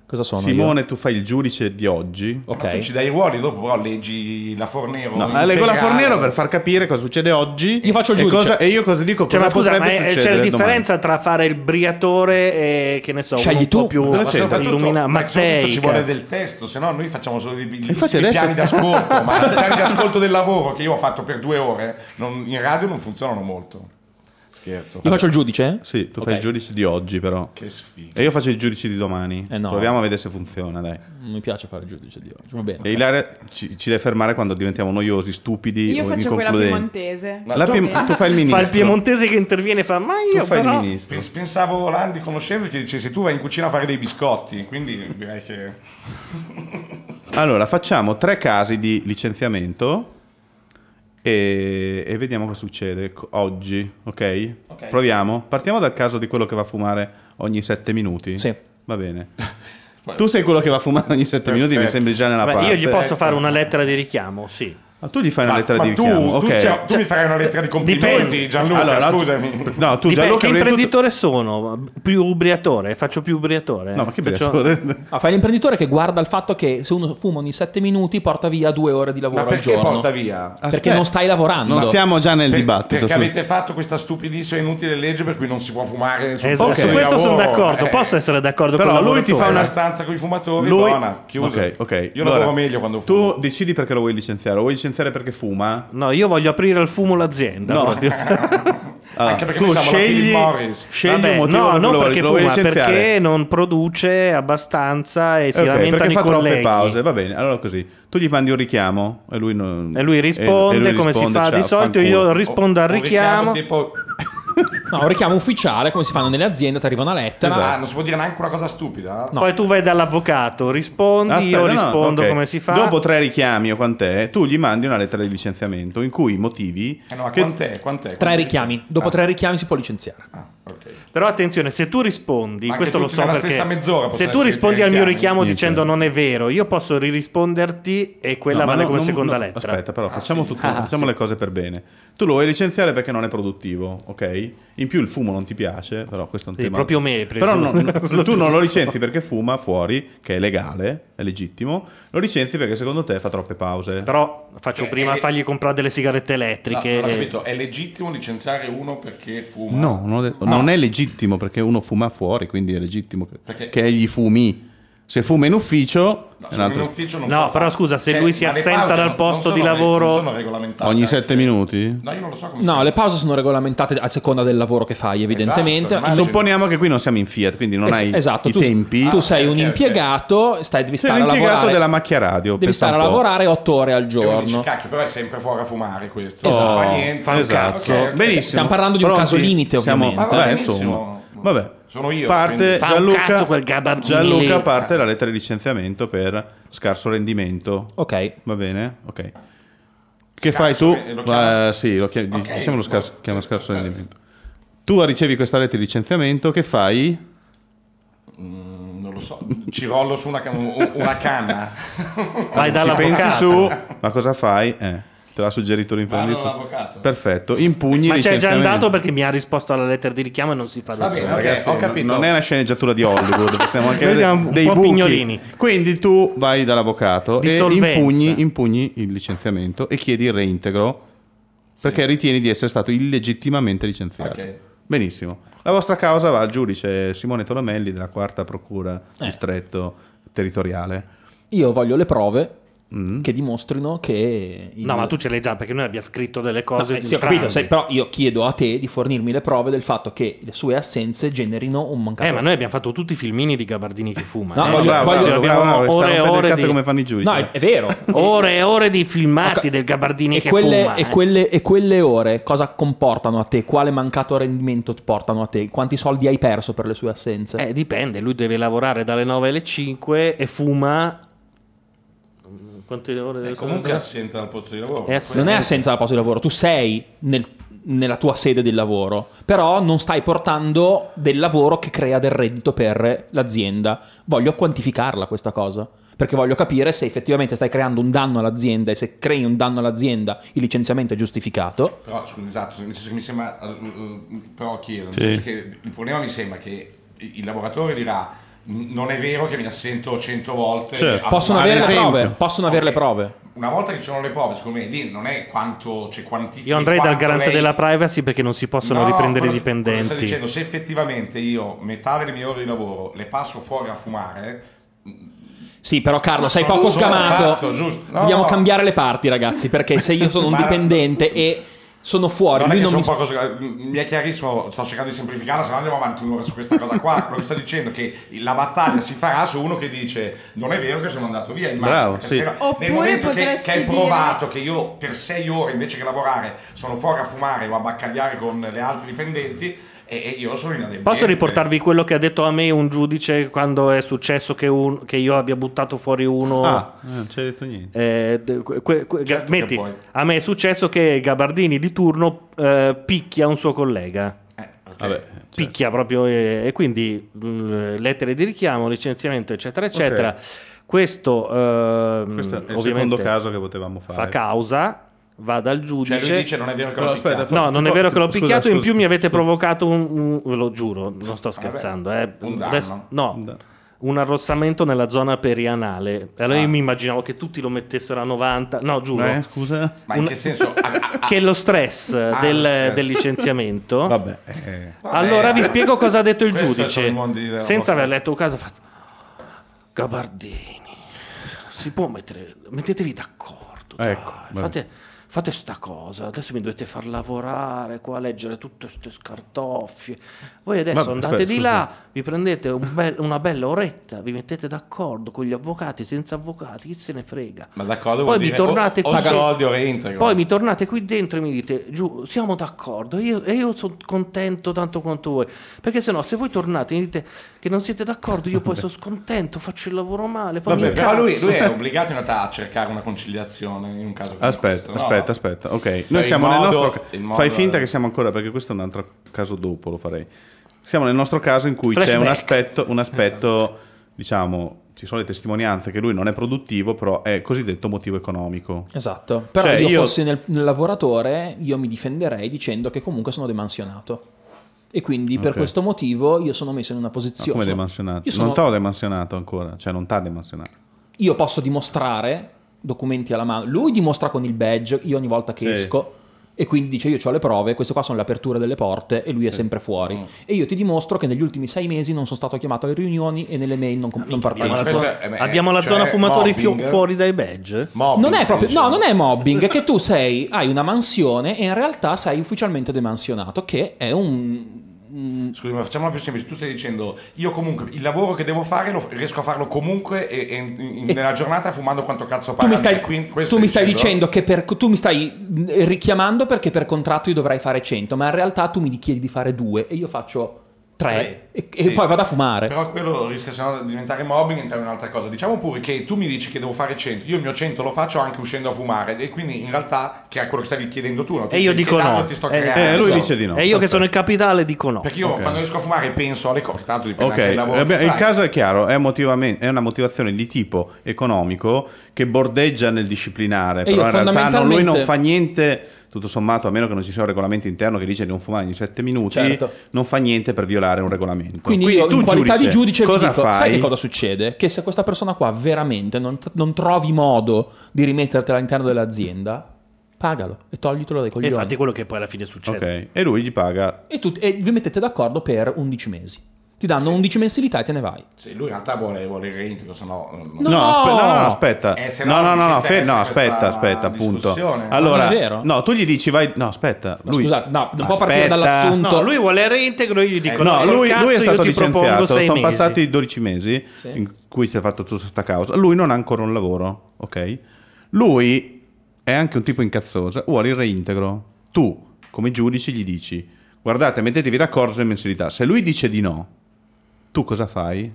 B: Cosa sono?
D: Simone, tu fai il giudice di oggi.
B: io?
F: Ma tu ci
B: Ok.
F: dai i ruoli, dopo però leggi la Fornero.
D: No,
F: integrale.
D: leggo la Fornero per far capire cosa succede oggi.
B: Io faccio il
D: e
B: giudice.
D: cosa- e io cosa dico?
C: Cioè,
D: cosa
C: ma scusa, ma
D: potrebbe
C: è- c'è
D: succedere
C: la
D: domani?
C: differenza tra fare il briatore e che ne so,
B: Scegli
C: uno un
B: tu.
C: po' più
D: Cosa
F: Ma
D: c'è?
C: illuminato.
F: soprattutto, ma soprattutto
C: Mattei,
F: ci vuole
C: cazzo.
F: del testo, se no noi facciamo solo dei
D: Infatti
F: bellissimi
D: adesso-
F: piani d'ascolto, ma i piani d'ascolto del lavoro che io ho fatto per due ore non- in radio non funzionano molto. Scherzo.
B: Io faccio il giudice?
D: Sì, tu
B: Ok.
D: fai il giudice di oggi, però.
F: Che sfiga.
D: E io faccio il giudice di domani.
B: Eh, no.
D: Proviamo a vedere se funziona, dai.
B: Non mi piace fare il giudice di oggi. Va
D: E
B: bene.
D: Ilaria ci, ci deve fermare quando diventiamo noiosi, stupidi
E: Io
D: o
E: faccio quella
D: inconcludenti.
E: piemontese.
D: La piem- tu fai il ministro.
C: Fa il piemontese che interviene e fa, ma
D: Tu
C: io
D: fai
C: però...
D: il ministro.
F: Pens- Pensavo Landi conoscevo che dicesse tu vai in cucina a fare dei biscotti, quindi direi che...
D: Allora, facciamo tre casi di licenziamento e, e vediamo cosa succede co- oggi, ok? Proviamo. Partiamo dal caso di quello che va a fumare ogni sette minuti.
B: Sì.
D: Va bene. tu sei quello che va a fumare ogni sette minuti, mi
F: Perfetto.
D: sembri già nella
C: Vabbè,
D: parte.
C: io gli posso fare una lettera di richiamo, sì.
D: Ah, tu gli fai una
F: Ma-
D: lettera
F: ma
D: di
F: tu,
D: richiamo,
F: tu,
D: ok.
F: cioè, tu mi farai una lettera di complimenti,
C: dipende.
F: Gianluca,
D: Allora,
F: scusami.
D: No, tu
C: Dipende,
D: Gianluca
C: che
D: prima di tutto-
C: imprenditore sono? Più ubriatore? Faccio più ubriatore?
D: No, ma che
C: Faccio-
D: bello.
B: Ah, fai l'imprenditore che guarda il fatto che se uno fuma ogni 7 minuti porta via 2 ore di lavoro
F: Ma
B: al
F: perché
B: giorno.
F: porta via?
B: Perché non stai lavorando.
D: Non siamo già nel
F: Per-
D: dibattito.
F: perché
D: scusa.
F: avete fatto questa stupidissima e inutile legge per cui non si può fumare sul
C: Esatto,
F: posto
D: Ok.
C: Su
F: di
C: questo sono
F: lavoro.
C: d'accordo,
F: Eh,
C: posso essere d'accordo
D: Però
C: con il
D: lui ti
F: È
D: fa
C: lavoratore.
F: una
D: una-
F: stanza con i fumatori,
D: Lui-
F: buona, chiusa.
D: Ok, ok.
F: Io
D: Allora,
F: lavoro meglio quando fumo.
D: Tu decidi perché lo vuoi licenziare. Lo vuoi licenziare perché fuma?
C: No, io voglio aprire al fumo l'azienda.
D: No.
C: proprio.
D: Allora,
F: Anche perché
D: Ah, tu
F: noi siamo la
D: scegli,
F: Philip Morris.
D: scegli
C: Ah. Vabbè,
D: un motivo per
C: no,
D: cui lo
C: non
D: vuoi-
C: perché
D: lo vuoi
C: fuma,
D: licenziare.
C: perché non produce abbastanza e si
D: Ok,
C: lamentano
D: perché
C: i
D: fa troppe
C: colleghi.
D: pause, va bene. Allora così, tu gli mandi un richiamo e lui, non-
C: E lui risponde
D: e lui
C: come si
D: risponde,
C: fa di
D: ciao,
C: solito.
D: fanculo.
C: Io rispondo al
F: Un
C: richiamo.
F: tipo-
B: No, un richiamo ufficiale, come si fanno nelle aziende, ti arriva una lettera.
F: Ah, non si può dire neanche una cosa stupida. eh?
B: No.
C: Poi tu vai dall'avvocato, rispondi,
D: Aspetta, no,
C: io
D: no,
C: rispondo
D: ok.
C: come si fa.
D: Dopo tre richiami o quant'è, tu gli mandi una lettera di licenziamento in cui motivi
F: Eh no, ma
D: che-
F: quant'è? quant'è?
B: Tre richiami. Dopo tre richiami si può licenziare.
F: Ah, ok.
C: Però attenzione, se tu rispondi,
F: Ma anche
C: questo lo
F: tutti
C: so
F: nella
C: perché
F: stessa mezz'ora possono
C: se tu
F: essere
C: rispondi
F: tre
C: al mio
F: richiami.
C: richiamo
D: Niente.
C: dicendo non è vero, io posso ririsponderti e quella
D: No, ma
C: vale
D: no,
C: come
D: non-
C: seconda
D: no,
C: lettera.
D: Aspetta,
F: Ah,
D: però facciamo, tutto- facciamo le cose per bene. Tu lo vuoi licenziare perché non è produttivo, ok? In più il fumo non ti piace, però questo è un
C: Sì,
D: tema.
C: proprio me hai preso.
D: Però no- no,
C: Lo
D: tu non
C: giusto.
D: lo licenzi perché fuma fuori, che è legale, è legittimo. Lo licenzi perché secondo te fa troppe pause.
C: Però faccio
F: Cioè,
C: prima
F: è-
C: fargli comprare delle sigarette
F: No,
C: elettriche.
F: non ho
C: e-
F: capito, è legittimo licenziare uno perché fuma? Ah.
D: No, non, ho detto- non è legittimo perché uno fuma fuori, quindi è legittimo che-
F: Perché-
D: che egli fumi. Se fuma in ufficio,
F: No,
D: è un
F: sono in
D: altro-
F: ufficio non
C: No,
F: può fare. Cioè,
C: però scusa, se lui si
F: ma le
C: assenta
F: pause
C: dal
F: non-
C: posto
F: non sono
C: di
F: re-
C: lavoro-
F: non sono regolamentate.
D: ogni sette minuti?
F: No, io non lo so come
B: No,
F: sia.
B: le pause sono regolamentate a seconda del lavoro che fai, evidentemente.
F: Esatto, immagino.
B: Sono-
D: Supponiamo che qui non siamo in Fiat, quindi non
B: es-
D: hai
B: esatto,
D: i
B: tu,
D: tempi.
B: tu
F: Ah,
B: sei
F: ok,
B: un
F: ok, ok.
B: impiegato, stai, devi
D: Sei
B: stare a
D: l'impiegato
B: lavorare.
D: della macchia radio.
B: Devi
D: pensa
B: stare a
D: un po'.
B: lavorare 8 ore al
F: E uno dice,
B: giorno.
F: cacchio, però è sempre fuori a fumare questo.
B: Esatto.
F: Non fa niente.
D: Fa un
F: Ok,
D: cazzo.
F: ok, ok.
D: Esatto. Benissimo.
B: Stiamo parlando di un caso limite, ovviamente.
D: Siamo... Ah,
F: Ma va
D: Vabbè,
F: benissimo.
D: insomma. Vabbè.
F: Sono io,
D: Parte
F: quindi-
C: Fa un
D: Gianluca,
C: cazzo quel gabardini
D: Gianluca
C: lì.
D: parte la lettera di licenziamento per scarso rendimento.
B: Ok.
D: Va bene? Ok. Che
F: Scarso,
D: fai tu?
F: eh, lo chiamo-
D: Eh, sì, lo chiam-
F: Ok.
D: diciamo lo scarso, chiama scarso rendimento. Tu ricevi questa lettera di licenziamento, che fai?
F: Non lo so, ci rollo su una, ca- u- una canna.
C: Vai
D: Ci pensi
C: dall'avvocato.
D: su, ma cosa fai? Eh, te l'ha suggerito l'imprenditore.
F: all'avvocato.
D: Perfetto, impugni il
C: Ma c'è già
D: licenziamento.
C: andato perché mi ha risposto alla lettera di richiamo e non si fa da
F: Va
C: solo.
F: bene, ok,
D: Ragazzi,
F: ho capito.
D: non è una sceneggiatura di Hollywood, siamo anche
C: Noi siamo
D: dei-
C: un
D: dei
C: po'
D: buchi.
C: pignolini.
D: Quindi tu vai dall'avvocato
C: Di
D: e
C: solvenza.
D: impugni, impugni il licenziamento e chiedi il reintegro perché ritieni di essere stato illegittimamente licenziato.
F: Ok.
D: Benissimo. La vostra causa va al giudice Simone Tolomelli della quarta procura distretto territoriale. Mm.
B: Io voglio le prove che dimostrino che... il-
C: No, ma tu ce l'hai già perché noi abbiamo scritto delle
B: No,
C: cose.
B: eh,
C: di
B: sì, ho capito,
C: entrambi.
B: sai, però io chiedo a te di fornirmi le prove del fatto che le sue assenze generino un mancato
C: Eh, ma noi abbiamo fatto tutti i filmini di Gabardini che fuma.
B: No,
C: eh.
B: voglio-
C: Cioè,
B: voglio-
C: abbiamo
B: bravo, bravo,
C: ore e
B: stanno per
C: ore
B: il
C: di...
B: cazzo come fanno eh.
J: i giudici.
B: No, è, è vero.
C: ore e ore di filmati
B: Ho ca-
C: del Gabardini
B: E
C: che
B: quelle,
C: fuma.
B: e,
C: eh.
B: quelle, e quelle ore cosa comportano a te? Quale mancato rendimento ti portano a te? Quanti soldi hai perso per le sue assenze?
C: Eh, dipende, lui deve lavorare dalle 9 alle 5 e fuma. Quante ore Eh, deve
F: Eh, Comunque è
C: fare?
F: assente dal posto di lavoro.
C: È assente.
B: non è assenza dal posto di lavoro, tu sei nel- nella tua sede del lavoro, però non stai portando del lavoro che crea del reddito per l'azienda. Voglio quantificarla questa cosa, perché voglio capire se effettivamente stai creando un danno all'azienda e se crei un danno all'azienda il licenziamento è giustificato.
F: Però scusa, esatto, nel senso che mi sembra. eh, eh, Però chiedo, nel
B: Sì.
F: senso che il problema mi sembra che il lavoratore dirà: "N- Non è vero che mi assento 100 volte.
C: Cioè,
J: Certo.
F: a-
B: Possono
F: ad
B: avere le
F: esempio."
B: prove, possono avere le prove.
F: Una volta che ci sono le prove, secondo me lì non è quanto. Cioè, quantifica.
C: Io andrei dal garante della privacy perché non si possono riprendere i
F: Quello che sto
C: dipendenti.
F: dicendo, se effettivamente io metà delle mie ore di lavoro le passo fuori a fumare,
B: Sì, però Carlo, sei
F: Ma
B: poco
F: giusto,
B: sgamato.
F: esatto, giusto. No,
B: Dobbiamo
F: no.
B: cambiare le parti, ragazzi, perché se io sono un
F: Ma-
B: dipendente e sono fuori,
F: non è
B: lui
F: che
B: non
F: sono
B: mi...
F: poco sga- mi è chiarissimo, sto cercando di semplificarla, se no andiamo avanti un'ora su questa cosa qua. Quello che sto dicendo è che la battaglia si farà su uno che dice non è vero che sono andato via. il martedì
J: Bravo,
F: perché
J: sì.
F: sera-
E: Oppure
F: nel momento che,
E: potresti
F: che è
E: dire-
F: provato che io per sei ore invece che lavorare sono fuori a fumare o a baccagliare con le altre dipendenti e, e io sono in adempiente.
C: Posso riportarvi quello che ha detto a me un giudice quando è successo che, un- che io abbia buttato fuori uno?
J: Ah, eh, non ci hai detto niente.
C: Eh, de- que- que- que- ga-
J: Certo che
C: metti,
J: puoi.
C: a me è successo che Gabardini di turno eh, picchia un suo collega.
J: Vabbè,
C: Picchia proprio eh, e quindi mh, lettere di richiamo, licenziamento, eccetera, eccetera. Questo, ehm,
J: questo è il secondo
C: ovviamente
J: caso che potevamo fare.
C: fa causa, va dal giudice.
F: Cioè, lui dice, "Non è vero che l'ho
C: No,
F: picchiato".
C: aspetta, no, non è
F: tipo-
C: vero che l'ho
F: scusa,
C: picchiato, in
F: scusa.
C: più mi avete provocato un, un- ve lo giuro, non sto scherzando, eh.
F: Ah, un danno.
C: no. Un arrossamento nella zona perianale. Allora io mi immaginavo che tutti lo mettessero a 90. No, giuro.
J: Eh, scusa.
F: Ma in che senso?
C: Che lo stress,
F: Ah,
C: del,
F: lo stress.
C: del licenziamento.
J: Vabbè. eh.
C: Allora vi spiego cosa ha detto il
F: Questo sono i
C: giudice.
F: mondi della
C: Senza
F: boccata.
C: aver letto un caso, ha fatto Gabardini. Si può mettere, mettetevi d'accordo. dai.
J: Ecco, vabbè.
C: Ah, fate, fate sta cosa. Adesso mi dovete far lavorare qua, leggere tutte queste scartoffie. Voi adesso
J: Vabbè,
C: andate
J: aspetta,
C: di
J: scusa.
C: là, vi prendete un bel- una bella oretta, vi mettete d'accordo con gli avvocati, senza avvocati, chi se ne frega.
F: Ma d'accordo,
C: Poi
F: vuol
C: mi
F: dire
C: tornate
F: o, o
C: qui.
F: soldi o reintegro.
C: Poi mi tornate qui dentro e mi dite, giù, siamo d'accordo, io, e io sono contento tanto quanto voi. Perché se no, se voi tornate e mi dite che non siete d'accordo, io poi sono scontento, faccio il lavoro male, poi mi
F: Vabbè, però lui,
C: incazzo.
F: lui è obbligato in realtà a cercare una conciliazione in un caso come
J: Aspetta,
F: questo, no?
J: aspetta, aspetta. Ok,
F: Cioè,
J: noi
F: il
J: siamo nel
F: modo-
J: nostro.
F: il modo-
J: Fai finta che siamo ancora, perché questo è un altro caso dopo, lo farei. Siamo nel nostro caso in cui c'è un
F: Flashback.
J: aspetto, un aspetto, diciamo, ci sono le testimonianze che lui non è produttivo, però è cosiddetto motivo economico.
B: Esatto, però
J: Cioè,
B: io,
J: io-
B: fossi nel, nel lavoratore, io mi difenderei dicendo che comunque sono demansionato. E quindi per
J: Ok.
B: questo motivo io sono messo in una
J: No,
B: posizione...
J: come
B: sono-
J: demansionato?
B: Io, sono-
J: Non t'ho demansionato ancora, cioè non t'ha demansionato.
B: io posso dimostrare documenti alla mano. Lui dimostra con il badge, io ogni volta che
J: Sì.
B: esco, e quindi dice io ho le prove, queste qua sono le aperture delle porte e lui è sempre fuori. E io ti dimostro che negli ultimi sei mesi non sono stato chiamato alle riunioni e nelle mail non, com- non
C: Abbiamo
D: Cioè,
C: la,
B: partecipo.
C: zona- abbiamo la zona fumatori fio- fuori dai badge?
B: Non è proprio, no, non è mobbing, è che tu sei, hai una mansione e in realtà sei ufficialmente demansionato, che è un...
F: Scusi, Mm, ma facciamola più semplice. Tu stai dicendo, io comunque il lavoro che devo fare lo, riesco a farlo comunque e, e in- in-
B: E-
F: nella giornata fumando quanto cazzo
B: Tu
F: parla.
B: mi stai,
F: Quindi
B: tu
F: questo
B: mi
F: stai
B: stai dicendo che per, tu mi stai mh, richiamando perché per contratto io dovrei fare 100, ma in realtà tu mi chiedi di fare due e io faccio tre e, e
F: Sì.
B: poi vado a fumare.
F: Però quello rischia sennò di diventare mobbing e entrare in un'altra cosa. Diciamo pure che tu mi dici che devo fare 100, io il mio 100 lo faccio anche uscendo a fumare e quindi in realtà che è quello che stavi chiedendo tu. no? Tu
C: E io
F: dici,
C: dico
F: "Che danno
C: no.
F: ti sto
C: Eh,
F: creando?"
J: eh, lui
F: Esatto.
J: dice di no.
C: E io che sono il capitale dico no.
F: Perché io
J: Ok.
F: quando riesco a fumare penso alle cose, tanto dipende
J: Ok,
F: anche dal lavoro.
J: eh, beh,
F: che
J: il
F: fai.
J: caso è chiaro, è, motivame- è una motivazione di tipo economico che bordeggia nel disciplinare,
B: E
J: però
B: io
J: in realtà non- lui
B: fondamentalmente-
J: non fa niente, tutto sommato, a meno che non ci sia un regolamento interno che dice di non fumare ogni 7 minuti,
B: Certo.
J: non fa niente per violare un regolamento.
B: Quindi, io in qualità di giudice vi
J: cosa
B: dico,
J: fai?
B: sai che cosa succede? Che se questa persona qua veramente non, non trovi modo di rimettertela all'interno dell'azienda, pagalo e toglitelo dai
C: E
B: coglioni.
C: infatti quello che poi alla fine succede.
J: Ok, e lui gli paga
B: E, tu- e vi mettete d'accordo per 11 mesi. Ti danno 11 mensilità e te ne vai.
F: Sì, lui in realtà vuole, vuole il reintegro, sennò...
B: No!
D: No, aspe- no, no, no, aspetta.
F: Eh, se no
D: no, no,
F: non
D: no,
F: ci
D: no, fe-
F: interessa
D: no, aspetta,
F: questa
D: aspetta, appunto.
F: discussione.
B: Ma
D: Allora,
B: non è vero?
D: no, tu gli dici vai, no, aspetta.
B: Ma
D: lui-
B: Scusate, no, non può partire
D: Aspetta.
B: dall'assunto.
C: No, lui vuole il reintegro, io gli dico:
D: Eh, No,
C: col
D: lui,
C: cazzo
D: lui è
C: io
D: stato
C: ti propongo
D: licenziato,
C: sei
D: sono
C: mesi.
D: passati 12 mesi
B: Sì.
D: in cui si è fatto tutta questa causa. Lui non ha ancora un lavoro, ok? Lui è anche un tipo incazzoso, vuole il reintegro. Tu, come giudice, gli dici, guardate, mettetevi d'accordo sulle mensilità. Se lui dice di no, tu cosa fai?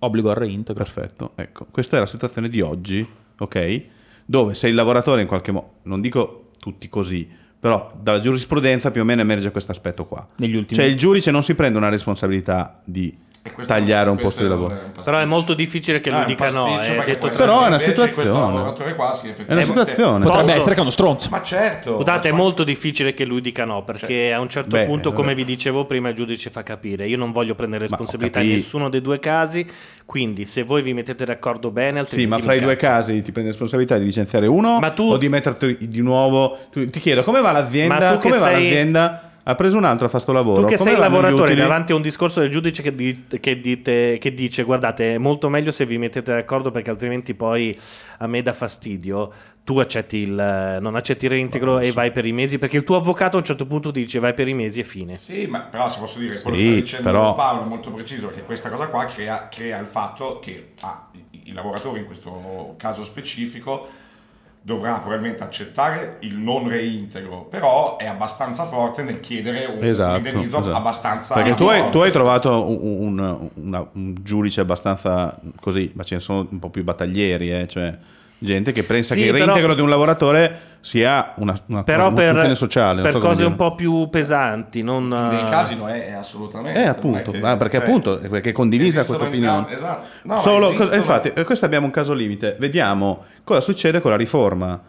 B: Obbligo al reintegro.
D: Perfetto, ecco, questa è la situazione di oggi, ok? Dove se il lavoratore in qualche modo, non dico tutti così, però dalla giurisprudenza più o meno emerge questo aspetto qua.
B: Negli ultimi-
D: Cioè il giudice non si prende una responsabilità di
F: E questo-
D: tagliare un
F: questo
D: posto di
F: è un-
D: lavoro.
F: un pasticcio.
C: Però è molto difficile che
F: No,
C: lui
F: è un
C: dica no.
F: pasticcio,
C: eh,
F: perché
C: detto
F: questo-
D: Però è una
F: invece Questo
D: situazione.
F: lavoratore qua si
D: È una
F: effettivamente...
D: situazione.
B: Potrebbe
C: Posso-
B: essere che è uno stronzo.
F: Ma certo.
C: Scusate, è
F: Ma-
C: molto difficile che lui dica no, perché a un certo
D: Cioè, Beh,
C: punto, come
D: vabbè.
C: vi dicevo prima, il giudice fa capire: io non voglio prendere
D: Ma ho
C: responsabilità in
D: capito.
C: nessuno dei due casi. Quindi, se voi vi mettete d'accordo bene,
D: Sì,
C: altrimenti.
D: ma
C: mi
D: fra i due
C: incazzo.
D: casi ti prendi responsabilità di licenziare uno
C: Ma tu-
D: o di metterti di nuovo. tu- ti chiedo come va
C: Ma
D: l'azienda?
C: tu che
D: Come va
C: sei-
D: l'azienda? Ha preso un altro a fa sto lavoro.
C: Tu che
D: come
C: sei
D: vanno gli
C: lavoratore
D: utili?
C: davanti a un discorso del giudice che, di- che dite- che dice guardate è molto meglio se vi mettete d'accordo perché altrimenti poi a me dà fastidio, tu accetti il, non accetti il reintegro e vai per i mesi perché il tuo avvocato a un certo punto dice vai per i mesi e fine.
F: Sì, ma però se posso dire,
D: Sì,
F: quello che sta dicendo
D: però-
F: Paolo è molto preciso, che questa cosa qua crea, crea il fatto che ah, i- il lavoratore in questo caso specifico dovrà probabilmente accettare il non reintegro, però è abbastanza forte nel chiedere un, un
D: Esatto,
F: indennizzo
D: esatto.
F: abbastanza...
D: Perché tu hai,
F: forte.
D: tu hai trovato un, un- una- un giudice abbastanza così, ma ce ne sono un po' più battaglieri, eh, cioè gente che pensa
C: Sì,
D: che il
C: però-
D: reintegro di un lavoratore sia una, una
C: Però
D: cosa- una
C: per,
D: funzione sociale.
C: per
D: non so come
C: cose un
D: dire.
C: po' più pesanti, non... eh,
F: Nei casi no, è, è assolutamente...
D: Eh,
F: non
D: appunto,
F: è che-
D: ah, perché
F: cioè,
D: appunto è perché è condivisa
F: esistono
D: questa opinione.
F: entrambi- Esatto. No, ma
D: Solo,
F: esistono-
D: cosa- infatti, eh, questo abbiamo un caso limite. Vediamo cosa succede con la riforma.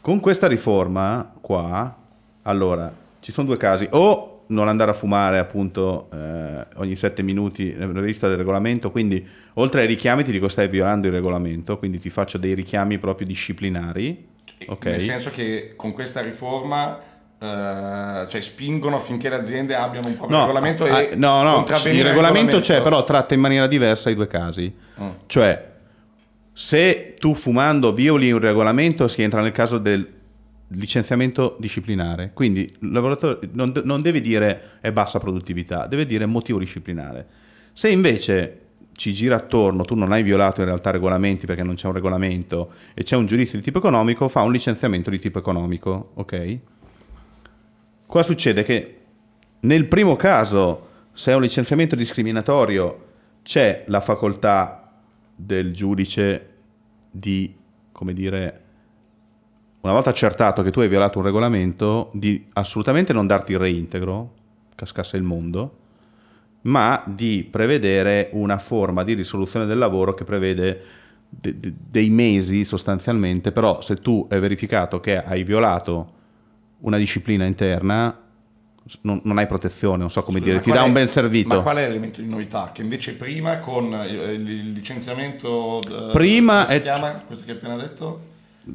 D: Con questa riforma qua, allora, ci sono due casi. O non andare a fumare appunto eh, ogni sette minuti nella rivista del regolamento, quindi oltre ai richiami ti dico stai violando il regolamento, quindi ti faccio dei richiami proprio disciplinari. Ok.
F: Nel senso che con questa riforma eh, cioè spingono affinché le aziende abbiano un proprio regolamento
D: ah,
F: e
D: no, no, il
F: contravvenire
D: regolamento, c'è, però tratta in maniera diversa i due casi.
F: Mm.
D: Cioè, se tu fumando violi un regolamento, si entra nel caso del licenziamento disciplinare. Quindi il lavoratore non, de- non deve dire è bassa produttività, deve dire motivo disciplinare. Se invece ci gira attorno, tu non hai violato in realtà regolamenti perché non c'è un regolamento e c'è un giudizio di tipo economico, fa un licenziamento di tipo economico, ok? Qua succede che nel primo caso, se è un licenziamento discriminatorio, c'è la facoltà del giudice di, come dire, una volta accertato che tu hai violato un regolamento, di assolutamente non darti il reintegro, cascasse il mondo, ma di prevedere una forma di risoluzione del lavoro che prevede de- de- dei mesi sostanzialmente, però se tu hai verificato che hai violato una disciplina interna, s- non, non hai protezione, non so come
F: Scusa,
D: dire,
F: ma
D: ti
F: qual
D: dà
F: è-
D: un ben servito.
F: Ma qual è l'elemento di novità? Che invece prima con eh, il licenziamento... eh,
D: Prima
F: come si
D: è-
F: chiama questo che hai appena detto?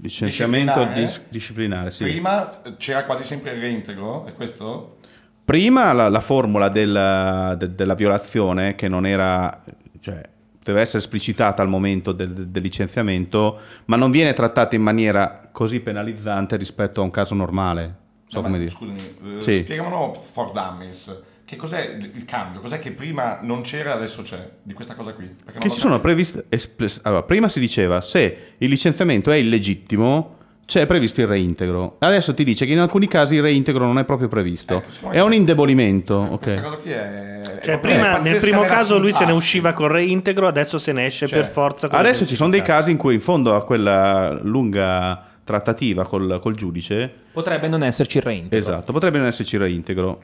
D: Licenziamento dis-
F: Disciplinare?
D: disciplinare, sì.
F: Prima eh, c'era quasi sempre il reintegro, è questo?
D: Prima la, la formula del- de- della violazione, che non era, cioè, deve essere esplicitata al momento del, del licenziamento, ma non viene trattata in maniera così penalizzante rispetto a un caso normale. Non
F: No,
D: So
F: ma
D: come dire.
F: Scusami, eh,
D: Sì.
F: spiegamelo for dummies. Che cos'è il il cambio? Cos'è che prima non c'era e adesso c'è? Di questa cosa qui? Perché non
D: Che
F: l'ho
D: ci sono
F: capito.
D: previste. espres- allora, prima si diceva se il licenziamento è illegittimo. C'è previsto il reintegro. Adesso ti dice che in alcuni casi il reintegro non è proprio previsto.
F: Ecco, siccome
D: è un
F: c'è-
D: indebolimento.
F: Questa
D: ok.
F: cosa qui è...
C: Cioè,
F: è proprio
C: prima, nel
F: pazzesca
C: primo
F: nella
C: caso lui se ne
F: sintassi.
C: usciva col reintegro, adesso se ne esce
F: Cioè,
C: per forza. con la
D: Adesso ci sono dei
C: possibilità.
D: casi in cui in fondo a quella lunga trattativa col, col giudice,
B: Potrebbe non esserci il reintegro.
D: esatto, potrebbe non esserci il reintegro.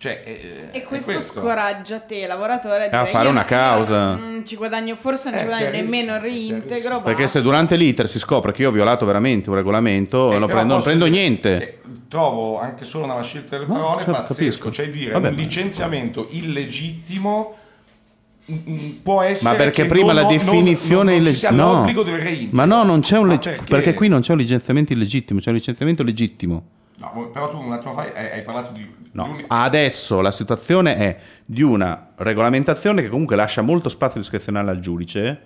F: Cioè, eh,
E: E
F: è
E: questo, scoraggia te, lavoratore,
D: A
E: dire,
D: fare
E: io
D: una
E: no-
D: causa.
E: Non ci guadagno, forse non
F: Eh,
E: ci guadagno
F: chiarissimo,
E: nemmeno il
F: chiarissimo.
E: reintegro.
D: Perché
E: basta.
D: se durante l'iter si scopre che io ho violato veramente un regolamento,
F: Eh,
D: non
F: però
D: prendo, non
F: posso
D: prendo
F: dire-
D: niente.
F: eh, trovo anche solo nella scelta delle
D: No,
F: parole
D: certo,
F: pazzesco.
D: capisco.
F: Cioè dire
D: Vabbè,
F: un
D: ma-
F: licenziamento illegittimo mm, mm, può essere
D: Ma perché
F: che
D: prima
F: non-
D: la
F: non-
D: definizione
F: non, non, non ci
D: illeg-
F: sia
D: no.
F: l'obbligo del reintegro
D: Ma no, non c'è un
F: Ma
D: leg- perché? qui non c'è un licenziamento illegittimo, c'è un licenziamento legittimo.
F: No, però tu un attimo fa hai, hai parlato di... di
D: No,
F: un-
D: adesso la situazione è di una regolamentazione che comunque lascia molto spazio discrezionale al giudice,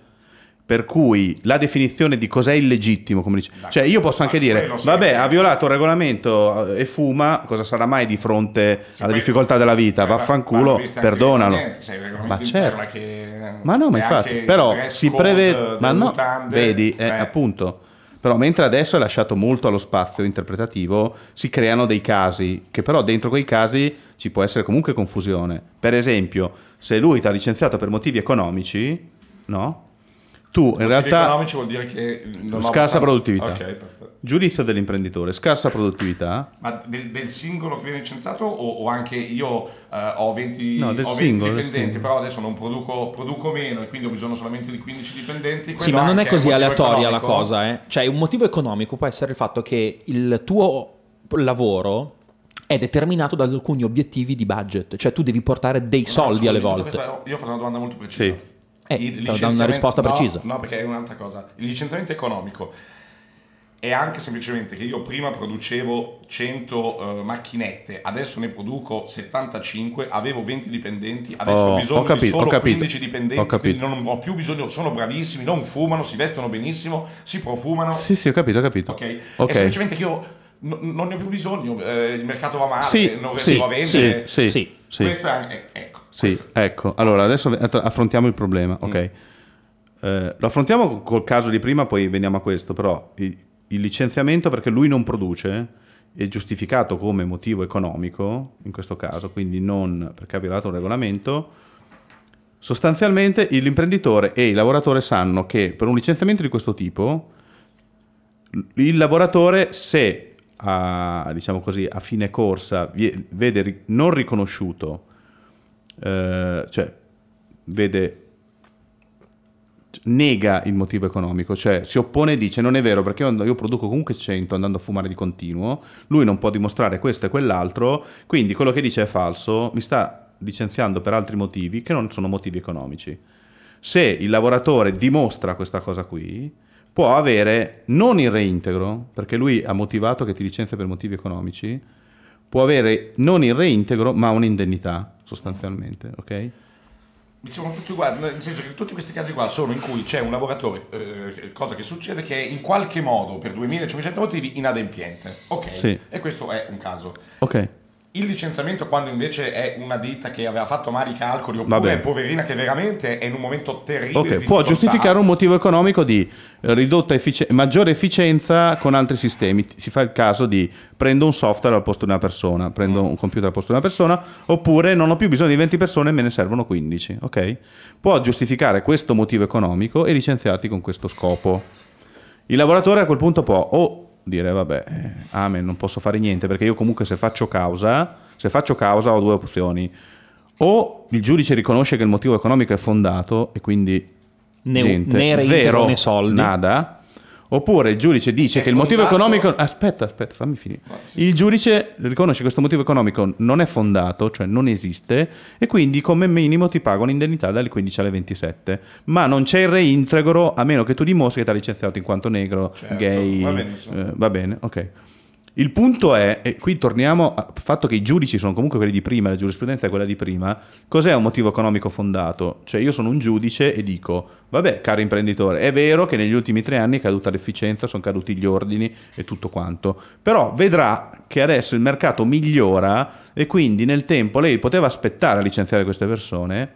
D: per cui la definizione di cos'è illegittimo, come dice... Cioè io posso anche dire,
F: quello sì.
D: vabbè, ha violato il regolamento eh, e fuma, cosa sarà mai di fronte alla
F: poi-
D: difficoltà della vita?
F: Guarda, vanno
D: Vaffanculo,
F: viste eh, anche
D: perdonalo.
F: le niente, sai, il regolamento
D: Ma
F: di
D: certo.
F: Perla che-
D: Ma no, ma
F: e
D: infatti,
F: anche il
D: però
F: dress
D: si
F: code
D: prevede...
F: delle
D: Ma no,
F: mutande.
D: vedi, eh,
F: Eh,
D: appunto. Però mentre adesso è lasciato molto allo spazio interpretativo, si creano dei casi, che però dentro quei casi ci può essere comunque confusione. Per esempio, se lui ti ha licenziato per motivi economici, no? Tu in
F: motivi
D: realtà...
F: economici vuol dire che non ho
D: Scarsa
F: abbastanza-
D: produttività.
F: Ok, perfetto.
D: Giudizio dell'imprenditore, scarsa produttività.
F: Ma del, del singolo che viene licenziato o, o anche io eh, ho 20,
D: No, del
F: ho 20
D: singolo, del
F: dipendenti,
D: singolo.
F: però adesso non produco, produco meno e quindi ho bisogno solamente di 15 dipendenti?
B: Sì,
F: quello
B: ma non è
F: anche un
B: così
F: motivo
B: aleatoria la
F: economico?
B: cosa, eh. Cioè, un motivo economico può essere il fatto che il tuo lavoro è determinato da alcuni obiettivi di budget, cioè tu devi portare dei soldi
F: Scusami,
B: alle
F: tutto
B: volte.
F: Eh, questo- Io ho fatto una domanda molto precisa.
D: Sì.
B: Eh,
F: Il
B: ti ho dato una
F: licenziamento-
B: risposta
F: no,
B: precisa.
F: No, perché è un'altra cosa. Il licenziamento economico è anche semplicemente che io prima producevo 100 eh, macchinette, adesso ne produco 75, avevo 20 dipendenti, adesso
D: Oh,
F: ho bisogno
D: ho capito,
F: di solo
D: ho capito,
F: 15 dipendenti,
D: ho capito.
F: quindi non ho più bisogno, sono bravissimi, non fumano, si vestono benissimo, si profumano.
D: Sì, sì, ho capito, ho capito.
F: Ok?
D: Ok.
F: È semplicemente che io n- non ne ho più bisogno, eh, il mercato va male,
D: Sì,
F: non
D: sì,
F: riesco a
D: sì,
F: vendere.
D: sì,
B: Sì.
D: sì.
F: Questo è anche, ecco,
D: Sì,
F: questo-
D: ecco. Allora, adesso affrontiamo il problema, ok?
F: Mm.
D: Eh, lo affrontiamo col caso di prima, poi veniamo a questo, però il, il licenziamento perché lui non produce è giustificato come motivo economico, in questo caso, quindi non perché ha violato un regolamento. Sostanzialmente il- l'imprenditore e il lavoratore sanno che per un licenziamento di questo tipo il lavoratore se a, diciamo così, a fine corsa vie- vede ri- non riconosciuto eh, cioè vede nega il motivo economico, cioè si oppone e dice non è vero perché io io produco comunque 100 andando a fumare di continuo, lui non può dimostrare questo e quell'altro, quindi quello che dice è falso, mi sta licenziando per altri motivi che non sono motivi economici. Se il lavoratore dimostra questa cosa qui, può avere non il reintegro, perché lui ha motivato che ti licenzia per motivi economici, può avere non il reintegro ma un'indennità sostanzialmente, ok?
F: Diciamo tutti uguali, nel senso che tutti questi casi qua sono in cui c'è un lavoratore, eh, cosa che succede, che è in qualche modo, per 2500 motivi, inadempiente. Ok,
D: Sì.
F: e questo è un caso.
D: Ok.
F: Il licenziamento quando invece è una ditta che aveva fatto male i calcoli, oppure
D: Vabbè.
F: è poverina che veramente è in un momento terribile.
D: Ok,
F: di
D: può
F: difficoltà.
D: giustificare un motivo economico di eh, ridotta effici- maggiore efficienza con altri sistemi. Ti- Si fa il caso di prendo un software al posto di una persona, prendo un computer al posto di una persona, oppure non ho più bisogno di 20 persone e me ne servono 15. Ok? Può giustificare questo motivo economico e licenziarti con questo scopo. Il lavoratore a quel punto può o dire vabbè, eh, amen, non posso fare niente perché io comunque se faccio causa, se faccio causa ho due opzioni. O il giudice riconosce che il motivo economico è fondato e quindi
B: Né-
D: niente,
B: né reintegro
D: zero,
B: né soldi.
D: nada. Oppure il giudice dice
F: È
D: che il motivo
F: fondato-
D: economico aspetta, aspetta, fammi finire. Il giudice riconosce che questo motivo economico non è fondato, cioè non esiste, e quindi come minimo ti paga un'indennità dalle 15 alle 27. Ma non c'è il reintegro a meno che tu dimostri che ti ha licenziato in quanto negro,
F: Certo,
D: gay.
F: va benissimo.
D: eh, va bene, ok. Il punto è, e qui torniamo al fatto che i giudici sono comunque quelli di prima, la giurisprudenza è quella di prima, cos'è un motivo economico fondato? Cioè io sono un giudice e dico, vabbè caro imprenditore, è vero che negli ultimi tre anni è caduta l'efficienza, sono caduti gli ordini e tutto quanto, però vedrà che adesso il mercato migliora e quindi nel tempo lei poteva aspettare a licenziare queste persone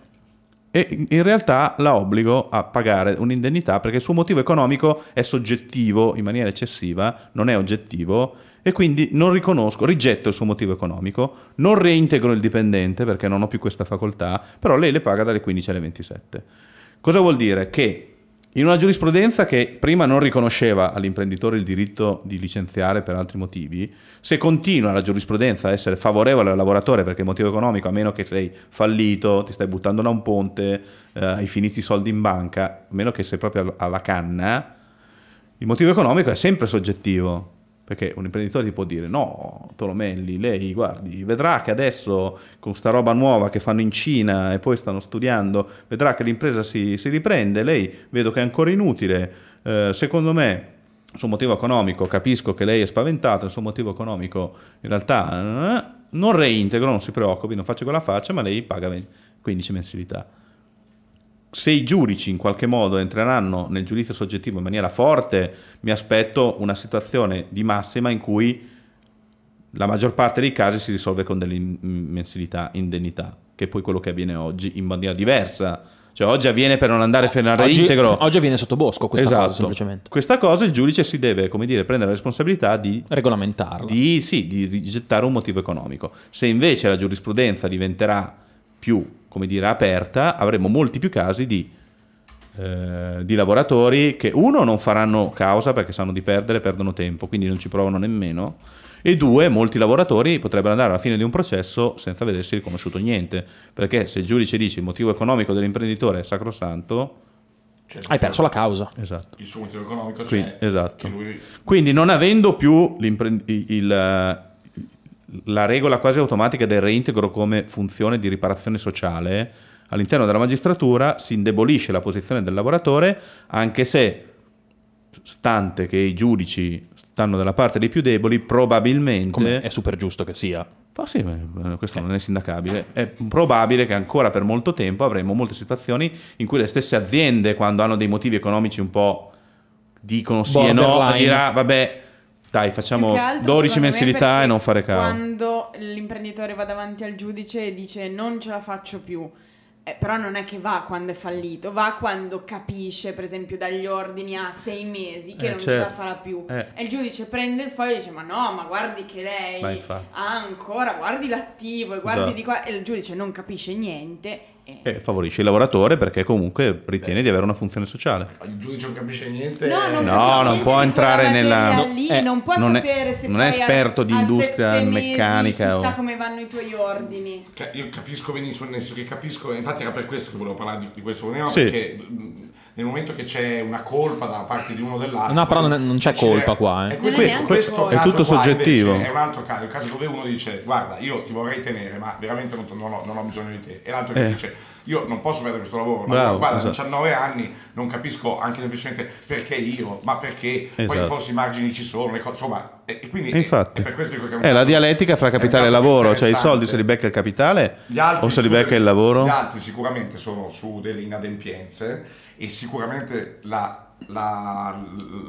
D: e in- in realtà la obbligo a pagare un'indennità perché il suo motivo economico è soggettivo in maniera eccessiva, non è oggettivo e quindi non riconosco, rigetto il suo motivo economico, non reintegro il dipendente perché non ho più questa facoltà, però lei le paga dalle 15 alle 27. Cosa vuol dire? Che in una giurisprudenza che prima non riconosceva all'imprenditore il diritto di licenziare per altri motivi, se continua la giurisprudenza a essere favorevole al lavoratore perché il motivo economico, a meno che sei fallito, ti stai buttando da un ponte, eh, hai finito i soldi in banca, a meno che sei proprio al- alla canna, il motivo economico è sempre soggettivo. Perché un imprenditore ti può dire: No, Tolomelli, lei guardi, vedrà che adesso con sta roba nuova che fanno in Cina e poi stanno studiando, vedrà che l'impresa si, si riprende. Lei vedo che è ancora inutile. eh, secondo me il suo motivo economico, capisco che lei è spaventata, il suo motivo economico in realtà eh, non reintegro, non si preoccupi, non faccio quella faccia, ma lei paga 20 15 mensilità. Se i giudici in qualche modo entreranno nel giudizio soggettivo in maniera forte, mi aspetto una situazione di massima in cui la maggior parte dei casi si risolve con delle in- mensilità, indennità, che è poi quello che avviene oggi in maniera diversa. Cioè oggi avviene per non andare fino al
B: Oggi,
D: reintegro.
B: oggi viene sottobosco questa
D: Esatto.
B: cosa, semplicemente.
D: Questa cosa il giudice si deve, come dire, prendere la responsabilità di
B: Regolamentarla.
D: di, sì, di rigettare un motivo economico. Se invece la giurisprudenza diventerà più, come dire, aperta, avremo molti più casi di, eh, di lavoratori che, uno, non faranno causa perché sanno di perdere, perdono tempo, quindi non ci provano nemmeno, e due, molti lavoratori potrebbero andare alla fine di un processo senza vedersi riconosciuto niente, perché se il giudice dice il motivo economico dell'imprenditore è sacrosanto,
F: Cioè,
B: Hai perso la causa.
D: esatto.
F: Il suo motivo economico c'è.
D: Quindi, esatto.
F: che lui-
D: Quindi non avendo più l'imprend- i- il, eh, la regola quasi automatica del reintegro come funzione di riparazione sociale, all'interno della magistratura si indebolisce la posizione del lavoratore, anche se, stante che i giudici stanno dalla parte dei più deboli, probabilmente...
B: Come è super giusto che sia.
D: Ma sì, ma, eh, questo non è sindacabile. È probabile che ancora per molto tempo avremo molte situazioni in cui le stesse aziende, quando hanno dei motivi economici un po' dicono sì e no,
B: Borderline.
D: dirà vabbè, dai,
E: Più
D: facciamo
E: che altro,
D: 12
E: secondo me,
D: mensilità
E: perché
D: e non fare cavo.
E: Quando l'imprenditore va davanti al giudice e dice non ce la faccio più, eh, però non è che va quando è fallito, va quando capisce, per esempio, dagli ordini a sei mesi che
D: Eh,
E: non ce
D: certo.
E: la farà più.
D: Eh.
E: E il giudice prende il foglio e dice ma no, ma guardi che lei
D: Ma infatti.
E: ha ancora, guardi l'attivo e guardi
D: Esatto.
E: di qua. E il giudice non capisce niente. e-
D: E favorisce il lavoratore perché comunque ritiene di avere una funzione sociale.
F: Il giudice non capisce niente.
E: No, non, capisce
D: No, non
E: niente
D: può
E: di
D: entrare
E: quella
D: nella-
E: materia
D: no,
E: lì,
B: eh,
E: non può
D: non è-
E: sapere se
D: non è
E: poi a-
D: esperto di
E: a
D: industria
E: sette mesi
D: meccanica
E: Chissà
D: o-
E: come vanno i tuoi ordini.
F: Ca- Io capisco benissimo, nel senso che capisco, infatti era per questo che volevo parlare di, di questo problema,
D: Sì.
F: perché mh, nel momento che c'è una colpa da parte di uno o dell'altro...
B: No, però non- non c'è
F: ci
B: colpa
F: deve- è
B: qua, eh.
E: Non è
F: questo,
E: neanche
F: questo
E: colpa.
D: È
F: caso
D: tutto
F: qua,
D: soggettivo.
F: invece, È un altro caso, il caso dove uno dice guarda io ti vorrei tenere ma veramente non, non ho, non ho bisogno di te e l'altro che
D: Eh.
F: dice io non posso perdere questo lavoro, ma
D: Bravo,
F: guarda
D: esatto.
F: 19 anni non capisco anche semplicemente perché io, ma perché poi
D: Esatto.
F: forse i margini ci sono, le cose, insomma, e, e quindi
D: E
F: è-
D: infatti,
F: è per questo dico che un
D: è la
F: caso-
D: dialettica fra
F: è un
D: capitale e
F: caso
D: lavoro, cioè i
F: interessante.
D: soldi se li becca il capitale
F: Gli altri
D: o se li
F: sicuramente-
D: becca il lavoro.
F: Gli altri sicuramente sono su delle inadempienze e sicuramente la, la-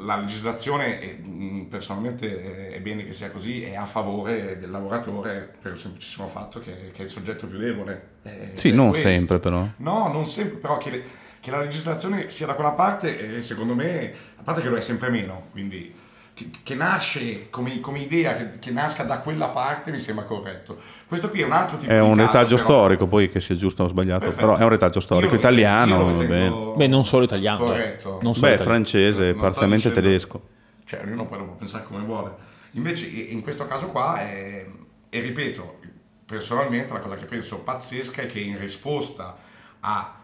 F: la legislazione, e, mh, personalmente eh, è bene che sia così, è a favore del lavoratore per il semplicissimo fatto che, che è il soggetto più debole. Eh,
D: Sì,
F: è
D: non
F: questo.
D: sempre però.
F: No, non sempre, però che, che la legislazione sia da quella parte, eh, secondo me, a parte che lo è sempre meno, quindi che, che nasce come, come idea, che, che nasca da quella parte mi sembra corretto. Questo qui è un altro tipo
D: È
F: di
D: un
F: caso,
D: retaggio
F: però-
D: storico, poi che sia giusto o sbagliato,
F: Perfetto.
D: però è un retaggio storico
F: Io lo- io
D: italiano,
F: lo
D: va bene.
F: ritengo
B: Beh, non solo italiano. eh.
F: Corretto.
B: Non solo
D: Beh,
B: italiano.
D: francese,
F: Non sto
D: parzialmente
F: dicendo-
D: tedesco.
F: Cioè, ognuno poi lo può pensare come vuole. Invece, i- in questo caso qua, è- e ripeto, personalmente la cosa che penso pazzesca è che in risposta a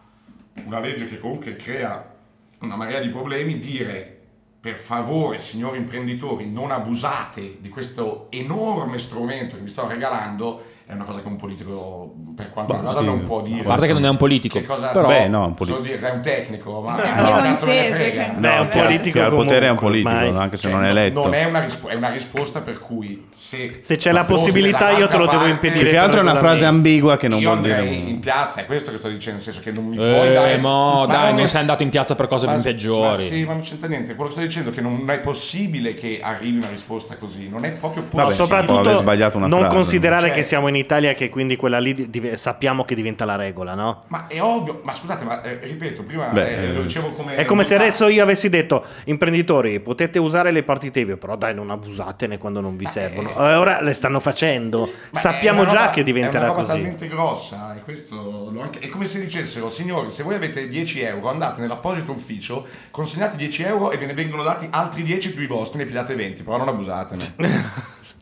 F: una legge che comunque crea una marea di problemi, dire per favore, signori imprenditori, non abusate di questo enorme strumento che vi sto regalando, è una cosa che un politico, per quanto
D: Bah,
F: mi riguarda,
D: sì.
F: non può dire.
B: A parte che non è un politico,
F: Che cosa-
B: però
D: Beh, no, un
F: Posso
D: politico.
F: dire, è un tecnico, ma
E: È
F: no,
E: un
F: cazzo me ne
E: piemontese
F: frega.
E: che-
C: Beh, è un
E: Grazie.
C: politico
D: Che al potere è un
C: comunque,
D: politico,
C: ormai.
D: anche se
F: Cioè,
D: non è
F: no-
D: eletto.
F: Non è una, rispo- è una risposta per cui se,
C: Se c'è la
F: fossi
C: possibilità, io te lo devo
F: dall'altra
C: impedire.
D: Più che altro è una frase ambigua che non
F: io
D: vuol dire
F: andrei
D: nulla.
F: in piazza, è questo che sto dicendo, nel senso che non mi puoi
B: Eh,
F: dare...
B: mo,
F: Ma
B: dai, non
F: è-
B: sei andato in piazza per cose
F: ma-
B: ben
F: Ma
B: peggiori.
F: sì, ma non c'entra niente. Quello che sto dicendo è che non è possibile che arrivi una risposta così. Non è proprio
C: No,
D: Vabbè,
F: possibile.
D: può aver
C: soprattutto
D: sbagliato una
C: non
D: frase,
C: considerare
F: cioè-
C: che siamo in Italia e che quindi quella lì di- div- sappiamo che diventa la regola, no?
F: Ma è ovvio, ma scusate, ma eh, ripeto, prima
D: Beh,
F: eh, lo
D: eh,
F: dicevo come...
C: È come se
F: Ah,
C: adesso io avessi detto, imprenditori, potete usare le partite IVA, però dai, non abusatene quando non vi servono. Eh, Ora le stanno facendo,
F: Ma è
C: sappiamo
F: una
C: già
F: roba-
C: che diventerà
F: è una roba
C: così.
F: talmente grossa e questo lo anche- è come se dicessero signori se voi avete 10 euro andate nell'apposito ufficio consegnate 10 euro e ve ne vengono dati altri 10 più i vostri ne pigliate 20 però non abusatene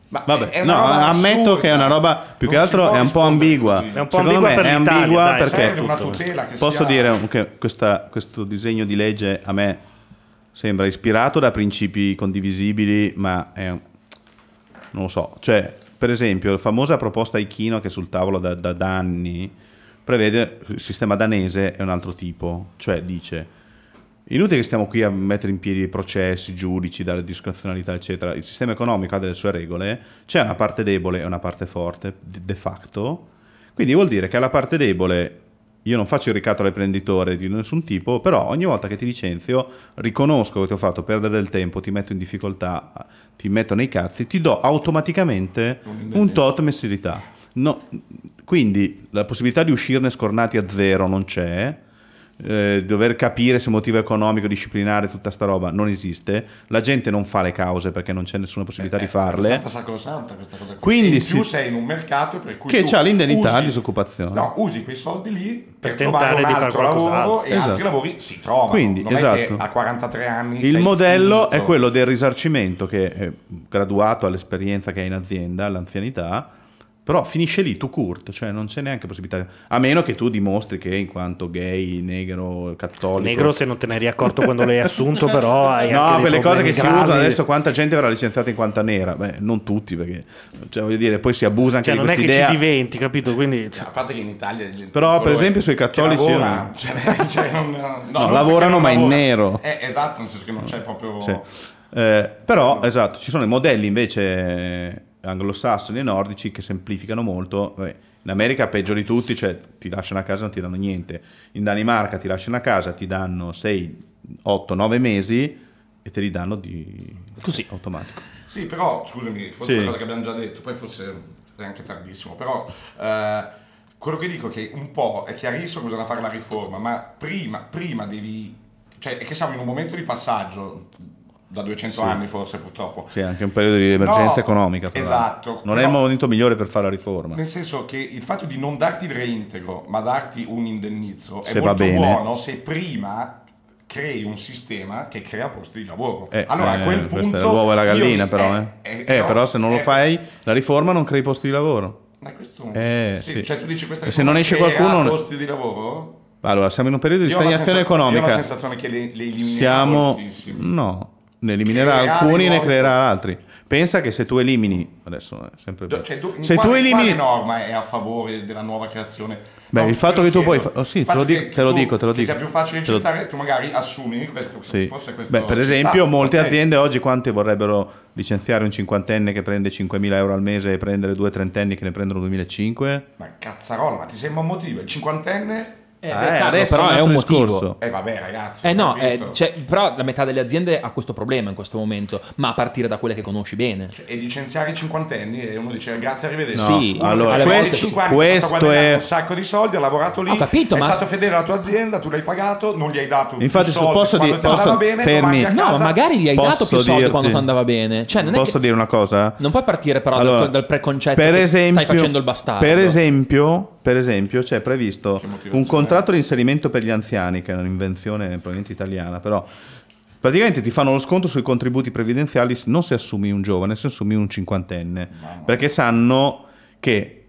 F: Ma è
D: Vabbè,
F: una
D: no,
F: roba
D: ammetto
F: assurda.
D: che è una roba più che
F: Non si
D: altro
F: può
D: è un po'
F: rispondere
D: ambigua.
F: così.
C: È un po'
D: Secondo
C: ambigua
D: me
C: per
D: è
C: l'Italia,
D: ambigua
C: dai,
D: perché
F: serve una tutela che
D: Posso
F: sia-
D: dire che questa- questo disegno di legge a me sembra ispirato da principi condivisibili, ma è un- non lo so. Cioè, per esempio, la famosa proposta Ichino che è sul tavolo da, da- da anni prevede il sistema danese è un altro tipo, cioè dice Inutile che stiamo qui a mettere in piedi processi, giudici, dare discrezionalità, eccetera. Il sistema economico ha delle sue regole, c'è una parte debole e una parte forte, d- de facto. Quindi vuol dire che alla parte debole io non faccio il ricatto all'imprenditore di nessun tipo, però ogni volta che ti licenzio riconosco che ti ho fatto perdere del tempo, ti metto in difficoltà, ti metto nei cazzi, ti do automaticamente un tot mensilità. No, quindi la possibilità di uscirne scornati a zero non c'è. eh, dover capire se motivo economico, disciplinare, tutta sta roba non esiste. La gente non fa le cause perché non c'è nessuna
F: Eh,
D: possibilità di farle.
F: abbastanza sacrosanta questa cosa qui.
D: Quindi
F: in più
D: sì.
F: sei in un mercato per cui
D: Che
F: tu
D: c'ha l'indennità
F: usi-
D: di disoccupazione.
F: No, usi quei soldi lì per,
C: tentare
F: trovare un
C: di fare
F: altro lavoro
C: qualcos'altro.
F: e
D: Esatto.
F: altri lavori si trovano.
D: Quindi,
F: non è che
D: esatto.
F: a 43 anni
D: Il
F: sei
D: modello
F: finito.
D: è quello del risarcimento che è graduato all'esperienza che hai in azienda, all'anzianità, però finisce lì, tu curto, cioè non c'è neanche possibilità, a meno che tu dimostri che in quanto gay, negro, cattolico...
C: Negro se non te ne eri accorto quando l'hai assunto, però hai
D: No,
C: anche dei
D: quelle cose
C: problemi
D: che si
C: gravi.
D: usano adesso, quanta gente verrà licenziata in quanta nera? Beh, non tutti, perché cioè, voglio dire, poi si abusa anche
C: Cioè,
D: di
C: non è
D: questa
C: che
D: idea.
C: ci diventi, capito? Quindi
F: Cioè,
C: cioè
F: A parte che in Italia gente
D: Però,
F: di
D: per
F: colore
D: esempio, sui
F: che
D: cattolici
F: lavora,
D: no.
F: cioè, cioè, non- no, non
D: lavorano,
F: perché non
D: ma in
F: lavora.
D: nero.
F: Eh, esatto, nel senso che non c'è proprio
D: Sì. Eh, però, esatto, ci sono i modelli invece eh, anglosassoni e nordici che semplificano molto. Vabbè, in America peggio di tutti, cioè ti lasciano a casa e non ti danno niente. In Danimarca ti lasciano a casa, ti danno 6, 8, 9 mesi e te li danno di
B: Così.
D: automatico.
F: Sì, però scusami, forse
D: Sì.
F: è una cosa che abbiamo già detto, poi forse è anche tardissimo, però eh, quello che dico è che un po' è chiarissimo che bisogna fare la riforma, ma prima, prima devi... cioè è che siamo in un momento di passaggio da 200 anni forse purtroppo.
D: Sì, anche un periodo di emergenza
F: No,
D: economica. tra
F: esatto,
D: l'altro.
F: però-
D: Non è il momento migliore per fare la riforma.
F: Nel senso che il fatto di non darti il reintegro, ma darti un indennizzo
D: Se
F: è
D: va
F: molto
D: bene.
F: buono se prima crei un sistema che crea posti di lavoro.
D: Eh,
F: allora
D: eh,
F: a quel
D: questo
F: punto...
D: è l'uovo e la
F: io-
D: gallina, però.
F: eh,
D: Eh,
F: eh,
D: Eh, però se non lo
F: eh,
D: fai, la riforma non crei posti di lavoro.
F: Ma questo
D: Eh,
F: sì,
D: sì.
F: Cioè, tu dici questa
D: E se non esce
F: riforma
D: qualcuno,
F: crea
D: non-
F: posti di lavoro?
D: Allora, siamo in un periodo di
F: Io ho la
D: stagnazione
F: sensazione- Io ho la
D: economica.
F: sensazione che le, le eliminerà
D: siamo
F: moltissimi.
D: no ne eliminerà
F: Creerà
D: alcuni
F: dei
D: ne
F: nuovi
D: creerà altri pensa che se tu elimini adesso è sempre
F: Do- Cioè, tu, in
D: se tu
F: quale-
D: elimini
F: quale norma è a favore della nuova creazione?
D: Beh,
F: No,
D: il
F: te
D: fatto
F: lo
D: che tu
F: chiedo.
D: puoi fa- oh, sì,
F: Il
D: te lo
F: fatto
D: dico-
F: che
D: te lo
F: tu-
D: dico, te lo
F: che
D: dico.
F: sia più facile
D: Te lo-
F: licenziare, tu magari assumi questo.
D: sì.
F: Forse questo
D: Beh, per
F: ci
D: esempio
F: sta,
D: molti
F: ok.
D: aziende oggi quante vorrebbero licenziare un cinquantenne che prende 5.000 euro al mese e prendere due trentenni che ne prendono 2.500
F: Ma cazzarola, ma ti sembra un motivo? Il cinquantenne?
D: Eh,
B: Eh, Carlo,
D: adesso
B: però
D: un
B: è
D: altro
B: un
D: discorso.
B: motivo.
F: Eh, vabbè, ragazzi.
B: Eh no,
F: capito?
B: eh, cioè, però la metà delle aziende ha questo problema in questo momento, ma a partire da quelle che conosci bene.
F: Cioè, E licenziare i cinquantenni e uno dice "Eh, grazie, arrivederci.
B: No, Sì,
F: Uno
B: allora,
F: che
B: questo-
F: ha 25 anni,
D: questo
F: ha fatto guadagnare
D: è-
F: un sacco di soldi, ha lavorato lì,
B: Ho capito,
F: è
B: ma-
F: stato fedele alla tua azienda, tu l'hai pagato, non gli hai dato più
D: Infatti, su-
F: soldi,
D: posso
F: quando
D: di-
F: ti andava
D: posso-
F: bene,
D: fermi.
F: tornavi a
B: No, ma
F: casa-
B: magari gli hai dato
D: posso
B: più soldi
D: dirti-
B: quando ti andava bene. Cioè, non, è
D: posso
B: che-
D: dire una cosa?
B: non puoi partire però dal-
D: Allora,
B: dal, preconcetto
D: per
B: che
D: esempio-
B: stai facendo il bastardo.
D: Per esempio, per esempio c'è previsto
F: Che motivazione.
D: un contratto di inserimento per gli anziani, che è un'invenzione probabilmente italiana, però praticamente ti fanno lo sconto sui contributi previdenziali se- non se assumi un giovane, se assumi un cinquantenne, perché sanno che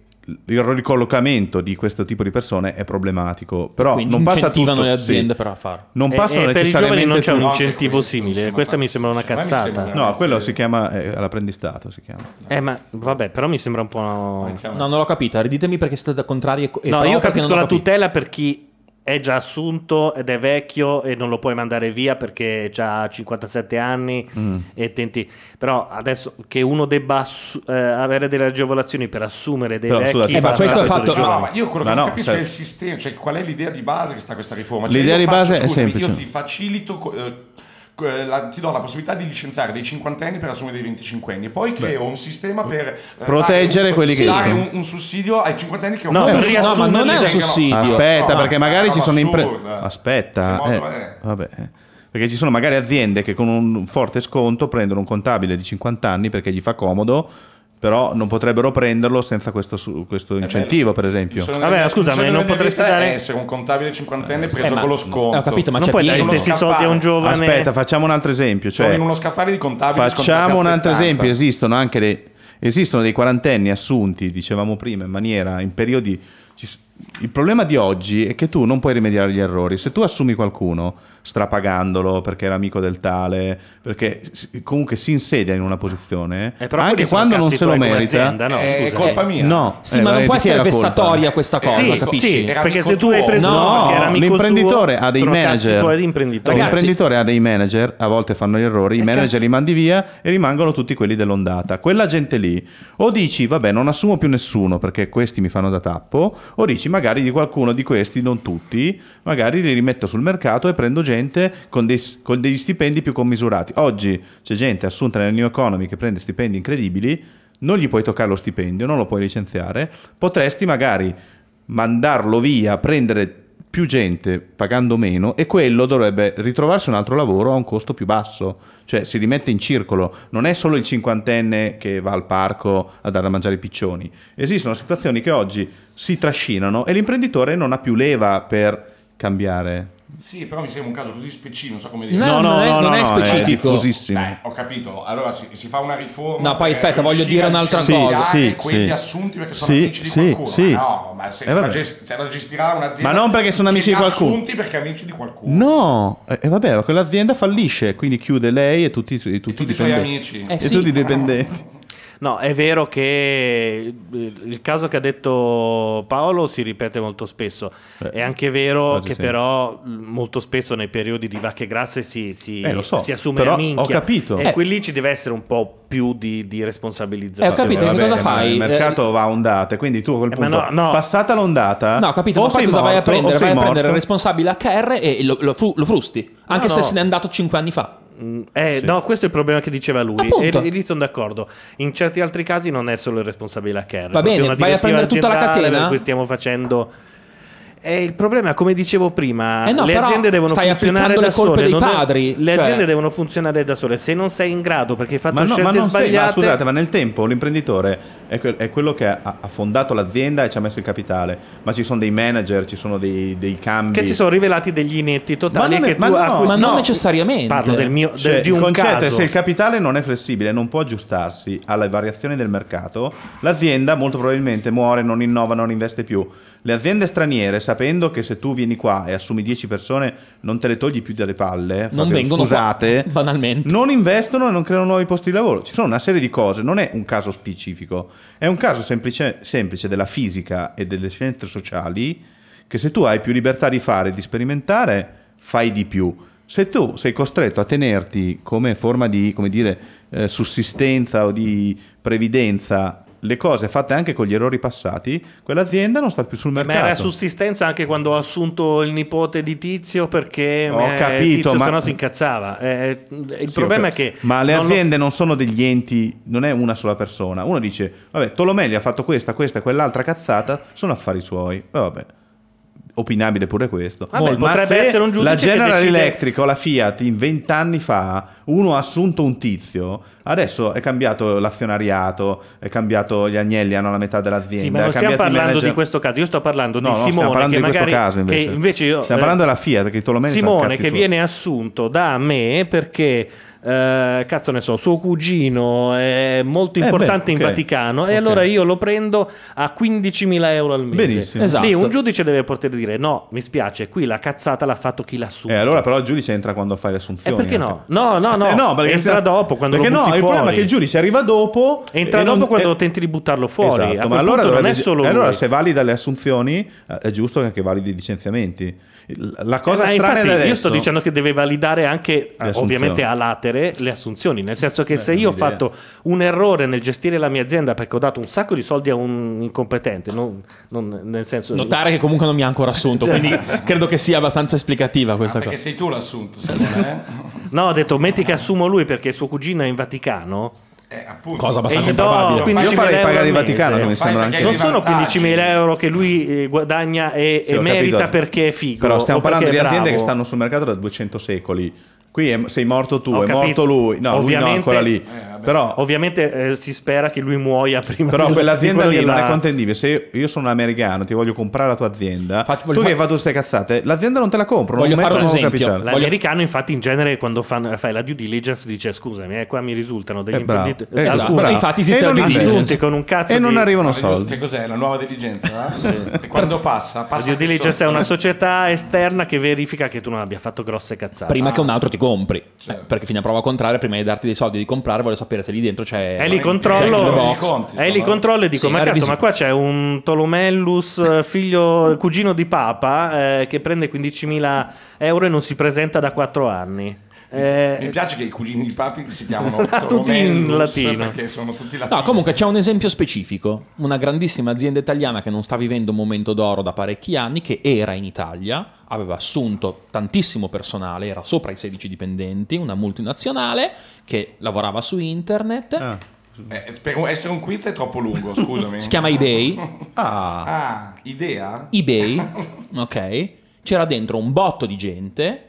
D: il ricollocamento di questo tipo di persone è problematico, però
B: Quindi
D: non passa
B: incentivano
D: tutto,
B: le aziende
D: sì.
B: però a farlo.
D: Non
C: Eh,
D: passano
C: eh, per i
D: necessariamente
C: giovani non c'è
D: tutti.
C: un
F: No, anche
C: incentivo
F: questo,
C: simile.
F: insomma,
C: Questa mi
F: pazzi-
C: sembra una
F: cioè, a me mi
C: cazzata.
F: sembra-
D: No, quello si chiama eh, alla prendistata si chiama.
C: Eh, ma vabbè, però mi sembra un po'. una-
F: Anche a me.
B: No, non l'ho capita, riditemi perché siete contrari e co- e pro
C: No, io
B: perché non
C: capisco
B: l'ho
C: la
B: capito.
C: tutela per chi è già assunto ed è vecchio e non lo puoi mandare via perché ha 57 anni e tenti... Però adesso che uno debba assu- eh, avere delle agevolazioni per assumere dei
D: Però,
C: vecchi...
D: scusa, ti
B: Eh, ma
C: basta
B: questo è
C: per
B: fatto-
C: i giovani.
F: No, ma io quello
D: Ma
F: che non
D: no,
F: capisco
D: sai-
F: è il sistema, cioè qual è l'idea di base che sta a questa riforma? Cioè,
D: L'idea
F: io
D: di
F: faccio-
D: base è
F: scusami,
D: semplice.
F: Io ti facilito, co- eh, co- eh, la- ti do la possibilità di licenziare dei cinquantenni per assumere dei venticinquenni e poi creo un sistema per eh,
D: Proteggere
F: dare-
D: quelli che
F: dare
D: escono.
F: un, un sussidio ai cinquantenni che un
C: No, per
F: assunto-
B: No, ma non è un
C: riassumerli,
B: sussidio.
D: Aspetta,
F: No,
D: perché
F: ma-
D: magari
F: ma
D: ci sono
F: assurda.
D: imprese. Aspetta,
F: Che
D: eh,
F: modo è?
D: vabbè. eh. Perché ci sono magari aziende che con un forte sconto prendono un contabile di 50 anni perché gli fa comodo, però non potrebbero prenderlo senza questo, su-
C: Eh
D: questo incentivo, per
F: Il
D: esempio.
F: sogno
C: Vabbè,
F: della-
C: scusa,
F: il sogno
C: ma non
F: della mia
C: potresti
F: vita
C: dare-
F: è Eh, essere un contabile
D: Eh,
F: cinquantenne preso
B: ma-
F: con lo sconto.
B: Ho capito, ma
C: Non
B: c'è
C: puoi
B: chi-
C: dare gli
F: uno
C: stessi soldi a un
F: scaffale.
C: giovane...
D: Aspetta, facciamo un altro esempio.
F: Sono
D: cioè,
F: in uno scaffale di contabili
D: Facciamo un
F: scontati a
D: altro
F: 70.
D: esempio, esistono anche dei, esistono dei quarantenni assunti, dicevamo prima, in maniera, in periodi ci s- Il problema di oggi è che tu non puoi rimediare agli errori. Se tu assumi qualcuno strapagandolo perché era amico del tale, perché si- comunque si insedia in una posizione,
C: Eh, però quelli
D: anche
C: sono
D: quando non
C: cazzi
D: se lo
C: tuoi come
D: merita,
C: azienda, no,
B: Eh,
F: È
C: scusa.
F: colpa mia.
D: No,
B: Sì,
D: eh,
B: ma
D: vai,
B: non
D: di
B: può
D: chi è
B: essere
D: la colpa?
B: vessatoria questa cosa,
C: sì,
B: capisci?
C: sì,
F: Era
C: perché
F: amico
C: se tu hai
F: tuo.
C: preso uno
D: No,
C: perché era amico
D: l'imprenditore
C: suo,
D: ha dei
C: sono cazzi
D: manager.
C: tuoi di imprenditore.
B: Ragazzi-
D: L'imprenditore ha dei manager, a volte fanno gli errori, i manager li mandi via e rimangono tutti quelli dell'ondata. Quella gente lì o dici vabbè non assumo più nessuno perché questi mi fanno da tappo, o dici magari di qualcuno di questi, non tutti, magari li rimetto sul mercato e prendo gente con, dei, con degli stipendi più commisurati. Oggi c'è gente assunta nel New Economy che prende stipendi incredibili, non gli puoi toccare lo stipendio, non lo puoi licenziare, potresti magari mandarlo via, prendere più gente pagando meno e quello dovrebbe ritrovarsi un altro lavoro a un costo più basso, cioè si rimette in circolo, non è solo il cinquantenne che va al parco a dare da mangiare i piccioni, esistono situazioni che oggi si trascinano e l'imprenditore non ha più leva per cambiare.
F: Sì, però mi sembra un caso così specifico, non so come dire.
B: No,
D: No,
B: non,
D: no,
B: è,
D: no,
B: non
D: no,
B: è
D: no, è
B: specifico.
D: diffusissimo.
F: Beh, ho capito. Allora si, si fa una riforma.
B: No, poi
F: per
B: aspetta, voglio
F: riuscire
B: dire
F: a
B: un'altra
F: licenziare
D: cosa. Sì,
F: quelli
D: sì.
F: assunti perché sono
D: Sì,
F: amici di
D: sì,
F: qualcuno.
D: sì.
F: Ma no, ma se,
D: Eh,
F: se la
D: vabbè.
F: gest- se la gestirà un'azienda.
D: Ma non perché sono
F: che
D: amici di
F: li ha
D: qualcuno.
F: Assunti perché amici di qualcuno.
D: No, Eh, e e vabbè, ma quell'azienda fallisce, quindi chiude lei e tutti, e tutti,
F: E tutti i suoi
D: dipendenti.
F: amici.
B: Eh
D: E
B: sì.
D: tutti i dipendenti.
C: No, è vero che il il caso che ha detto Paolo si ripete molto spesso.
D: Beh,
C: è anche vero
D: oggi
C: che
D: sì.
C: però l- molto spesso nei periodi di vacche grasse si, si,
D: Eh, lo so,
C: si assume
D: però
C: la minchia.
D: ho capito.
C: E
B: Eh.
C: qui lì ci deve essere un po' più di, di responsabilizzazione.
B: Eh, ho capito,
D: Sì,
B: che
D: vabbè,
B: cosa
D: ma
B: fai?
D: Il mercato va a ondate, quindi tu a quel
C: Eh,
D: punto,
C: ma no, no.
D: passata l'ondata,
B: No, ho capito,
D: o
B: ma poi
D: sei
B: cosa vai a
D: morto, o
B: prendere?
D: sei
B: Vai a prendere il
D: morto.
B: responsabile HR e lo, lo fru- lo frusti, anche
C: No,
B: se
C: no.
B: se n'è andato 5 anni fa.
C: Mm, eh, No, questo è il problema che diceva lui. E,
B: Appunto.
C: e lì sono d'accordo. In certi altri casi non è solo il responsabile a care.
B: Va bene, vai a prendere tutta la catena?
C: Per cui stiamo facendo. Eh, il problema, come dicevo prima,
B: Eh no,
C: le
B: però
C: aziende devono
B: stai
C: funzionare
B: applicando
C: da
B: le colpe
C: sole.
B: dei
C: non è-
B: padri,
C: le
B: cioè-
C: aziende devono funzionare da sole. Se non sei in grado perché hai fatto
D: Ma, no, ma
C: scelte
D: non sei- ma
C: sbagliate,
D: scusate, ma nel tempo l'imprenditore è, quel- è quello che ha, ha fondato l'azienda e ci ha messo il capitale, ma ci sono dei manager, ci sono dei, dei cambi.
C: che si sono rivelati degli inetti totali.
D: Ma non
C: e
D: è-
C: che
D: ma
C: tu-
D: no,
C: a cui-
B: Ma non
C: no,
B: necessariamente.
C: Parlo del mio, del-
D: Cioè,
C: di
D: il
C: un
D: concetto è
C: caso.
D: se il capitale non è flessibile, non può aggiustarsi alle variazioni del mercato, l'azienda molto probabilmente muore, non innova, non investe più. Le aziende straniere, sapendo che se tu vieni qua e assumi 10 persone, non te le togli più dalle palle,
B: Non
D: proprio,
B: vengono
D: scusate,
B: qua, banalmente.
D: non investono e non creano nuovi posti di lavoro. Ci sono una serie di cose, non è un caso specifico, è un caso semplice, semplice della fisica e delle scienze sociali che se tu hai più libertà di fare e di sperimentare, fai di più. Se tu sei costretto a tenerti come forma di come dire, eh, sussistenza o di previdenza le cose fatte anche con gli errori passati, quell'azienda non sta più sul
C: Ma era
D: mercato.
C: sussistenza anche quando ho assunto il nipote di Tizio perché
D: Ho
C: eh,
D: capito,
C: Tizio
D: ma-
C: sennò si incazzava. Eh, il
D: Sì,
C: problema
D: ok.
C: è che
D: Ma le
C: non lo-
D: aziende non sono degli enti, non è una sola persona. Uno dice, vabbè, Tolomelli ha fatto questa, questa e quell'altra cazzata, sono affari suoi. Eh, vabbè. Opinabile pure questo.
C: Vabbè,
D: Ma
C: potrebbe
D: se
C: essere un giudice
D: La
C: che
D: General
C: decide-
D: Electric o la Fiat in vent'anni fa, uno ha assunto un tizio, adesso è cambiato l'azionariato, è cambiato gli agnelli, hanno la metà dell'azienda.
C: Sì, ma non
D: è
C: stiamo
D: cambiato il
C: parlando
D: manager-
C: di questo caso. Io sto parlando
D: No,
C: di
D: no,
C: Simone
D: stiamo parlando
C: che
D: di questo
C: magari
D: caso invece.
C: Che invece io,
D: Stiamo
C: eh,
D: parlando della Fiat, perché Tolomelli sono
C: Simone
D: cazzi
C: che
D: suoi.
C: viene assunto da me perché eh, cazzo ne so, suo cugino è molto
D: Eh, beh,
C: importante in
D: ok.
C: Vaticano e
D: Ok.
C: allora io lo prendo a 15.000 euro al mese.
D: Benissimo.
B: Esatto.
C: Lì un giudice deve poter dire no, mi spiace, qui la cazzata l'ha fatto chi l'ha assunto.
D: Eh, allora però il giudice entra quando fai le
C: E
D: assunzioni.
C: Eh, perché
D: anche.
C: no? No, no, no.
D: Eh no, perché
C: entra
D: se-
C: dopo quando
D: perché
C: lo
D: no,
C: butti
D: il
C: fuori.
D: problema è che il giudice arriva dopo
C: Entra
D: e
C: dopo
D: non-
C: quando
D: eh,
C: tenti di buttarlo fuori.
D: Esatto,
C: A
D: ma
C: quel
D: allora,
C: punto non
D: dovrebbe-
C: è solo lui.
D: eh, allora se valida le assunzioni eh, è giusto che anche validi i licenziamenti. Il- La cosa
C: Eh,
D: strana
C: Ma infatti
D: è adesso-
C: io sto dicendo che deve validare anche eh,
D: assunzioni. Eh,
C: ovviamente a latere le assunzioni nel senso che se
D: non
C: io ho
D: idea.
C: fatto un errore nel gestire la mia azienda perché ho dato un sacco di soldi a un incompetente non, non- nel senso
B: Notare che comunque non mi ha ancora assunto, quindi
C: Cioè.
B: credo che sia abbastanza esplicativa questa
F: Perché
B: cosa.
F: sei tu l'assunto, Simone.
C: no ho detto metti che assumo lui perché suo cugino è in Vaticano
F: eh? Eh, appunto.
B: Cosa abbastanza
C: E gli do-
B: improbabile.
C: quindi
D: Io
C: 15.000
D: farei
C: euro
D: pagare
C: al
D: il Vaticano,
C: mese.
D: che mi
F: Lo fai
D: sembra
F: perché
D: anche...
C: non
F: di
C: sono
F: vantaggi.
C: 15.000 euro che lui eh, guadagna e,
D: Sì,
C: e
D: ho
C: merita
D: capito.
C: perché è figo
D: Però stiamo
C: o perché
D: parlando di
C: è bravo.
D: aziende che stanno sul mercato da 200 secoli. Qui è- sei morto tu,
C: Ho
D: è
C: capito.
D: morto lui. No, lui no,
C: Ovviamente-
D: ancora lì.
F: Eh, vabbè,
D: Però
C: Ovviamente eh, si spera che lui muoia prima.
D: Però
C: di-
D: quell'azienda
C: di
D: lì
C: quello
D: non è
C: della-
D: contendibile. Se io- io sono un americano, ti voglio comprare la tua azienda,
B: Infatti, voglio
D: tu che hai
B: fare-
D: fatto queste cazzate, l'azienda non te la compro.
B: Voglio
D: non
B: fare
D: metto
B: un
D: nuovo
B: esempio.
D: capitale.
B: Voglio-
C: L'americano, infatti, in genere quando fan- fai la due diligence dice scusami, eh, qua mi risultano degli
D: Eh, bravo.
C: imprenditori.
D: Eh,
B: Esatto.
D: bravo.
B: Infatti
D: e
B: esiste la
D: non
B: due
D: investi.
B: diligence.
C: con un cazzo
D: E non
C: di-
D: arrivano
F: Ma vedo-
D: soldi.
F: Che cos'è? La nuova diligenza? E quando passa?
C: La
F: passa
C: due diligence è
F: questo-
C: una società esterna che verifica che tu non abbia fatto grosse cazzate.
B: Prima che un altro ti compri.
F: Certo.
B: Eh, Perché fino a prova contraria, prima di darti dei soldi di comprare, voglio sapere se lì dentro c'è.
C: E lì
B: Eh, Jack in the
C: controllo,
B: Box.
F: I conti,
C: e lì
F: insomma.
C: controllo e dico:
B: Sì,
C: Ma
B: la
C: cazzo,
B: revisi-
C: ma qua c'è un Tolomellus, eh, figlio, cugino di Papa, eh, che prende 15.000 euro e non si presenta da 4 anni. Eh,
F: Mi piace che i cugini di papi si chiamano
C: Tutti in
F: Tolomellus,
C: latino.
F: perché sono tutti latini.
B: No, comunque c'è un esempio specifico, una grandissima azienda italiana che non sta vivendo un momento d'oro da parecchi anni, che era in Italia, aveva assunto tantissimo personale, era sopra i 16 dipendenti, una multinazionale che lavorava su internet,
D: Ah.
F: Eh, per un- essere un quiz è troppo lungo, scusami.
B: si chiama eBay,
D: Ah.
F: Ah, idea?
B: eBay, ok? C'era dentro un botto di gente.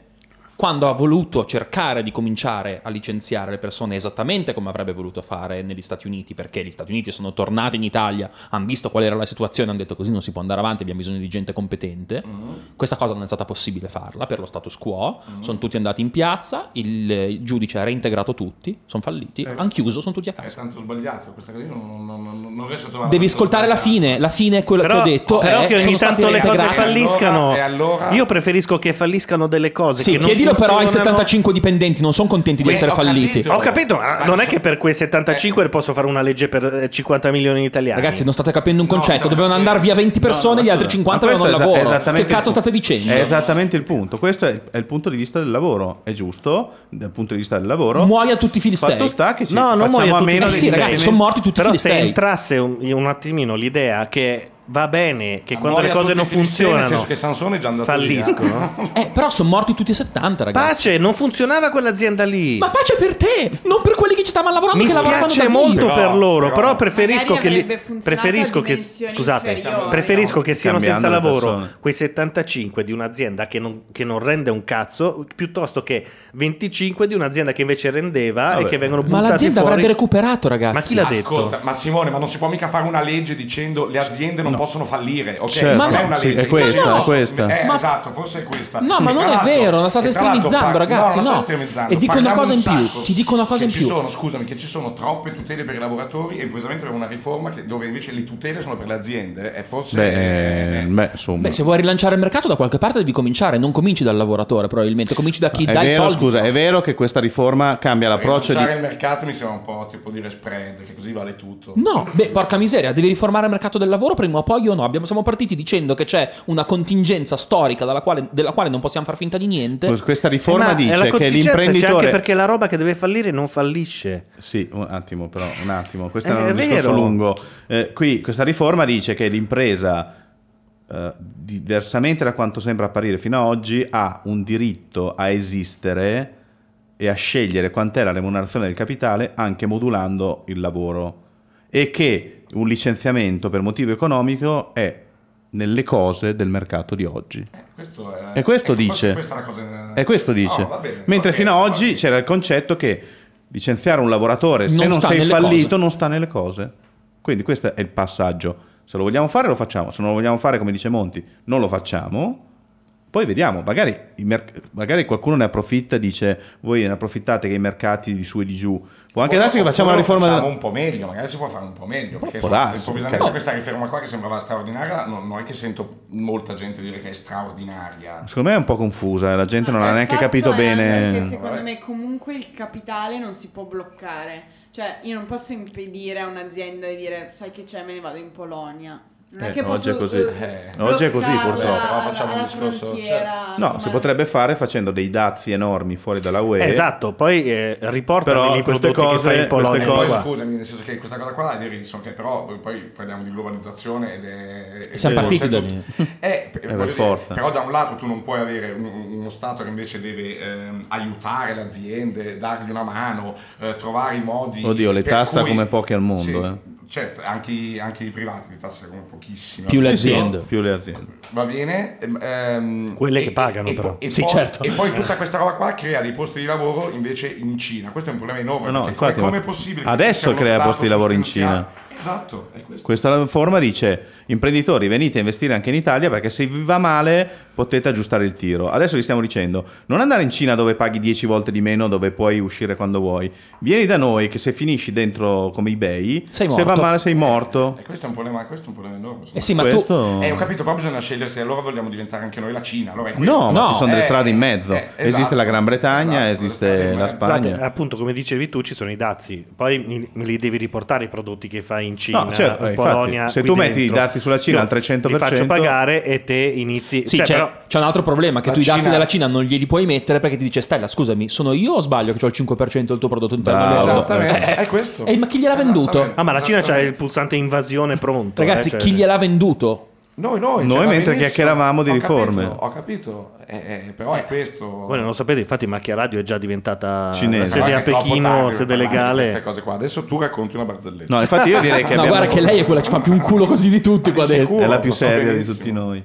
B: Quando ha voluto cercare di cominciare a licenziare le persone esattamente come avrebbe voluto fare negli Stati Uniti, perché gli Stati Uniti sono tornati in Italia, hanno visto qual era la situazione, hanno detto così non si può andare avanti, abbiamo bisogno di gente competente.
F: Mm-hmm.
B: Questa cosa non è stata possibile farla per lo status quo. Sono tutti andati in piazza, il, il giudice ha reintegrato tutti, sono falliti,
F: Eh.
B: hanno chiuso, sono tutti a
F: È
B: casa.
F: tanto sbagliato questa cosa, io non, non- non- Ah, non riesco a trovare...
B: Devi ascoltare la fine, la fine è quella
C: però,
B: che ho detto.
C: però
B: è,
C: che ogni
B: sono stati
C: tanto le cose
B: reintegrati.
C: falliscano.
F: E allora- eh,
C: Io preferisco che falliscano delle cose.
B: Sì,
C: che non
B: chiedilo però ai
C: funzionano.
B: 75 dipendenti, non sono contenti di
F: Eh,
B: essere
F: ho
B: falliti.
F: capito.
C: Ho capito, ma
F: Ma
C: non è
F: so- Ecco.
C: che per quei 75 posso fare una legge per eh, 50 milioni di italiani.
B: Ragazzi, non state capendo un
F: No,
B: concetto.
F: no,
B: Dovevano
F: no.
B: andare via 20 persone,
D: No, no,
B: gli altri
D: scusa.
B: 50
D: Ma questo
B: avevano
D: è esa-
B: lavoro.
D: esattamente
B: Che
D: il
B: cazzo
D: punto.
B: state dicendo?
D: È esattamente il punto. Questo è, è il punto di vista del lavoro. È giusto dal punto di vista del lavoro.
B: Muoia tutti i filistei.
D: Fatto sta che ci
C: no, non muoio
D: facciamo a
C: tutti
D: meno
B: Eh
C: gli
D: dei
B: sì,
C: italiani.
D: dipendenti.
B: ragazzi, sono morti tutti i
C: Però se
B: filistei.
C: entrasse un, un attimino l'idea che va bene che
F: Ma
C: quando le
F: muoia
C: cose
F: tutti
C: non
F: i filistei,
C: funzionano
F: Nel senso che Sansone è già andato via.
C: falliscono.
B: Eh, però sono morti tutti e 70, ragazzi.
C: Pace, non funzionava quell'azienda lì.
B: Ma pace per te, non per quelli che ci stavano lavorando.
C: mi
B: che lavoravano da
C: spiace
B: Dio.
C: molto per loro,
F: però-
C: però, preferisco
E: Magari
C: che li-
E: avrebbe funzionato
C: preferisco
E: a
C: che
E: dimensioni
C: scusate,
E: inferiori.
C: preferisco che siano
D: Cambiando
C: senza
D: le
C: lavoro
D: persone.
C: quei 75 di un'azienda che non, che non rende un cazzo piuttosto che 25 di un'azienda che invece rendeva e
D: Vabbè.
C: che vengono
B: Ma
C: buttati
B: l'azienda
C: fuori.
B: avrebbe recuperato, ragazzi.
C: Ma chi l'ha detto?
F: Ascolta, ma Simone, ma non si può mica fare una legge dicendo le aziende non possono fallire, ok?
D: Certo,
F: non
B: ma
F: è
B: no,
F: una
D: sì,
F: legge.
D: è questa,
F: Ma
B: è
D: questa.
F: Eh,
B: Ma-
F: Esatto, forse è questa.
B: No, ma
F: E
B: non
F: tra
B: è
F: l'altro-
B: vero, la state
F: e tra l'altro
B: estremizzando,
F: par-
B: ragazzi,
F: No, non la
B: no.
F: sto estremizzando.
B: E dico una
F: parliamo
B: cosa
F: un
B: in più,
F: sacco
B: ti dico una cosa
F: che
B: in
F: ci
B: più.
F: sono, scusami, che ci sono troppe tutele per i lavoratori e improvvisamente abbiamo una riforma che- dove invece le tutele sono per le aziende e forse... eh,
D: Beh,
F: eh,
D: beh, insomma.
B: Beh, se vuoi rilanciare il mercato da qualche parte devi cominciare, non cominci dal lavoratore probabilmente, cominci da chi
D: È
B: dà i
D: vero,
B: soldi.
D: scusa, è vero che questa riforma cambia l'approccio di
F: rilanciare il mercato mi sembra un po' tipo dire spread, che così vale tutto.
B: No, beh, porca miseria, devi riformare il mercato del lavoro prima o poi o no? Abbiamo- siamo partiti dicendo che c'è una contingenza storica dalla quale- della quale non possiamo far finta di niente.
D: Questa
C: Eh, ma
D: riforma
C: è la
D: dice che
C: contingenza, C'è anche
D: l'imprenditore
C: perché la roba che deve fallire non fallisce.
D: Sì, un attimo, però, un attimo. Questo
C: Eh,
D: è
C: è
D: un discorso
C: vero.
D: lungo. Eh, qui questa riforma dice che l'impresa, eh, diversamente da quanto sembra apparire fino ad oggi, ha un diritto a esistere e a scegliere quant'è la remunerazione del capitale anche modulando il lavoro. E che un licenziamento per motivo economico è nelle cose del mercato di oggi.
F: Questo è,
D: E questo
F: ecco,
D: dice.
F: Questa è la cosa...
D: E questo dice.
F: Oh, va bene,
D: Mentre
F: va
D: fino ad
F: bene,
D: oggi
F: va bene.
D: c'era il concetto che licenziare un lavoratore se
B: Non
D: non,
B: sta
D: sei
B: nelle
D: fallito
B: cose.
D: non sta nelle cose. Quindi questo è il passaggio. Se lo vogliamo fare lo facciamo, se non lo vogliamo fare come dice Monti non lo facciamo. Poi vediamo, magari, i merc- magari qualcuno ne approfitta e dice voi ne approfittate che i mercati di su e di giù. Può anche darsi che facciamo la
F: Oppure
D: riforma
F: facciamo
D: della-
F: un po' meglio, magari si può fare un po' meglio. Perché
D: può
F: insomma,
D: darsi,
F: improvvisamente
D: ok.
F: questa riforma qua che sembrava straordinaria, non, non è che sento molta gente dire che è straordinaria.
D: Secondo me è un po' confusa, la gente non
E: No,
D: ha
F: Eh,
E: il
D: neanche
E: fatto
D: capito
E: è Che
D: bene.
E: secondo me comunque il capitale non si può bloccare. Cioè, io non posso impedire a un'azienda di dire, sai che c'è, me ne vado in Polonia. Non
D: Eh,
E: è che
D: oggi
E: posso
D: è così.
E: eh,
D: Eh, oggi è così,
E: bloccarla
D: purtroppo.
E: alla-
F: Però facciamo un
E: alla
F: discorso- cioè,
E: frontiera
D: No,
E: romana.
D: si potrebbe fare facendo dei dazi enormi fuori dalla UE.
C: esatto, poi eh,
D: però
C: riportami
D: queste
C: i prodotti che
D: cose-
C: fai in Polonia.
D: queste
F: E poi
D: cose-
F: scusami, nel senso che questa cosa qua la dirisso, che però poi parliamo di globalizzazione ed è... ed
B: Siamo
F: è-
B: partiti da
F: è-
B: lì.
F: Eh, per- voglio dire,
D: forza.
F: Però da un lato tu non puoi avere un- uno Stato che invece deve ehm, aiutare le aziende, dargli una mano, eh, trovare i modi...
D: Oddio, le
F: per
D: tassa
F: cui-
D: come poche al mondo,
F: Sì,
D: eh.
F: certo, anche, i- anche i privati li tassano come pochissimo.
B: Più le aziende.
J: Più le aziende.
F: Va bene. ehm, ehm,
C: Quelle
F: e-
C: che pagano,
F: e-
C: però.
F: e
B: Sì,
F: poi-
B: certo.
F: E poi tutta questa roba qua crea dei posti di lavoro invece in Cina. Questo è un problema enorme.
J: No, no,
F: perché
J: infatti,
F: come
J: ma
F: è possibile che
J: adesso
F: ci sia uno
J: crea
F: stato
J: posti di lavoro in
F: sostanziale- Esatto, è questo.
J: Questa forma dice: imprenditori, venite a investire anche in Italia perché se vi va male potete aggiustare il tiro. Adesso vi stiamo dicendo: non andare in Cina dove paghi 10 volte di meno, dove puoi uscire quando vuoi. Vieni da noi che se finisci dentro come eBay,
B: Sei
J: se va
B: morto.
J: male sei morto.
F: E questo è un problema, questo è un problema enorme.
B: Eh
F: insomma.
B: sì, ma tu...
J: Questo-
F: Eh, ho capito, però bisogna scegliere se allora vogliamo diventare anche noi la Cina. Allora è questo.
J: No, ma
B: No,
J: ci sono delle
F: eh,
J: strade in mezzo.
F: eh, esatto.
J: esiste la Gran Bretagna,
F: Esatto, le
J: esiste
F: strade in
J: la
F: mezzo.
J: Spagna.
C: Guardate, appunto, come dicevi tu, ci sono i dazi. Poi mi- me li devi riportare i prodotti che fai in Cina,
J: No, certo,
C: in
J: infatti,
C: Polonia.
J: se
C: qui
J: tu metti
C: dentro,
J: i dazi sulla Cina
C: io
J: al 300%,
C: Li faccio pagare e te inizi.
B: Sì,
C: cioè,
B: c'è,
C: però,
B: c'è un altro problema che
F: la
B: tu i dazi
F: Cina-
B: della Cina non glieli puoi mettere perché ti dice Stella, scusami, sono io o sbaglio che ho il 5% del tuo prodotto interno?
J: Bravo.
B: lordo?"
F: Esattamente,
B: Eh,
F: è questo.
B: eh, ma chi gliel'ha
F: Esattamente.
B: venduto?
C: ah, ma la Cina c'ha il
F: Esattamente.
C: pulsante invasione pronto.
B: Ragazzi,
C: eh, cioè-
B: chi gliel'ha venduto?
F: Noi,
J: Noi
F: noi, va
J: mentre
F: benissimo.
J: chiacchieravamo di
F: Ho
J: riforme.
F: capito, ho capito, eh, eh, però è questo.
C: Voi non lo sapete, infatti, Macchia Radio è già diventata
J: Cinese.
C: sede a
F: Guarda che troppo tardi
C: Pechino,
F: per
C: sede
F: parlare di Queste
C: legale.
F: cose qua. Adesso tu racconti una barzelletta.
J: No, infatti io direi che
B: no,
J: abbiamo-
B: guarda che lei è quella che ci fa più un culo così di tutti qua dentro.
F: sicuro.
J: è la più
F: Lo so
J: seria di
F: benissimo.
J: tutti noi.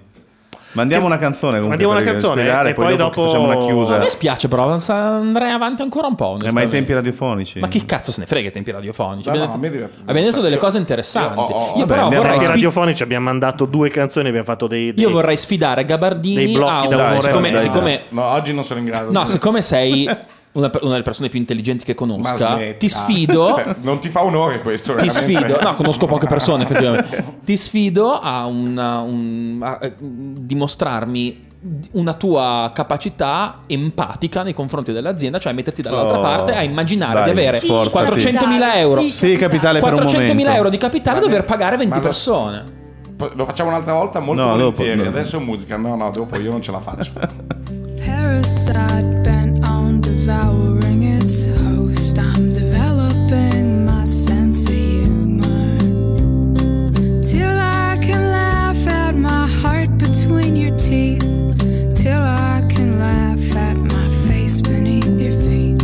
J: Mandiamo una canzone comunque.
C: Mandiamo una
J: per
C: canzone,
J: ispirare,
C: e
J: poi,
C: poi
J: dopo,
C: dopo-
J: facciamo una
B: A
J: chiusa.
B: me spiace però, sa- andrei avanti ancora un po'.
J: Eh, ma i
B: onestamente.
J: tempi radiofonici.
B: Ma chi cazzo se ne frega i tempi radiofonici?
F: No,
B: abbiamo
F: no,
B: detto,
F: a me diverte-
B: abbiamo detto delle
F: io-
B: cose interessanti.
F: io- oh, oh,
B: Io
F: vabbè,
B: però
J: andiamo
B: vorrei,
C: Anche
J: avanti.
B: sfi-
C: radiofonici abbiamo mandato due canzoni, abbiamo fatto dei. dei-
B: io vorrei sfidare Gabardini
C: Dei blocchi
B: a
C: da
B: un-
J: un'ora,
B: siccome,
J: dai, dai.
B: siccome-
F: No, oggi non sono in grado.
B: no, siccome sei una, per- una delle persone più intelligenti che
F: Ma
B: conosca,
F: smetta.
B: ti sfido
F: Cioè, non ti fa onore questo.
B: Ti
F: veramente.
B: sfido, no, conosco poche persone effettivamente. Ti sfido a, una- un- a- eh, dimostrarmi una tua capacità empatica nei confronti dell'azienda, cioè metterti dall'altra
J: Oh,
B: parte a
J: dai,
B: immaginare di avere
J: Sì, sforzati.
B: 400.000 euro,
J: Sì, capitale per un
B: 400.000
J: momento.
B: euro di capitale e
F: Ma
B: dover
F: ne-
B: pagare 20
F: ma lo-
B: persone.
F: Po- Lo facciamo un'altra volta molto
J: No, dopo,
F: volentieri.
J: no.
F: Adesso musica. No, no, dopo io non ce la faccio.
L: Parasite bent on devouring its host. I'm developing my sense of humor. Till I can laugh at my heart between your teeth. Till I can laugh at my face beneath your feet.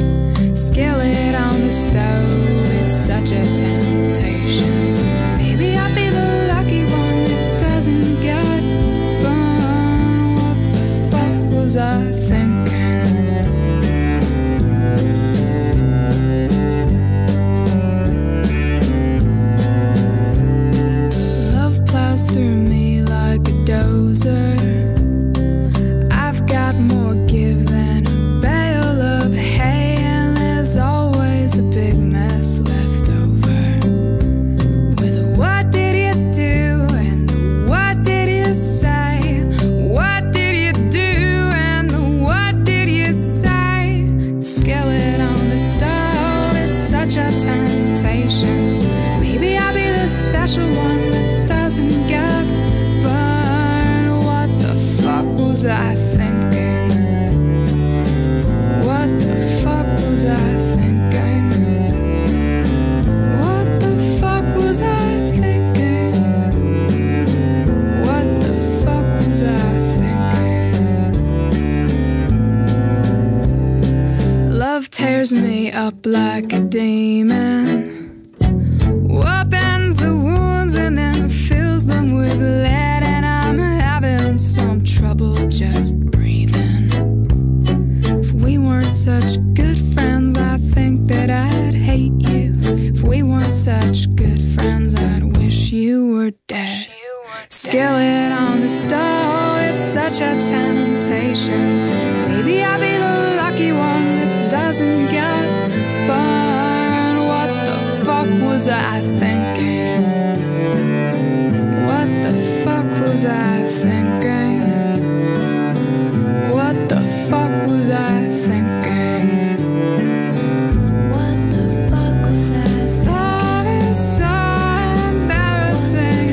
L: Skillet on the stove, it's such a temptation. Maybe I'll be the lucky one that doesn't get burned. What the fuck was I thinking? Love plows through me like a dozer. I've got more give than a bale of hay, and there's always a big mess left over. With a what did you do, and the what did you say? What did you do, and the what did you say? Skillet on the stove, it's such a temptation. Maybe I'll be the special one that doesn't get burned. What the fuck was I thinking? What the fuck was I thinking? What the fuck was I thinking? What the fuck was I thinking? Love tears me up like a demon opens the wounds and then fills them with lead. And I'm having some trouble just breathing. If we weren't such good friends, I think that I'd hate you. If we weren't such good friends, I'd wish you were dead. Skillet on the stove, it's such a temptation. Maybe I'll be the lucky one that doesn't get burned. What the fuck was I thinking? What the fuck was I thinking? What the fuck was I thinking? What the fuck was I thinking? Love is so embarrassing.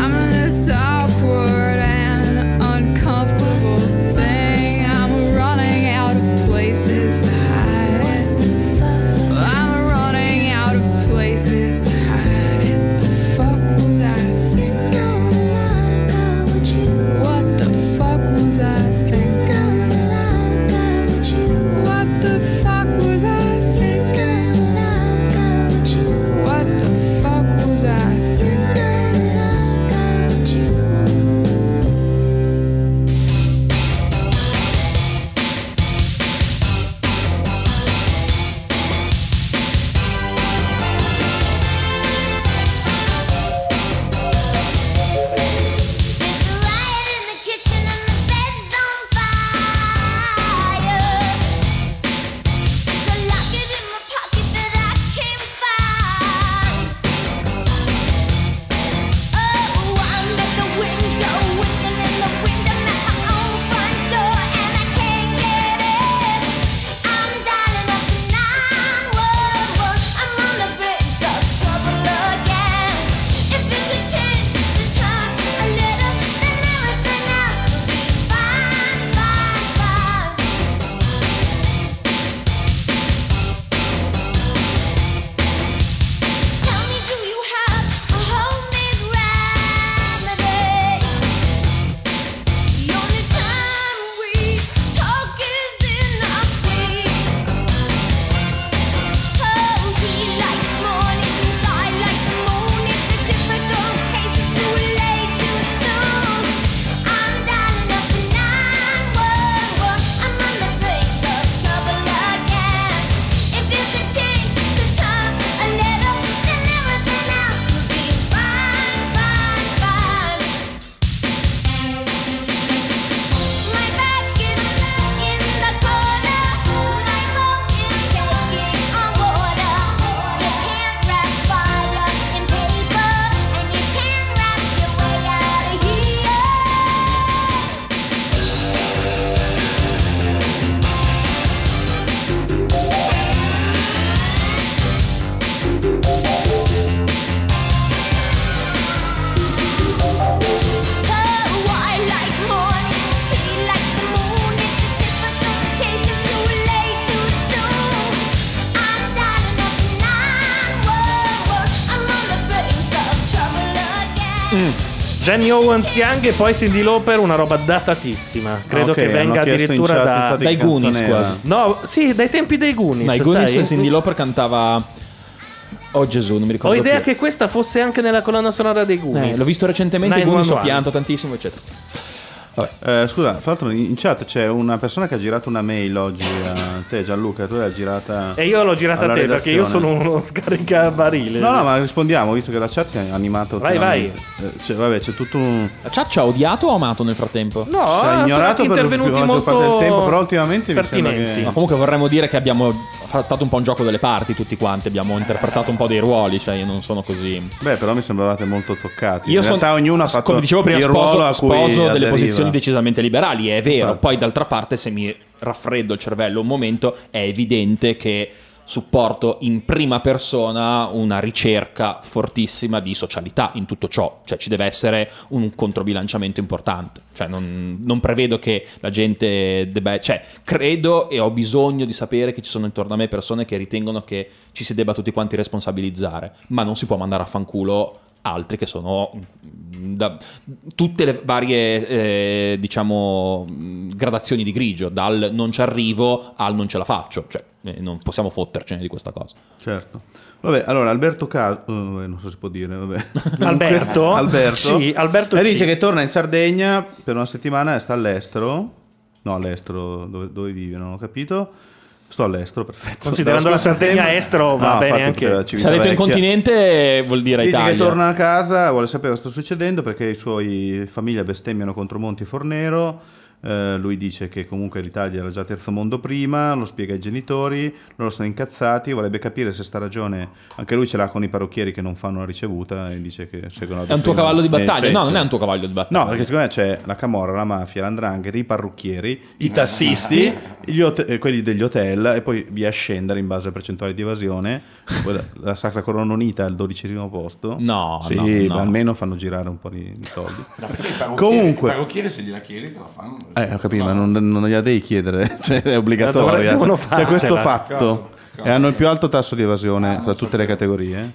L: I'm this awkward and uncomfortable thing. I'm running out of places to hide it. I'm running out of places to hide.
H: Oh,
C: Mm. Jenny Owens Young e poi Cindy Lauper, una roba datatissima. Credo
D: ok,
C: che
D: hanno
C: venga
D: chiesto in
C: addirittura
D: chat,
C: da...
D: infatti, Dai che Goonies canzone era. quasi.
C: No, sì, dai tempi dei Goonies.
B: Dai Goonies
C: sai?
B: e Cindy Lauper cantava Oh Gesù, non mi
C: Ho
B: ricordo
C: idea
B: più.
C: che questa fosse anche nella colonna sonora dei Goonies.
B: Eh, l'ho visto recentemente, Goonies ho
C: 911.
B: pianto tantissimo, eccetera.
D: Eh, scusa, fra l'altro in in chat c'è una persona che ha girato una mail oggi a te Gianluca, tu l'hai girata
C: E io l'ho girata
D: alla
C: a te perché io
D: redazione.
C: sono uno scaricabarile.
D: No, no, ma rispondiamo, visto che la chat è animata
C: Vai,
D: ottimamente. Eh, cioè, vabbè, c'è tutto un...
B: La chat ci ha odiato o amato nel frattempo?
C: No,
D: Ci ha
C: sono
D: ignorato per
C: intervenuti
D: la maggior parte del
C: molto
D: tempo, però ultimamente mi sembra
C: pertinenti.
D: che...
B: Ma comunque vorremmo dire che abbiamo trattato un po' un gioco delle parti tutti quanti, abbiamo interpretato un po' dei ruoli, cioè io non sono così...
D: Beh, però mi sembravate molto toccati.
B: Io
D: in
B: sono-
D: realtà ognuno ha fatto
B: come dicevo prima,
D: il
B: sposo,
D: ruolo a cui
B: sposo delle
D: aderiva.
B: posizioni decisamente liberali, è vero.
D: Infatti.
B: Poi d'altra parte, se mi raffreddo il cervello un momento, è evidente che supporto in prima persona una ricerca fortissima di socialità in tutto ciò, cioè ci deve essere un controbilanciamento importante, cioè non, non prevedo che la gente debba, cioè credo e ho bisogno di sapere che ci sono intorno a me persone che ritengono che ci si debba tutti quanti responsabilizzare, ma non si può mandare a fanculo altri che sono mm, da, tutte le varie eh, diciamo mh, gradazioni di grigio dal non ci arrivo al non ce la faccio cioè eh, non possiamo fottercene di questa cosa
D: Certo. Vabbè, allora Alberto Caso, non so se si può dire, vabbè.
C: Alberto?
D: Alberto.
C: Sì, Alberto
D: E
C: C.
D: dice che torna in Sardegna per una settimana e sta all'estero. No, all'estero, dove, dove vive, non ho capito. Sto all'estero, perfetto.
C: Considerando
D: Dallo
C: la Sardegna
D: scopo-
C: estero, va
D: No,
C: bene
D: infatti,
C: anche-
D: poteva-
B: se ha detto
D: Civitavecchia.
B: in continente vuol dire
D: Dice
B: Italia
D: che torna a casa, vuole sapere cosa sta succedendo perché i suoi famiglia bestemmiano contro Monti e Fornero. Eh, lui dice che comunque l'Italia era già terzo mondo prima, lo spiega ai genitori, loro sono incazzati, vorrebbe capire se sta ragione, anche lui ce l'ha con i parrucchieri che non fanno la ricevuta e dice che seguono la
B: è un tuo
D: dottrina
B: cavallo di battaglia
D: dei
B: no
D: fece.
B: non è un tuo cavallo di battaglia
D: No, perché secondo me c'è la camorra, la mafia, l'andrangheta, i parrucchieri, i tassisti,
B: Ah.
D: gli hot- eh, quelli degli hotel e poi via a scendere in base alla percentuale di evasione. Poi la, la Sacra Corona Unita al dodicesimo posto.
B: No,
D: sì,
B: no, no.
D: ma almeno fanno girare un po' di, di soldi.
F: No, perché il parrucchiere,
D: Comunque-
F: il parrucchiere se gliela chiedi te la fanno.
D: Eh, ho capito, ma non, non gliela devi chiedere, cioè è obbligatoria.
C: Dovrebbero
D: C'è
C: farla.
D: questo
F: Cavolo,
D: fatto.
F: cavolo.
D: E hanno il più alto tasso di evasione
F: non
D: tra tutte le categorie.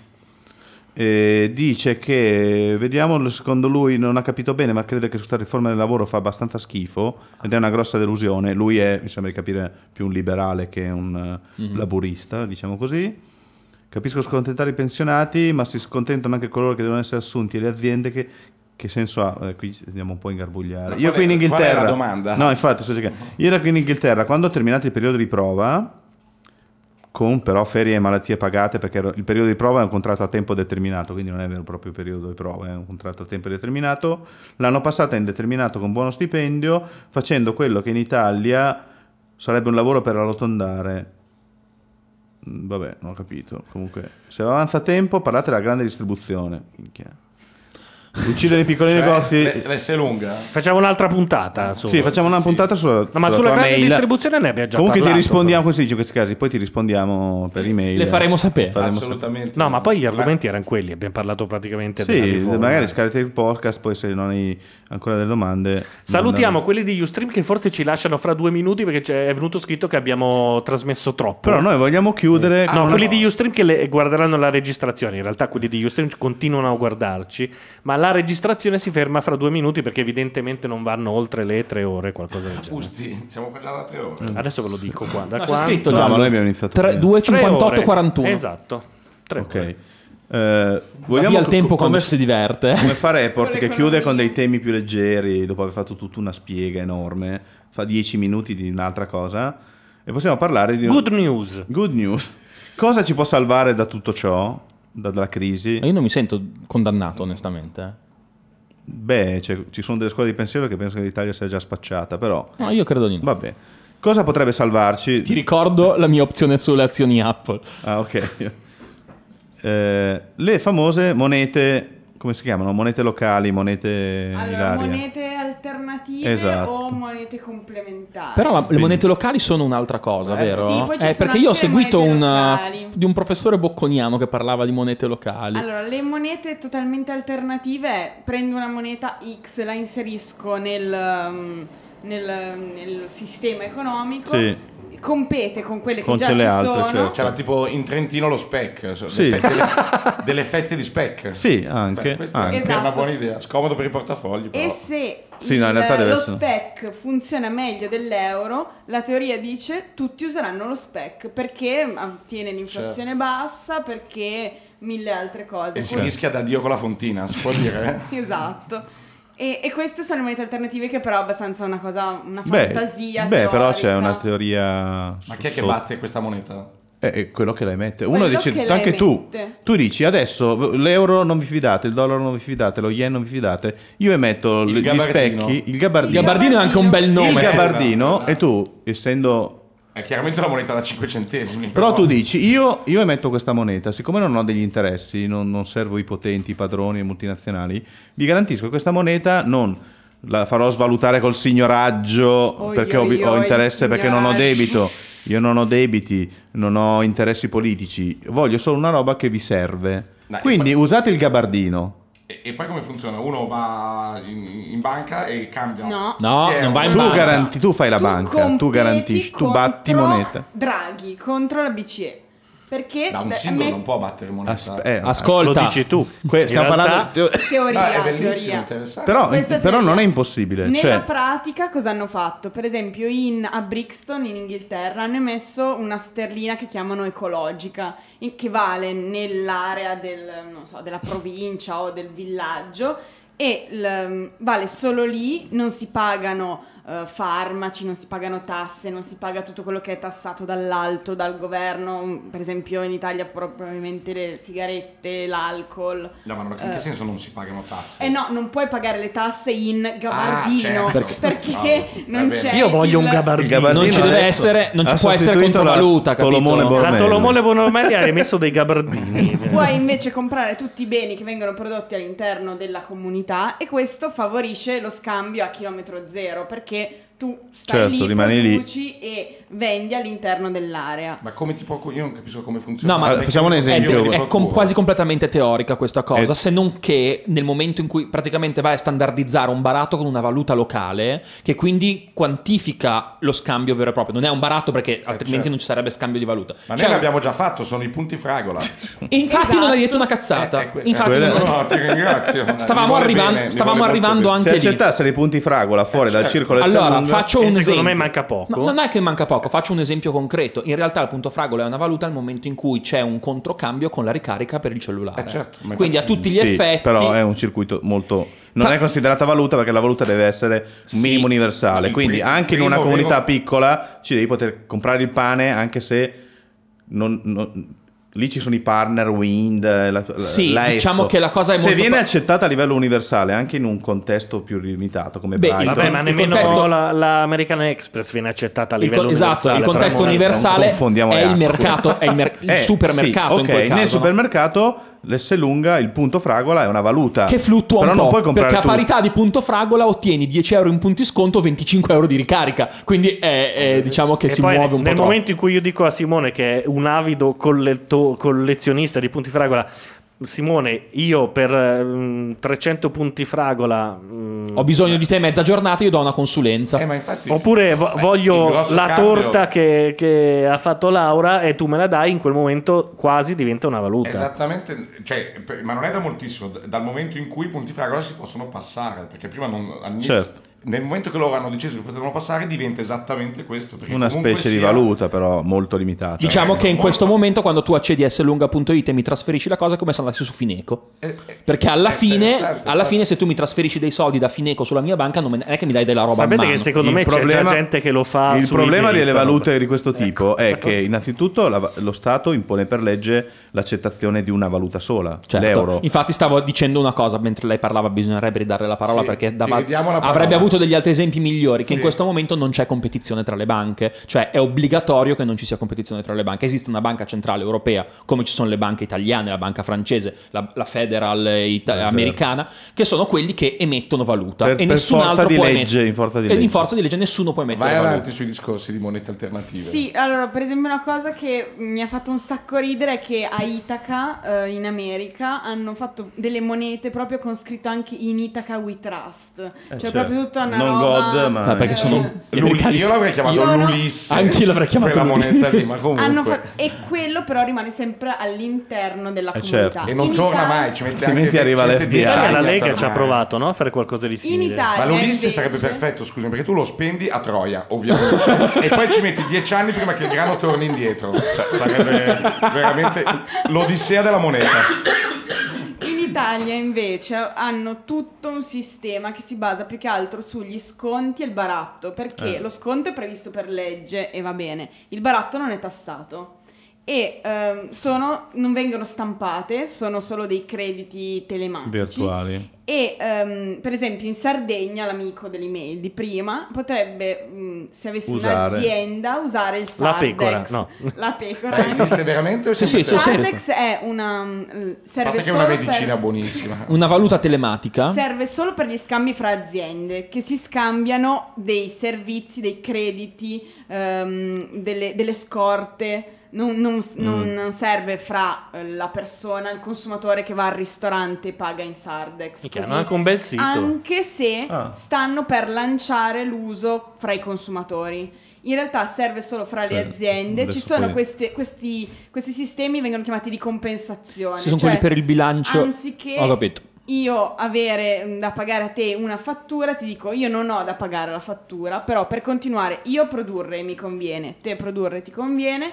D: eh. E dice che, vediamo, secondo lui non ha capito bene, ma crede che questa riforma del lavoro fa abbastanza schifo ed è una grossa delusione. Lui è, mi sembra di capire, più un liberale che un eh, laburista, diciamo così. Capisco scontentare i pensionati, ma si scontentano anche coloro che devono essere assunti e le aziende che... Che senso ha? Eh, qui andiamo un po' a ingarbugliare.
F: Ma qual
D: Io qui in
F: è- qual è
D: Inghilterra...
F: la domanda?
D: No, infatti, sto cercando. Io ero qui in Inghilterra, quando ho terminato il periodo di prova, con però ferie e malattie pagate, perché ero- il periodo di prova è un contratto a tempo determinato, quindi non è vero proprio periodo di prova, è un contratto a tempo determinato, l'hanno passata indeterminato con buono stipendio, facendo quello che in Italia sarebbe un lavoro per arrotondare. Mm, Vabbè, non ho capito. Comunque, se avanza tempo, parlate della grande distribuzione. Minchia. Uccidere i piccoli
F: Cioè,
D: negozi.
F: le- le- se è lunga.
C: Facciamo un'altra puntata. su-
D: Sì, facciamo una puntata sulla,
C: No, ma
D: sulla
C: sulla
D: tua
C: grande
D: mail.
C: distribuzione ne abbiamo già
D: Comunque ti
C: parlato,
D: rispondiamo, come si dice in questi casi, poi ti rispondiamo per email.
B: Le faremo sapere.
D: Faremo
F: Assolutamente.
C: No, ma poi gli
F: Ma-
C: argomenti erano quelli, abbiamo parlato praticamente
D: sapere.
C: della
D: Sì,
C: riforma.
D: magari scaricate il podcast, poi se non hai ancora delle domande...
C: Salutiamo
D: mandate.
C: quelli di Ustream che forse ci lasciano fra due minuti perché c'è- è venuto scritto che abbiamo trasmesso troppo.
D: Però noi vogliamo
B: Ah,
D: chiudere... con
C: Eh, No,
D: una-
C: quelli di Ustream che le- guarderanno la registrazione. In realtà quelli di Ustream continuano a guardarci, ma la registrazione si ferma fra due minuti perché evidentemente non vanno oltre le tre ore, qualcosa del genere.
F: Usti, siamo qua già da tre ore.
D: Mm.
C: Adesso ve lo dico qua. Da
B: No, c'è
C: qua
B: scritto
D: No,
B: già
D: ma noi abbiamo iniziato prima.
B: 2,
C: Tre
B: 58,
C: ore.
B: 41
C: Esatto. Tre
D: Ok.
C: ore.
D: Eh,
B: Vogliamo
D: vogliamo
B: al tempo
D: co-
B: quando
D: come,
B: ci si diverte
D: come fa Report
E: Con
D: che
E: l'economia.
D: chiude con dei temi più leggeri dopo aver fatto tutta una spiega enorme fa 10 minuti di un'altra cosa e possiamo parlare di un-
C: Good news.
D: Good news. Cosa ci può salvare da tutto ciò, da- dalla crisi?
B: Ma io non mi sento condannato onestamente eh.
D: Beh, c'è- ci sono delle scuole di pensiero che pensano che l'Italia sia già spacciata, però
B: no io credo di no
D: vabbè. Cosa potrebbe salvarci?
B: ti ricordo la mia opzione sulle azioni Apple
D: Ah, ok. Eh, le famose monete, come si chiamano? Monete locali, monete
E: Allora,
D: mirarie.
E: monete alternative
D: Esatto.
E: o monete complementari.
B: Però la- le monete locali sono un'altra cosa, vero?
E: sì, poi ci
B: Eh,
E: sono
B: perché
E: anche
B: io ho
E: le
B: seguito
E: monete
B: un,
E: locali.
B: di un professore bocconiano che parlava di monete locali.
E: Allora, le monete totalmente alternative è prendo una moneta X, la inserisco nel, um, nel- nel sistema economico,
D: Sì.
E: compete con quelle che
D: Con
E: già
D: ce
E: ci
D: le altre,
E: sono.
D: certo.
F: C'era tipo in Trentino lo spec, so-
D: Sì.
F: delle, fette, delle fette di spec. Cioè,
D: Sì, anche,
F: questa
D: anche.
F: È una
E: Esatto.
F: buona idea, scomodo per i portafogli. Però.
E: E se
D: Sì, no, in
E: il-
D: realtà deve
E: lo
D: essere-
E: spec funziona meglio dell'euro, la teoria dice tutti useranno lo spec perché mm, tiene l'inflazione bassa, perché mille altre cose.
F: E si
E: Poi-
F: rischia da Dio con la fontina, si può dire. eh?
E: Esatto. E, e queste sono le monete alternative che però è abbastanza una cosa, una
D: Beh,
E: fantasia.
D: beh, però c'è
E: teorica.
D: una teoria.
F: Ma chi è che
D: sotto.
F: batte questa moneta?
D: Eh, eh, quello che la emette.
E: Quello
D: Uno dice
E: che la
D: anche tu.
E: emette.
D: Tu dici adesso v- l'euro non vi fidate, il dollaro non vi fidate, lo yen non vi fidate. Io emetto l-
F: Il
D: gli
F: gabardino.
D: specchi, il gabardino.
B: Gabardino è anche un bel
D: il
B: nome.
F: sì.
D: gabardino e tu, essendo
F: È chiaramente una moneta da 5 centesimi.
D: Però tu dici, io, io emetto questa moneta, siccome non ho degli interessi, non, non servo i potenti, i padroni, i multinazionali, vi garantisco che questa moneta non la farò svalutare col signoraggio
E: Oi,
D: perché ho,
E: oi,
D: bi- ho
E: oi,
D: interesse, perché non ho
E: signoraggio.
D: debito, io non ho debiti, non ho interessi politici, voglio solo una roba che vi serve.
F: Dai,
D: Quindi
F: infatti-
D: usate il gabardino.
F: E, e poi come funziona? Uno va in, in banca e cambia.
E: No.
B: No,
F: Eh,
B: non vai in
D: Tu,
B: banca.
D: garanti- tu fai la banca, tu
E: competi
D: garantisci, tu batti
E: contro
D: moneta.
E: Draghi contro la BCE. Perché
F: Da un
E: beh,
F: singolo
E: me-
F: non può battere moneta.
D: Aspe- eh,
B: Ascolta.
C: Lo dici tu.
D: que- stiamo
C: In realtà-
D: parlando di-
E: teoria,
F: Ah, è bellissimo,
E: teoria.
F: interessante.
D: Però, eh,
E: Questa
D: però
E: teoria.
D: non è impossibile.
E: Nella
D: cioè-
E: pratica cosa hanno fatto? Per esempio in- a Brixton in Inghilterra hanno emesso una sterlina che chiamano ecologica, in- che vale nell'area del, non so, della provincia o del villaggio e l- vale solo lì, non si pagano eh, farmaci, non si pagano tasse, non si paga tutto quello che è tassato dall'alto, dal governo, per esempio in Italia probabilmente le sigarette, l'alcol.
F: No, ma non- in
E: Eh.
F: che senso non si pagano tasse?
E: Eh no, non puoi pagare le tasse in gabardino
F: Ah, certo.
E: perché
F: Bravo.
E: non
F: Va bene.
E: c'è.
F: Eh,
C: Io voglio
E: il-
C: un
D: Il
C: gabardino.
D: gabardino
B: Non ci deve
D: adesso
B: essere, non ci
D: ha
B: può essere
D: sostituito la
B: controvaluta, capito?
D: Tolomone Borromeo.
C: La Tolomone Bonomelli ha rimesso dei gabardini.
E: Puoi invece comprare tutti i beni che vengono prodotti all'interno della comunità e questo favorisce lo scambio a chilometro zero perché tu stai
D: Certo,
E: lì,
D: rimani lì.
E: produci e vendi all'interno dell'area.
F: Ma come tipo io non capisco come funziona.
B: No, ma-
F: Perché
D: Facciamo un
F: sono
D: esempio.
F: io che
B: È,
F: li
B: è com-
F: procuro.
B: quasi completamente teorica questa cosa,
D: Eh.
B: se non che nel momento in cui praticamente vai a standardizzare un baratto con una valuta locale, che quindi quantifica lo scambio vero e proprio. Non è un baratto perché altrimenti
F: certo.
B: non ci sarebbe scambio di valuta.
F: Ma
B: Cioè,
F: noi l'abbiamo già fatto, sono i punti fragola.
B: e infatti non hai detto una cazzata.
F: Eh, eh, que-
B: Infatti
D: quella-
B: non-
F: No, ti ringrazio. Mi
B: Stavamo
F: vuole
B: arrivando,
F: bene, mi
B: stavamo
F: vuole molto
B: arrivando
F: bene.
B: anche
D: Se
B: lì.
D: accettassero i punti fragola fuori dal
F: certo.
D: circolo del
B: Allora,
D: Salunga-
B: faccio
C: E
B: un
C: secondo
B: esempio.
C: me manca poco.
B: No, non è che manca poco, faccio un esempio concreto. In realtà il punto fragola è una valuta al momento in cui c'è un controcambio con la ricarica per il cellulare.
F: Eh, certo, ma
B: Quindi a
F: infatti-
B: tutti gli
D: Sì,
B: effetti
D: Però è un circuito molto. Non
B: Fa-
D: è considerata valuta perché la valuta deve essere un
B: Sì.
D: minimo universale.
F: Il
D: Quindi
F: primo-
D: anche in una
F: primo
D: comunità
F: vero-
D: piccola ci devi poter comprare il pane anche se. non- non- Lì ci sono i partner, Wind, la, la-
B: Sì,
D: la
B: diciamo
D: ESSO.
B: che la cosa è
D: Se
B: molto-
D: viene accettata a livello universale anche in un contesto più limitato come
B: Beh,
D: Brighton,
C: Vabbè,
B: con-
C: ma
B: il
C: nemmeno
B: contesto-
C: la, la American Express viene accettata a
B: Il
C: livello
B: co- esatto,
C: universale,
B: il contesto
C: però-
B: universale
D: non confondiamo
B: è
D: le
B: il
D: acque.
B: mercato, è il, mer- il
D: Eh, sì,
B: supermercato in
D: ok,
B: quel caso.
D: Nel
B: no?
D: supermercato l'esselunga, il punto fragola è una valuta
B: Che fluttua
D: Però
B: un
D: non
B: po',
D: puoi comprare
B: perché a
D: tutto.
B: parità di punto fragola ottieni 10 euro in punti sconto, 25 euro di ricarica. Quindi è,
F: Eh,
B: è, diciamo che
C: E
B: si
C: poi
B: muove un po'
C: nel
B: troppo.
C: momento in cui io dico a Simone che è un avido colletto- collezionista di punti fragola Simone io per ehm, 300 punti fragola mm,
B: Ho bisogno di te mezza giornata, io do una consulenza.
F: Eh, ma infatti...
C: oppure vo-
F: Beh, il
C: voglio
F: grosso
C: la
F: cambio-
C: torta che, che ha fatto Laura e tu me la dai in quel momento quasi diventa una valuta
F: Esattamente, cioè, per- ma non è da moltissimo, d- dal momento in cui i punti fragola si possono passare, perché prima non... all'inizio-
D: Certo.
F: Nel momento che loro hanno deciso che potevano passare diventa esattamente questo. perché
D: una
F: comunque
D: specie di
F: sia-
D: valuta però molto limitata.
B: Diciamo
F: Eh,
B: che in
F: molto.
B: questo momento quando tu accedi a slunga.it e mi trasferisci la cosa è come se andassi su Fineco.
F: Eh, eh,
B: Perché alla
F: è
B: fine,
F: interessante,
B: alla
F: infatti.
B: fine se tu mi trasferisci dei soldi da Fineco sulla mia banca non me- non è che mi dai della roba a
C: sapete
B: mano.
C: che secondo
D: Il
C: me c'è
D: problema-
C: già gente che lo fa
D: il
C: su
D: problema
C: eBay,
D: delle
C: sta roba.
D: valute di
F: Ecco.
D: questo tipo è che innanzitutto la- lo Stato impone per legge l'accettazione di una valuta sola,
B: Certo.
D: l'euro.
B: Infatti stavo dicendo una cosa mentre lei parlava, bisognerebbe ridare la parola
F: Sì,
B: perché
F: sì,
B: dava-
F: ridiamo la parola.
B: avrebbe avuto degli altri esempi migliori, che
F: Sì.
B: in questo momento non c'è competizione tra le banche, cioè è obbligatorio che non ci sia competizione tra le banche. Esiste una banca centrale europea, come ci sono le banche italiane, la banca francese, la, la federal eh, ita-
D: certo.
B: americana, che sono quelli che emettono valuta
D: Per-
B: e
D: per
B: nessun
D: forza
B: altro
D: di
B: può
D: legge,
B: emettere.
D: in forza di
B: E
D: legge.
B: in forza di legge nessuno può emettere
F: Vai
B: valuta.
F: avanti sui discorsi di monete alternative.
E: Sì, allora per esempio una cosa che mi ha fatto un sacco ridere è che a Itaca eh, in America hanno fatto delle monete proprio con scritto anche in Itaca we trust, cioè
D: certo.
E: proprio tutta una
D: non
E: roba-
D: God, ma. Eh,
B: Ah, perché sono gli
F: Luli-
B: americani-
F: io l'avrei chiamato
E: Sono-
F: Lulisse.
B: Anch'io l'avrei chiamato
F: Quella
B: Lulisse.
F: moneta lì, ma comunque.
E: Hanno fa- e quello però rimane sempre all'interno della
D: Eh,
E: comunità.
D: certo.
F: E non
E: In
F: torna
E: Italia-
F: mai, ci mette
D: Altrimenti
F: anche-
D: arriva
F: ci mette
D: l'FBI.
F: dieci
C: Perché
F: anni
C: Ah, la
F: a
C: Lega ci ha
F: tornare.
C: provato no? a fare qualcosa di simile.
E: Italia.
F: Ma l'Ulisse
E: invece-
F: sarebbe perfetto, scusami, perché tu lo spendi a Troia, ovviamente. e poi ci metti dieci anni prima che il grano torni indietro. Cioè, sarebbe veramente l'odissea della moneta.
E: In Italia invece hanno tutto un sistema che si basa più che altro sugli sconti e il baratto,
F: Eh.
E: perché lo sconto è previsto per legge e va bene, il baratto non è tassato e ehm, sono- non vengono stampate, sono solo dei crediti telematici.
D: Virtuali.
E: E ehm, per esempio in Sardegna l'amico dell'email di prima potrebbe, mh, se avesse
D: Usare.
E: un'azienda, usare il
C: La
E: Sardex.
C: pecora, no.
E: La pecora.
F: Ma esiste veramente? o
B: Sì, sì,
F: esiste?
B: sono serio.
E: Sardex è una... mh,
F: A
E: serve
F: parte che è
E: solo
F: una
E: per-
F: medicina buonissima.
B: Una valuta telematica.
E: Serve solo per gli scambi fra aziende che si scambiano dei servizi, dei crediti, ehm, delle, delle scorte. Non, non-
B: Mm.
E: non- non serve fra eh, la persona, il consumatore che va al ristorante e paga in Sardex.
C: Minchia,
E: così.
C: hanno anche un bel sito.
E: Anche se
D: Ah.
E: stanno per lanciare l'uso fra i consumatori. In realtà serve solo fra le
D: Sì,
E: aziende. Ci
D: adesso
E: sono
D: poi-
E: queste- questi, questi sistemi, vengono chiamati di compensazione.
B: Se sono
E: cioè-
B: quelli per il bilancio.
E: anziché-
B: Ho capito.
E: io avere mm, da pagare a te una fattura, ti dico io non ho da pagare la fattura, però per continuare io a produrre mi conviene, te produrre ti conviene,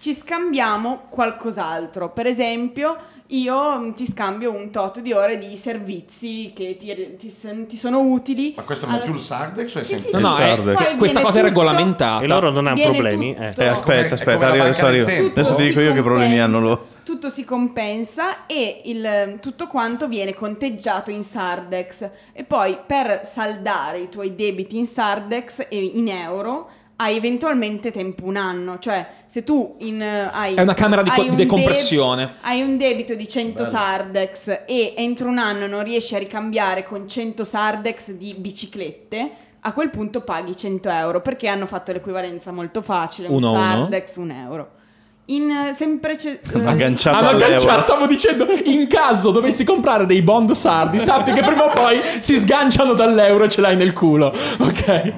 E: ci scambiamo qualcos'altro. Per esempio, io mm, ti scambio un tot di ore di servizi che ti, ti son- ti sono utili.
F: Ma questo non è
E: Alla-
F: più il Sardex o è
E: Sì,
F: sempre...
E: sì,
B: No,
E: sì,
B: no,
E: sì.
B: è-
D: Sardex.
E: Poi
B: questa
E: viene
B: cosa è
E: tutto-
B: regolamentata.
C: E loro non hanno
E: Viene
C: problemi.
E: tutto.
C: Eh.
D: Eh,
F: come- è
D: aspetta,
F: come la
D: aspetta, arrivo, adesso
F: banca del
D: arrivo.
F: tempo.
D: Adesso ti
E: si
D: dico io che problemi
E: compensa-
D: hanno loro.
E: Tutto si compensa e il- tutto quanto viene conteggiato in Sardex. E poi per saldare i tuoi debiti in Sardex e in euro hai eventualmente tempo un anno. Cioè, se tu in, eh, hai.
B: È una camera di,
E: hai
B: co-
E: un
B: decompressione.
E: deb- hai un debito di 100 Sardex e entro un anno non riesci a ricambiare con 100 Sardex di biciclette. A quel punto paghi 100 euro perché hanno fatto l'equivalenza molto facile, un
B: Uno a uno.
E: Sardex, un euro. In eh, sempre ce- eh,
D: Agganciato
B: Hanno
D: all'euro.
B: agganciato, Ah, stavo dicendo, in caso dovessi comprare dei bond sardi, sappi che prima o poi si sganciano dall'euro e ce l'hai nel culo. Ok.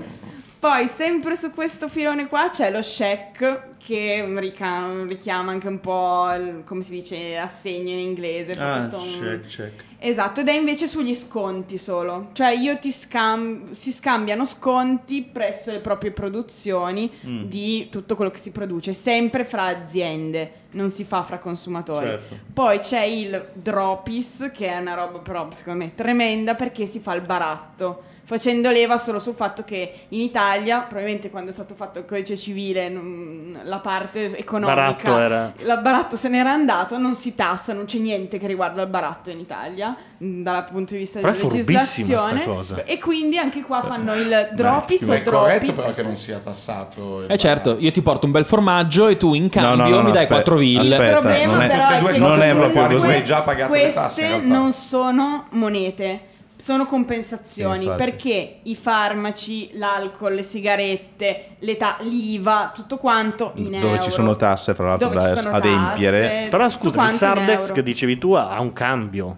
E: Poi sempre su questo filone qua c'è lo check che rica- richiama anche un po' il- come si dice assegno in inglese, fa
D: Ah,
E: tutto un-
D: check, check.
E: Esatto, ed è invece sugli sconti solo. Cioè io ti scam- si scambiano sconti presso le proprie produzioni
D: Mm.
E: di tutto quello che si produce, sempre fra aziende, non si fa fra consumatori.
D: Certo.
E: Poi c'è il dropis, che è una roba però secondo me tremenda perché si fa il baratto, facendo leva solo sul fatto che in Italia, probabilmente quando è stato fatto il codice civile, non- la parte economica...
C: Baratto era.
E: La baratto se n'era andato, non si tassa, non c'è niente che riguarda il baratto in Italia, mh, dal punto di vista
C: Però è
E: della
C: furbissima
E: legislazione.
C: sta cosa.
E: E quindi anche qua fanno il dropis
F: Ma
E: o
F: è corretto però
E: dropis.
F: che non sia tassato. il
B: Eh certo,
F: barattolo.
B: io ti porto un bel formaggio e tu in
D: No,
B: cambio
D: no, no,
B: mi dai
D: aspetta,
B: 4 ville.
D: aspetta,
E: il problema
D: non è-
E: però
F: tutte e
E: è
F: due
E: che
F: non
D: è
E: comunque
D: proprio così.
F: Hai già pagato le tasse, in
E: queste
F: realtà.
E: non sono monete. Sono compensazioni
D: Sì, infatti.
E: perché i farmaci, l'alcol, le sigarette, l'età, l'IVA, tutto quanto in euro.
D: Dove ci sono tasse, fra l'altro,
E: Dove ci
D: da
E: sono
D: adempiere.
E: tasse,
C: Però
E: tutto
C: scusa, il
E: quanto in
C: Sardex
E: euro.
C: che dicevi tu ha un cambio,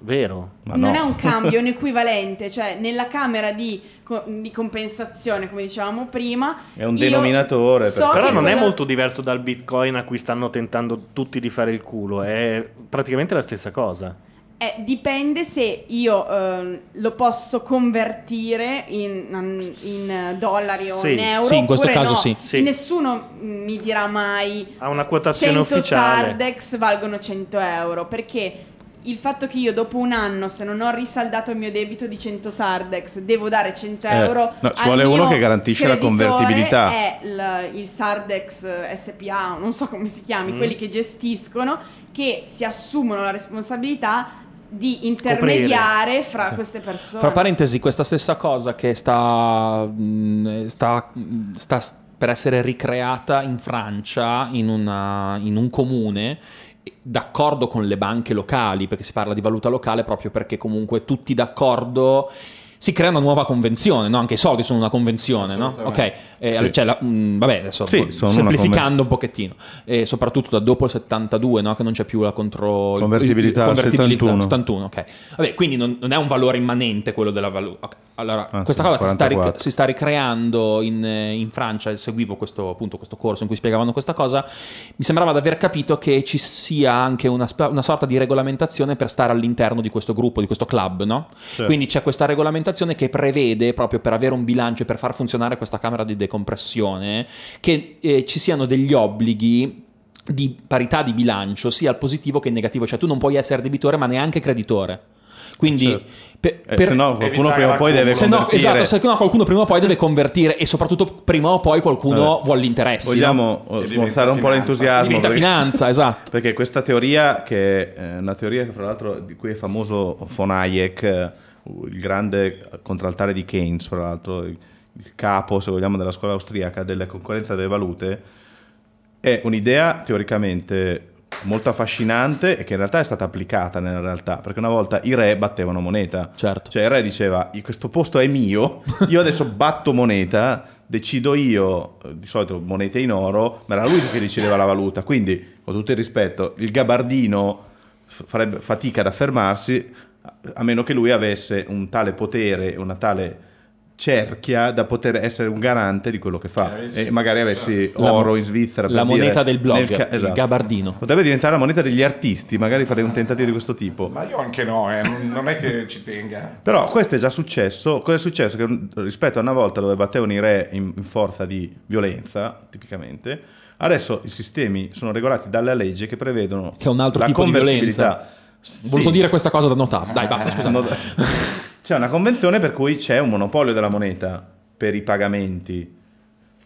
C: vero?
D: Ma
E: non
D: no.
E: è un cambio, è un equivalente, cioè nella camera di, co- di compensazione, come dicevamo prima,
D: È un
E: io
D: denominatore,
E: so
D: perché-
E: che
C: Però non è
E: quella-
C: molto diverso dal Bitcoin a cui stanno tentando tutti di fare il culo, è praticamente la stessa cosa.
E: eh, dipende se io ehm, lo posso convertire in, in dollari o
C: Sì.
E: in euro.
B: Sì, in questo
E: oppure
B: caso
E: no.
B: sì.
C: Sì.
E: Nessuno mi dirà mai
C: Ha una quotazione
E: 100
C: ufficiale.
E: Sardex valgono 100 euro perché il fatto che io dopo un anno, se non ho risaldato il mio debito di 100 Sardex, devo dare 100
D: Eh,
E: euro.
D: no, ci
E: al
D: vuole uno
E: mio
D: che garantisce la
E: creditore,
D: convertibilità.
E: È il, il Sardex eh, SPA, non so come si chiami,
C: Mm.
E: quelli che gestiscono, che si assumono la responsabilità di intermediare fra queste persone.
B: Fra parentesi, questa stessa cosa che sta, mh, sta, mh, sta s- per essere ricreata in Francia, in, una- in un comune, d'accordo con le banche locali, perché si parla di valuta locale proprio perché comunque tutti d'accordo si crea una nuova convenzione, no? anche i soldi sono una convenzione, no? ok?
D: Assolutamente.
B: Eh,
D: Sì.
B: cioè, la- mm, vabbè, adesso
D: Sì, sono una
B: semplificando un pochettino, Eh, soprattutto da dopo il 72, no? che non c'è più la contro... il-
D: Convertibilità
B: il-
D: al
B: convertibilità
D: 71.
B: 71, ok. Vabbè, quindi non, non è un valore immanente quello della valuta. Ok, Allora,
D: Anzi,
B: questa cosa che si sta, ric-
D: 44.
B: si sta ricreando in, eh, in Francia, seguivo questo, appunto, questo corso in cui spiegavano questa cosa, mi sembrava di aver capito che ci sia anche una, sp- una sorta di regolamentazione per stare all'interno di questo gruppo, di questo club, no?
D: Sì.
B: Quindi c'è questa regolamentazione che prevede, proprio per avere un bilancio e per far funzionare questa camera di decompressione, che eh, ci siano degli obblighi di parità di bilancio sia al positivo che al negativo, cioè tu non puoi essere debitore ma neanche creditore. Quindi per,
D: Eh, se no qualcuno prima o poi deve
B: se no,
D: convertire.
B: esatto, se no qualcuno prima o poi deve convertire e soprattutto prima o poi qualcuno
D: Vabbè.
B: vuole gli interessi. no?
D: Vogliamo eh, smorzare un po' l'entusiasmo.
B: Diventa
D: perché-
B: finanza, esatto.
D: Perché questa teoria, che è una teoria che fra l'altro di cui è famoso von Hayek, eh, il grande contraltare di Keynes, fra l'altro il il capo, se vogliamo, della scuola austriaca della concorrenza delle valute, è un'idea teoricamente molto affascinante e che in realtà è stata applicata nella realtà, perché una volta i re battevano moneta. Cioè il re diceva "I- questo posto è mio, io adesso batto moneta, decido io, eh, di solito monete in oro, ma era lui che decideva la valuta, quindi con tutto il rispetto, il gabardino f- farebbe fatica ad affermarsi a- a meno che lui avesse un tale potere, una tale cerchia da poter essere un garante di quello che fa e magari avessi
B: La mo-
D: oro in Svizzera per
B: la
D: dire,
B: moneta del blog,
D: nel ca-
B: il
D: esatto.
B: gabardino.
D: potrebbe diventare la moneta degli artisti magari farei un tentativo di questo tipo
F: Ma io anche no, eh, non, non è che ci tenga.
D: però questo è già successo. Cosa è successo? Che un- rispetto a una volta dove battevano i re in, in forza di violenza, tipicamente, adesso i sistemi sono regolati dalle leggi che prevedono
B: Che è un altro
D: la
B: tipo di violenza.
D: convertibilità.
B: Ho voluto
D: Sì.
B: dire questa cosa da notare.
D: Eh,
B: Dai, basta, scusa.
D: No, c'è una convenzione per cui c'è un monopolio della moneta per i pagamenti.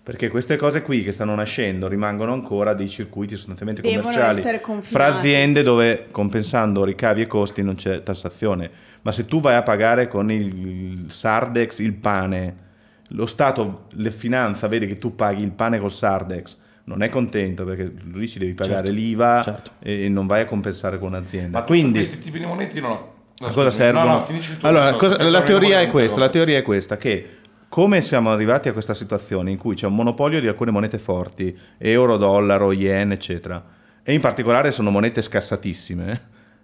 D: Perché queste cose qui che stanno nascendo rimangono ancora dei circuiti sostanzialmente
E: Devono
D: commerciali
E: essere
D: fra
E: confinati.
D: aziende dove compensando ricavi e costi non c'è tassazione. Ma se tu vai a pagare con il Sardex il pane, lo Stato, le finanza vede che tu paghi il pane col Sardex, non è contento perché lui ci devi pagare
F: Certo,
D: l'IVA e non vai a compensare con un'azienda.
F: Ma tutti
D: Quindi
F: questi tipi di monete io non ho. no,
D: a
F: scusami,
D: cosa servono?
F: No, no, finisci tu.
D: allora,
F: scusa,
D: cosa-
F: aspetta,
D: la
F: avremo
D: teoria è
F: momento.
D: questa, la teoria è questa, che come siamo arrivati a questa situazione in cui c'è un monopolio di alcune monete forti, euro, dollaro, yen, eccetera, e in particolare sono monete scassatissime,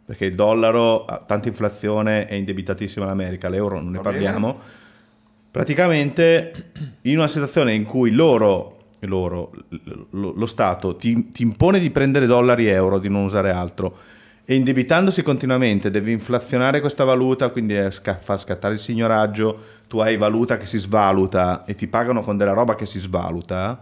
D: perché il dollaro ha tanta inflazione, è indebitatissimo l'America, l'euro non ne
F: Va bene.
D: parliamo, praticamente in una situazione in cui loro, loro, l- lo, lo Stato ti, ti impone di prendere dollari e euro, di non usare altro, e indebitandosi continuamente devi inflazionare questa valuta, quindi eh, sca- far scattare il signoraggio, tu hai valuta che si svaluta e ti pagano con della roba che si svaluta,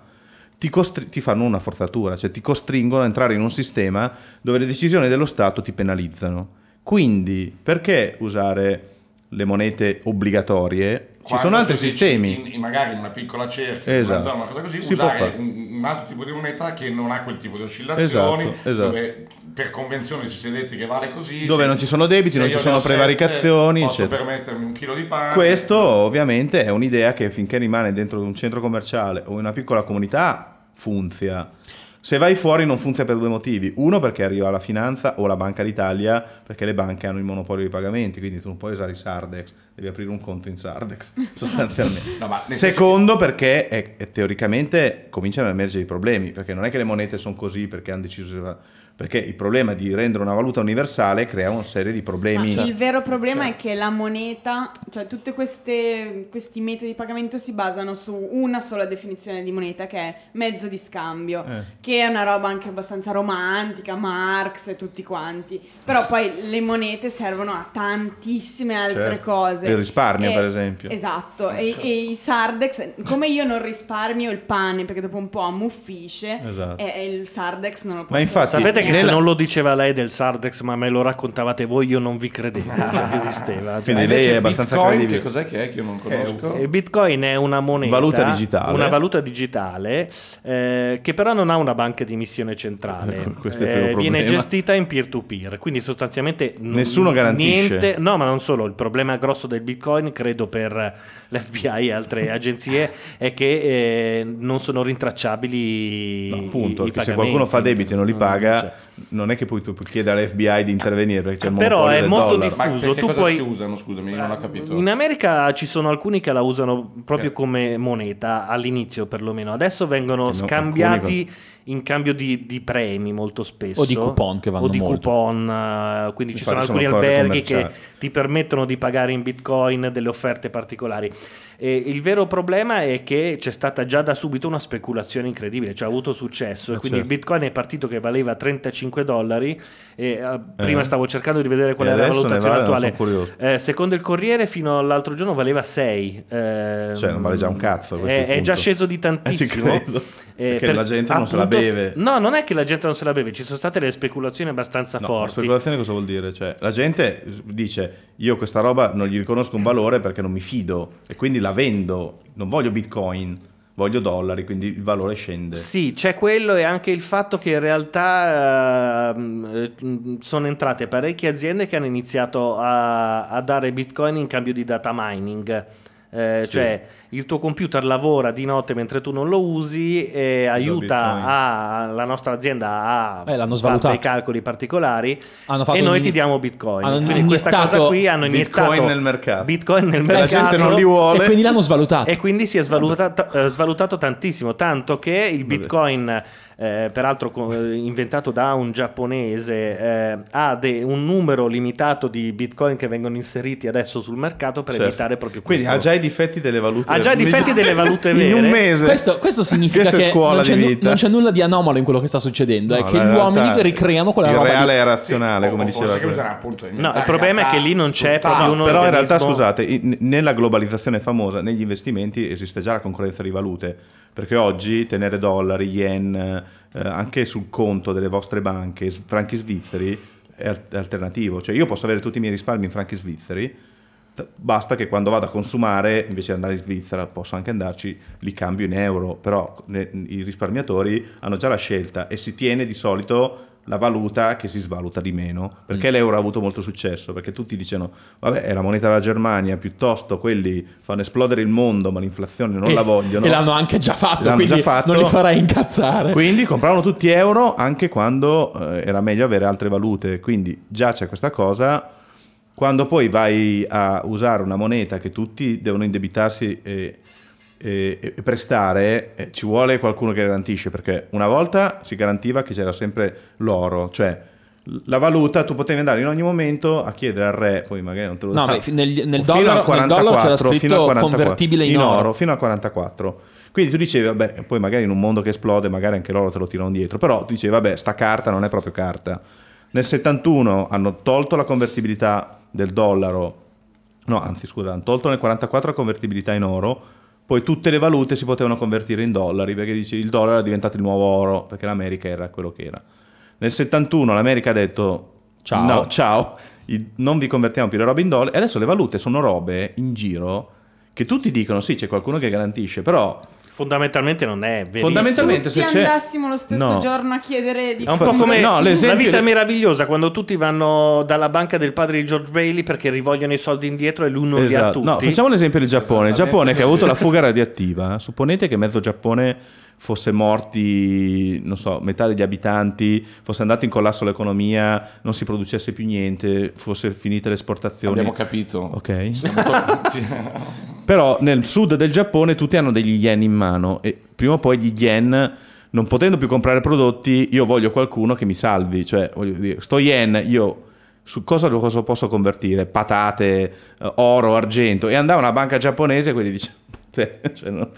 D: ti, costri- ti fanno una forzatura, cioè ti costringono ad entrare in un sistema dove le decisioni dello Stato ti penalizzano. Quindi perché usare le monete obbligatorie? Ci
F: Quando
D: sono altri
F: tu dici
D: sistemi.
F: in- in- magari in una piccola cerchia, in
D: Esatto.
F: una zona, una cosa così,
D: Si può
F: usare
D: fare.
F: un, un altro tipo di moneta che non ha quel tipo di oscillazioni,
D: Esatto, esatto.
F: dove per convenzione ci si è detti che vale così.
D: Dove
F: se-
D: non ci sono debiti,
F: se
D: non ci
F: io ne
D: sono
F: ho sette,
D: prevaricazioni,
F: Posso
D: eccetera.
F: permettermi un chilo di pane.
D: Questo ovviamente è un'idea che finché rimane dentro un centro commerciale o in una piccola comunità funziona. Se vai fuori non funziona per due motivi. Uno perché arriva la finanza o la Banca d'Italia, perché le banche hanno il monopolio dei pagamenti, quindi tu non puoi usare i Sardex, devi aprire un conto in Sardex, sostanzialmente.
F: No, ma nel senso
D: Secondo perché è- è teoricamente cominciano ad emergere i problemi, perché non è che le monete sono così perché hanno deciso di- perché il problema di rendere una valuta universale crea una serie di
E: Ma
D: problemi. Cioè,
E: il vero problema è che la moneta, cioè tutti questi metodi di pagamento si basano su una sola definizione di moneta che è mezzo di scambio,
D: Eh.
E: che è una roba anche abbastanza romantica, Marx e tutti quanti. Però poi le monete servono a tantissime altre
D: Certo.
E: cose. Eh,
D: Il risparmio, per esempio. Certo.
E: Esatto, e, e i Sardex, come io non risparmio il pane perché dopo un po' ammuffisce,
D: Esatto.
E: e, e il Sardex non lo posso
D: Ma infatti-
C: Sapete che se
D: Nella-
C: non lo diceva lei del Sardex, ma me lo raccontavate voi, io non vi credevo già che esisteva. Cioè,
D: Quindi lei
F: Ah. Invece
D: è abbastanza
F: Bitcoin,
D: credibile.
F: che cos'è che è che io non conosco?
C: il Bitcoin è una moneta,
D: Valuta digitale.
C: una valuta digitale eh, che però non ha una banca di emissione centrale,
D: Ecco,
C: Eh,
D: Questo è il primo
C: viene
D: problema.
C: gestita in peer-to-peer, quindi sostanzialmente n-
D: Nessuno garantisce.
C: niente- no, ma non solo, il problema grosso del Bitcoin, credo per l'FBI e altre agenzie, è che eh, non sono rintracciabili
D: No, appunto,
C: i, i
D: perché se
C: pagamenti. cioè.
D: qualcuno fa debiti e non li
C: c'è.
D: paga, non è che poi tu puoi chiedere all'FBI di intervenire perché c'è il
C: Ah, Però
D: monopolio
C: è
D: del
C: molto
D: dollaro.
F: Ma
C: diffuso,
F: che
C: tu
F: cosa
C: puoi-
F: si usano? Scusami, non ho capito.
C: In America ci sono alcuni che la usano proprio come moneta all'inizio perlomeno, adesso vengono
B: Che Eh. no,
C: scambiati
B: alcuni
C: in cambio di, di premi molto spesso.
B: O di coupon che vanno
C: O di
B: molto.
C: coupon, eh, quindi ci
B: Infatti
C: sono alcuni
B: sono cose
C: alberghi che
B: commerciali.
C: ti permettono di pagare in bitcoin delle offerte particolari. E il vero problema è che c'è stata già da subito una speculazione incredibile, cioè ha avuto successo. E
B: Ah,
C: quindi
B: certo.
C: il bitcoin è partito che valeva 35 dollari. E, eh, prima
B: Eh.
C: stavo cercando di vedere qual
D: E
C: era la
D: adesso ne
C: valutazione
D: vale, non
C: attuale.
D: sono curioso.
C: Eh, secondo il Corriere fino all'altro giorno valeva 6.
D: Cioè, non vale già un cazzo a questo
C: È, è
D: punto.
C: già sceso di tantissimo.
D: Eh, ci credo. Perché la gente non se la beve.
C: No, non è che la gente non se la beve, ci sono state le speculazioni abbastanza
D: No, la
C: forti.
D: speculazione cosa vuol dire? Cioè, la gente dice io questa roba non gli riconosco un valore perché non mi fido e quindi la vendo, non voglio bitcoin, voglio dollari, quindi il valore scende.
C: Sì, c'è quello e anche il fatto che in realtà ehm, eh, sono entrate parecchie aziende che hanno iniziato a, a dare bitcoin in cambio di data mining. Eh,
B: Sì.
C: Cioè, il tuo computer lavora di notte mentre tu non lo usi e aiuta
B: bitcoin.
C: a- la nostra azienda a
B: Eh, l'hanno
C: fare
B: svalutato.
C: dei calcoli particolari
B: Hanno fatto
C: e noi
B: un-
C: ti diamo bitcoin.
B: hanno
C: Quindi questa
B: iniettato
C: cosa qui hanno
D: Bitcoin
C: iniettato
D: nel mercato.
C: Bitcoin nel
D: La
C: mercato
D: gente non li vuole. Esatto. E quindi l'hanno
B: svalutato.
C: E quindi si è svalutato, eh, svalutato tantissimo, tanto che il Bitcoin, eh, peraltro co- eh, inventato da un giapponese, eh, ha de- un numero limitato di Bitcoin che vengono inseriti adesso sul mercato per
D: Certo.
C: evitare proprio questo.
D: Quindi ha già i difetti delle valute
C: Ha già i difetti delle valute
D: in un
C: vere.
D: mese.
B: Questo, questo significa
D: Questa è
B: che
D: scuola
B: non, c'è
D: di
B: nu-
D: vita.
B: non c'è nulla di anomalo in quello che sta succedendo. è
D: No,
B: che
D: la
B: gli uomini
D: realtà-
B: ricreano quella
D: il
B: roba.
D: reale
B: lì.
D: è razionale, come diceva
F: Oh, forse che
D: quello.
F: bisogna appunto
C: No, il problema è che lì non c'è proprio un
D: però in realtà
C: organismo-
D: scusate in- nella globalizzazione famosa negli investimenti esiste già la concorrenza di valute perché oggi tenere dollari yen eh, anche sul conto delle vostre banche s- franchi svizzeri è al- è alternativo cioè io posso avere tutti i miei risparmi in franchi svizzeri t- Basta che quando vado a consumare, invece di andare in Svizzera, posso anche andarci, li cambio in euro, però ne- i risparmiatori hanno già la scelta e si tiene di solito la valuta che si svaluta di meno, perché
B: Mm.
D: l'euro ha avuto molto successo, perché tutti dicono, vabbè, è la moneta della Germania, piuttosto quelli fanno esplodere il mondo, ma l'inflazione non
B: E-
D: la vogliono.
B: Eh, e l'hanno anche già fatto,
D: L'hanno
B: quindi non li farai incazzare.
D: Quindi compravano tutti euro anche quando eh, era meglio avere altre valute, quindi già c'è questa cosa. Quando poi vai a usare una moneta che tutti devono indebitarsi e, e- e prestare, eh, ci vuole qualcuno che garantisce, perché una volta si garantiva che c'era sempre l'oro, cioè l- la valuta tu potevi andare in ogni momento a chiedere al re, poi magari non te lo
B: No,
D: dà.
B: beh, fi- nel- nel
D: Ah. Fino
B: dollaro-
D: al
B: nel dollaro c'era scritto
D: fino al 44,
B: convertibile in oro.
D: fino a 44. Quindi tu dicevi, vabbè, poi magari in un mondo che esplode, magari anche loro te lo tirano dietro, però tu dicevi, vabbè, sta carta non è proprio carta. Nel 71 hanno tolto la convertibilità del dollaro, no, anzi, scusa, hanno tolto nel 44 la convertibilità in oro, poi tutte le valute si potevano convertire in dollari, perché dici il dollaro è diventato il nuovo oro, perché l'America era quello che era. Nel 71 l'America ha detto
B: Ciao.
D: no, ciao, i- non vi convertiamo più le robe in dollari. E adesso le valute sono robe in giro che tutti dicono sì, c'è qualcuno che garantisce, però
C: Fondamentalmente non è vero.
D: fondamentalmente
E: Se
D: se c'è...
E: andassimo lo stesso
D: No.
E: giorno a chiedere di
C: È un po' come
D: No,
C: la
D: l'esempio
C: vita
D: di-
C: meravigliosa quando tutti vanno dalla banca del padre di George Bailey perché rivogliono i soldi indietro e lui non li ha
D: Esatto.
C: tutti.
D: No, facciamo l'esempio del Giappone. Il Giappone che ha avuto la fuga radioattiva, eh. supponete che mezzo Giappone fosse morti, non so, metà degli abitanti, fosse andato in collasso l'economia, non si producesse più niente, fosse finite le esportazioni.
F: Abbiamo capito.
D: Ok.
F: Sì.
D: Però nel sud del Giappone tutti hanno degli yen in mano e prima o poi gli yen, non potendo più comprare prodotti, io voglio qualcuno che mi salvi. Cioè, voglio dire, sto yen io su cosa lo cosa posso convertire? Patate, eh, oro, argento. E andava una banca giapponese e quelli dice... "Te", cioè, no.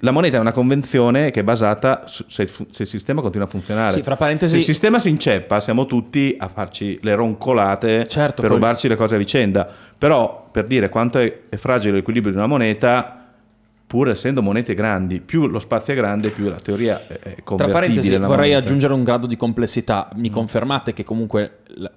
D: La moneta è una convenzione che è basata su- se, fu- se il sistema continua a funzionare.
B: Sì, fra parentesi-
D: Se il sistema si inceppa, siamo tutti a farci le roncolate per
B: poi-
D: rubarci le cose a vicenda. Però, per dire quanto è, è fragile l'equilibrio di una moneta, pur essendo monete grandi, più lo spazio è grande, più la teoria è- è eh, convertibile.
B: Tra parentesi,
D: la
B: vorrei
D: moneta. Mm.
B: aggiungere un grado di complessità. Mi confermate che comunque la,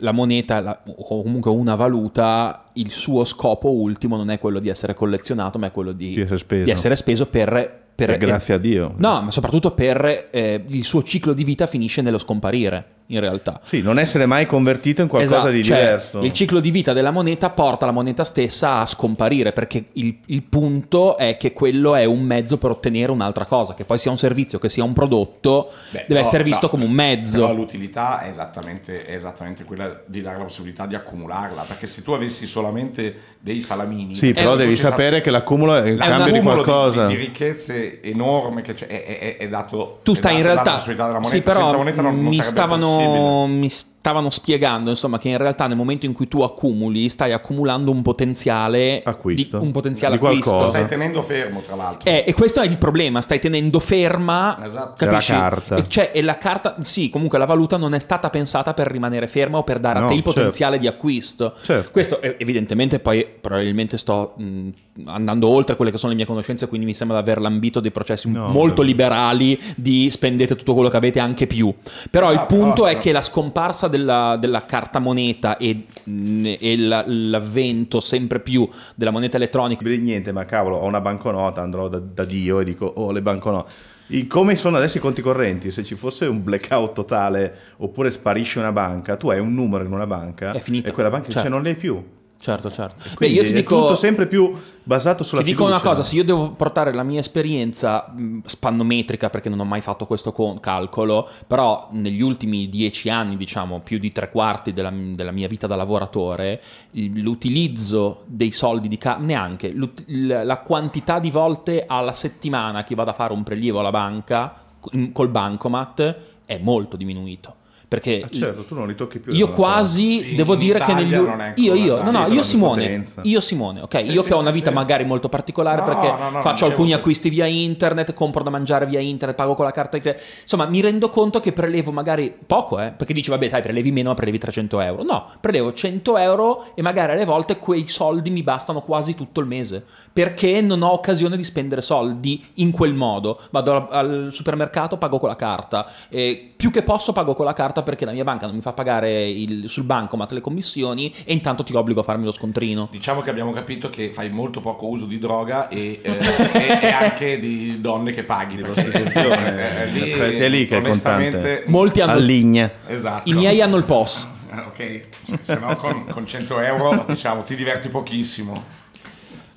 B: la moneta la- o comunque una valuta, il suo scopo ultimo non è quello di essere collezionato, ma è quello di,
D: Di essere speso.
B: di essere speso per... per-
D: Eh, grazie a Dio.
B: No, ma soprattutto per eh, il suo ciclo di vita finisce nello scomparire. in realtà.
D: Sì, non essere mai convertito in qualcosa
B: Esatto,
D: di
B: cioè,
D: diverso.
B: Il ciclo di vita della moneta porta la moneta stessa a scomparire perché il, il punto è che quello è un mezzo per ottenere un'altra cosa, che poi sia un servizio, che sia un prodotto,
F: Beh,
B: deve
F: no,
B: essere visto
F: no,
B: come un mezzo.
F: Però l'utilità è esattamente, è esattamente quella di dare la possibilità di accumularla, perché se tu avessi solamente dei salamini...
D: Sì, però
F: eh,
D: devi
F: c'è stato-
D: sapere che l'accumulo è in
F: È un
D: cambio di
F: accumulo
D: qualcosa.
F: Di, di ricchezze enorme che c'è, è, è- è- è dato...
B: tu
F: è
B: stai
F: dato-
B: in
F: è data la
B: realtà
F: Esatto, possibilità della moneta.
B: sì però
F: Senza moneta non, non
B: mi,
F: sarebbe possibile.
B: stavano, mi stavano spiegando insomma che in realtà nel momento in cui tu accumuli stai accumulando un potenziale acquisto un potenziale
F: Di qualcosa.
B: acquisto
F: Stai tenendo fermo, tra l'altro.
B: Eh, e questo è il problema, stai tenendo ferma
F: Esatto.
B: capisci?
F: È la carta.
B: E cioè, e la carta, sì, comunque la valuta non è stata pensata per rimanere ferma o per dare a
D: No,
B: te il
D: certo.
B: potenziale di acquisto. Questo eh, evidentemente poi probabilmente sto mh, andando oltre quelle che sono le mie conoscenze, quindi mi sembra di aver lambito dei processi molto
D: davvero.
B: liberali di spendete tutto quello che avete anche più. Però
F: Ah,
B: il punto
F: però-
B: è che la scomparsa della, della carta moneta e, mh, e la- l'avvento sempre più della moneta elettronica
D: Beh, niente, ma cavolo, ho una banconota, andrò da, da Dio e dico, oh, le banconote. I- come sono adesso i conti correnti? Se ci fosse un blackout totale oppure sparisce una banca, tu hai un numero in una banca e quella banca dice
B: Certo.
D: non li hai più.
B: Certo, certo. Beh,
D: Quindi
B: io ti
D: è
B: dico-
D: tutto sempre più basato sulla
B: Ti dico una
D: fiducia.
B: cosa, se io devo portare la mia esperienza mh, spannometrica, perché non ho mai fatto questo con- calcolo, però negli ultimi dieci anni, diciamo, più di tre quarti della, della mia vita da lavoratore, il- l'utilizzo dei soldi di ca- neanche, l'ut- il- la quantità di volte alla settimana che vado a fare un prelievo alla banca, in- col bancomat, è molto diminuito. Perché
D: Ah, certo, tu non li tocchi più.
B: io quasi
D: Sì,
B: devo
D: in
B: dire
D: Italia
B: che negli
D: non è ancora
B: io io no
D: tanto.
B: no
D: Sì,
B: io
D: però
B: Simone
D: potenza.
B: io Simone ok
D: Sì,
B: io
D: sì,
B: che ho
D: sì,
B: una vita
D: sì.
B: magari molto particolare
D: No,
B: perché
D: no, no, no,
B: faccio
D: dicevo
B: alcuni
D: questo.
B: acquisti via internet compro da mangiare via internet pago con la carta di credito insomma mi rendo conto che prelevo magari poco eh perché dici vabbè dai prelevi meno ma prelevi 300 euro no prelevo 100 euro e magari alle volte quei soldi mi bastano quasi tutto il mese perché non ho occasione di spendere soldi in quel modo vado al, al supermercato pago con la carta e più che posso pago con la carta perché la mia banca non mi fa pagare il, sul bancomat le commissioni e intanto ti obbligo a farmi lo scontrino
F: Diciamo che abbiamo capito che fai molto poco uso di droga e, eh, e- e anche di donne che paghi.
D: prostituzione.
F: eh, lì,
D: Cioè, è lì che è il
F: onestamente- mm,
D: contante. Molti hanno- Alligna.
F: Esatto.
B: i miei hanno il POS
F: Ah, Ok, se, se no con, con 100 euro diciamo ti diverti pochissimo.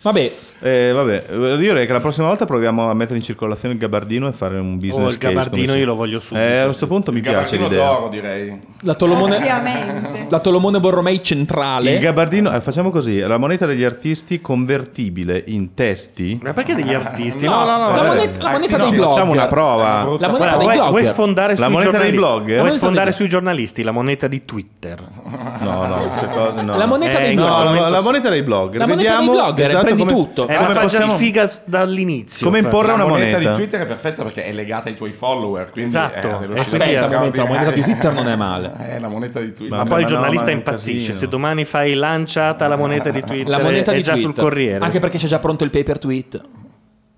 B: Vabbè.
D: Eh, vabbè, io direi che la prossima volta proviamo a mettere in circolazione il gabardino e fare un business
C: Oh, il
D: case, come
C: gabardino
D: si-
C: io lo voglio subito.
D: Eh, a questo punto mi piace
F: Gabardino
D: l'idea.
F: d'oro direi.
B: la Tolomone,
F: Ovviamente.
B: la Tolomone Borromei centrale
D: Il gabardino, eh, facciamo così, la moneta degli artisti convertibile in testi. Ma
C: perché degli artisti?
B: No, no, no, la moneta- la moneta dei blogger.
D: Facciamo una prova.
B: La moneta dei
C: vuoi,
B: blogger.
C: vuoi
D: La
C: sfondare sui
D: moneta dei
C: giornali-
D: blogger? La
C: Vuoi
D: moneta
C: sfondare
D: dei-
C: sui giornalisti la moneta di Twitter?
D: No, no, queste cose no.
C: La moneta dei
D: no,
C: blogger.
D: la- la, moneta dei blogger. Vediamo esatto come-
C: È
D: come
C: una faccia
D: possiamo-
C: di figa s- dall'inizio.
D: Come imporre
F: La
D: una
F: moneta,
D: moneta.
F: di Twitter è perfetta perché è legata ai tuoi follower. Quindi
D: Esatto.
F: è
D: Eh,
F: una velocità
D: aspetta, un momento, la moneta di
B: Twitter non è male.
F: Eh, la moneta di Twitter.
C: Ma poi il giornalista impazzisce. Se domani fai lanciata la moneta di Twitter,
B: la moneta
C: è
B: di
C: già sul
B: Twitter.
C: Corriere.
B: anche perché c'è già pronto il pay per tweet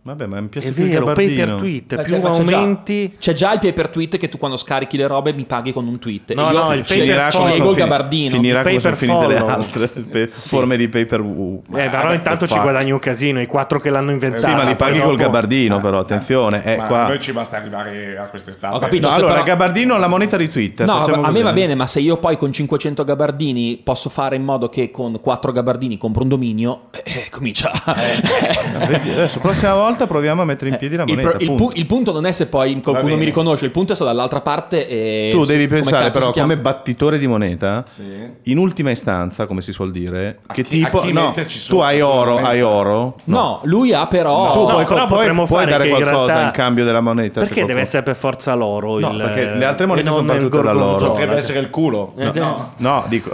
D: Vabbè, ma mi piace
C: È
D: più il
C: vero, pay
D: gabardino.
C: per tweet,
B: Perché
C: più
B: ma c'è già-
C: aumenti.
B: c'è già il pay per tweet che tu quando scarichi le robe mi paghi con un tweet
C: No,
B: e io
C: no, il
B: ci-
C: pay
B: ci
C: per follow.
B: leggo il
C: Fini-
B: gabardino
D: Finirà
C: pay
D: come sono
C: per
D: finite le
C: follow.
D: altre pe- forme di pay per view.
C: Eh, però intanto ci guadagni un casino. I quattro che l'hanno inventato.
D: Sì, ma li paghi
C: boh.
D: col
C: Eh.
D: gabardino, però attenzione, è
F: Ma
D: qua.
F: a noi ci basta arrivare a quest'estate.
B: Ho capito,
D: No,
B: se
D: allora,
B: però-
D: gabardino la moneta di Twitter.
B: No,
D: facciamo
B: a me
D: così.
B: va bene, ma se io poi con 500 gabardini posso fare in modo che con 4 gabardini compro un dominio, eh, comincia.
D: Eh, Vedi, adesso, prossima volta proviamo a mettere in piedi la
B: Eh, il,
D: moneta.
B: pro- il pu-
D: punto.
B: il punto non è se poi qualcuno
D: bene.
B: mi riconosce, il punto è se dall'altra parte. eh,
D: tu
B: sì,
D: devi
B: come
D: pensare,
B: cazzo
D: però,
B: si chiama?
D: come battitore di moneta,
F: Sì.
D: in ultima istanza, come si suol dire, che
F: chi- a
D: tipo.
F: chi
D: no,
F: metterci
D: tu
F: sopra
D: hai
F: sulla
D: oro,
F: moneta?
D: hai oro.
B: No, lui ha però.
D: tu puoi,
C: però
D: puoi-
C: potremmo
D: puoi
C: fare
D: dare
C: che in
D: qualcosa in,
C: realtà-
D: cambio della moneta. se
C: Perché deve
D: qualcuno-
C: essere per forza l'oro?
D: No,
C: il-
D: perché le altre monete
C: e
D: sono
C: non il
D: partite da
C: gorgonzola?
D: loro.
F: Potrebbe essere il culo.
C: Eh,
D: No, no. dico,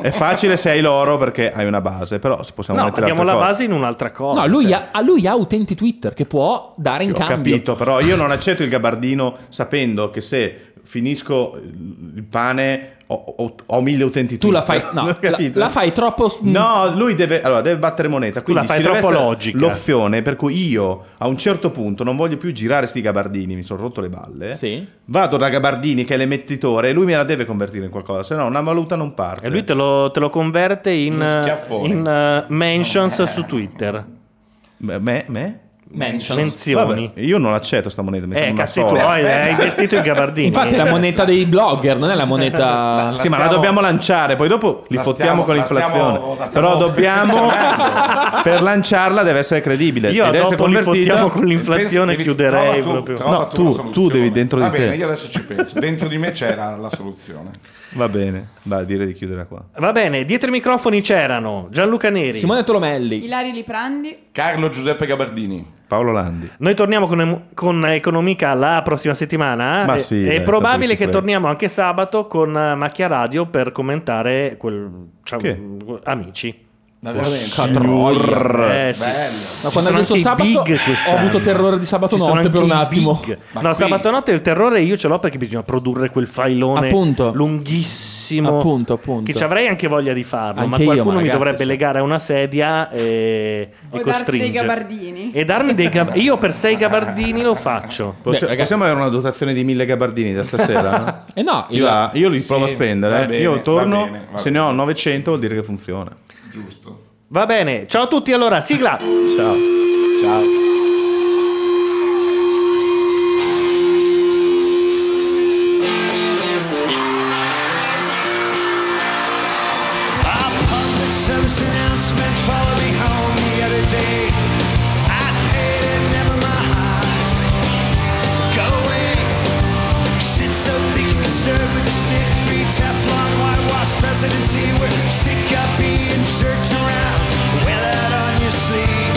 D: è facile se hai l'oro perché hai una base, però se possiamo
C: No,
D: mettere
C: mettiamo
D: altre
C: la
D: cose.
C: base in un'altra cosa.
B: No, lui
C: cioè.
B: ha, a lui ha utenti Twitter che può dare
D: Sì,
B: in
D: ho
B: cambio.
D: capito, però io non accetto il gabardino sapendo che se finisco il pane ho, ho- ho mille utenti
B: Tu la
D: Twitter.
B: fai- no,
D: Ho capito?
B: la- la fai troppo-
D: No, lui deve, allora, deve battere moneta. Quindi
C: la fai
D: ci deve
C: troppo
D: essere
C: logica.
D: L'opzione per cui io a un certo punto non voglio più girare sti gabardini, mi sono rotto le balle.
B: Sì.
D: Vado da Gabardini che è l'emettitore e lui me la deve convertire in qualcosa, se no una valuta non parte.
C: E lui te lo, te lo converte in,
D: In schiaffoni.
C: in, eh, mentions su Twitter.
D: Me? me?
B: Mentions.
D: Vabbè, io non accetto sta moneta. Mi
B: Eh,
D: sembra una
B: cazzi
D: sola.
B: tuoi, hai investito Eh. in gabardini. Infatti è la moneta dei blogger, non è la moneta- La- la
D: sì, ma Eh, la
B: stiamo-
D: dobbiamo lanciare, poi dopo li
B: La
D: fottiamo
B: stiamo-
D: con
B: la
D: l'inflazione.
B: stiamo- la stiamo
D: Però dobbiamo per lanciarla deve essere credibile.
C: Io
D: deve essere
C: dopo li
D: convertita-
C: fottiamo con l'inflazione, Pensi- devi- chiuderei trova tu- proprio. trova
D: No,
C: tu una
D: tu, tu devi dentro
F: Va
D: di
F: bene, io
D: te.
F: adesso ci penso. Dentro di me c'era la soluzione.
D: Va bene, vai, direi di chiudere qua.
C: Va bene, dietro i microfoni c'erano Gianluca Neri,
B: Simone Tolomelli,
E: Ilario Liprandi.
F: Carlo Giuseppe Gabardini.
D: Paolo Landi.
C: Noi torniamo con, em- con Economica la prossima settimana.
D: Ma
C: E-
D: sì,
C: è
D: dai, tanto
C: probabile
D: chi ci
C: che
D: frega.
C: torniamo anche sabato con eh, Macchia Radio per commentare quel. Ciao,
D: Che?
C: mh, amici.
F: Ma
B: veramente? Catroia.
C: Eh, sì.
B: Bello. Ma
C: Ci
B: quando
C: sono
B: è venuto
C: anche i
B: sabato,
C: big
B: ho
C: quest'anno.
B: avuto terrore di sabato
C: Ci sono
B: notte per
C: anche
B: un
C: i
B: attimo.
C: big.
B: Ma
C: No,
B: qui-
C: sabato notte il terrore io ce l'ho perché bisogna produrre quel filone
B: Appunto.
C: lunghissimo.
B: Appunto, appunto.
C: Che ci avrei anche voglia di farlo, ma
B: Anche io,
C: qualcuno
B: ma
C: mi
B: ragazzi,
C: dovrebbe
B: cioè.
C: legare a una sedia e,
E: O
C: e
E: darti dei
C: costringere.
E: gabardini.
C: E darmi dei gabardini. Io per sei gabardini lo faccio.
D: Possi- possiamo avere una dotazione di mille gabardini da stasera?
B: Eh no,
D: Ti
B: io-
D: va? io li
B: Sì,
D: provo a spendere.
B: va
D: eh.
B: bene,
D: io
B: va
D: torno,
B: bene, va
D: se ne ho 900 vuol dire che funziona.
C: Va bene, ciao a tutti allora, sigla.
D: Ciao. Ciao.
A: A public service announcement followed me home the other day. I paid it, never mind. Go away. Sit so thick you can serve with a stick. Free Teflon, whitewash presidency. We're sick of being jerked around. Wear that on your sleeve.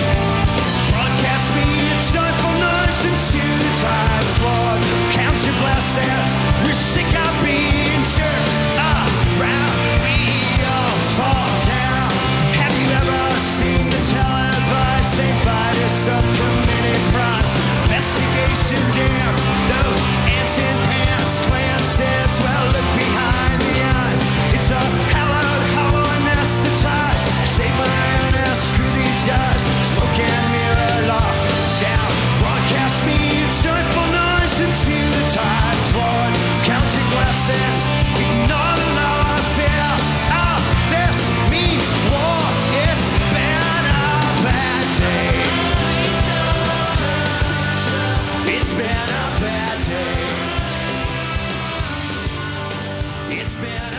A: Broadcast me a joyful noise into the times, Lord. Count your blessings. We're sick of being jerked around. We all fall down. Have you ever seen the televised invite of committed crimes? Investigation dams. Those ancient pants plan says, well, look behind the eyes. It's a hallowed hollow and that's the ties. Save my own ass, screw these guys. Smoke and mirror lock down. Broadcast me a joyful noise into the times. Lord, count your blessings. Ignore the law I fear. Ah, this means war. It's been a bad day. It's been a bad day. It's been a